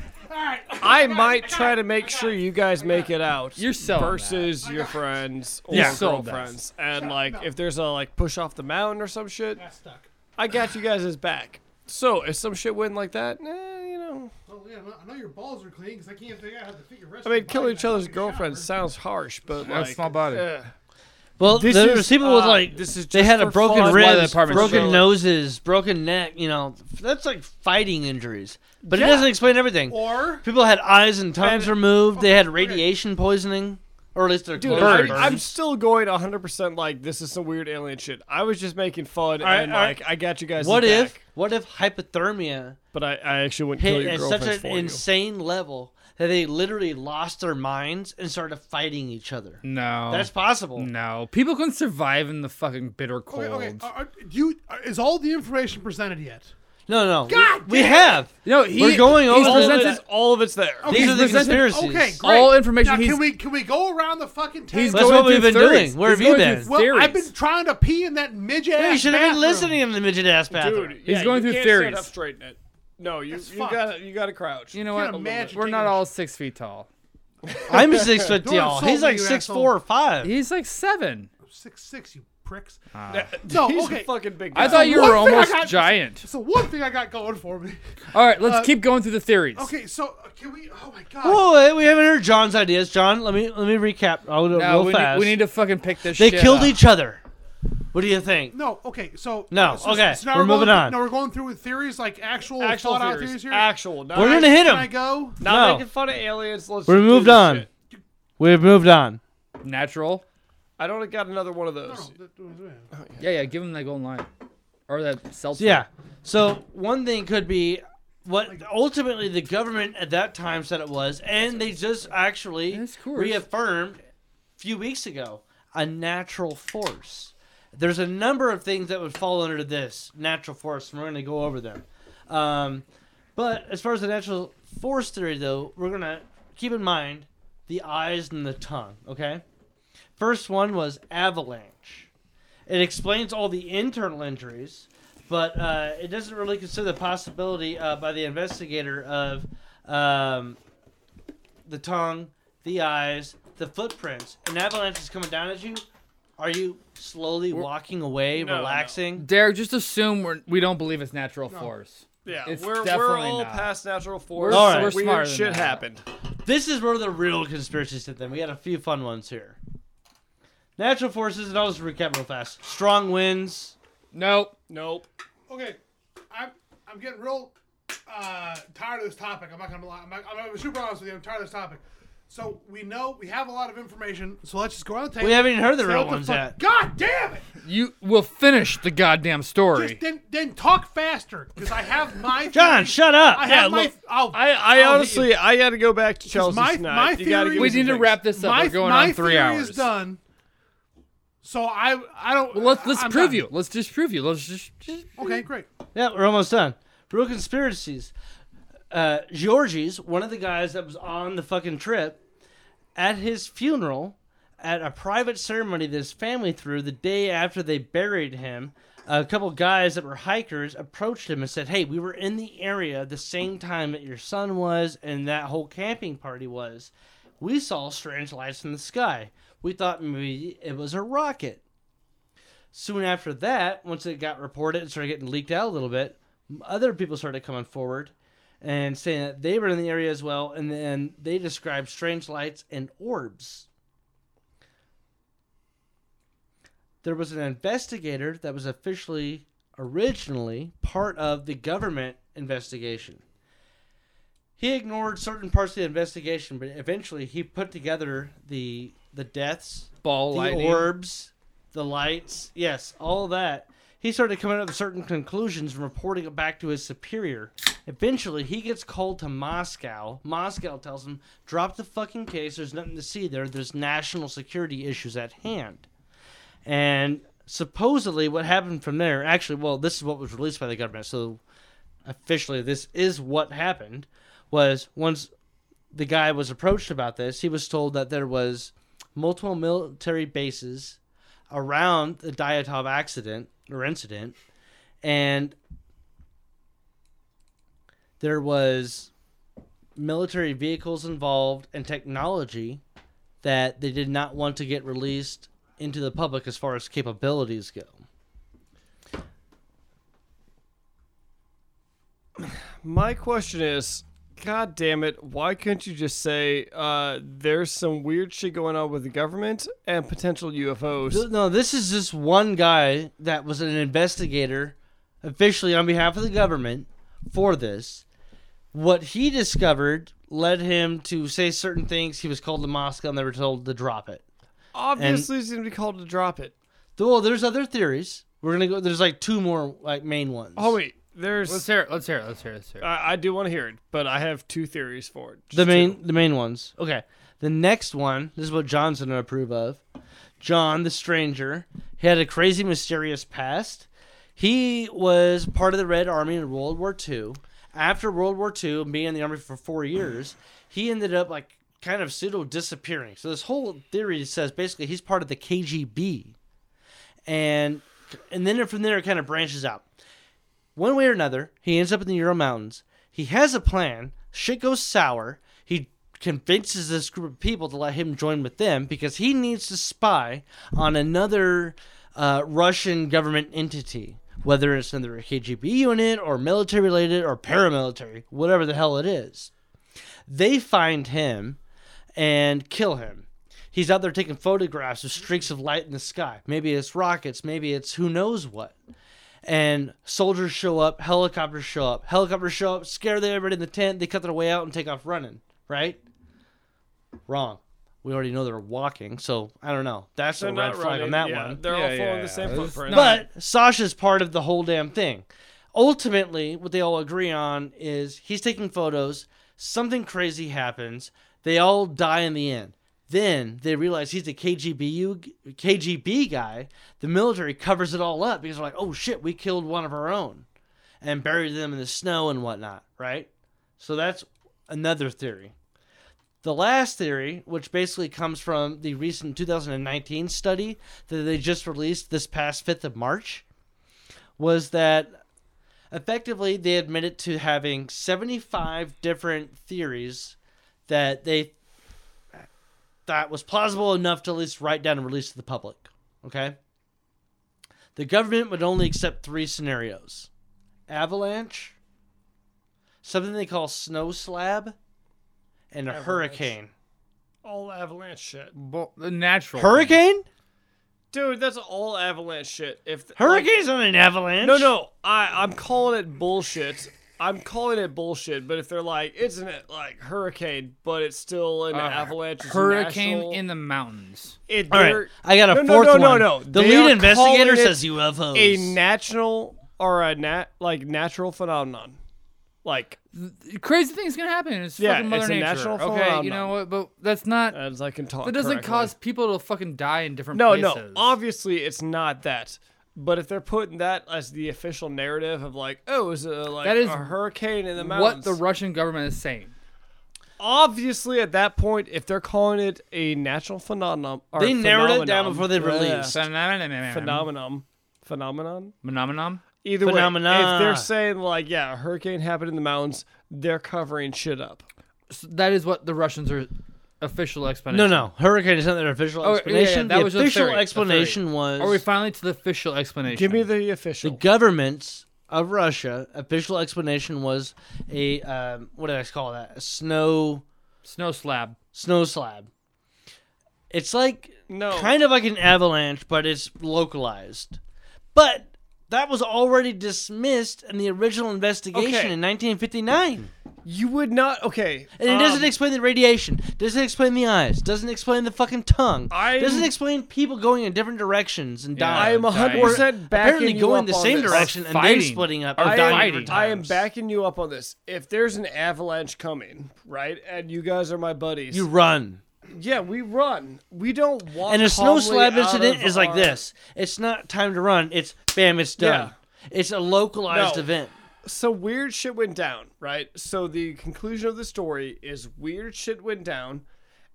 Speaker 3: I might try to make sure you guys make it out.
Speaker 1: You're selling that.
Speaker 3: versus your friends or
Speaker 1: Yeah. You sold that.
Speaker 3: girlfriends, and like if there's a like push off the mountain or some shit,
Speaker 4: That's stuck.
Speaker 3: I got you guys' back. So if some shit went like that, eh, you know,
Speaker 4: Well, yeah, I know your balls are clean because I can't figure out how to figure rest.
Speaker 3: I mean, killing each other's girlfriends sounds harsh, but
Speaker 1: That's
Speaker 3: like,
Speaker 1: not body.
Speaker 4: uh,
Speaker 3: eh.
Speaker 2: Well,
Speaker 3: This
Speaker 2: there's
Speaker 3: is,
Speaker 2: people with
Speaker 3: uh,
Speaker 2: like
Speaker 3: this is
Speaker 2: they
Speaker 3: just
Speaker 2: had a
Speaker 3: for
Speaker 2: broken
Speaker 3: fun.
Speaker 1: why the
Speaker 2: ribs,
Speaker 1: apartment's
Speaker 2: broken
Speaker 1: so-
Speaker 2: noses, broken neck. You know, that's like fighting injuries. But it doesn't explain everything.
Speaker 4: Or
Speaker 2: people had eyes and tongues
Speaker 3: And-
Speaker 2: removed. They had radiation poisoning, or at least their
Speaker 3: Dude,
Speaker 2: clothes were
Speaker 3: I,
Speaker 2: burned.
Speaker 3: I'm still going 100% like this is some weird alien shit. I was just making fun
Speaker 2: right,
Speaker 3: and
Speaker 2: all right.
Speaker 3: like I got you guys.
Speaker 2: what
Speaker 3: back,
Speaker 2: if? What if hypothermia
Speaker 3: But I, I actually wouldn't kill
Speaker 2: hit
Speaker 3: your
Speaker 2: at
Speaker 3: girlfriends
Speaker 2: such an
Speaker 3: for you.
Speaker 2: insane level that they literally lost their minds and started fighting each other.
Speaker 1: No.
Speaker 2: That's possible.
Speaker 1: no. People can survive in the fucking bitter cold.
Speaker 4: okay, okay. uh, Are, are, do you are, is all the information presented yet?
Speaker 2: No, no. we-
Speaker 4: God
Speaker 2: we,
Speaker 4: damn it!
Speaker 2: have.
Speaker 1: No, he,
Speaker 2: We're going
Speaker 1: he's
Speaker 2: over
Speaker 3: all, of
Speaker 1: presented-
Speaker 3: it's, all of it's there.
Speaker 4: Okay,
Speaker 2: These are the
Speaker 1: presented-
Speaker 2: conspiracies.
Speaker 4: okay, great.
Speaker 1: all information
Speaker 4: Now,
Speaker 1: he's-
Speaker 4: can we can we go around the fucking table?
Speaker 1: He's
Speaker 2: That's
Speaker 1: going
Speaker 2: what we've
Speaker 1: through
Speaker 2: been
Speaker 1: theories.
Speaker 2: doing. Where
Speaker 1: He's
Speaker 2: have you
Speaker 1: going
Speaker 2: been?
Speaker 1: through
Speaker 4: well,
Speaker 1: theories.
Speaker 4: I've been trying to pee in that midge ass.
Speaker 2: Yeah, Oh, you should have been
Speaker 4: bathroom.
Speaker 2: listening in the midget ass bathroom.
Speaker 4: [LAUGHS]
Speaker 3: Dude,
Speaker 1: He's
Speaker 3: yeah,
Speaker 1: going through
Speaker 3: you can't
Speaker 1: theories.
Speaker 3: Stand up straight in it. No, you
Speaker 4: That's
Speaker 3: you
Speaker 4: fucked.
Speaker 3: gotta you gotta crouch.
Speaker 1: You know
Speaker 4: Can't
Speaker 1: what?
Speaker 4: imagine
Speaker 1: We're
Speaker 4: taking
Speaker 1: not
Speaker 4: a
Speaker 1: all six feet tall.
Speaker 2: I'm six foot
Speaker 4: [LAUGHS] Don't
Speaker 2: tall.
Speaker 4: insult
Speaker 2: He's like
Speaker 4: me, you
Speaker 2: six
Speaker 4: asshole.
Speaker 2: four or five.
Speaker 1: He's like seven.
Speaker 4: Six six, you pricks.
Speaker 1: Ah. [LAUGHS]
Speaker 4: No,
Speaker 3: no, he's
Speaker 4: okay.
Speaker 3: a fucking big. Guy.
Speaker 1: I thought you
Speaker 4: One
Speaker 1: were
Speaker 4: thing I
Speaker 1: almost
Speaker 4: got-
Speaker 1: giant.
Speaker 4: So one thing I got going for me. [LAUGHS]
Speaker 1: All right, let's keep going through the theories.
Speaker 4: Okay, so uh, can we? Oh my god.
Speaker 2: Whoa, wait, we haven't heard John's ideas. John, let me let me recap. I'll do it
Speaker 1: Now
Speaker 2: real
Speaker 1: Uh, we,
Speaker 2: fast.
Speaker 1: need, we need to fucking pick this
Speaker 2: they
Speaker 1: shit
Speaker 2: killed
Speaker 1: up.
Speaker 2: each other. What do you think?
Speaker 4: No. Okay. So uh,
Speaker 2: No,
Speaker 4: so-
Speaker 2: okay,
Speaker 4: So now
Speaker 2: we're moving
Speaker 4: going,
Speaker 2: on.
Speaker 4: Now we're going through with theories like actual,
Speaker 3: actual
Speaker 4: thought out
Speaker 3: theories.
Speaker 4: theories here.
Speaker 3: Actual. Not,
Speaker 2: We're gonna hit
Speaker 4: Can I
Speaker 2: him.
Speaker 4: go?
Speaker 3: Not
Speaker 2: No.
Speaker 3: making fun of aliens. Let's
Speaker 2: We
Speaker 3: just do
Speaker 2: moved
Speaker 3: this
Speaker 2: on.
Speaker 3: shit.
Speaker 2: We've moved on.
Speaker 1: Natural.
Speaker 3: I don't got another one of those.
Speaker 1: Yeah, yeah. Give him that golden line, or that seltzer.
Speaker 2: Yeah. So one thing could be what ultimately the government at that time said it was, and they just actually
Speaker 1: Yes, of course.
Speaker 2: reaffirmed a few weeks ago. a natural force. There's a number of things that would fall under this natural force, and we're going to go over them. Um, but as far as the natural force theory, though, we're going to keep in mind the eyes and the tongue, okay? First one was avalanche. It explains all the internal injuries, but uh, it doesn't really consider the possibility uh, by the investigator of um, the tongue, the eyes, the footprints. An avalanche is coming down at you. Are you slowly walking away,
Speaker 3: No, no.
Speaker 2: relaxing?
Speaker 1: Derek, just assume we're, we don't believe it's natural force.
Speaker 3: Yeah,
Speaker 1: It's
Speaker 3: we're, we're
Speaker 1: definitely
Speaker 3: all
Speaker 1: not.
Speaker 3: past natural force.
Speaker 1: We're-
Speaker 2: All right. we're
Speaker 3: Weird
Speaker 1: smarter than
Speaker 3: shit
Speaker 1: that.
Speaker 3: happened.
Speaker 2: This is where the real conspiracy sit then. We had a few fun ones here. Natural forces, and I'll just recap real fast. Strong winds.
Speaker 1: Nope.
Speaker 3: Nope.
Speaker 4: Okay, I'm I'm getting real uh, tired of this topic. I'm not gonna lie. I'm, not, I'm gonna be super honest with you. I'm tired of this topic. So we know we have a lot of information. So let's just go on the table.
Speaker 2: We haven't even heard the
Speaker 4: Say
Speaker 2: real
Speaker 4: what
Speaker 2: ones
Speaker 4: fuck-
Speaker 2: yet.
Speaker 4: [LAUGHS] God damn it!
Speaker 1: You will finish the goddamn story.
Speaker 4: Just then, then talk faster because I have
Speaker 2: [LAUGHS]
Speaker 4: my
Speaker 2: John,
Speaker 4: theory.
Speaker 2: shut up.
Speaker 4: I have
Speaker 3: Yeah,
Speaker 4: my.
Speaker 3: look,
Speaker 4: I'll,
Speaker 3: I, I
Speaker 4: I'll hit
Speaker 3: honestly,
Speaker 4: you.
Speaker 3: I got to go back to Chelsea
Speaker 4: my-
Speaker 3: tonight.
Speaker 4: my
Speaker 3: you gotta
Speaker 4: theory-
Speaker 3: give
Speaker 1: we
Speaker 3: me some
Speaker 1: need to
Speaker 3: things.
Speaker 1: wrap this up.
Speaker 4: my
Speaker 1: We're going
Speaker 4: my
Speaker 1: on three
Speaker 4: theory
Speaker 1: hours.
Speaker 4: is done. So I I don't.
Speaker 1: Well, let's let's
Speaker 4: I'm
Speaker 1: prove
Speaker 4: done.
Speaker 1: you. Let's disprove you. Let's just, just
Speaker 4: Okay, great.
Speaker 2: Yeah, we're almost done. Real conspiracies. Uh, Georgie's one of the guys that was on the fucking trip. At his funeral, at a private ceremony that his family threw the day after they buried him, a couple guys that were hikers approached him and said, "Hey, we were in the area the same time that your son was and that whole camping party was. We saw strange lights in the sky. We thought maybe it was a rocket." soon after that, once it got reported and started getting leaked out a little bit, other people started coming forward and saying that they were in the area as well. And then they described strange lights and orbs. There was an investigator that was officially, originally, part of the government investigation. He ignored certain parts of the investigation, but eventually he put together the the deaths
Speaker 1: ball
Speaker 2: the
Speaker 1: lightning.
Speaker 2: orbs, the lights, yes, all that. He started coming up with certain conclusions and reporting it back to his superior. Eventually, he gets called to Moscow. Moscow tells him, "Drop the fucking case. There's nothing to see there. There's national security issues at hand." And supposedly, what happened from there? Actually, well, this is what was released by the government. So officially, this is what happened. Was once the guy was approached about this, he was told that there was multiple military bases around the Diatov accident or incident, and there was military vehicles involved and technology that they did not want to get released into the public as far as capabilities go.
Speaker 3: My question is, God damn it, why couldn't you just say uh, there's some weird shit going on with the government and potential UFOs?
Speaker 2: Th- No, this is just one guy that was an investigator officially on behalf of the government for this. What he discovered led him to say certain things. He was called to Moscow and they were told to drop it.
Speaker 3: Obviously, he's gonna be called to drop it.
Speaker 2: Though well, there's other theories. We're gonna go. There's like two more like main ones.
Speaker 3: Oh wait, there's.
Speaker 1: Let's hear it. Let's hear it. Let's hear it. Let's hear it.
Speaker 3: I, I do want to hear it, but I have two theories for it.
Speaker 2: the
Speaker 3: Just
Speaker 2: main
Speaker 3: two.
Speaker 2: the main ones. Okay, the next one. This is what John's gonna approve of. John, the stranger, he had a crazy, mysterious past. He was part of the Red Army in World War II. After World War II, and being in the army for four years, he ended up like kind of pseudo disappearing. So this whole theory says basically he's part of the KGB, and and then from there it kind of branches out one way or another, he ends up in the Ural Mountains. He has a plan. Shit goes sour. He convinces this group of people to let him join with them because he needs to spy on another uh, Russian government entity, whether it's another KGB unit or military related or paramilitary, whatever the hell it is. They find him and kill him. He's out there taking photographs of streaks of light in the sky. Maybe it's rockets, maybe it's who knows what and soldiers show up, helicopters show up, helicopters show up, scare the everybody in the tent, they cut their way out and take off running, right? Wrong. We already know they're walking, so I don't know. That's
Speaker 3: They're
Speaker 2: a
Speaker 3: not
Speaker 2: red flag on
Speaker 3: running,
Speaker 2: that
Speaker 3: yeah,
Speaker 2: one.
Speaker 3: They're all
Speaker 1: Yeah,
Speaker 3: following
Speaker 1: yeah,
Speaker 3: the same
Speaker 1: yeah. It's
Speaker 3: footprint.
Speaker 1: not-
Speaker 2: But Sasha's part of the whole damn thing. Ultimately, what they all agree on is he's taking photos, something crazy happens, they all die in the end. Then they realize he's a KGBU g- KGB guy. The military covers it all up because they're like, "Oh shit, we killed one of our own," and buried them in the snow and whatnot, right? So that's another theory. The last theory, which basically comes from the recent 2019 study that they just released this past 5th of March, was that effectively they admitted to having 75 different theories that they thought was plausible enough to at least write down and release to the public. Okay? The government would only accept three scenarios avalanche, something they call snow slab, and a
Speaker 3: Avalanche.
Speaker 2: hurricane.
Speaker 3: All avalanche shit,
Speaker 1: Well, the natural.
Speaker 2: Hurricane?
Speaker 3: dude. That's all avalanche shit. If th- like-
Speaker 2: Hurricane's not an avalanche.
Speaker 3: No, no, I I'm calling it bullshit. I'm calling it bullshit. But if they're like, isn't it like hurricane, but it's still an
Speaker 1: thing. Uh,
Speaker 3: avalanche? it's
Speaker 1: Hurricane
Speaker 3: national-
Speaker 1: in the mountains.
Speaker 3: It,
Speaker 2: All right,
Speaker 3: they're-
Speaker 2: I got a
Speaker 3: No, no,
Speaker 2: fourth
Speaker 3: no, no,
Speaker 2: one.
Speaker 3: no.
Speaker 2: The
Speaker 3: They
Speaker 2: lead
Speaker 3: are
Speaker 2: investigator
Speaker 3: calling it
Speaker 2: says UFOs.
Speaker 3: a natural or a nat like natural phenomenon. Like
Speaker 1: Crazy things can happen. It's
Speaker 3: Yeah,
Speaker 1: fucking Mother
Speaker 3: it's a
Speaker 1: Nature.
Speaker 3: national
Speaker 1: okay, you know what? But that's not.
Speaker 3: as I can talk,
Speaker 1: that doesn't
Speaker 3: correctly.
Speaker 1: cause people to fucking die in different
Speaker 3: No,
Speaker 1: places.
Speaker 3: no. Obviously, it's not that. But if they're putting that as the official narrative of like, oh, it was a, like
Speaker 1: That is
Speaker 3: a hurricane in the
Speaker 1: what
Speaker 3: mountains.
Speaker 1: the Russian government is saying.
Speaker 3: obviously at that point, if they're calling it a natural phenomenon, or
Speaker 2: They narrowed it down
Speaker 3: phenomenon-
Speaker 2: before they
Speaker 3: Ugh.
Speaker 2: released.
Speaker 1: Phenomenon.
Speaker 3: phenomenon, phenomenon.
Speaker 1: Phenomenon.
Speaker 3: Either way,
Speaker 2: Phenomena.
Speaker 3: if they're saying like, yeah, a hurricane happened in the mountains, they're covering shit up.
Speaker 1: So that is what the Russians are official
Speaker 2: No,
Speaker 1: explanation.
Speaker 2: no. Hurricane is not their official
Speaker 1: Oh, yeah, yeah,
Speaker 2: explanation.
Speaker 1: that
Speaker 2: the
Speaker 1: was a
Speaker 2: official
Speaker 1: theory, a
Speaker 2: explanation was
Speaker 1: Are we finally to the official explanation?
Speaker 3: Give me the
Speaker 2: the
Speaker 3: official.
Speaker 2: government's of Russia. Official explanation was a um, what do I call that? A snow
Speaker 1: snow slab.
Speaker 2: snow slab. It's like
Speaker 3: no,
Speaker 2: kind of like an avalanche, but it's localized. But that was already dismissed in the original investigation
Speaker 3: Okay.
Speaker 2: in 1959.
Speaker 3: you would not. Okay,
Speaker 2: And it doesn't
Speaker 3: um,
Speaker 2: explain the radiation. Doesn't explain the eyes. Doesn't explain the fucking tongue.
Speaker 3: I'm-
Speaker 2: doesn't explain people going in different directions and dying.
Speaker 3: I am
Speaker 1: dying.
Speaker 3: 100 percent backing
Speaker 2: apparently
Speaker 3: you
Speaker 2: going
Speaker 3: up
Speaker 2: the
Speaker 3: on
Speaker 2: same
Speaker 3: this.
Speaker 2: direction and then
Speaker 1: Fighting.
Speaker 2: splitting up.
Speaker 1: Or
Speaker 2: and dying
Speaker 1: fighting.
Speaker 2: different
Speaker 3: I am
Speaker 2: times.
Speaker 3: backing you up on this. If there's an avalanche coming, right, and you guys are my buddies,
Speaker 2: You run.
Speaker 3: yeah, we run. We don't walk.
Speaker 2: And a snow
Speaker 3: calmly
Speaker 2: slab
Speaker 3: out
Speaker 2: incident
Speaker 3: of
Speaker 2: is like
Speaker 3: our-
Speaker 2: this. It's not time to run. It's bam. It's done. It's a localized
Speaker 3: No.
Speaker 2: event.
Speaker 3: So weird shit went down, right? So the conclusion of the story is weird shit went down,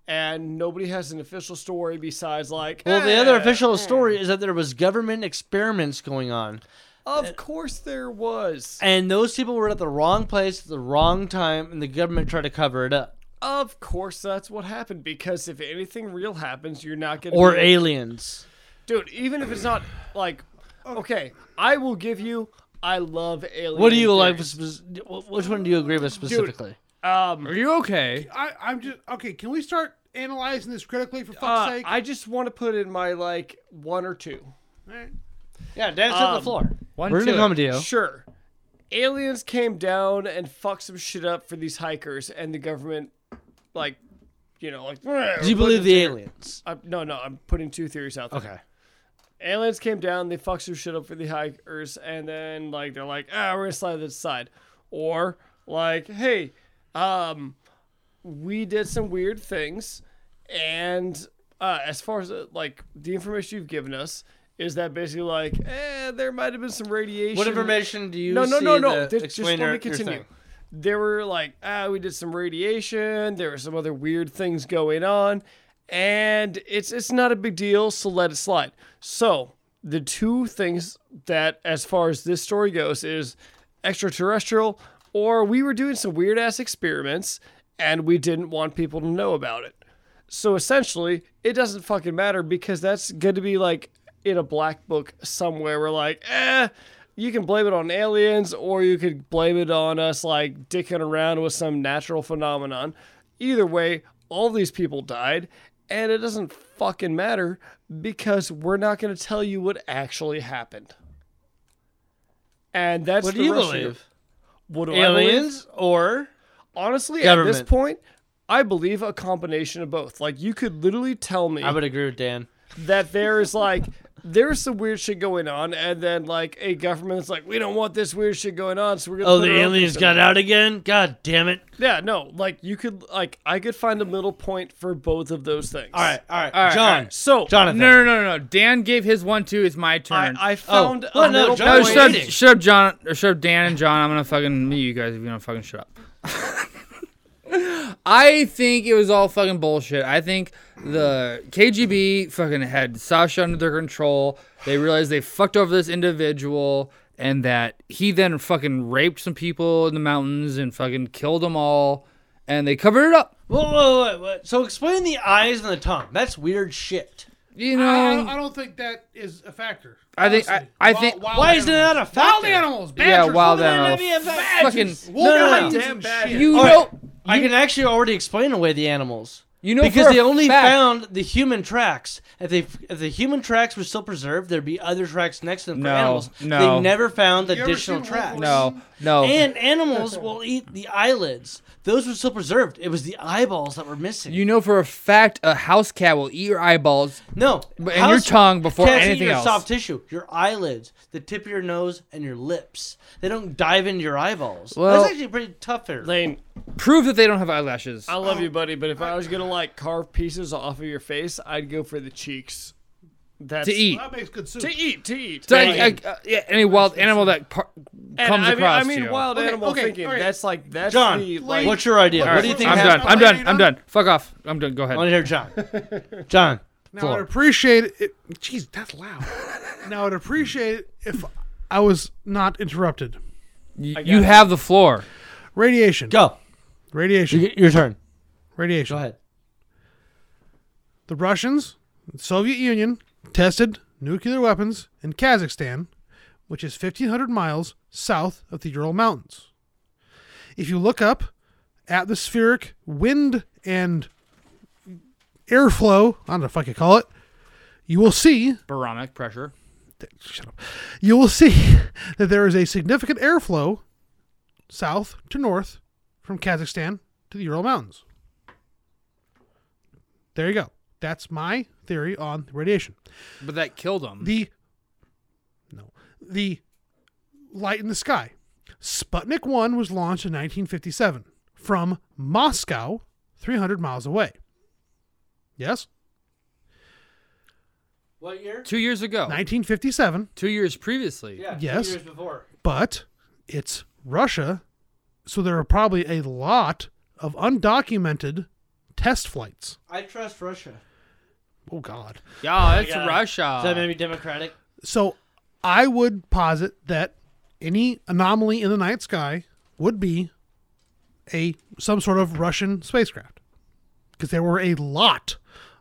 Speaker 3: and nobody has an official story besides like.
Speaker 2: Well, the other
Speaker 3: "Eh,
Speaker 2: official story is that there was government experiments going on,
Speaker 3: Of course there was.
Speaker 2: and those people were at the wrong place at the wrong time, and the government tried to cover it up.
Speaker 3: Of course that's what happened because if anything real happens, you're not gonna.
Speaker 2: Or
Speaker 3: be-
Speaker 2: aliens.
Speaker 3: dude. Even if it's not like, okay, I will give you. I love aliens.
Speaker 2: What do you like? spec- wh- Which one do you agree with specifically?
Speaker 3: Um,
Speaker 1: Are you okay?
Speaker 4: I, I'm just okay. Can we start analyzing this critically for fuck's
Speaker 3: uh,
Speaker 4: sake?
Speaker 3: I just want to put in my like one or two.
Speaker 4: All right.
Speaker 2: Yeah, dance on the
Speaker 3: um,
Speaker 2: floor.
Speaker 1: One,
Speaker 2: We're gonna
Speaker 1: two.
Speaker 2: come to you.
Speaker 3: Sure, aliens came down and fucked some shit up for these hikers, and the government, like, you know, like.
Speaker 2: Do you believe the aliens?
Speaker 3: I'm, no, no, I'm putting two theories out there.
Speaker 2: Okay.
Speaker 3: Aliens came down, they fucked some shit up for the hikers, and then like they're like, ah, we're gonna slide this side, or like, hey, um, we did some weird things, and uh, as far as uh, like the information you've given us is that basically like, eh, there might have been some radiation.
Speaker 2: What information do you
Speaker 3: No, no,
Speaker 2: see
Speaker 3: no, no.
Speaker 2: that
Speaker 3: Just, just
Speaker 2: explain
Speaker 3: let
Speaker 2: your-
Speaker 3: me
Speaker 2: your
Speaker 3: continue.
Speaker 2: thing?
Speaker 3: There were like, ah, we did some radiation. There were some other weird things going on, and it's it's not a big deal. So let it slide. So the two things that, as far as this story goes, is extraterrestrial, or we were doing some weird ass experiments, and we didn't want people to know about it. So essentially, it doesn't fucking matter because that's going to be like in a black book somewhere. We're like, eh, you can blame it on aliens or you could blame it on us like dicking around with some natural phenomenon. Either way, all these people died and it doesn't fucking matter because we're not going to tell you what actually happened. And that's
Speaker 2: What
Speaker 3: the
Speaker 2: do you
Speaker 3: Russian-
Speaker 2: believe?
Speaker 3: What do I believe?
Speaker 2: Aliens or
Speaker 3: Honestly, at
Speaker 2: Government.
Speaker 3: this point, I believe a combination of both. Like you could literally tell me
Speaker 2: I would agree with Dan.
Speaker 3: that there is like there's some weird shit going on, and then like a government's like, we don't want this weird shit going on, so we're gonna.
Speaker 2: Oh,
Speaker 3: put
Speaker 2: the
Speaker 3: our own
Speaker 2: aliens
Speaker 3: things in."
Speaker 2: got out again? God damn it.
Speaker 3: Yeah, no, like you could like I could find a middle point for both of those things.
Speaker 2: All right, all right.
Speaker 1: All right, all
Speaker 2: John.
Speaker 1: right.
Speaker 3: so
Speaker 1: No,
Speaker 2: Jonathan.
Speaker 1: no, no, no, no. Dan gave his one two. It's my turn.
Speaker 3: I, I found
Speaker 2: well,
Speaker 3: a
Speaker 2: Oh. no,
Speaker 3: middle
Speaker 2: John-
Speaker 1: no,
Speaker 2: Oh,
Speaker 1: shut up,
Speaker 2: wait.
Speaker 1: shut up, John, or shut up, Dan and John. I'm gonna fucking mute you guys if you don't fucking shut up. [LAUGHS] I think it was all fucking bullshit. I think the KGB fucking had Sasha under their control. They realized they fucked over this individual and that he then fucking raped some people in the mountains and fucking killed them all. And they covered it up.
Speaker 2: Whoa, whoa, whoa, whoa. So explain the eyes and the tongue. That's weird shit.
Speaker 1: You
Speaker 4: I,
Speaker 1: know,
Speaker 4: I don't, I don't think that is a factor.
Speaker 1: I think- I-
Speaker 4: honestly.
Speaker 1: I
Speaker 4: Wild-
Speaker 1: think-
Speaker 4: wild
Speaker 2: Why is that
Speaker 4: animals.
Speaker 2: a
Speaker 4: wild
Speaker 2: factor? Oh,
Speaker 4: animals?
Speaker 1: yeah,
Speaker 4: Badgers,
Speaker 1: wild
Speaker 4: women,
Speaker 1: animal. Fucking,
Speaker 2: No, no,
Speaker 4: wolverines
Speaker 2: no.
Speaker 4: and
Speaker 3: Damn
Speaker 4: shit.
Speaker 1: you
Speaker 2: All
Speaker 1: know,
Speaker 2: right. I can actually already explain away the animals.
Speaker 1: you know,
Speaker 2: because
Speaker 1: for a
Speaker 2: they only
Speaker 1: fact-
Speaker 2: found the human tracks. If they if the human tracks were still preserved, there'd be other tracks next to them for
Speaker 1: No,
Speaker 2: animals.
Speaker 1: no.
Speaker 2: They never found
Speaker 4: ever
Speaker 2: additional
Speaker 4: seen
Speaker 2: tracks.
Speaker 1: No, no.
Speaker 2: And animals will eat the eyelids. Those were still preserved. It was the eyeballs that were missing.
Speaker 1: You know for a fact a house cat will eat your eyeballs.
Speaker 2: no,
Speaker 1: and your tongue before
Speaker 2: cats eat
Speaker 1: anything
Speaker 2: your
Speaker 1: else.
Speaker 2: Soft tissue, your eyelids, the tip of your nose, and your lips. They don't dive into your eyeballs.
Speaker 1: Well-
Speaker 2: That's actually pretty tough here.
Speaker 3: Lane,
Speaker 1: Prove that they don't have eyelashes.
Speaker 3: I love you, buddy, but if I was gonna like carve pieces off of your face, I'd go for the cheeks. That's
Speaker 1: to eat.
Speaker 4: That makes good soup.
Speaker 3: To eat, to eat.
Speaker 1: So,
Speaker 3: Like,
Speaker 1: I- I- uh, yeah, any wild animal that par-
Speaker 3: and
Speaker 1: comes
Speaker 3: I mean,
Speaker 1: across
Speaker 3: I mean,
Speaker 1: you.
Speaker 3: wild
Speaker 4: Okay,
Speaker 3: animal
Speaker 4: okay,
Speaker 3: thinking.
Speaker 4: all right.
Speaker 3: That's like that's
Speaker 2: John,
Speaker 3: the like.
Speaker 2: what's your idea?
Speaker 1: All
Speaker 2: what
Speaker 1: right,
Speaker 2: do you think?
Speaker 1: I'm done.
Speaker 2: happened?
Speaker 1: I'm done.
Speaker 4: Lady
Speaker 1: I'm
Speaker 4: done?
Speaker 1: done. Fuck off. I'm done. Go
Speaker 2: I want to
Speaker 1: ahead.
Speaker 2: hear John.
Speaker 4: [LAUGHS]
Speaker 2: John.
Speaker 4: Now I'd
Speaker 2: floor.
Speaker 4: appreciate it. Jeez, that's [LAUGHS] loud. now I'd appreciate it if I was not interrupted.
Speaker 1: You, you have the floor.
Speaker 4: Radiation.
Speaker 2: Go.
Speaker 4: Radiation.
Speaker 2: Y- Your turn.
Speaker 4: Radiation.
Speaker 2: Go ahead.
Speaker 4: The Russians, the Soviet Union, tested nuclear weapons in Kazakhstan, which is 1,500 miles south of the Ural Mountains. If you look up atmospheric wind and airflow, I don't know if I could call it, you will see
Speaker 1: Baromic pressure.
Speaker 4: shut up. You will see [LAUGHS] that there is a significant airflow south to north from Kazakhstan to the Ural Mountains. There you go. That's my theory on radiation.
Speaker 1: But that killed them.
Speaker 4: The no, the light in the sky. Sputnik 1 was launched in 1957 from Moscow, 300 miles away. Yes,
Speaker 2: What year?
Speaker 1: Two years ago.
Speaker 4: 1957.
Speaker 1: Two years previously.
Speaker 4: Yes. years
Speaker 2: before.
Speaker 4: but it's Russia, so there are probably a lot of undocumented test flights.
Speaker 2: I trust Russia.
Speaker 4: Oh God!
Speaker 1: Yeah, it's
Speaker 2: God.
Speaker 1: Russia.
Speaker 2: Does that make me democratic?
Speaker 4: So I would posit that any anomaly in the night sky would be a some sort of Russian spacecraft, because there were a lot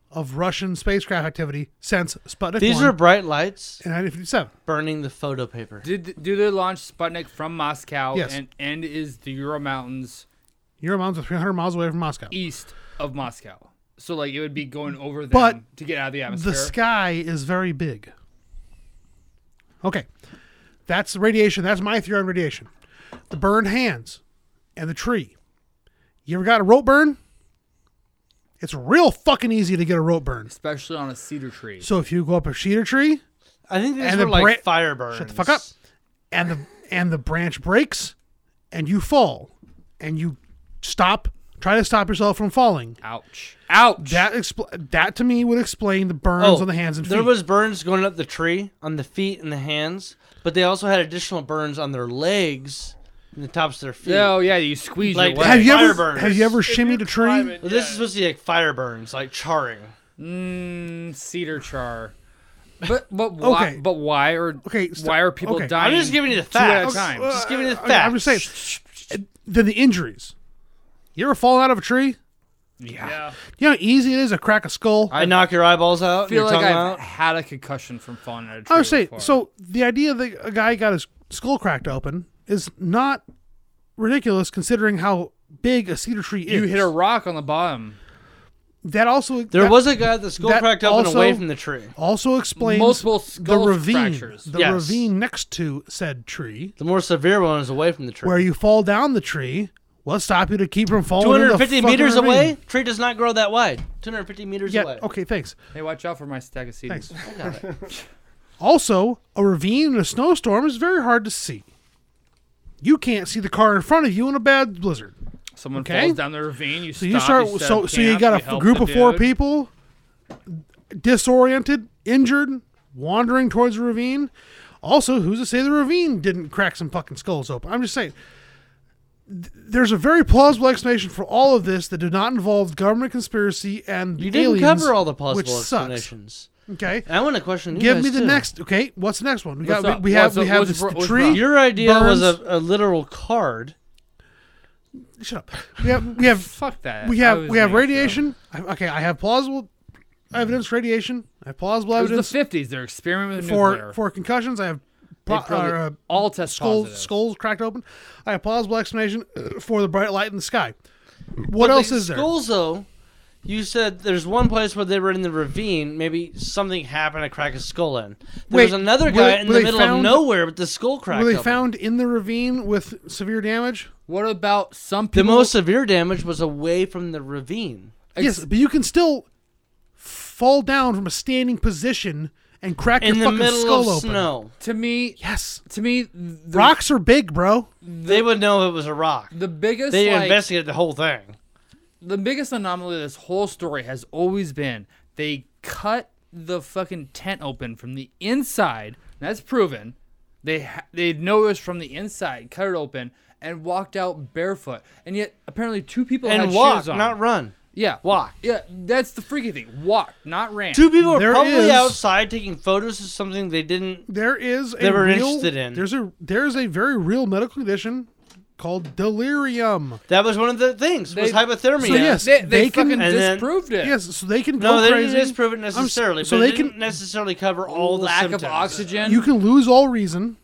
Speaker 4: of Russian spacecraft activity since Sputnik.
Speaker 2: These
Speaker 4: 1
Speaker 2: are bright lights
Speaker 4: in 1957.
Speaker 2: burning the photo paper.
Speaker 1: Did do they launch Sputnik from Moscow
Speaker 4: Yes.
Speaker 1: and end is the Ural Mountains
Speaker 4: Your mountains are 300 miles away from Moscow.
Speaker 1: east of Moscow? So like it would be going over them
Speaker 4: But
Speaker 1: to get out of the atmosphere.
Speaker 4: the sky is very big. Okay. That's radiation. That's my theory on radiation. The burned hands and the tree. You ever got a rope burn? It's real fucking easy to get a rope burn.
Speaker 1: especially on a cedar tree.
Speaker 4: So if you go up a cedar tree
Speaker 2: I think these
Speaker 4: And
Speaker 2: were
Speaker 4: the
Speaker 2: like
Speaker 4: Brit-
Speaker 2: fire burns.
Speaker 4: Shut the fuck up. and the and the branch breaks and you fall and you stop try to stop yourself from falling.
Speaker 1: Ouch. Ouch.
Speaker 4: That expl- that to me would explain the burns on the hands and feet.
Speaker 2: Oh, There was burns going up the tree on the feet and the hands, but they also had additional burns on their legs and the tops of their feet.
Speaker 1: Oh yeah, you squeeze
Speaker 2: Like,
Speaker 1: your leg.
Speaker 4: have you
Speaker 2: fire
Speaker 4: ever
Speaker 2: burns.
Speaker 4: have you ever
Speaker 3: If
Speaker 4: shimmied
Speaker 3: you're
Speaker 4: a tree?
Speaker 3: climbing,
Speaker 2: Well, this
Speaker 3: yeah.
Speaker 2: is supposed to be like fire burns, like charring.
Speaker 1: Mm, cedar char. But but why?
Speaker 4: Okay.
Speaker 1: But why are
Speaker 4: Okay, so-
Speaker 1: why are people
Speaker 4: okay. I'm
Speaker 1: dying?
Speaker 2: I'm just giving you the
Speaker 1: two at a
Speaker 2: facts.
Speaker 1: time.
Speaker 2: Just giving you the facts.
Speaker 4: Okay, I'm just saying. Then the injuries. You ever fall out of a tree?
Speaker 1: yeah.
Speaker 4: You know how easy it is to crack a skull. I,
Speaker 2: I knock your eyeballs out,
Speaker 1: I feel
Speaker 2: your
Speaker 1: like
Speaker 2: tongue
Speaker 1: I've
Speaker 2: out.
Speaker 1: had a concussion from falling out of a tree.
Speaker 4: would say
Speaker 1: before.
Speaker 4: so. The idea that a guy got his skull cracked open is not ridiculous, considering how big a cedar tree is.
Speaker 1: You hit a rock on the bottom.
Speaker 4: that also
Speaker 2: There
Speaker 4: that
Speaker 2: was a guy that skull
Speaker 4: that
Speaker 2: cracked open
Speaker 4: also-
Speaker 2: away from the tree.
Speaker 4: also explains
Speaker 1: Multiple
Speaker 4: the
Speaker 1: skull
Speaker 4: ravine,
Speaker 1: fractures.
Speaker 4: the
Speaker 2: Yes.
Speaker 4: ravine next to said tree,
Speaker 2: The more severe one is away from the tree.
Speaker 4: where you fall down the tree. What stop you to keep from falling? into the
Speaker 2: 250
Speaker 4: fucking
Speaker 2: meters
Speaker 4: ravine?
Speaker 2: away, tree does not grow that wide. 250 meters
Speaker 4: Yeah.
Speaker 2: away.
Speaker 4: Okay. Thanks.
Speaker 1: Hey, watch out for my stack of cedars.
Speaker 4: Thanks.
Speaker 2: I got it.
Speaker 4: Also, a ravine in a snowstorm is very hard to see. You can't see the car in front of you in a bad blizzard.
Speaker 1: Someone
Speaker 4: Okay.
Speaker 1: falls down the ravine. You
Speaker 4: So
Speaker 1: stop.
Speaker 4: you start.
Speaker 1: set
Speaker 4: so
Speaker 1: up
Speaker 4: so you
Speaker 1: camp,
Speaker 4: got a
Speaker 1: help
Speaker 4: group
Speaker 1: the
Speaker 4: of four
Speaker 1: dude.
Speaker 4: people, disoriented, injured, wandering towards a ravine. Also, who's to say the ravine didn't crack some fucking skulls open? I'm just saying. th- There's a very plausible explanation for all of this that did not involve government conspiracy and
Speaker 2: You didn't
Speaker 4: aliens,
Speaker 2: cover all the
Speaker 4: which
Speaker 2: possible
Speaker 4: sucks.
Speaker 2: explanations.
Speaker 4: Okay,
Speaker 2: I want to question you
Speaker 4: give
Speaker 2: guys,
Speaker 4: me the
Speaker 2: too.
Speaker 4: next. Okay, what's the next one? We
Speaker 1: What's
Speaker 4: got.
Speaker 1: up?
Speaker 4: We, we have.
Speaker 1: What's
Speaker 4: we
Speaker 1: up?
Speaker 4: have
Speaker 1: What's
Speaker 4: this,
Speaker 1: wrong?
Speaker 4: the
Speaker 1: What's
Speaker 4: tree.
Speaker 1: wrong?
Speaker 2: Your idea was
Speaker 4: Burns.
Speaker 2: a, a literal card.
Speaker 4: [LAUGHS] Shut up. We have. We have
Speaker 1: Fuck that.
Speaker 4: we
Speaker 1: I
Speaker 4: have
Speaker 1: was
Speaker 4: we have
Speaker 1: thinking-
Speaker 4: radiation. I, okay, I have plausible evidence for radiation. I have plausible
Speaker 1: It was the
Speaker 4: evidence
Speaker 1: fifties. They're experimenting with
Speaker 4: for
Speaker 1: nuclear.
Speaker 4: for concussions. I have
Speaker 1: They
Speaker 4: pro-
Speaker 1: probably
Speaker 4: or, uh,
Speaker 1: all test
Speaker 4: skull,
Speaker 1: positive.
Speaker 4: skulls cracked open. I have plausible explanation uh, for the bright light in the sky. What
Speaker 2: But
Speaker 4: else
Speaker 2: the
Speaker 4: is there?
Speaker 2: Skulls, though, you said there's one place where they were in the ravine. Maybe something happened to crack a skull in. There
Speaker 4: Wait,
Speaker 2: was another
Speaker 4: were
Speaker 2: guy
Speaker 4: they-
Speaker 2: in
Speaker 4: were
Speaker 2: the
Speaker 4: they
Speaker 2: middle
Speaker 4: found-
Speaker 2: of nowhere with the skull cracked.
Speaker 4: Were they
Speaker 2: open.
Speaker 4: found in the ravine with severe damage?
Speaker 1: What about some people?
Speaker 2: The most severe damage was away from the ravine.
Speaker 4: yes, but you can still fall down from a standing position and crack
Speaker 2: In
Speaker 4: your
Speaker 2: the
Speaker 4: fucking
Speaker 2: middle
Speaker 4: skull
Speaker 2: of
Speaker 4: open.
Speaker 2: snow.
Speaker 1: to me,
Speaker 4: Yes,
Speaker 1: to me, the,
Speaker 4: rocks are big, bro.
Speaker 2: They would know it was a rock.
Speaker 1: the biggest
Speaker 2: They
Speaker 1: like,
Speaker 2: investigated the whole thing.
Speaker 1: the biggest anomaly of this whole story has always been they cut the fucking tent open from the inside. That's proven. They ha- they noticed from the inside, cut it open, and walked out barefoot. And yet, apparently, two people had
Speaker 2: And walk,
Speaker 1: shoes on.
Speaker 2: not run.
Speaker 1: yeah,
Speaker 2: Walk.
Speaker 1: Yeah, that's the freaky thing. Walk, not ran.
Speaker 2: Two people
Speaker 4: There
Speaker 2: were probably
Speaker 4: is-
Speaker 2: outside taking photos of something they didn't.
Speaker 4: there is a
Speaker 2: They were
Speaker 4: real,
Speaker 2: interested in.
Speaker 4: There's a there's a very real medical condition called delirium.
Speaker 2: That was one of the things. was
Speaker 1: They-
Speaker 2: hypothermia.
Speaker 4: So yes,
Speaker 1: they, they,
Speaker 4: they can-
Speaker 1: fucking
Speaker 2: And then-
Speaker 1: disproved it.
Speaker 4: Yes, so they can go
Speaker 2: No, they
Speaker 4: crazy.
Speaker 2: didn't disprove it
Speaker 4: I'm s-
Speaker 2: necessarily.
Speaker 4: so
Speaker 2: but
Speaker 4: they
Speaker 2: it didn't
Speaker 4: can-
Speaker 2: necessarily cover all the
Speaker 1: lack
Speaker 2: symptoms.
Speaker 1: of oxygen.
Speaker 4: You can lose all reason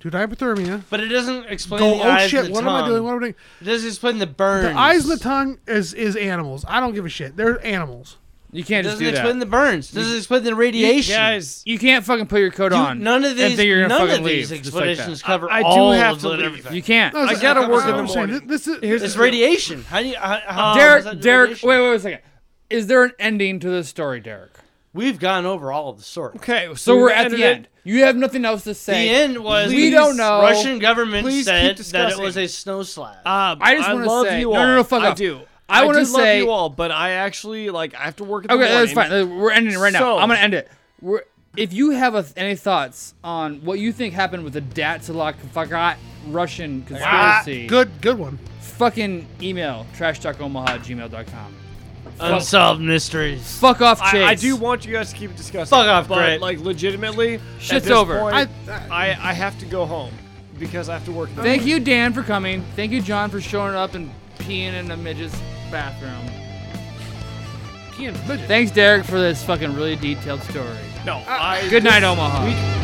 Speaker 4: due to hypothermia.
Speaker 2: But it doesn't explain
Speaker 4: Go,
Speaker 2: the
Speaker 4: oh
Speaker 2: eyes
Speaker 4: shit,
Speaker 2: and the
Speaker 4: what
Speaker 2: tongue.
Speaker 4: am I doing? What am I doing?
Speaker 2: It doesn't explain the burns.
Speaker 4: The eyes and the tongue is is animals. I don't give a shit. They're animals.
Speaker 1: you can't
Speaker 2: It
Speaker 1: just
Speaker 2: doesn't
Speaker 1: do that.
Speaker 2: explain the burns. It doesn't explain the radiation.
Speaker 3: Guys,
Speaker 1: you can't fucking put your coat
Speaker 2: You-
Speaker 1: on.
Speaker 2: none of
Speaker 1: and
Speaker 2: these,
Speaker 1: think you're gonna
Speaker 2: none of
Speaker 1: fucking
Speaker 2: these
Speaker 1: leave, just like that.
Speaker 2: explanations cover
Speaker 3: I- I do
Speaker 2: all
Speaker 3: have
Speaker 2: of
Speaker 3: to
Speaker 2: the-
Speaker 3: leave.
Speaker 2: everything.
Speaker 1: You can't.
Speaker 4: No,
Speaker 3: I gotta
Speaker 4: I'm
Speaker 3: work in
Speaker 4: saying-
Speaker 3: the
Speaker 4: I'm saying
Speaker 3: morning.
Speaker 4: This, this is,
Speaker 2: It's radiation. How do you? How, how
Speaker 3: Oh,
Speaker 2: is
Speaker 1: Derek,
Speaker 2: that
Speaker 1: Derek,
Speaker 2: radiation?
Speaker 1: wait, wait, wait a second. Is there an ending to this story, Derek?
Speaker 2: We've gone over all of the story.
Speaker 3: okay,
Speaker 1: So
Speaker 3: we
Speaker 1: we're at
Speaker 3: ended
Speaker 1: the
Speaker 3: it.
Speaker 1: end. You have nothing else to
Speaker 2: The
Speaker 1: say.
Speaker 2: end was
Speaker 1: We don't know.
Speaker 2: Russian government
Speaker 3: Please keep
Speaker 2: said that it
Speaker 3: discussing.
Speaker 2: was a snow slab.
Speaker 3: Um,
Speaker 1: I just wanna
Speaker 3: love
Speaker 1: say-
Speaker 3: you
Speaker 1: no,
Speaker 3: all.
Speaker 1: no, no, fuck
Speaker 3: I
Speaker 1: off.
Speaker 3: do.
Speaker 1: I wanna
Speaker 3: do
Speaker 1: say-
Speaker 3: love you all, but I actually like I have to work. At the
Speaker 1: Okay, that's
Speaker 3: morning.
Speaker 1: fine. Uh, We're ending it right now.
Speaker 3: So-
Speaker 1: I'm gonna end it. We're, if you have a, any thoughts on what you think happened with the Datsilak Fagat Russian
Speaker 3: Ah,
Speaker 1: conspiracy,
Speaker 4: good. Good one.
Speaker 1: fucking email trash talk Omaha gmail.com.
Speaker 2: Unsolved mysteries.
Speaker 1: Fuck off, Chase.
Speaker 3: I, I do want you guys to keep it discussing.
Speaker 2: Fuck off,
Speaker 3: but
Speaker 2: Greg.
Speaker 3: like legitimately, at
Speaker 1: Shit's
Speaker 3: this
Speaker 1: over.
Speaker 3: point,
Speaker 4: I,
Speaker 3: I,
Speaker 4: I,
Speaker 3: I have to go home because I have to work. in the
Speaker 1: Thank you, Dan, for coming. Thank you, John, for showing up and peeing in a midget's bathroom.
Speaker 4: can't.
Speaker 1: Thanks, Derek, for this fucking really detailed story.
Speaker 3: morning. No, I
Speaker 1: Uh, Good night, Omaha.
Speaker 3: we-